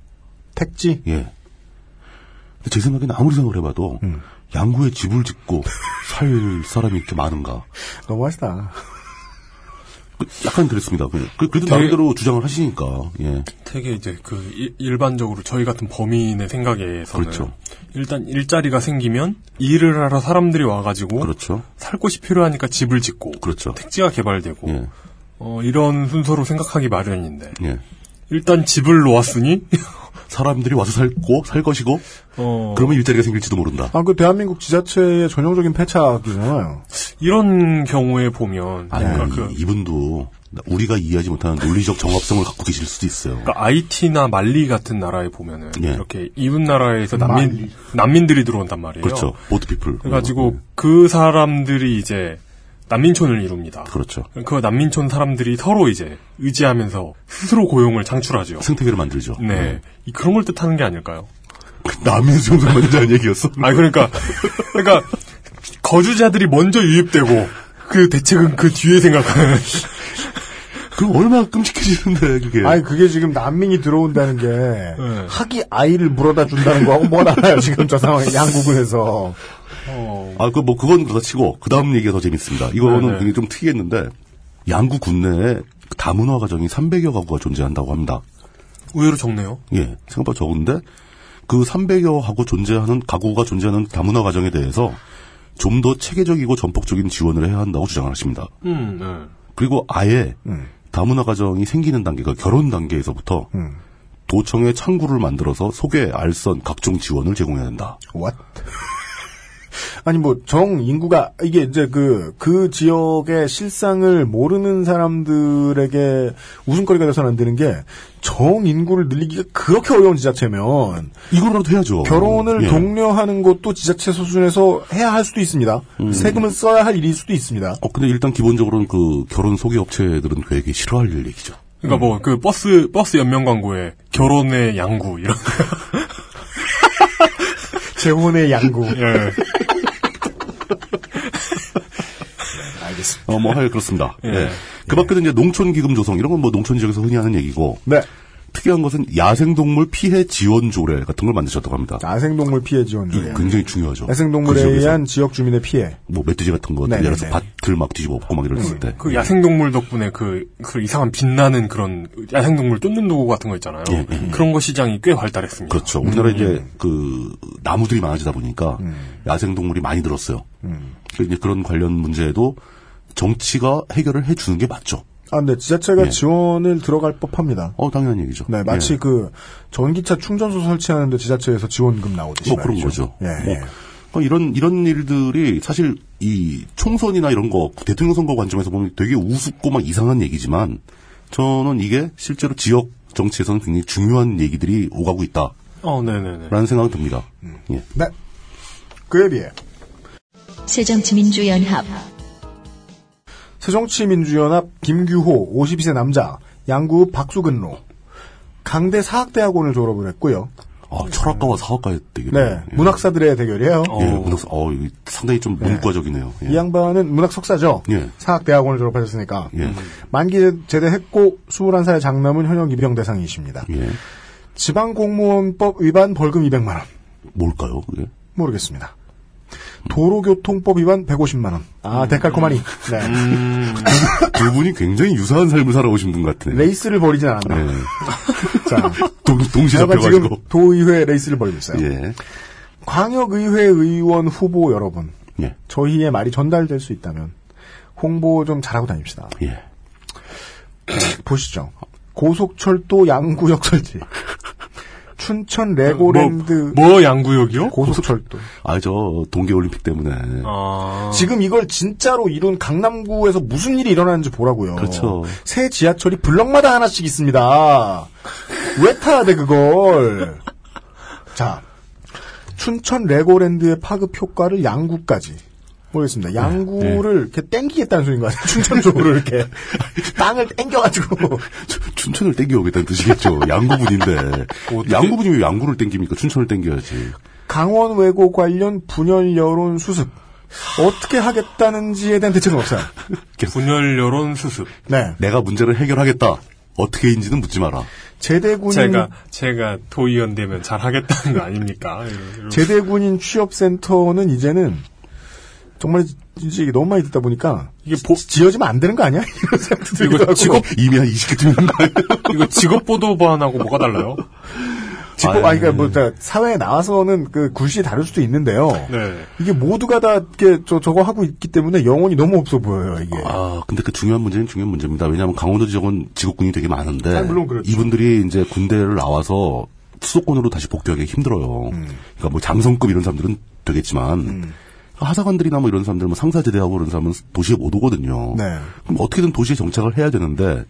[SPEAKER 2] 택지?
[SPEAKER 4] 예. 근데 제 생각에는 아무리 생각을 해봐도
[SPEAKER 2] 음.
[SPEAKER 4] 양구에 집을 짓고 살 사람이 이렇게 많은가?
[SPEAKER 2] 너무하시다.
[SPEAKER 4] 그- 약간 그랬습니다. 그- 그- 그래도
[SPEAKER 3] 되게-
[SPEAKER 4] 나름대로 주장을 하시니까 예.
[SPEAKER 3] 되게 이제 그 일- 일반적으로 저희 같은 범인의 생각에서는
[SPEAKER 4] 그렇죠.
[SPEAKER 3] 일단 일자리가 생기면 일을 하러 사람들이 와가지고
[SPEAKER 4] 그렇죠.
[SPEAKER 3] 살 곳이 필요하니까 집을 짓고
[SPEAKER 4] 그렇죠.
[SPEAKER 3] 택지가 개발되고
[SPEAKER 4] 예.
[SPEAKER 3] 어, 이런 순서로 생각하기 마련인데
[SPEAKER 4] 예.
[SPEAKER 3] 일단 집을 놓았으니
[SPEAKER 4] 사람들이 와서 살고 살 것이고
[SPEAKER 3] 어,
[SPEAKER 4] 그러면 일자리가 생길지도 모른다.
[SPEAKER 2] 아, 그 대한민국 지자체의 전형적인 패착이잖아요.
[SPEAKER 3] 이런 경우에 보면
[SPEAKER 4] 아니, 네.
[SPEAKER 3] 그러니까
[SPEAKER 4] 이-
[SPEAKER 3] 그
[SPEAKER 4] 이분도 우리가 이해하지 못하는 논리적 정합성을 갖고 계실 수도 있어요.
[SPEAKER 3] 그러니까 IT나 말리 같은 나라에 보면은
[SPEAKER 4] 예.
[SPEAKER 3] 이렇게 이웃 나라에서
[SPEAKER 2] 말리.
[SPEAKER 3] 난민 난민들이 들어온단 말이에요.
[SPEAKER 4] 그렇죠. 보트 피플. 음,
[SPEAKER 3] 그래가지고 그 사람들이 이제 난민촌을 이룹니다.
[SPEAKER 4] 그렇죠.
[SPEAKER 3] 그 난민촌 사람들이 서로 이제 의지하면서 스스로 고용을 창출하죠.
[SPEAKER 4] 생태계를 만들죠.
[SPEAKER 3] 네. 이- 그런 걸 뜻하는 게 아닐까요?
[SPEAKER 4] 남의 수용소 만드자는 얘기였어.
[SPEAKER 3] 아 그러니까 그러니까 거주자들이 먼저 유입되고 그 대책은 그 뒤에 생각하는
[SPEAKER 4] 그럼 얼마나 끔찍해지는데 그게.
[SPEAKER 2] 아니, 그게 지금 난민이 들어온다는 게, 학이 아이를 물어다 준다는 거하고 뭘 알아요, 지금 저 상황, 양국에서.
[SPEAKER 4] 아 그 뭐 그건 그렇다 치고 그 다음 얘기가 더 재밌습니다. 이거는
[SPEAKER 3] 네네.
[SPEAKER 4] 굉장히 좀 특이했는데 양구 군내에 다문화 가정이 300여 가구가 존재한다고 합니다.
[SPEAKER 3] 의외로 적네요.
[SPEAKER 4] 예, 생각보다 적은데 그 300여 하고 존재하는 가구가 존재하는 다문화 가정에 대해서 좀 더 체계적이고 전폭적인 지원을 해야 한다고 주장을 하십니다.
[SPEAKER 3] 음, 네.
[SPEAKER 4] 그리고 아예
[SPEAKER 2] 음.
[SPEAKER 4] 다문화 가정이 생기는 단계가 결혼 단계에서부터
[SPEAKER 2] 음.
[SPEAKER 4] 도청의 창구를 만들어서 소개, 알선, 각종 지원을 제공해야 된다.
[SPEAKER 2] What? 아니 뭐 정 인구가 이게 이제 그 그 지역의 실상을 모르는 사람들에게 웃음거리가 돼서는 안 되는 게 정 인구를 늘리기가 그렇게 어려운 지자체면
[SPEAKER 4] 이거라도 해야죠.
[SPEAKER 2] 결혼을
[SPEAKER 4] 예.
[SPEAKER 2] 독려하는 것도 지자체 수준에서 해야 할 수도 있습니다.
[SPEAKER 4] 음.
[SPEAKER 2] 세금을 써야 할 일일 수도 있습니다.
[SPEAKER 4] 어, 근데 일단 기본적으로는 그 결혼 소개 업체들은 되게 싫어할 일 얘기죠.
[SPEAKER 3] 그러니까 뭐 그 버스 버스 연명 광고에 결혼의 양구 이런
[SPEAKER 2] 재혼의 양구.
[SPEAKER 3] 예.
[SPEAKER 2] 알겠습니다.
[SPEAKER 4] 어, 뭐, 하여 그렇습니다.
[SPEAKER 3] 예.
[SPEAKER 4] 예. 그 밖에도 이제 농촌 기금 조성, 이런 건 뭐 농촌 지역에서 흔히 하는 얘기고.
[SPEAKER 2] 네.
[SPEAKER 4] 특이한 것은 야생동물 피해 지원 조례 같은 걸 만드셨다고 합니다.
[SPEAKER 2] 야생동물 피해 지원
[SPEAKER 4] 이
[SPEAKER 2] 조례.
[SPEAKER 4] 굉장히 중요하죠.
[SPEAKER 2] 아, 네. 야생동물에
[SPEAKER 4] 예. 그 지역에서
[SPEAKER 2] 의한 지역 주민의 피해.
[SPEAKER 4] 뭐 멧돼지 같은 거,
[SPEAKER 2] 네,
[SPEAKER 4] 예를 들어서
[SPEAKER 2] 네,
[SPEAKER 4] 밭을 막 뒤집어 엎고 막 이랬을 때.
[SPEAKER 3] 그 야생동물 덕분에 그, 그 이상한 빛나는 그런 야생동물 뜯는 도구 같은 거 있잖아요.
[SPEAKER 4] 예, 예, 예.
[SPEAKER 3] 그런 거 시장이 꽤 발달했습니다.
[SPEAKER 4] 그렇죠. 우리나라 이제
[SPEAKER 2] 음.
[SPEAKER 4] 그 나무들이 많아지다 보니까 야생 동물이 많이 늘었어요.
[SPEAKER 2] 음.
[SPEAKER 4] 그 이제 그런 관련 문제에도 정치가 해결을 해주는 게 맞죠.
[SPEAKER 2] 아, 근데 지자체가
[SPEAKER 4] 예.
[SPEAKER 2] 지원을 들어갈 법합니다.
[SPEAKER 4] 어 당연한 얘기죠.
[SPEAKER 2] 네, 마치
[SPEAKER 4] 예.
[SPEAKER 2] 그 전기차 충전소 설치하는데 지자체에서 지원금 나오듯이
[SPEAKER 4] 뭐 그런
[SPEAKER 2] 말이죠.
[SPEAKER 4] 거죠.
[SPEAKER 2] 예,
[SPEAKER 4] 뭐
[SPEAKER 2] 예.
[SPEAKER 4] 그러니까 이런 이런 일들이 사실 이 총선이나 이런 거 대통령 선거 관점에서 보면 되게 우습고 막 이상한 얘기지만 저는 이게 실제로 지역 정치에서는 굉장히 중요한 얘기들이 오가고 있다라는
[SPEAKER 3] 어, 네네네.
[SPEAKER 4] 생각이 듭니다. 예.
[SPEAKER 2] 네. 그에 비해
[SPEAKER 1] 새정치민주연합
[SPEAKER 2] 새정치민주연합 김규호 52세 남자 양구 박수근로 강대 사학대학원을 졸업을 했고요.
[SPEAKER 4] 아 철학가와 사학가의 대결.
[SPEAKER 2] 네,
[SPEAKER 4] 예.
[SPEAKER 2] 문학사들의 대결이에요.
[SPEAKER 4] 예, 문학. 어 이거 상당히 좀 문과적이네요. 예.
[SPEAKER 2] 이 양반은 문학 석사죠.
[SPEAKER 4] 예.
[SPEAKER 2] 사학대학원을 졸업하셨으니까
[SPEAKER 4] 예.
[SPEAKER 2] 만기 제대했고 21살 장남은 현역 입영 대상이십니다.
[SPEAKER 4] 예.
[SPEAKER 2] 지방공무원법 위반 벌금 200만 원.
[SPEAKER 4] 뭘까요, 그게?
[SPEAKER 2] 모르겠습니다. 도로교통법 위반 150만 원. 아, 데칼코마니. 네.
[SPEAKER 4] 두 분이 굉장히 유사한 삶을 살아오신 분 같으네요.
[SPEAKER 2] 레이스를 벌이진 않았나.
[SPEAKER 4] 예.
[SPEAKER 2] 자,
[SPEAKER 4] 동, 동시
[SPEAKER 2] 제가 지금
[SPEAKER 4] 잡혀가지고.
[SPEAKER 2] 도의회 레이스를 벌이고 있어요.
[SPEAKER 4] 예.
[SPEAKER 2] 광역의회 의원 후보 여러분,
[SPEAKER 4] 예.
[SPEAKER 2] 저희의 말이 전달될 수 있다면 홍보 좀 잘하고 다닙시다.
[SPEAKER 4] 예.
[SPEAKER 2] 보시죠. 고속철도 양구역 설치. 춘천 레고랜드
[SPEAKER 3] 뭐 양구역이요?
[SPEAKER 2] 고속철도.
[SPEAKER 4] 아, 저, 동계올림픽 때문에.
[SPEAKER 2] 어.
[SPEAKER 3] 아.
[SPEAKER 2] 지금 이걸 진짜로 이룬 강남구에서 무슨 일이 일어나는지 보라고요.
[SPEAKER 4] 그렇죠.
[SPEAKER 2] 새 지하철이 블럭마다 하나씩 있습니다. 왜 타야 돼 그걸? 자, 춘천 레고랜드의 파급 효과를 양구까지.
[SPEAKER 4] 네.
[SPEAKER 2] 모르겠습니다. 양구를 이렇게 땡기겠다는 소리인 것 같아요. 춘천 쪽으로 이렇게 땅을 땡겨가지고
[SPEAKER 4] 춘- 춘천을 땡겨오겠다는 뜻이겠죠. 양구분인데. 양구분이 왜 양구를 땡깁니까? 춘천을 땡겨야지.
[SPEAKER 2] 강원 외고 관련 분열 여론 수습 어떻게 하겠다는지에 대한 대책은 없어요.
[SPEAKER 3] 분열 여론 수습.
[SPEAKER 2] 네,
[SPEAKER 4] 내가 문제를 해결하겠다. 어떻게인지는 묻지 마라.
[SPEAKER 2] 제대군인
[SPEAKER 4] 그러니까
[SPEAKER 3] 제가, 제가 도의원 되면 잘 하겠다는 거 아닙니까? 이런- 이런-
[SPEAKER 2] 제대군인 취업센터는 이제는 정말 이제 이게 너무 많이 듣다 보니까
[SPEAKER 3] 이게 보,
[SPEAKER 2] 지어지면 안 되는 거 아니야? 이런 생각도 들기도
[SPEAKER 3] 이거
[SPEAKER 2] 하고.
[SPEAKER 3] 직업,
[SPEAKER 4] 이미 한 20개 되는 거예요.
[SPEAKER 3] 이거 직업보도반하고 뭐가 달라요?
[SPEAKER 2] 직업 아니 그러니까 뭐 자, 사회에 나와서는 그 굴씨 다를 수도 있는데요.
[SPEAKER 3] 네.
[SPEAKER 2] 이게 모두가 다 이렇게 저 저거 하고 있기 때문에 영혼이 너무 없어 보여요 이게.
[SPEAKER 4] 아, 근데 그 중요한 문제는 중요한 문제입니다. 왜냐하면 강원도 지역은 직업군이 되게 많은데
[SPEAKER 2] 아, 물론 그렇죠.
[SPEAKER 4] 이분들이 이제 군대를 나와서 수도권으로 다시 복귀하기 힘들어요.
[SPEAKER 2] 음.
[SPEAKER 4] 그러니까 뭐 장성급 이런 사람들은 되겠지만 하사관들이나 뭐 이런 사람들, 뭐 상사제대하고 이런 사람은 도시에 못 오거든요.
[SPEAKER 2] 네.
[SPEAKER 4] 그럼 어떻게든 도시에 정착을 해야 되는데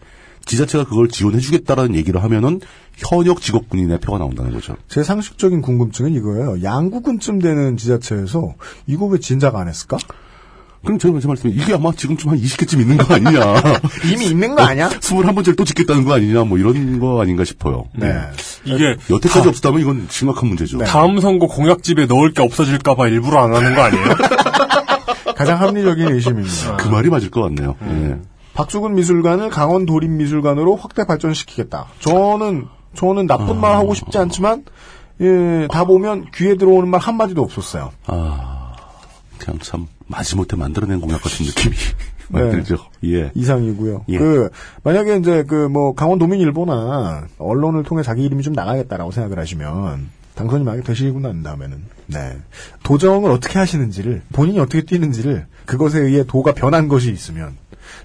[SPEAKER 4] 지자체가 그걸 지원해주겠다라는 얘기를 하면은 현역 직업군인의 표가 나온다는 거죠.
[SPEAKER 2] 제 상식적인 궁금증은 이거예요. 양구군쯤 되는 지자체에서 이거 왜 진작 안 했을까?
[SPEAKER 4] 그럼 제가 말씀드리 이게 아마 지금쯤 한 20개쯤 있는 거 아니냐. 어,
[SPEAKER 2] 이미 있는 거 아니야?
[SPEAKER 4] 21번째를 또 짓겠다는 거 아니냐, 뭐 이런 거 아닌가 싶어요. 예.
[SPEAKER 2] 네.
[SPEAKER 3] 이게
[SPEAKER 4] 여태까지 없었다면 이건 심각한 문제죠.
[SPEAKER 3] 다음 선거 공약집에 넣을 게 없어질까봐 일부러 안 하는 거 아니에요?
[SPEAKER 2] 가장 합리적인 의심입니다.
[SPEAKER 4] 그 말이 맞을 것 같네요.
[SPEAKER 2] 음. 박수근 미술관을 강원 도립 미술관으로 확대 발전시키겠다. 저는 저는 나쁜 말 하고 싶지 않지만 예, 다 보면 귀에 들어오는 말 한마디도 없었어요.
[SPEAKER 4] 예. 아, 그냥 참 마지못해 만들어낸 공약 같은 느낌이 많이 들죠.
[SPEAKER 2] 네.
[SPEAKER 4] 예.
[SPEAKER 2] 이상이고요.
[SPEAKER 4] 예.
[SPEAKER 2] 그 만약에 이제 그 뭐 강원 도민일보나 언론을 통해 자기 이름이 좀 나가겠다라고 생각을 하시면 당선이 만약에 되시고 난 다음에는 네 도정을 어떻게 하시는지를 본인이 어떻게 뛰는지를 그것에 의해 도가 변한 것이 있으면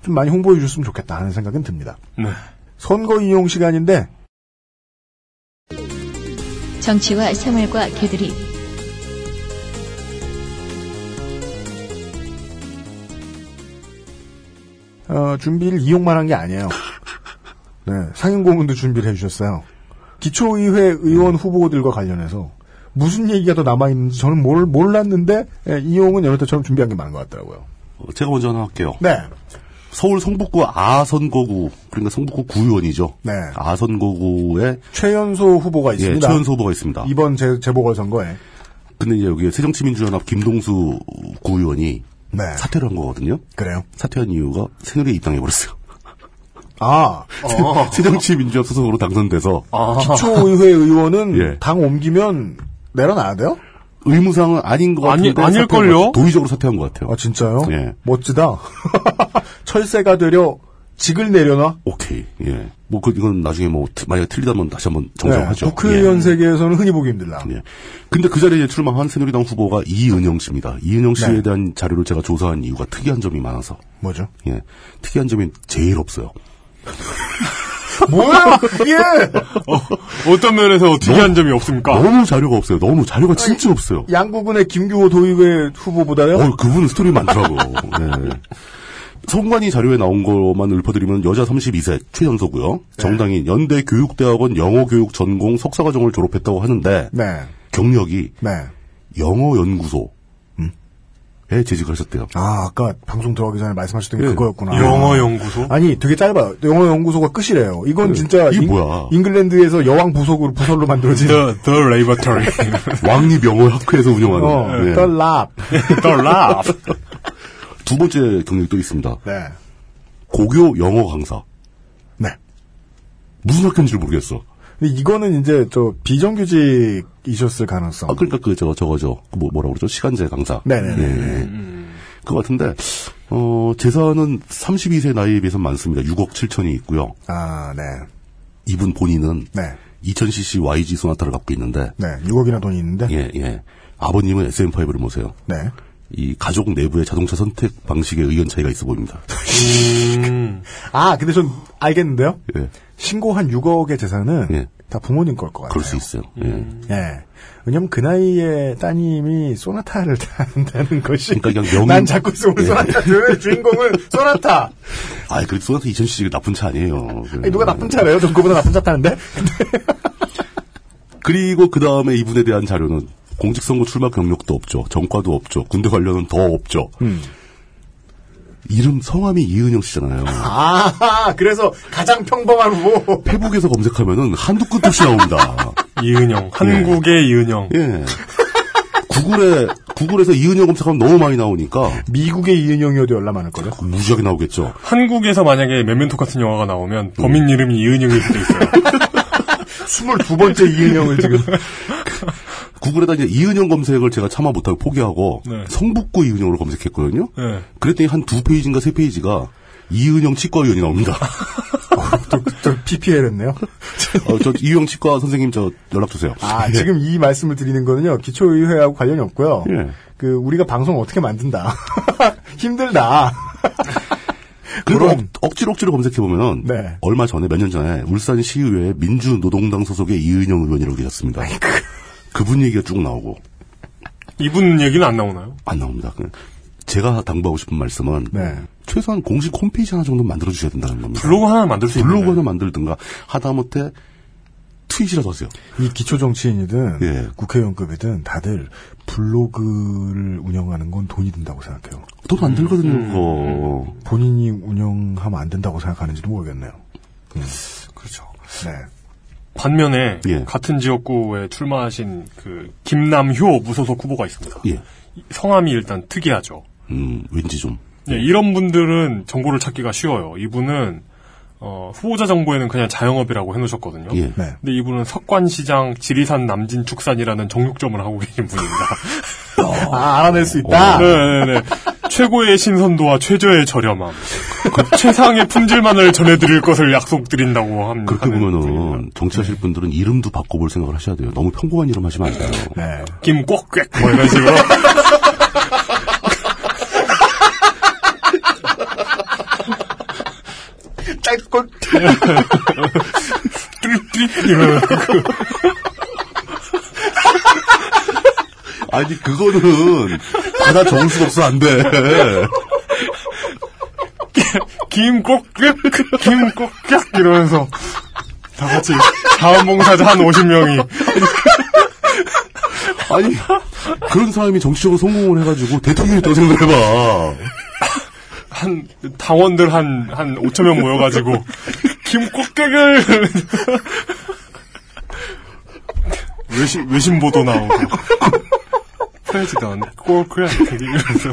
[SPEAKER 2] 좀 많이 홍보해 주셨으면 좋겠다 하는 생각은 듭니다.
[SPEAKER 3] 네.
[SPEAKER 2] 선거 이용 시간인데
[SPEAKER 1] 정치와 생활과 개드립
[SPEAKER 2] 어, 준비를 이용만 한 게 아니에요. 네, 상임고문도 준비를 해주셨어요. 기초의회 의원
[SPEAKER 4] 네.
[SPEAKER 2] 후보들과 관련해서 무슨 얘기가 더 남아있는지 저는 몰, 몰랐는데 예, 이용은 여러 때처럼 준비한 게 많은 것 같더라고요.
[SPEAKER 4] 어, 제가 먼저 하나 할게요.
[SPEAKER 2] 네.
[SPEAKER 4] 서울 성북구 아선거구 그러니까 성북구 구의원이죠.
[SPEAKER 2] 네.
[SPEAKER 4] 아선거구에
[SPEAKER 2] 최연소 후보가 있습니다.
[SPEAKER 4] 예, 최연소 후보가 있습니다.
[SPEAKER 2] 이번 재, 재보궐선거에.
[SPEAKER 4] 근데 이제 여기 새정치민주연합 김동수 구의원이
[SPEAKER 2] 네.
[SPEAKER 4] 사퇴를 한 거거든요.
[SPEAKER 2] 그래요?
[SPEAKER 4] 사퇴한 이유가 새누리에 입당해버렸어요.
[SPEAKER 2] 아, 어.
[SPEAKER 4] 새정치민주연합 소속으로 당선돼서
[SPEAKER 3] 아.
[SPEAKER 2] 아, 기초의회 의원은
[SPEAKER 4] 예.
[SPEAKER 2] 당 옮기면 내려놔야 돼요?
[SPEAKER 4] 의무상은 아닌 것
[SPEAKER 3] 아니-
[SPEAKER 4] 같은데
[SPEAKER 3] 아닐걸요?
[SPEAKER 4] 사퇴한 것 같아요. 도의적으로 사퇴한 것 같아요.
[SPEAKER 2] 아, 진짜요?
[SPEAKER 4] 예.
[SPEAKER 2] 멋지다. 철새가 되려 직을 내려놔?
[SPEAKER 4] 오케이. 예. 뭐, 그, 이건 나중에 뭐, 트- 만약에 틀리다면 다시 한번 정정하죠.
[SPEAKER 2] 네, 국회의원
[SPEAKER 4] 예.
[SPEAKER 2] 세계에서는 흔히 보기 힘들다.
[SPEAKER 4] 예. 근데 그 자리에 출마한 새누리당 후보가 이은영 씨입니다. 이은영 씨에
[SPEAKER 2] 네.
[SPEAKER 4] 대한 자료를 제가 조사한 이유가 특이한 점이 많아서.
[SPEAKER 2] 뭐죠?
[SPEAKER 4] 예. 특이한 점이 제일 없어요.
[SPEAKER 2] 뭐야? 예! 이게
[SPEAKER 3] 어떤 면에서 특이한 점이 없습니까?
[SPEAKER 4] 너무 자료가 없어요. 너무 자료가 진짜 없어요.
[SPEAKER 2] 양구군의 김규호 도의회 후보보다요?
[SPEAKER 4] 어, 그분은 스토리 많더라고. 네. 선관위 자료에 나온 것만 읊어드리면 여자 32세
[SPEAKER 2] 네.
[SPEAKER 4] 최연소고요. 정당인 연대 교육대학원 영어교육 전공 석사과정을 졸업했다고 하는데
[SPEAKER 2] 네.
[SPEAKER 4] 경력이
[SPEAKER 2] 네.
[SPEAKER 4] 영어연구소에 음? 재직을 하셨대요.
[SPEAKER 2] 아, 아까 방송 들어가기 전에 말씀하셨던 게
[SPEAKER 4] 예.
[SPEAKER 2] 그거였구나.
[SPEAKER 3] 영어 연구소?
[SPEAKER 2] 아니, 되게 짧아요. 영어 연구소가 끝이래요. 이건 진짜
[SPEAKER 4] 이게
[SPEAKER 2] 잉,
[SPEAKER 4] 뭐야? 네.
[SPEAKER 2] 잉글랜드에서 여왕 부속으로 부설로 만들어진
[SPEAKER 3] The, the Laboratory.
[SPEAKER 4] 왕립 영어학회에서 운영하는.
[SPEAKER 2] 어,
[SPEAKER 4] 네.
[SPEAKER 2] The Lab.
[SPEAKER 3] The Lab.
[SPEAKER 4] 두 번째 경력이 또 있습니다.
[SPEAKER 2] 네.
[SPEAKER 4] 고교 영어 강사.
[SPEAKER 2] 네.
[SPEAKER 4] 무슨 학교인지 모르겠어.
[SPEAKER 2] 근데 이거는 이제 저 비정규직이셨을 가능성.
[SPEAKER 4] 아, 그러니까 그 저거 저거죠. 그 뭐, 뭐라 그러죠? 시간제 강사. 예.
[SPEAKER 2] 네네네. 음,
[SPEAKER 4] 그거 같은데 어, 재산은 32세 나이에 비해서 많습니다. 6억 7천이 있고요.
[SPEAKER 2] 아, 네.
[SPEAKER 4] 이분 본인은
[SPEAKER 2] 네.
[SPEAKER 4] 2000cc YG 소나타를 갖고 있는데
[SPEAKER 2] 네. 6억이나 돈이 있는데.
[SPEAKER 4] 예, 예. 아버님은 SM5를 모세요.
[SPEAKER 2] 네.
[SPEAKER 4] 이 가족 내부의 자동차 선택 방식에 의견 차이가 있어 보입니다.
[SPEAKER 2] 아, 근데 전 알겠는데요?
[SPEAKER 4] 예.
[SPEAKER 2] 신고한 6억의 재산은
[SPEAKER 4] 예.
[SPEAKER 2] 다 부모님 걸 것 같아요.
[SPEAKER 4] 그럴 수 있어요. 예.
[SPEAKER 2] 예. 왜냐면 그 나이에 따님이 소나타를 탄다는 것이.
[SPEAKER 4] 그러니까 그냥 명-
[SPEAKER 2] 난 자꾸 소울
[SPEAKER 4] 예.
[SPEAKER 2] 소나타, 그 주인공은 소나타!
[SPEAKER 4] 아, 그래도 소나타 2000cc 나쁜 차 아니에요.
[SPEAKER 2] 아니, 누가 나쁜 차래요? 전 그보다 나쁜 차 타는데?
[SPEAKER 4] 그리고 그 다음에 이분에 대한 자료는 공직선거 출마 경력도 없죠. 정과도 없죠. 군대 관련은 더 없죠.
[SPEAKER 3] 음.
[SPEAKER 4] 이름 성함이 이은영 씨잖아요.
[SPEAKER 2] 아, 그래서 가장 평범한 후보.
[SPEAKER 4] 페북에서 검색하면은 한두 끝도 없이 나옵니다.
[SPEAKER 3] 이은영. 한국의 이은영.
[SPEAKER 4] 예. 구글에 구글에서 이은영 검색하면 너무 많이 나오니까
[SPEAKER 2] 미국의 이은영이어도 연락 많을 거죠?
[SPEAKER 4] 무지하게 나오겠죠.
[SPEAKER 3] 한국에서 만약에 메멘토 같은 영화가 나오면 범인 이름이 이은영일 수도 있어요.
[SPEAKER 2] 22번째 이은영을 지금.
[SPEAKER 4] 구글에다 이제 이은영 검색을 제가 참아 못하고 포기하고
[SPEAKER 3] 네.
[SPEAKER 4] 성북구 이은영으로 검색했거든요.
[SPEAKER 3] 네.
[SPEAKER 4] 그랬더니 한 두 페이지인가 세 페이지가 이은영 치과 의원이 나옵니다.
[SPEAKER 2] 또, 또 PPL 했네요.
[SPEAKER 4] 어, 저 이은영 치과 선생님 저 연락 주세요.
[SPEAKER 2] 아,
[SPEAKER 4] 예.
[SPEAKER 2] 지금 이 말씀을 드리는 거는요, 기초의회하고 관련이 없고요.
[SPEAKER 4] 예.
[SPEAKER 2] 그, 우리가 방송 어떻게 만든다. 힘들다.
[SPEAKER 4] 그리고
[SPEAKER 2] 그런-
[SPEAKER 4] 억, 지로 억지로 검색해 보면은
[SPEAKER 2] 네.
[SPEAKER 4] 얼마 전에 몇 년 전에 울산 시의회 민주노동당 소속의 이은영 의원이라고 계셨습니다. 그분 얘기가 쭉 나오고
[SPEAKER 3] 이분 얘기는 안 나오나요?
[SPEAKER 4] 안 나옵니다. 그냥 제가 당부하고 싶은 말씀은
[SPEAKER 2] 네.
[SPEAKER 4] 최소한 공식 홈페이지 하나 정도 만들어 주셔야 된다는 겁니다.
[SPEAKER 3] 블로그 하나 만들 수
[SPEAKER 4] 블로그
[SPEAKER 3] 있는데.
[SPEAKER 4] 하나 만들든가 하다못해 트윗이라도 하세요.
[SPEAKER 2] 이 기초 정치인이든
[SPEAKER 4] 예.
[SPEAKER 2] 국회의원급이든 다들 블로그를 운영하는 건 돈이 든다고 생각해요.
[SPEAKER 4] 돈 안 들거든요, 그거.
[SPEAKER 2] 본인이 운영하면 안 된다고 생각하는지도 모르겠네요. 음.
[SPEAKER 3] 그렇죠.
[SPEAKER 2] 네.
[SPEAKER 3] 반면에
[SPEAKER 4] 예.
[SPEAKER 3] 같은 지역구에 출마하신 그 김남효 무소속 후보가 있습니다.
[SPEAKER 4] 예.
[SPEAKER 3] 성함이 일단 특이하죠.
[SPEAKER 4] 음, 왠지 좀.
[SPEAKER 3] 예, 이런 분들은 정보를 찾기가 쉬워요. 이분은 어, 후보자 정보에는 그냥 자영업이라고 해놓으셨거든요.
[SPEAKER 4] 예.
[SPEAKER 2] 네.
[SPEAKER 3] 근데 이이분은 석관시장 지리산 남진축산이라는 정육점을 하고 계신 분입니다.
[SPEAKER 2] 아, 알아낼 수 있다?
[SPEAKER 4] 어.
[SPEAKER 3] 네, 네네네. 최고의 신선도와 최저의 저렴함. 그 최상의 품질만을 전해드릴 것을 약속드린다고 합니다.
[SPEAKER 4] 그렇게 보면은 정치하실 분들은 이름도 바꿔볼 생각을 하셔야 돼요. 너무 평범한 이름 하시면 안 돼요.
[SPEAKER 2] 네.
[SPEAKER 3] 김꼬꽥 뭐 이런 식으로.
[SPEAKER 2] 짤꼴.
[SPEAKER 3] 뚜리뚜리 이러면
[SPEAKER 4] 아니 그거는 받아 적을 수가 없어 안 돼.
[SPEAKER 3] 김꼬꽥 김꼬꽥 이러면서 다 같이 자원봉사자 한 50명이
[SPEAKER 4] 아니 그런 사람이 정치적으로 성공을 해가지고 대통령이 있다고 생각해봐.
[SPEAKER 3] 한 당원들 한 한 5천 명 모여가지고 김꼬객을 외신 외신 보도 나오고 프레지던 꼬꾸야 이러면서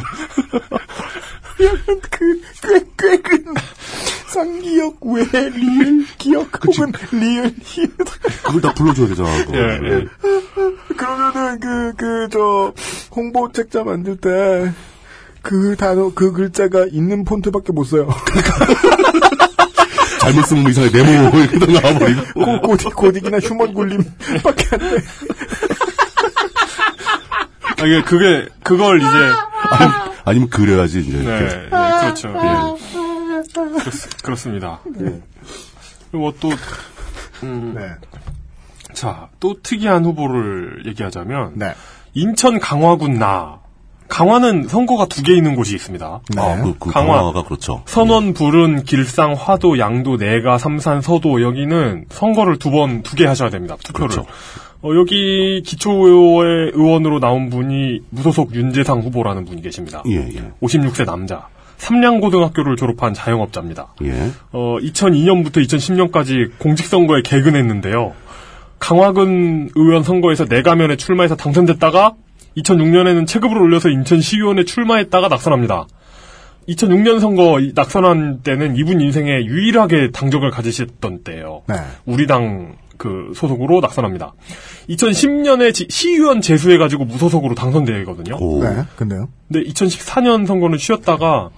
[SPEAKER 2] 그, 꽥꽥은 그, 상기역 외 리을 기억 혹은 리을 히읗.
[SPEAKER 4] 그걸 다 불러줘야 되잖아. 그거.
[SPEAKER 3] 예, 예.
[SPEAKER 2] 그러면은 그 그 저 홍보 책자 만들 때 그 단어 그 글자가 있는 폰트밖에 못 써요.
[SPEAKER 4] 잘못 쓰면 이상하게 네모 이렇게 나와버리고.
[SPEAKER 2] 고- 고딕 고딕이나 휴먼 굴림밖에 안 돼.
[SPEAKER 3] 아, 이게 그게 그걸 이제
[SPEAKER 4] 아니면 그려야지 이제.
[SPEAKER 3] 네,
[SPEAKER 4] 이렇게.
[SPEAKER 3] 네, 그렇죠 예. 그렇, 습니다
[SPEAKER 4] 예.
[SPEAKER 3] 그리고 또 음,
[SPEAKER 2] 네.
[SPEAKER 3] 자, 또 특이한 후보를 얘기하자면
[SPEAKER 2] 네.
[SPEAKER 3] 인천 강화군 나 강화는 선거가 두 개 있는 곳이 있습니다.
[SPEAKER 4] 아, 그, 그
[SPEAKER 3] 강화.
[SPEAKER 4] 강화가 그렇죠.
[SPEAKER 3] 선원, 부른, 길상, 화도, 양도, 내가, 삼산, 서도 여기는 선거를 두 번 두 개 하셔야 됩니다. 투표를.
[SPEAKER 4] 그렇죠.
[SPEAKER 3] 어, 여기 기초의회 의원으로 나온 분이 무소속 윤재상 후보라는 분이 계십니다.
[SPEAKER 4] 예, 예.
[SPEAKER 3] 56세 남자. 삼양고등학교를 졸업한 자영업자입니다.
[SPEAKER 4] 예.
[SPEAKER 3] 어, 2002년부터 2010년까지 공직선거에 개근했는데요. 강화군 의원 선거에서 네 내가면에 출마해서 당선됐다가 2006년에는 체급을 올려서 인천시의원에 출마했다가 낙선합니다. 2006년 선거 이- 낙선한 때는 이분 인생에 유일하게 당적을 가지셨던 때예요.
[SPEAKER 2] 네.
[SPEAKER 3] 우리당 그 소속으로 낙선합니다. 2010년에 시의원 재수해가지고 무소속으로 당선되거든요.
[SPEAKER 4] 오.
[SPEAKER 2] 네. 근데요.
[SPEAKER 3] 근데 2014년 선거는 쉬었다가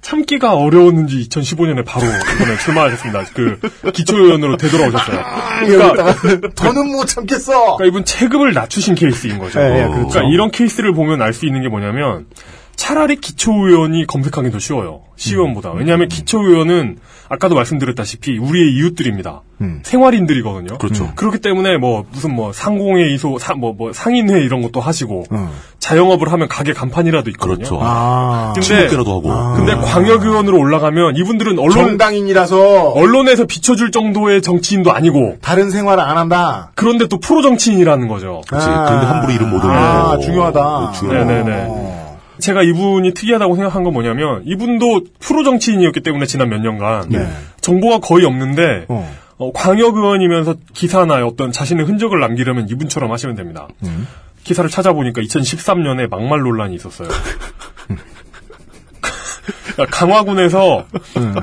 [SPEAKER 3] 참기가 어려웠는지 2015년에 바로 이번에 출마하셨습니다. 그 기초의원으로 되돌아오셨어요. 그러니까,
[SPEAKER 2] 더는 못 참겠어.
[SPEAKER 3] 그러니까 이분 체급을 낮추신 케이스인 거죠.
[SPEAKER 2] 예, 예,
[SPEAKER 4] 그렇죠.
[SPEAKER 3] 러니까 이런 케이스를 보면 알 수 있는 게 뭐냐면 차라리 기초의원이 검색하기 더 쉬워요. 시의원보다.
[SPEAKER 4] 음.
[SPEAKER 3] 왜냐하면 기초의원은 아까도 말씀드렸다시피 우리의 이웃들입니다.
[SPEAKER 2] 음.
[SPEAKER 3] 생활인들이거든요.
[SPEAKER 4] 그렇죠.
[SPEAKER 3] 그렇기 때문에 뭐 무슨 뭐 상공회 이소 사- 뭐, 뭐 상인회 이런 것도 하시고
[SPEAKER 2] 음.
[SPEAKER 3] 자영업을 하면 가게 간판이라도 있거든요.
[SPEAKER 4] 그렇죠.
[SPEAKER 2] 아.
[SPEAKER 3] 네.
[SPEAKER 4] 친구끼라도 하고.
[SPEAKER 3] 근데 광역의원으로 올라가면 이분들은 언론,
[SPEAKER 2] 정당인이라서
[SPEAKER 3] 언론에서 비춰줄 정도의 정치인도 아니고
[SPEAKER 2] 다른 생활을 안 한다.
[SPEAKER 3] 그런데 또 프로 정치인이라는 거죠.
[SPEAKER 4] 그치. 근데 함부로 이름 못 올리고. 그렇죠.
[SPEAKER 2] 아, 중요하다.
[SPEAKER 4] 중요
[SPEAKER 3] 네, 네네네.
[SPEAKER 2] 어.
[SPEAKER 3] 제가 이분이 특이하다고 생각한 건 뭐냐면 이분도 프로 정치인이었기 때문에 지난 몇 년간
[SPEAKER 2] 네.
[SPEAKER 3] 정보가 거의 없는데
[SPEAKER 2] 어.
[SPEAKER 3] 어, 광역의원이면서 기사나 어떤 자신의 흔적을 남기려면 이분처럼 하시면 됩니다. 기사를 찾아보니까 2013년에 막말 논란이 있었어요. 그러니까 강화군에서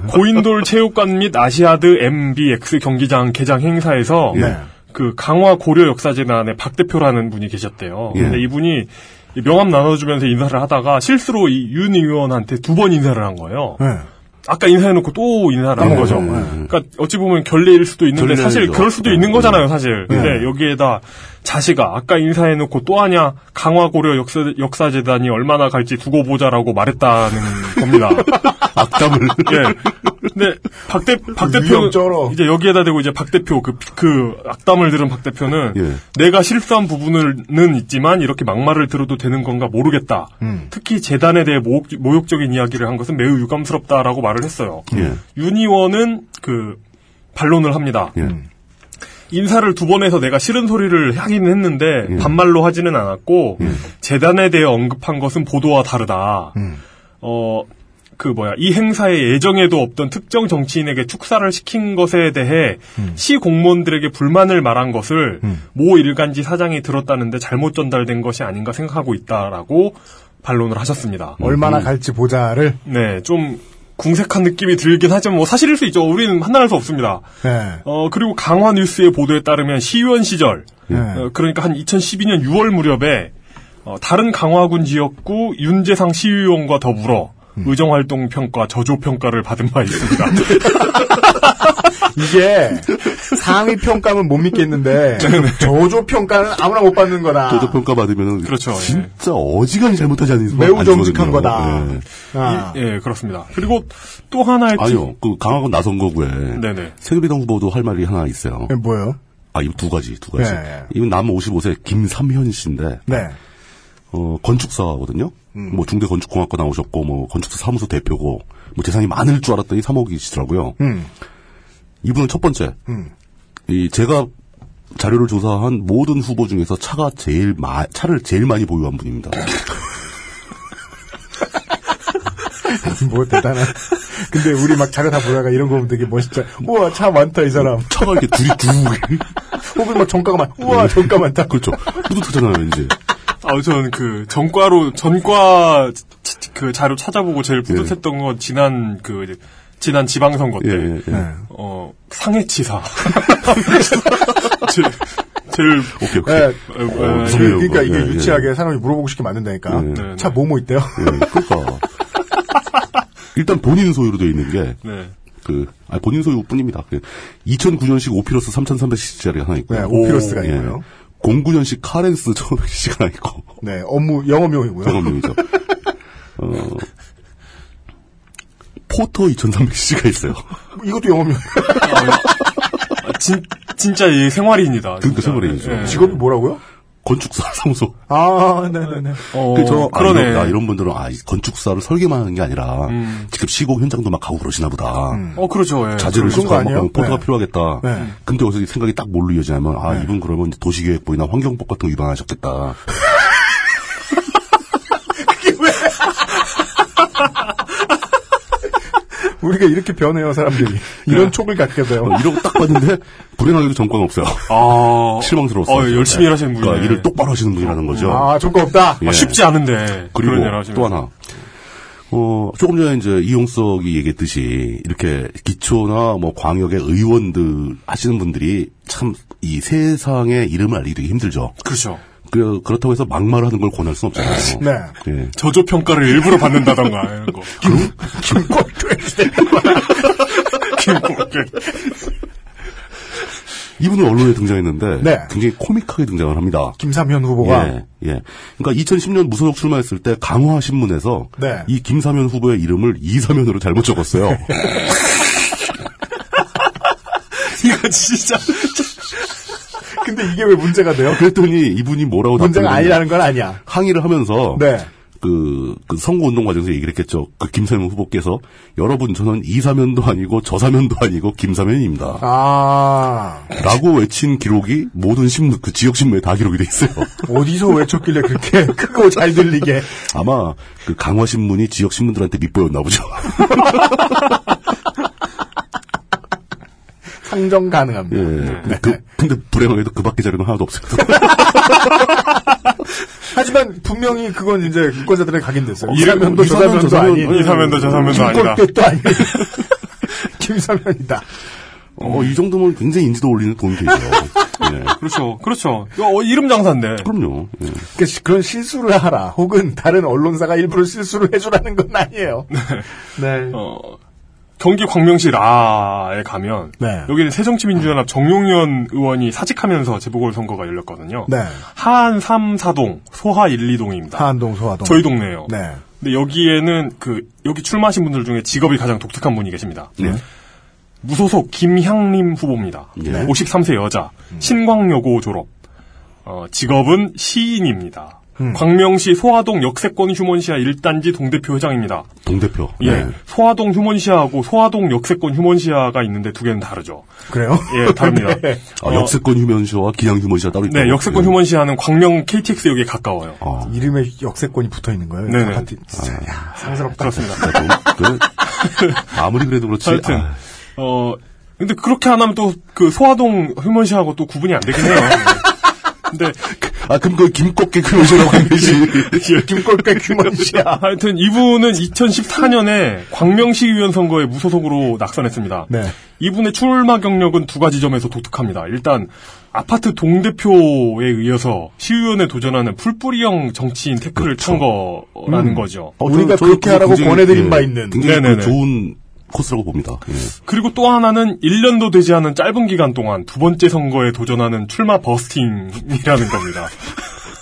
[SPEAKER 3] 고인돌 체육관 및 아시아드 MBX 경기장 개장 행사에서
[SPEAKER 2] 네.
[SPEAKER 3] 그 강화 고려 역사재단의 박 대표라는 분이 계셨대요.
[SPEAKER 4] 예.
[SPEAKER 3] 근데 이분이 이 명함 나눠주면서 인사를 하다가 실수로 이 윤 의원한테 두 번 인사를 한 거예요.
[SPEAKER 2] 네.
[SPEAKER 4] 음,
[SPEAKER 3] 아까 인사해놓고 또 인사를 한
[SPEAKER 2] 네,
[SPEAKER 3] 거죠.
[SPEAKER 2] 네, 네.
[SPEAKER 3] 그러니까 어찌 보면 결례일 수도 있는데
[SPEAKER 4] 결례죠.
[SPEAKER 3] 사실 그럴 수도
[SPEAKER 4] 네.
[SPEAKER 3] 있는 거잖아요, 사실. 근데 여기에다 자시가 아까 인사해놓고 또 하냐 강화고려 역사, 역사재단이 얼마나 갈지 두고 보자라고 말했다는 겁니다.
[SPEAKER 4] 악담을.
[SPEAKER 3] 예. 근데 박대 박 대표
[SPEAKER 2] 위험쩔어.
[SPEAKER 3] 이제 여기에다 대고 이제 박 대표 그 그 악담을 들은 박 대표는
[SPEAKER 4] 예.
[SPEAKER 3] 내가 실수한 부분은 있지만 이렇게 막말을 들어도 되는 건가 모르겠다. 특히 재단에 대해 모욕, 모욕적인 이야기를 한 것은 매우 유감스럽다라고 말을 했어요.
[SPEAKER 4] 예.
[SPEAKER 3] 윤희원은 그 반론을 합니다.
[SPEAKER 4] 예.
[SPEAKER 2] 음.
[SPEAKER 3] 인사를 두 번 해서 내가 싫은 소리를 하긴 했는데 반말로 하지는 않았고 재단에 대해 언급한 것은 보도와 다르다. 어. 그 뭐야 이 행사에 예정에도 없던 특정 정치인에게 축사를 시킨 것에 대해 시 공무원들에게 불만을 말한 것을 모 일간지 사장이 들었다는데 잘못 전달된 것이 아닌가 생각하고 있다라고 반론을 하셨습니다.
[SPEAKER 4] 음.
[SPEAKER 2] 얼마나 갈지 보자를.
[SPEAKER 3] 네, 좀 궁색한 느낌이 들긴 하지만 뭐 사실일 수 있죠. 우리는 판단할 수 없습니다.
[SPEAKER 2] 네.
[SPEAKER 3] 어, 그리고 강화 뉴스의 보도에 따르면 시의원 시절,
[SPEAKER 2] 예.
[SPEAKER 3] 어, 그러니까 한 2012년 6월 무렵에 어, 다른 강화군 지역구 윤재상 시의원과 더불어
[SPEAKER 4] 음.
[SPEAKER 3] 의정활동 평가, 저조 평가를 받은 바 있습니다.
[SPEAKER 4] 네.
[SPEAKER 2] 이게 상위 평가는 못 믿겠는데 저조 평가는 아무나 못 받는 거다.
[SPEAKER 4] 네. 저도 평가 받으면은
[SPEAKER 3] 그렇죠.
[SPEAKER 4] 진짜 어지간히 잘못하지 않는 이상
[SPEAKER 2] 매우
[SPEAKER 4] 안
[SPEAKER 2] 정직한
[SPEAKER 4] 주거든요.
[SPEAKER 2] 거다.
[SPEAKER 4] 예.
[SPEAKER 2] 아.
[SPEAKER 3] 예, 예, 그렇습니다. 그리고 또 하나의 팁.
[SPEAKER 4] 아니요, 그 강하고 나선 거고에
[SPEAKER 3] 네네.
[SPEAKER 4] 새누리당 후보도 할 말이 하나 있어요.
[SPEAKER 2] 예, 뭐예요?
[SPEAKER 4] 아, 이거 두 가지, 두 가지.
[SPEAKER 2] 네.
[SPEAKER 4] 이건 남 55세 김삼현 씨인데
[SPEAKER 2] 네. 음.
[SPEAKER 4] 어, 건축사거든요. 뭐 중대 건축공학과 나오셨고 뭐 건축사 사무소 대표고 뭐 재산이 많을 줄 알았더니 3억이시더라고요.
[SPEAKER 2] 음.
[SPEAKER 4] 이분은 첫 번째,
[SPEAKER 2] 음.
[SPEAKER 4] 이 제가 자료를 조사한 모든 후보 중에서 차가 제일 마, 차를 제일 많이 보유한 분입니다.
[SPEAKER 2] 뭐 대단한. 근데 우리 막 자료 다 보다가 이런 거 보면 되게 멋있죠. 우와 차 많다 이 사람.
[SPEAKER 4] 차가 이렇게 둘이 쭉
[SPEAKER 2] 혹은 막 정가가 많. 우와 정가 많다.
[SPEAKER 4] 예. 그렇죠. 뿌듯하잖아요, 왠지.
[SPEAKER 3] 아, 저는 그 전과로 전과 치- 치- 그 자료 찾아보고 제일 뿌듯했던 건 지난 그 이제 지난 지방선거 때.
[SPEAKER 4] 예. 예, 예, 예.
[SPEAKER 2] 네.
[SPEAKER 3] 어, 상해치사. 제일, 제일
[SPEAKER 4] 오케이, 오케이.
[SPEAKER 2] 예.
[SPEAKER 3] 에, 에,
[SPEAKER 4] 어,
[SPEAKER 2] 그,
[SPEAKER 4] 무섭네요,
[SPEAKER 2] 그러니까
[SPEAKER 4] 그거.
[SPEAKER 2] 이게
[SPEAKER 4] 예, 예.
[SPEAKER 2] 유치하게 사람이 물어보고 싶게 만든다니까.
[SPEAKER 4] 네.
[SPEAKER 2] 차 뭐뭐 있대요?
[SPEAKER 4] 예, 그러니까. 일단 본인 소유로 돼 있는 게,
[SPEAKER 3] 네.
[SPEAKER 4] 그, 아, 본인 소유뿐입니다. 그 2009년식 오피러스 3300cc짜리 하나 있고.
[SPEAKER 2] 네, 오피러스가 있고요.
[SPEAKER 4] 09년식 카렌스 1100cc가 하나 있고.
[SPEAKER 2] 네 업무 영업용이고요.
[SPEAKER 4] 대검용이죠. 어, 포터 2300cc가 있어요.
[SPEAKER 2] 이것도 영업용.
[SPEAKER 3] 아, 진, 진짜 이 생활인이다. 진짜.
[SPEAKER 4] 그러니까 생활인이죠.
[SPEAKER 3] 예.
[SPEAKER 2] 직업이 뭐라고요?
[SPEAKER 4] 건축사 사무소.
[SPEAKER 2] 아 네네네.
[SPEAKER 3] 어,
[SPEAKER 4] 그, 저, 아,
[SPEAKER 3] 그러네. 음.
[SPEAKER 4] 이런, 아, 이런 분들은, 아, 이 건축사를 설계만 하는 게 아니라, 직접 시공 현장도 막 가고 그러시나 보다.
[SPEAKER 3] 어, 그렇죠. 예.
[SPEAKER 2] 그런
[SPEAKER 4] 자재를
[SPEAKER 2] 거
[SPEAKER 4] 수거하고
[SPEAKER 2] 아니에요?
[SPEAKER 4] 막 포토가
[SPEAKER 2] 네.
[SPEAKER 4] 필요하겠다.
[SPEAKER 2] 네.
[SPEAKER 4] 근데 여기서 이 생각이 딱 뭘로 이어지냐면,
[SPEAKER 3] 네.
[SPEAKER 4] 아, 이분 그러면 이제 도시계획법이나 환경법 같은 거
[SPEAKER 3] 어.
[SPEAKER 4] 위반하셨겠다.
[SPEAKER 2] 우리가 이렇게 변해요 사람들이. 이런 촉을 갖게 돼요.
[SPEAKER 4] 어, 이러고 딱 봤는데, 불행하게도 정권 없어요.
[SPEAKER 3] 아.
[SPEAKER 4] 실망스러웠어요.
[SPEAKER 3] 어, 열심히 일하시는 분이네.
[SPEAKER 4] 그러니까 일을 똑바로 하시는 분이라는 거죠.
[SPEAKER 2] 아 조건 없다.
[SPEAKER 4] 예.
[SPEAKER 3] 아, 쉽지 않은데.
[SPEAKER 4] 그리고
[SPEAKER 3] 그런 일을 하시면.
[SPEAKER 4] 또 하나. 어, 조금 전에 이제 이용석이 얘기했듯이 이렇게 기초나 뭐 광역의 의원들 하시는 분들이 참 이 세상의 이름을 알리기 되게 힘들죠.
[SPEAKER 3] 그렇죠.
[SPEAKER 4] 그, 그렇다고 해서 막말을 하는 걸 권할 순 없잖아요.
[SPEAKER 2] 네.
[SPEAKER 4] 예.
[SPEAKER 3] 저조평가를 일부러 받는다던가, 이런 거.
[SPEAKER 4] 이분은 언론에 등장했는데
[SPEAKER 2] 네.
[SPEAKER 4] 굉장히 코믹하게 등장을 합니다.
[SPEAKER 2] 김삼현 후보가
[SPEAKER 4] 예, 예. 그러니까 2010년 무소속 출마했을 때 강화 신문에서
[SPEAKER 2] 네.
[SPEAKER 4] 이 김사면 후보의 이름을 이사면으로 잘못 적었어요.
[SPEAKER 3] 이거 진짜.
[SPEAKER 2] 근데 이게 왜 문제가 돼요?
[SPEAKER 4] 그랬더니 이분이 뭐라고
[SPEAKER 2] 문제가
[SPEAKER 4] 답변을
[SPEAKER 2] 아니라는 건 아니야.
[SPEAKER 4] 항의를 하면서
[SPEAKER 2] 네.
[SPEAKER 4] 그, 그 선거운동 과정에서 얘기를 했겠죠. 그 김사면 후보께서 여러분 저는 이사면도 아니고 저사면도 아니고 김사면입니다.
[SPEAKER 2] 아
[SPEAKER 4] 라고 외친 기록이 모든 신문, 그 지역 신문에 다 기록이 돼 있어요.
[SPEAKER 2] 어디서 외쳤길래 그렇게 크고 잘 들리게
[SPEAKER 4] 아마 그 강화 신문이 지역 신문들한테 밑보였나 보죠.
[SPEAKER 2] 상정 가능합니다. 네.
[SPEAKER 4] 예. 그, 근데 불행하게도 그 밖에 자료는 하나도 없어요.
[SPEAKER 2] 하지만 분명히 그건 이제 유권자들의 각인됐어요.
[SPEAKER 4] 어,
[SPEAKER 2] 이사면도
[SPEAKER 4] 이사면,
[SPEAKER 2] 저사면도
[SPEAKER 4] 저사면,
[SPEAKER 2] 아닌
[SPEAKER 4] 예.
[SPEAKER 3] 이사면도 저사면도 아니다.
[SPEAKER 2] 김권백도 아닌 김사면이다.
[SPEAKER 4] 어, 이 정도면 굉장히 인지도 올리는 도움이 되죠. 예.
[SPEAKER 3] 그렇죠. 그렇죠. 어, 이름 장사인데.
[SPEAKER 4] 그럼요. 예.
[SPEAKER 2] 그러니까 시- 그런 실수를 하라. 혹은 다른 언론사가 일부러 실수를 해주라는 건 아니에요. 네.
[SPEAKER 3] 어, 경기 광명시 라에 가면
[SPEAKER 2] 네.
[SPEAKER 3] 여기는 새정치민주연합 정용연 의원이 사직하면서 재보궐선거가 열렸거든요.
[SPEAKER 2] 네.
[SPEAKER 3] 하안 3, 4동, 소하 1, 2동입니다.
[SPEAKER 2] 한동 소화동.
[SPEAKER 3] 저희 동네예요.
[SPEAKER 2] 네.
[SPEAKER 3] 근데 여기에는 그 여기 출마하신 분들 중에 직업이 가장 독특한 분이 계십니다. 무소속 김향림 후보입니다.
[SPEAKER 4] 네. 음.
[SPEAKER 3] 53세 여자, 신광여고 졸업. 어, 직업은 시인입니다.
[SPEAKER 4] 음.
[SPEAKER 3] 광명시 소화동 역세권 휴먼시아 1단지 동대표 회장입니다.
[SPEAKER 4] 동대표.
[SPEAKER 3] 예.
[SPEAKER 4] 예.
[SPEAKER 3] 소화동 휴먼시아하고 소화동 역세권 휴먼시아가 있는데 두 개는 다르죠.
[SPEAKER 2] 그래요?
[SPEAKER 3] 예, 다릅니다.
[SPEAKER 4] 아, 역세권 음. 휴먼시와 기양 휴먼시가 따로 있다.
[SPEAKER 3] 네, 역세권 휴먼시아는 광명 KTX 역에 가까워요.
[SPEAKER 4] 아,
[SPEAKER 2] 이름에 역세권이 붙어 있는 거예요.
[SPEAKER 3] 네네.
[SPEAKER 2] 아파트. 진짜, 야, 상스럽다.
[SPEAKER 3] 그렇습니다.
[SPEAKER 4] 그, 아무리 그래도 그렇지.
[SPEAKER 3] 하여튼
[SPEAKER 4] 아,
[SPEAKER 3] 어 근데 그렇게 안 하면 또 그 소화동 휴먼시하고 또 구분이 안 되긴 해요. 근데
[SPEAKER 4] 아, 그럼 그 김꽃게 그 요새라고 한 거지.
[SPEAKER 2] 아, 김꽃게 규만씨야.
[SPEAKER 3] 하여튼 이분은 2014년에 광명시의원 선거에 무소속으로 낙선했습니다.
[SPEAKER 2] 네.
[SPEAKER 3] 이분의 출마 경력은 두 가지 점에서 독특합니다. 일단 아파트 동대표에 의해서 시의원에 도전하는 풀뿌리형 정치인 태클을 찬 거라는
[SPEAKER 4] 음.
[SPEAKER 3] 거죠.
[SPEAKER 4] 어,
[SPEAKER 2] 우리가 그렇게 하라고 권해드린 바 있는.
[SPEAKER 4] 굉장히 그
[SPEAKER 3] 네네네.
[SPEAKER 4] 좋은 코스라고 봅니다. 예.
[SPEAKER 3] 그리고 또 하나는 1년도 되지 않은 짧은 기간 동안 두 번째 선거에 도전하는 출마 버스팅이라는 겁니다.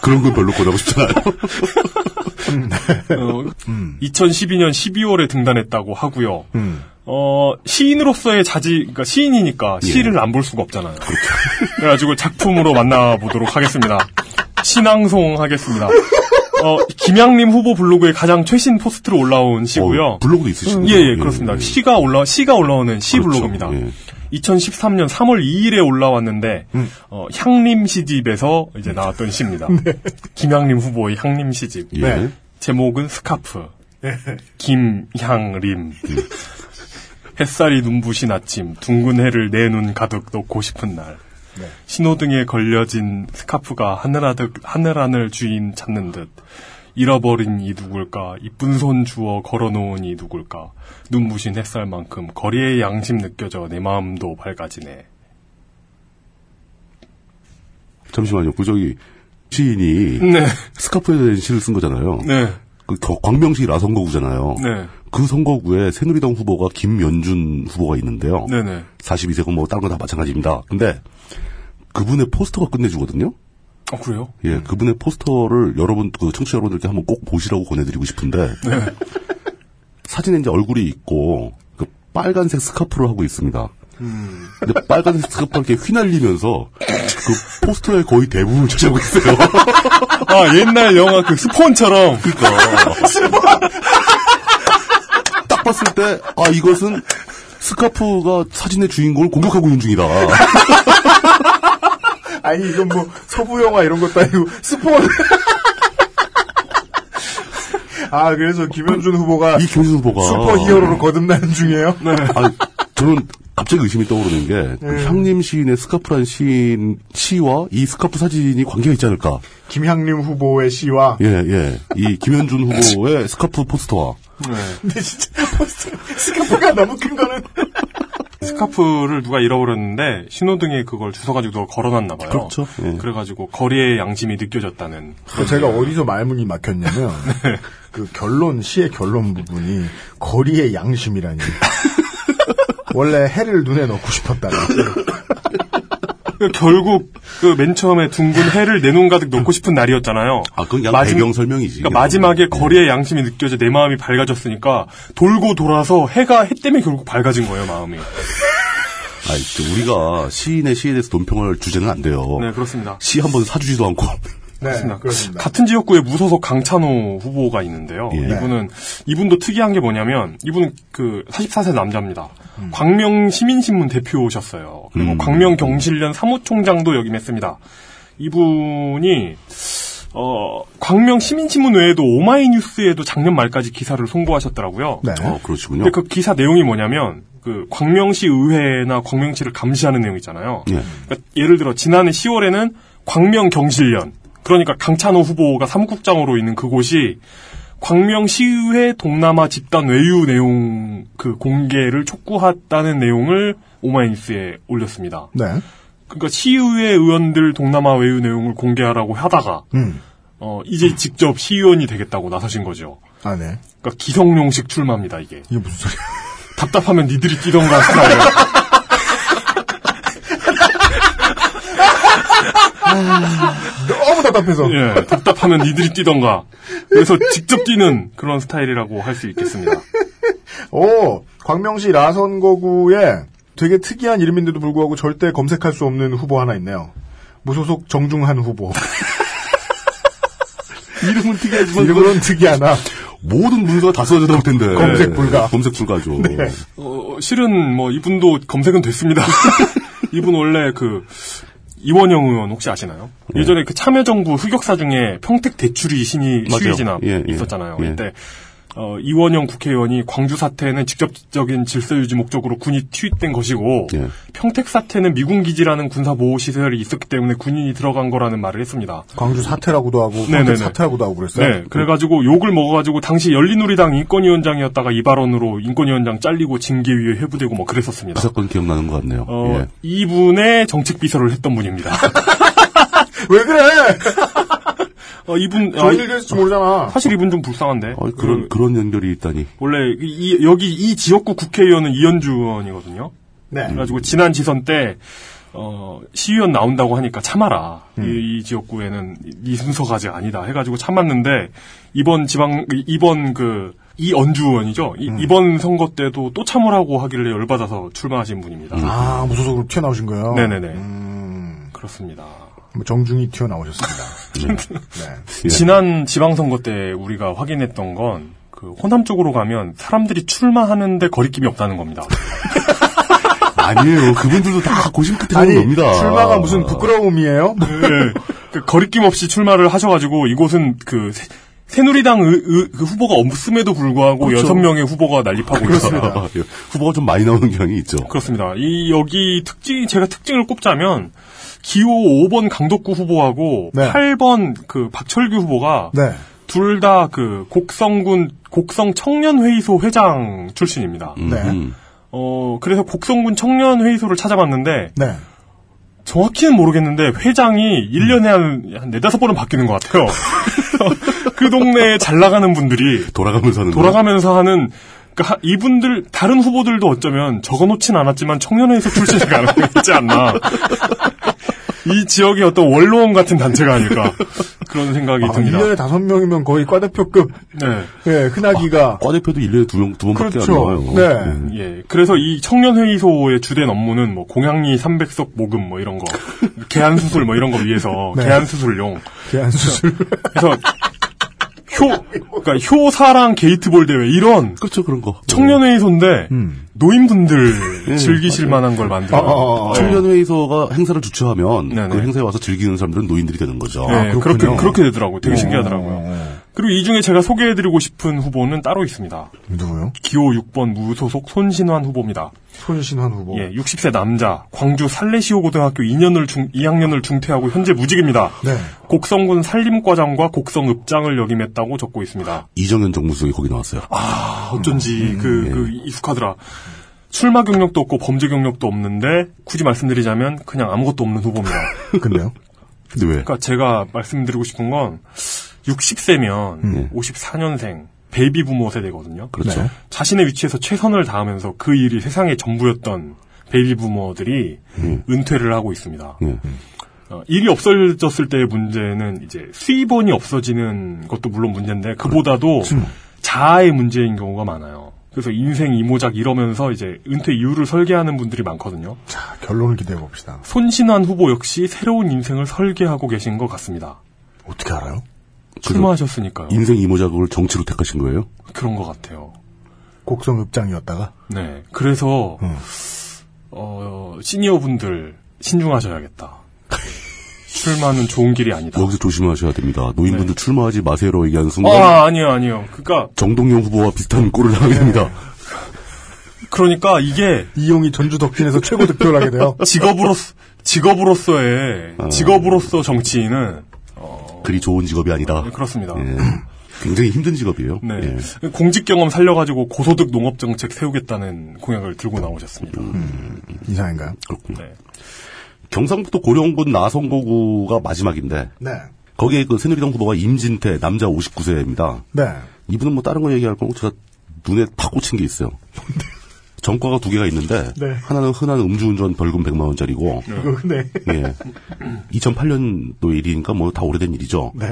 [SPEAKER 4] 그런 건 별로 권하고 싶지 않아요.
[SPEAKER 3] 어,
[SPEAKER 4] 음.
[SPEAKER 3] 2012년 12월에 등단했다고 하고요.
[SPEAKER 2] 음.
[SPEAKER 3] 어, 시인으로서의 자지, 그러니까 시인이니까
[SPEAKER 4] 예.
[SPEAKER 3] 시를 안 볼 수가 없잖아요.
[SPEAKER 4] 그렇죠.
[SPEAKER 3] 그래가지고 작품으로 만나보도록 하겠습니다. 신앙송 하겠습니다. 어, 김양림 후보 블로그에 가장 최신 포스트로 올라온 시고요.
[SPEAKER 4] 어, 블로그도 있으신가요?
[SPEAKER 3] 예,
[SPEAKER 4] 예,
[SPEAKER 3] 예, 그렇습니다.
[SPEAKER 4] 예.
[SPEAKER 3] 시가 올라, 시가 올라오는 시
[SPEAKER 4] 그렇죠.
[SPEAKER 3] 블로그입니다.
[SPEAKER 4] 예.
[SPEAKER 3] 2013년 3월 2일에 올라왔는데,
[SPEAKER 4] 음.
[SPEAKER 3] 어, 향림 시집에서 이제 나왔던 시입니다. 김양림 후보의 향림 시집.
[SPEAKER 4] 네. 예.
[SPEAKER 2] 네.
[SPEAKER 3] 제목은 스카프. 김향림.
[SPEAKER 4] 음.
[SPEAKER 3] 햇살이 눈부신 아침, 둥근 해를 내 눈 가득 넣고 싶은 날. 신호등에 걸려진 스카프가 하늘하득, 하늘하늘 주인 찾는 듯. 잃어버린 이 누굴까? 이쁜 손 주워 걸어놓은 이 누굴까? 눈부신 햇살만큼 거리의 양심 느껴져 내 마음도 밝아지네.
[SPEAKER 4] 잠시만요. 그 저기 시인이
[SPEAKER 3] 네.
[SPEAKER 4] 스카프에 대한 시를 쓴 거잖아요.
[SPEAKER 3] 네.
[SPEAKER 4] 그 겨- 광명시 라선거구잖아요.
[SPEAKER 3] 네.
[SPEAKER 4] 그 선거구에 새누리당 후보가 김연준 후보가 있는데요.
[SPEAKER 3] 네네.
[SPEAKER 4] 42세고 뭐 다른 거 다 마찬가지입니다. 근데 그분의 포스터가 끝내주거든요.
[SPEAKER 3] 어, 그래요?
[SPEAKER 4] 예,
[SPEAKER 2] 음.
[SPEAKER 4] 그분의 포스터를 여러분 그 청취자 여러분들께 한번 꼭 보시라고 권해드리고 싶은데
[SPEAKER 2] 네.
[SPEAKER 4] 사진에 이제 얼굴이 있고 그 빨간색 스카프를 하고 있습니다.
[SPEAKER 2] 음.
[SPEAKER 4] 근데 빨간색 스카프가 이렇게 휘날리면서 그 포스터의 거의 대부분을 차지하고 있어요.
[SPEAKER 3] 아, 옛날 영화 그 스폰처럼.
[SPEAKER 4] 그러니까 딱 봤을 때 아 이것은 스카프가 사진의 주인공을 공격하고 있는 중이다.
[SPEAKER 2] 아니, 이건 뭐, 서부 영화 이런 것도 아니고, 스폰! 아, 그래서 김현준 후보가
[SPEAKER 4] 이 김수 후보가
[SPEAKER 2] 슈퍼 히어로로 네. 거듭나는 중이에요?
[SPEAKER 4] 아, 저는 갑자기 의심이 떠오르는 게그
[SPEAKER 2] 네.
[SPEAKER 4] 향림 시인의 스카프란 시인 시와 이 스카프 사진이 관계가 있지 않을까?
[SPEAKER 2] 김향림 후보의 시와.
[SPEAKER 4] 예, 예. 이 김현준 후보의 스카프 포스터와
[SPEAKER 2] 근데 진짜 포스터, 스카프가 너무 큰 거는.
[SPEAKER 3] 스카프를 누가 잃어버렸는데 신호등에 그걸 주워가지고 누가 걸어놨나 봐요.
[SPEAKER 4] 그렇죠. 예.
[SPEAKER 3] 그래가지고 거리의 양심이 느껴졌다는.
[SPEAKER 2] 그 제가 어디서 말문이 막혔냐면, 그 결론, 시의 결론 부분이, 거리의 양심이라니. 원래 해를 눈에 넣고 싶었다는.
[SPEAKER 3] 그 결국 그 맨 처음에 둥근 해를 내 눈 가득 넣고 싶은 날이었잖아요.
[SPEAKER 4] 아, 그건 그냥
[SPEAKER 3] 마지막-
[SPEAKER 4] 배경 설명이지. 네.
[SPEAKER 3] 그러니까 마지막에 거리의 양심이 느껴져 내 마음이 밝아졌으니까 돌고 돌아서 해가 해 때문에 결국 밝아진 거예요 마음이. 네,
[SPEAKER 4] 아, 이제 우리가 시인의 시에 대해서 논평할 주제는 안 돼요.
[SPEAKER 3] 네 그렇습니다.
[SPEAKER 4] 시 한 번 사주지도 않고.
[SPEAKER 2] 네, 그렇습니다.
[SPEAKER 3] 같은 지역구에 무소속 강찬호 후보가 있는데요.
[SPEAKER 4] 예.
[SPEAKER 3] 이분은 이분도 특이한 게 뭐냐면 이분은 그 44세 남자입니다. 광명 시민신문 대표셨어요. 그리고
[SPEAKER 4] 음.
[SPEAKER 3] 광명 경실련 사무총장도 역임했습니다. 이분이 어 광명 시민신문 외에도 오마이뉴스에도 작년 말까지 기사를 송고하셨더라고요.
[SPEAKER 2] 네.
[SPEAKER 4] 어, 그렇군요.
[SPEAKER 3] 근데 그 기사 내용이 뭐냐면 그 광명시 의회나 광명시를 감시하는 내용 있잖아요.
[SPEAKER 4] 예.
[SPEAKER 3] 그러니까 예를 들어 지난해 10월에는 광명 경실련 그러니까 강찬호 후보가 사무국장으로 있는 그곳이 광명시의회 동남아 집단 외유 내용 그 공개를 촉구했다는 내용을 오마이뉴스에 올렸습니다.
[SPEAKER 2] 네.
[SPEAKER 3] 그러니까 시의회 의원들 동남아 외유 내용을 공개하라고 하다가
[SPEAKER 2] 음.
[SPEAKER 3] 어 이제 직접 시의원이 되겠다고 나서신 거죠.
[SPEAKER 2] 아, 네.
[SPEAKER 3] 그러니까 기성용식 출마입니다 이게.
[SPEAKER 2] 이게 무슨 소리야.
[SPEAKER 3] 답답하면 니들이 뛰던가 스타일.
[SPEAKER 2] 너무 답답해서.
[SPEAKER 3] 예, 답답하면 니들이 뛰던가. 그래서 직접 뛰는 그런 스타일이라고 할 수 있겠습니다.
[SPEAKER 2] 오, 광명시 라선거구에 되게 특이한 이름인데도 불구하고 절대 검색할 수 없는 후보 하나 있네요. 무소속 정중한 후보.
[SPEAKER 4] 이름은 특이하지만
[SPEAKER 2] 이름은 특이하나.
[SPEAKER 4] 모든 문서가 다 써져 나올 텐데. 네,
[SPEAKER 2] 검색 불가.
[SPEAKER 4] 검색 불가죠.
[SPEAKER 3] 어, 실은 뭐 이분도 검색은 됐습니다. 이분 원래 그 이원영 의원 혹시 아시나요?
[SPEAKER 4] 예.
[SPEAKER 3] 예전에 그 참여정부 흑역사 중에 평택 대출이 신이
[SPEAKER 4] 맞아요.
[SPEAKER 3] 시위진압
[SPEAKER 4] 예, 예.
[SPEAKER 3] 있었잖아요.
[SPEAKER 4] 예.
[SPEAKER 3] 이때 어, 이원영 국회의원이 광주 사태는 직접적인 질서 유지 목적으로 군이 투입된 것이고
[SPEAKER 4] 예.
[SPEAKER 3] 평택 사태는 미군 기지라는 군사 보호 시설이 있었기 때문에 군인이 들어간 거라는 말을 했습니다.
[SPEAKER 2] 광주 사태라고도 하고
[SPEAKER 3] 네네네.
[SPEAKER 2] 광주 사태라고도 하고 그랬어요.
[SPEAKER 3] 네, 그래가지고 욕을 먹어가지고 당시 열린우리당 인권위원장이었다가 이 발언으로 인권위원장 잘리고 징계위에 회부되고 뭐 그랬었습니다.
[SPEAKER 4] 그 사건 기억나는 것 같네요.
[SPEAKER 3] 어,
[SPEAKER 4] 예.
[SPEAKER 3] 이분의 정책 비서를 했던 분입니다.
[SPEAKER 2] 왜 그래?
[SPEAKER 3] 어, 이분
[SPEAKER 2] 저희 일 대해서 모르잖아.
[SPEAKER 3] 사실 이분 좀 불쌍한데.
[SPEAKER 4] 어, 그런 그런 연결이 있다니.
[SPEAKER 3] 원래 이, 여기 이 지역구 국회의원은 이현주 의원이거든요.
[SPEAKER 2] 네.
[SPEAKER 3] 그래가지고 지난 지선 때 어, 시의원 나온다고 하니까 참아라. 이, 이 지역구에는 이 순서가 아직 아니다. 해가지고 참았는데 이번 지방 이번 그 이언주 의원이죠. 이, 이번 선거 때도 또 참으라고 하길래 열받아서 출마하신 분입니다.
[SPEAKER 2] 아 무소속으로 튀어나오신 거예요.
[SPEAKER 3] 네네네.
[SPEAKER 2] 음,
[SPEAKER 3] 그렇습니다.
[SPEAKER 2] 정중히 튀어나오셨습니다. 예.
[SPEAKER 3] 지난 지방선거 때 우리가 확인했던 건, 그, 호남 쪽으로 가면 사람들이 출마하는데 거리낌이 없다는 겁니다.
[SPEAKER 4] 아니에요. 그분들도 다 고심 끝에 하는 겁니다.
[SPEAKER 2] 출마가 무슨 부끄러움이에요?
[SPEAKER 3] 네. 그 거리낌 없이 출마를 하셔가지고, 이곳은 그, 새- 새누리당 의- 의- 그 후보가 없음에도 불구하고
[SPEAKER 4] 그렇죠.
[SPEAKER 3] 여섯 명의 후보가 난립하고 있습니다.
[SPEAKER 4] 예. 후보가 좀 많이 나오는 경향이 있죠.
[SPEAKER 3] 그렇습니다. 이 여기 특징 제가 특징을 꼽자면 기호 5번 강덕구 후보하고
[SPEAKER 2] 네.
[SPEAKER 3] 8번 그 박철규 후보가
[SPEAKER 2] 네.
[SPEAKER 3] 둘 다 그 곡성군 곡성 청년회의소 회장 출신입니다.
[SPEAKER 4] 음.
[SPEAKER 2] 네.
[SPEAKER 3] 어 그래서 곡성군 청년회의소를 찾아봤는데
[SPEAKER 2] 네.
[SPEAKER 3] 정확히는 모르겠는데 회장이 1년에 한, 한 4, 5번은 바뀌는 것 같아요. 그래서 그 동네에 잘 나가는 분들이
[SPEAKER 4] 돌아가면서 하는 거예요?
[SPEAKER 3] 돌아가면서 하는 그러니까 하- 이분들 다른 후보들도 어쩌면 적어놓진 않았지만 청년회의소 출신이 가능성이 있지 않나. 이 지역의 어떤 원로원 같은 단체가 아닐까 그런 생각이
[SPEAKER 2] 아,
[SPEAKER 3] 듭니다.
[SPEAKER 2] 1년에 5명이면 거의 과대표급.
[SPEAKER 3] 네.
[SPEAKER 2] 예, 흔하기가.
[SPEAKER 4] 과 대표도 1년에 두 명, 두 번밖에
[SPEAKER 2] 그렇죠.
[SPEAKER 4] 아, 안 나와요.
[SPEAKER 2] 네.
[SPEAKER 3] 예, 그래서 이 청년회의소의 주된 업무는 뭐 공양리 300석 모금 뭐 이런 거, 개안 수술 뭐 이런 거 위해서
[SPEAKER 2] 네.
[SPEAKER 3] 개안 수술용.
[SPEAKER 2] 대한 수술.
[SPEAKER 3] 그래서 효, 그러니까 효사랑 게이트볼 대회 이런
[SPEAKER 4] 그렇죠, 그런 거.
[SPEAKER 3] 청년회의소인데
[SPEAKER 2] 음.
[SPEAKER 3] 노인분들
[SPEAKER 4] 예,
[SPEAKER 3] 즐기실 만한 걸 만들어.
[SPEAKER 2] 아, 아, 아, 아.
[SPEAKER 4] 청년회의소가 행사를 주최하면
[SPEAKER 3] 네네.
[SPEAKER 4] 그 행사에 와서 즐기는 사람들은 노인들이 되는 거죠.
[SPEAKER 3] 네, 그렇게
[SPEAKER 2] 아. 그렇군요. 어,
[SPEAKER 3] 그렇게 되더라고요. 되게 신기하더라고요. 그리고 이 중에 제가 소개해드리고 싶은 후보는 따로 있습니다.
[SPEAKER 2] 누구요?
[SPEAKER 3] 기호 6번 무소속 손신환 후보입니다.
[SPEAKER 2] 손신환 후보.
[SPEAKER 3] 예, 60세 남자, 광주 살레시오 고등학교 2년을 중, 2학년을 중퇴하고 현재 무직입니다.
[SPEAKER 2] 네.
[SPEAKER 3] 곡성군 산림과장과 곡성읍장을 역임했다고 적고 있습니다.
[SPEAKER 4] 이정현 정무수석이 거기 나왔어요.
[SPEAKER 3] 아, 어쩐지 그, 그 익숙하더라. 출마 경력도 없고 범죄 경력도 없는데 굳이 말씀드리자면 그냥 아무것도 없는 후보입니다.
[SPEAKER 2] 근데요?
[SPEAKER 4] 근데 왜?
[SPEAKER 3] 그러니까 제가 말씀드리고 싶은 건 60세면 54년생 베이비 부모 세대거든요.
[SPEAKER 4] 음. 네. 그렇죠.
[SPEAKER 2] 네.
[SPEAKER 3] 자신의 위치에서 최선을 다하면서 그 일이 세상의 전부였던 베이비 부모들이
[SPEAKER 4] 음.
[SPEAKER 3] 은퇴를 하고 있습니다.
[SPEAKER 4] 예.
[SPEAKER 3] 어, 일이 없어졌을 때의 문제는 이제 수입원이 없어지는 것도 물론 문제인데 그보다도
[SPEAKER 4] 그렇죠. 음.
[SPEAKER 3] 자아의 문제인 경우가 많아요. 그래서 인생 이모작 이러면서 이제 은퇴 이유를 설계하는 분들이 많거든요.
[SPEAKER 2] 자, 결론을 기대해 봅시다.
[SPEAKER 3] 손신환 후보 역시 새로운 인생을 설계하고 계신 것 같습니다.
[SPEAKER 2] 어떻게 알아요?
[SPEAKER 3] 출마하셨으니까요.
[SPEAKER 4] 인생 이모작을 정치로 택하신 거예요?
[SPEAKER 3] 그런 것 같아요.
[SPEAKER 2] 곡성 읍장이었다가.
[SPEAKER 4] 음.
[SPEAKER 3] 네. 그래서, 어, 시니어 분들, 신중하셔야겠다. 출마는 좋은 길이 아니다.
[SPEAKER 4] 여기서 조심하셔야 됩니다. 노인분들 출마하지 마세요라고 얘기하는 순간
[SPEAKER 3] 네. 아, 네. 아니요, 아니요. 그니까,
[SPEAKER 4] 정동영 후보와 비슷한 꼴을 당하게 됩니다.
[SPEAKER 3] 그러니까 이게
[SPEAKER 2] 이용이 전주 덕진에서 최고 득표를 하게 돼요.
[SPEAKER 3] 직업으로서, 직업으로서의,
[SPEAKER 4] 아.
[SPEAKER 3] 직업으로서 정치인은,
[SPEAKER 4] 그리 좋은 직업이 아니다.
[SPEAKER 3] 어. 네, 그렇습니다.
[SPEAKER 4] 예. 굉장히 힘든 직업이에요.
[SPEAKER 3] 네.
[SPEAKER 4] 예.
[SPEAKER 3] 공직 경험 살려가지고 고소득 농업 정책 세우겠다는 공약을 들고 나오셨습니다.
[SPEAKER 4] 음.
[SPEAKER 2] 이상인가요?
[SPEAKER 4] 그렇군요.
[SPEAKER 3] 네.
[SPEAKER 4] 경상북도 고령군 나성고구가 마지막인데
[SPEAKER 2] 네.
[SPEAKER 4] 거기에 그 새누리당 후보가 임진태 남자 59세입니다.
[SPEAKER 2] 네.
[SPEAKER 4] 이분은 뭐 다른 거 얘기할 거고 제가 눈에 팍 꽂힌 게 있어요. 전과가 두 개가 있는데
[SPEAKER 2] 네.
[SPEAKER 4] 하나는 흔한 음주운전 벌금 100만 원짜리고
[SPEAKER 2] 네.
[SPEAKER 4] 예. 2008년도 일이니까 뭐 다 오래된 일이죠.
[SPEAKER 2] 네.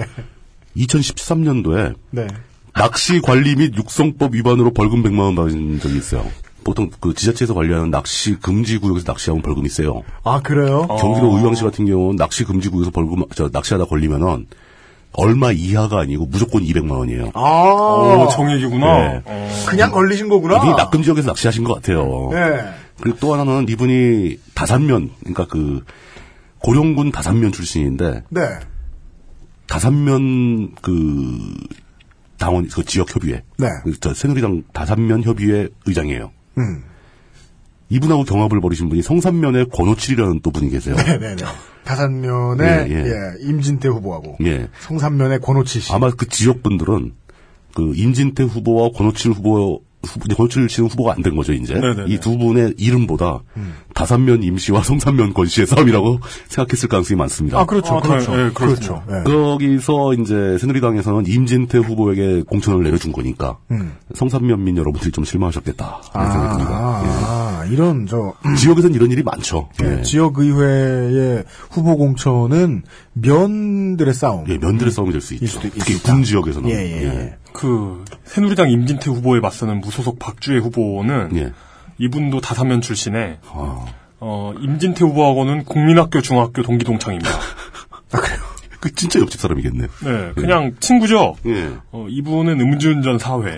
[SPEAKER 4] 2013년도에
[SPEAKER 2] 네.
[SPEAKER 4] 낚시 관리 및 육성법 위반으로 벌금 100만 원 받은 적이 있어요. 보통 그 지자체에서 관리하는 낚시 금지 구역에서 낚시하면 벌금이 세요.
[SPEAKER 2] 아, 그래요?
[SPEAKER 4] 경기도 의왕시 같은 경우는 낚시 금지 구역에서 벌금 저 낚시하다 걸리면은 얼마 이하가 아니고 무조건 200만 원이에요.
[SPEAKER 2] 아,
[SPEAKER 3] 어, 정액이구나.
[SPEAKER 4] 네.
[SPEAKER 3] 어.
[SPEAKER 2] 그냥 걸리신 거구나.
[SPEAKER 4] 이분이 낙금 지역에서 낚시하신 것 같아요.
[SPEAKER 2] 네.
[SPEAKER 4] 그리고 또 하나는 이분이 다산면 그러니까 그 고령군 다산면 출신인데
[SPEAKER 2] 네.
[SPEAKER 4] 다산면 그 당원 그 지역 협의회,
[SPEAKER 2] 네.
[SPEAKER 4] 그저 새누리당 다산면 협의회 의장이에요.
[SPEAKER 2] 음.
[SPEAKER 4] 이분하고 경합을 벌이신 분이 성산면의 권호칠이라는 또 분이 계세요.
[SPEAKER 2] 네네네. 다산면에
[SPEAKER 4] 예, 예.
[SPEAKER 2] 예, 임진태 후보하고
[SPEAKER 4] 예.
[SPEAKER 2] 성산면에 권오치 씨.
[SPEAKER 4] 아마 그 지역 분들은 그 임진태 후보와 권오칠 후보 후보, 이제 권오칠 씨는 후보가 안 된 거죠 이제
[SPEAKER 3] 네네네.
[SPEAKER 4] 이 두 분의 이름보다 다산면 임씨와 성산면 권씨의 싸움이라고 생각했을 가능성이 많습니다.
[SPEAKER 2] 아, 그렇죠.
[SPEAKER 3] 아,
[SPEAKER 2] 그렇죠.
[SPEAKER 3] 네, 네,
[SPEAKER 2] 그렇죠.
[SPEAKER 3] 그렇습니다.
[SPEAKER 2] 예.
[SPEAKER 4] 거기서 이제 새누리당에서는 임진태 후보에게 공천을 내려준 거니까
[SPEAKER 2] 음.
[SPEAKER 4] 성산면민 여러분들이 좀 실망하셨겠다 하는 생각이 듭니다.
[SPEAKER 2] 아, 아, 이런 저
[SPEAKER 4] 지역에서는 이런 일이 많죠. 예.
[SPEAKER 2] 지역의회의 후보 공천은 면들의 싸움.
[SPEAKER 4] 예, 면들의 싸움이 될 수 있죠. 특히 군 지역에서는.
[SPEAKER 2] 예, 예, 예.
[SPEAKER 3] 그 새누리당 임진태 후보에 맞서는 무소속 박주혜 후보는
[SPEAKER 4] 예.
[SPEAKER 3] 이분도 다산면 출신에
[SPEAKER 4] 아.
[SPEAKER 3] 어, 임진태 후보하고는 국민학교 중학교 동기 동창입니다.
[SPEAKER 4] 그 진짜 옆집 사람이겠네.
[SPEAKER 3] 네, 그냥 친구죠.
[SPEAKER 4] 예.
[SPEAKER 3] 어, 이분은 음주운전 사회.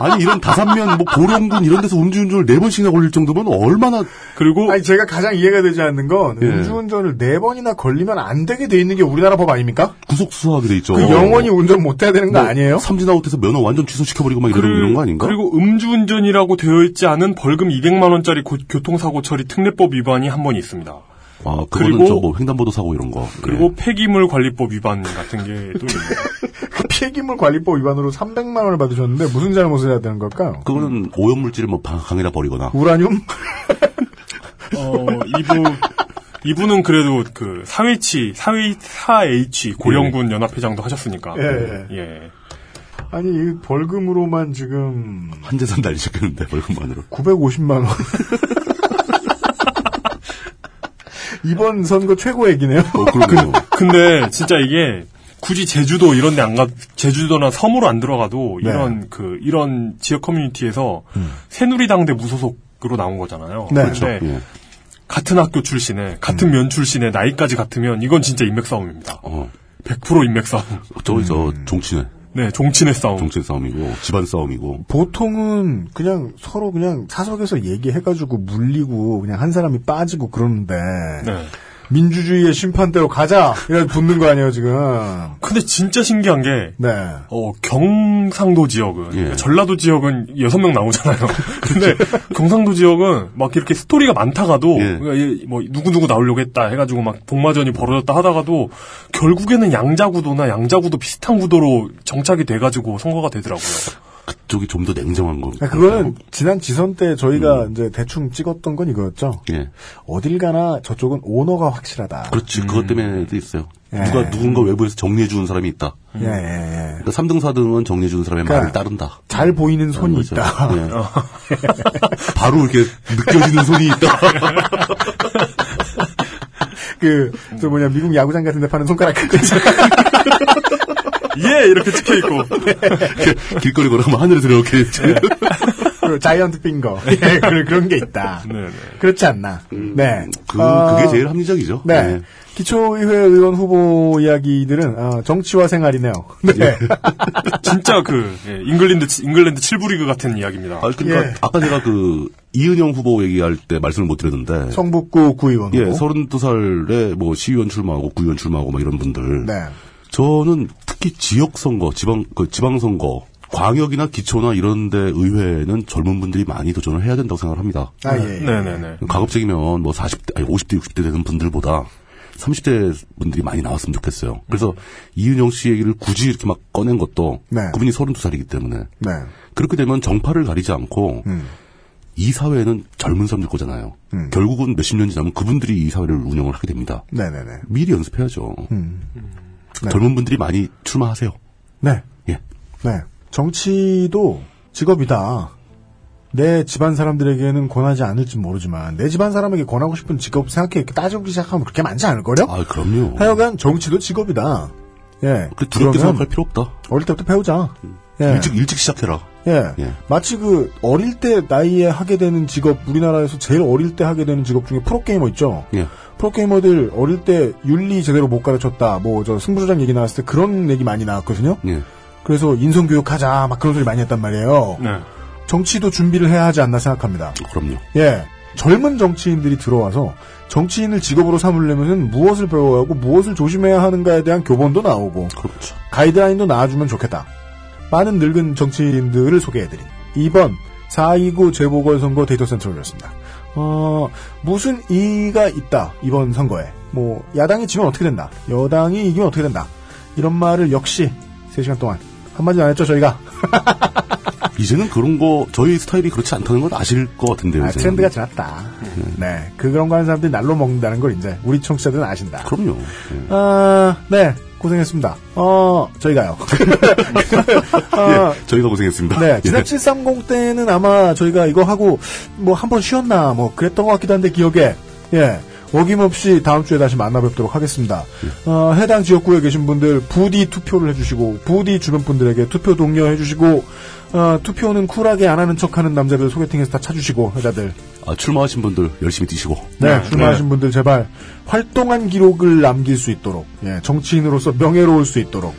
[SPEAKER 4] 아니 이런 다산면 뭐 보령군 이런 데서 음주운전을 네 번씩이나 걸릴 정도면 얼마나
[SPEAKER 3] 그리고
[SPEAKER 2] 아니 제가 가장 이해가 되지 않는 건
[SPEAKER 4] 예.
[SPEAKER 2] 음주운전을 네 번이나 걸리면 안 되게 돼 있는 게 우리나라 법 아닙니까?
[SPEAKER 4] 구속 수사하게 돼 있죠.
[SPEAKER 2] 그 영원히 운전 못 해야 되는 거
[SPEAKER 4] 어. 뭐
[SPEAKER 2] 아니에요?
[SPEAKER 4] 삼진아웃해서 면허 완전 취소시켜버리고 막 이런, 이런 거 아닌가?
[SPEAKER 3] 그리고 음주운전이라고 되어 있지 않은 벌금 200만 원짜리 고- 교통사고 처리 특례법 위반이 한 번 있습니다.
[SPEAKER 4] 아 그거는
[SPEAKER 3] 그리고-
[SPEAKER 4] 저뭐 횡단보도 사고 이런 거.
[SPEAKER 3] 그리고 폐기물 관리법 위반 같은 게 또 있네요.
[SPEAKER 2] 그 폐기물 관리법 위반으로 300만 원을 받으셨는데 무슨 잘못을 해야 되는 걸까요?
[SPEAKER 4] 그거는 오염물질을 뭐 방- 강에다 버리거나.
[SPEAKER 2] 우라늄?
[SPEAKER 3] 어, 이분 이분은 그래도 그 사회치 사회 사H 고령군 연합회장도 하셨으니까.
[SPEAKER 2] 예,
[SPEAKER 3] 예.
[SPEAKER 2] 아니 이 벌금으로만 지금
[SPEAKER 4] 한 재산 날리셨겠는데 벌금만으로.
[SPEAKER 2] 950만 원. 이번 선거 최고 얘기네요.
[SPEAKER 4] 어, 그러네요.
[SPEAKER 3] 근데 진짜 이게 굳이 제주도 이런 데 안 가, 제주도나 섬으로 안 들어가도
[SPEAKER 2] 네.
[SPEAKER 3] 이런 그, 이런 지역 커뮤니티에서 새누리당 대 무소속으로 나온 거잖아요.
[SPEAKER 2] 네.
[SPEAKER 3] 음. 그렇죠. 음.
[SPEAKER 4] 예.
[SPEAKER 3] 같은 학교 출신에, 같은 면 출신에, 나이까지 같으면 이건 진짜 인맥 싸움입니다.
[SPEAKER 4] 어.
[SPEAKER 3] 100% 인맥 싸움.
[SPEAKER 4] 저기 저
[SPEAKER 2] 음.
[SPEAKER 4] 종친회,
[SPEAKER 3] 네, 종친의 싸움.
[SPEAKER 4] 종친 싸움이고 집안 싸움이고.
[SPEAKER 2] 보통은 그냥 서로 그냥 사석에서 얘기해가지고 물리고 그냥 한 사람이 빠지고 그러는데
[SPEAKER 3] 네.
[SPEAKER 2] 민주주의의 심판대로 가자 이래 붙는 거 아니에요 지금?
[SPEAKER 3] 근데 진짜 신기한 게,
[SPEAKER 2] 네.
[SPEAKER 3] 어, 경상도 지역은, 그러니까
[SPEAKER 4] 예.
[SPEAKER 3] 전라도 지역은 여섯 명 나오잖아요. 근데 경상도 지역은 막 이렇게 스토리가 많다가도,
[SPEAKER 4] 예.
[SPEAKER 3] 그러니까 얘뭐 누구누구 나오려고 했다 해가지고 막 복마전이 벌어졌다 하다가도, 결국에는 양자구도나 양자구도 비슷한 구도로 정착이 돼가지고 선거가 되더라고요.
[SPEAKER 4] 그쪽이 좀 더 냉정한 거.
[SPEAKER 2] 아, 그거는 지난 지선 때 저희가 이제 대충 찍었던 건 이거였죠.
[SPEAKER 4] 예.
[SPEAKER 2] 어딜 가나 저쪽은 오너가 확실하다.
[SPEAKER 4] 그렇지 그것 때문에도 있어요.
[SPEAKER 2] 음. 예.
[SPEAKER 4] 누가 누군가 외부에서 정리해 주는 사람이 있다.
[SPEAKER 2] 예, 예, 예.
[SPEAKER 4] 그러니까 3등 4등은 정리해 주는 사람의
[SPEAKER 2] 그러니까
[SPEAKER 4] 말을 따른다.
[SPEAKER 2] 잘 보이는 손이
[SPEAKER 4] 그런 거죠.
[SPEAKER 2] 있다. 어.
[SPEAKER 4] 예. 바로 이렇게 느껴지는 손이 있다.
[SPEAKER 2] 그, 저 뭐냐, 미국 야구장 같은 데 파는 손가락 같은
[SPEAKER 3] 예! 이렇게 찍혀있고.
[SPEAKER 4] 이렇게 길거리 걸어가면 하늘에서 이렇게
[SPEAKER 2] 네. 그 자이언트 핑거. 예, 그- 그런 게 있다.
[SPEAKER 3] 네네.
[SPEAKER 2] 그렇지 않나. 네.
[SPEAKER 4] 그,
[SPEAKER 2] 아,
[SPEAKER 4] 그게 제일 합리적이죠. 예.
[SPEAKER 2] 네. 기초의회 의원 후보 이야기들은 아, 정치와 생활이네요. 네.
[SPEAKER 3] 진짜 그, 예, 잉글랜드, 치- 잉글랜드 7부리그 같은 이야기입니다.
[SPEAKER 4] 아, 그러니까
[SPEAKER 2] 예.
[SPEAKER 4] 아까 제가 그 이은영 후보 얘기할 때 말씀을 못 드렸는데
[SPEAKER 2] 성북구 구의원
[SPEAKER 4] 네. 예,
[SPEAKER 2] 후보.
[SPEAKER 4] 32살에 뭐 시의원 출마하고 구의원 출마하고 막 이런 분들.
[SPEAKER 2] 네.
[SPEAKER 4] 저는 특히 지역 선거, 지방 그 지방 선거, 광역이나 기초나 이런 데 의회는 젊은 분들이 많이 도전을 해야 된다고 생각을 합니다.
[SPEAKER 2] 아, 예. 예.
[SPEAKER 3] 네네네.
[SPEAKER 4] 가급적이면 뭐 40대, 아니 50대, 60대 되는 분들보다 30대 분들이 많이 나왔으면 좋겠어요. 그래서 이은영 씨 얘기를 굳이 이렇게 막 꺼낸 것도
[SPEAKER 2] 네.
[SPEAKER 4] 그분이 32살이기 때문에
[SPEAKER 2] 네.
[SPEAKER 4] 그렇게 되면 정파를 가리지 않고
[SPEAKER 2] 음.
[SPEAKER 4] 이 사회는 젊은 사람들 거잖아요. 결국은 몇십 년 지나면 그분들이 이 사회를 운영을 하게 됩니다.
[SPEAKER 2] 네네네.
[SPEAKER 4] 미리 연습해야죠.
[SPEAKER 2] 음. 네.
[SPEAKER 4] 젊은 분들이 많이 출마하세요.
[SPEAKER 2] 네.
[SPEAKER 4] 예.
[SPEAKER 2] 네. 정치도 직업이다. 내 집안 사람들에게는 권하지 않을지 모르지만 내 집안 사람에게 권하고 싶은 직업 생각해 이렇게 따져보기 시작하면 그렇게 많지 않을 걸요?
[SPEAKER 4] 아, 그럼요.
[SPEAKER 2] 하여간 정치도 직업이다. 예.
[SPEAKER 4] 그
[SPEAKER 2] 그러면
[SPEAKER 4] 두렵게 생각할 필요 없다.
[SPEAKER 2] 어릴 때부터 배우자. 예.
[SPEAKER 4] 일찍 일찍 시작해라.
[SPEAKER 2] 예.
[SPEAKER 4] 예.
[SPEAKER 2] 마치 그 어릴 때 나이에 하게 되는 직업 우리나라에서 제일 어릴 때 하게 되는 직업 중에 프로게이머 있죠.
[SPEAKER 4] 예.
[SPEAKER 2] 프로게이머들 어릴 때 윤리 제대로 못 가르쳤다. 뭐 저 승부조장 얘기 나왔을 때 그런 얘기 많이 나왔거든요.
[SPEAKER 4] 예.
[SPEAKER 2] 그래서 인성교육하자 막 그런 소리 많이 했단 말이에요.
[SPEAKER 3] 네.
[SPEAKER 2] 정치도 준비를 해야 하지 않나 생각합니다.
[SPEAKER 4] 그럼요.
[SPEAKER 2] 예. 젊은 정치인들이 들어와서 정치인을 직업으로 삼으려면 무엇을 배워야 하고 무엇을 조심해야 하는가에 대한 교본도 나오고
[SPEAKER 4] 그렇죠.
[SPEAKER 2] 가이드라인도 나와주면 좋겠다. 많은 늙은 정치인들을 소개해드린 2번 429 재보궐선거 데이터 센터였습니다. 어, 무슨 이의가 있다, 이번 선거에. 뭐, 야당이 지면 어떻게 된다, 여당이 이기면 어떻게 된다. 이런 말을 역시 3시간 동안 한마디 안 했죠, 저희가. 아,
[SPEAKER 4] 이제는 그런 거 저희 스타일이 그렇지 않다는 걸 아실 것 같은데요.
[SPEAKER 2] 아,
[SPEAKER 4] 이제는. 예.
[SPEAKER 2] 트렌드가 지났다. 네. 그런 거 하는 사람들이 날로 먹는다는 걸 이제 우리 청취자들은 아신다.
[SPEAKER 4] 그럼요. 예.
[SPEAKER 2] 아, 네. 고생했습니다. 어, 저희가요. 아,
[SPEAKER 4] 예, 저희가 고생했습니다.
[SPEAKER 2] 네, 지난
[SPEAKER 4] 예.
[SPEAKER 2] 730 때는 아마 저희가 이거 하고 뭐 한 번 쉬었나 뭐 그랬던 것 같기도 한데 기억에 예 어김없이 다음 주에 다시 만나뵙도록 하겠습니다. 어, 해당 지역구에 계신 분들 부디 투표를 해주시고 부디 주변 분들에게 투표 독려해주시고 어, 투표는 쿨하게 안 하는 척하는 남자들 소개팅에서 다 차주시고 여자들
[SPEAKER 4] 아, 출마하신 분들 열심히 뛰시고.
[SPEAKER 2] 네, 출마하신 분들 제발 활동한 기록을 남길 수 있도록 예, 정치인으로서 명예로울 수 있도록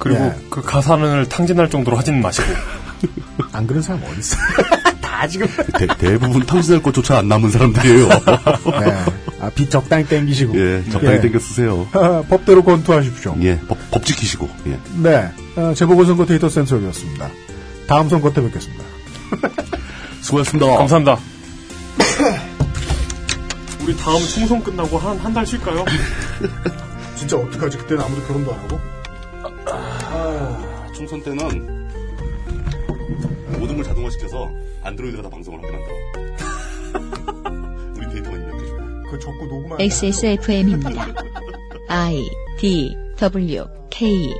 [SPEAKER 3] 그리고
[SPEAKER 2] 예.
[SPEAKER 3] 그 가사를 탕진할 정도로 하지는 마시고.
[SPEAKER 2] 안 그런 사람 어디 있어? 다 지금
[SPEAKER 4] 대, 대부분 탕진할 것조차 안 남은 사람들이에요.
[SPEAKER 2] 네. 아, 빚 적당히 땡기시고.
[SPEAKER 4] 예, 적당히
[SPEAKER 2] 예.
[SPEAKER 4] 땡겨 쓰세요.
[SPEAKER 2] 법대로 권투하십시오.
[SPEAKER 4] 예, 법, 법 지키시고. 예.
[SPEAKER 2] 네, 어, 재보궐선거 데이터 센터였습니다. 다음 선거 때 뵙겠습니다.
[SPEAKER 4] 수고하셨습니다.
[SPEAKER 3] 감사합니다. 우리 다음 총선 끝나고 한 한 달 쉴까요?
[SPEAKER 2] 진짜 어떡하지? 그때는 아무도 결혼도 안 하고?
[SPEAKER 4] 총선 때는 모든 걸 자동화시켜서 안드로이드가 다 방송을 하게 만들어. 우리 데이터만 입력해줘.
[SPEAKER 2] 그 적고 녹음한
[SPEAKER 1] XSFM입니다. I D W K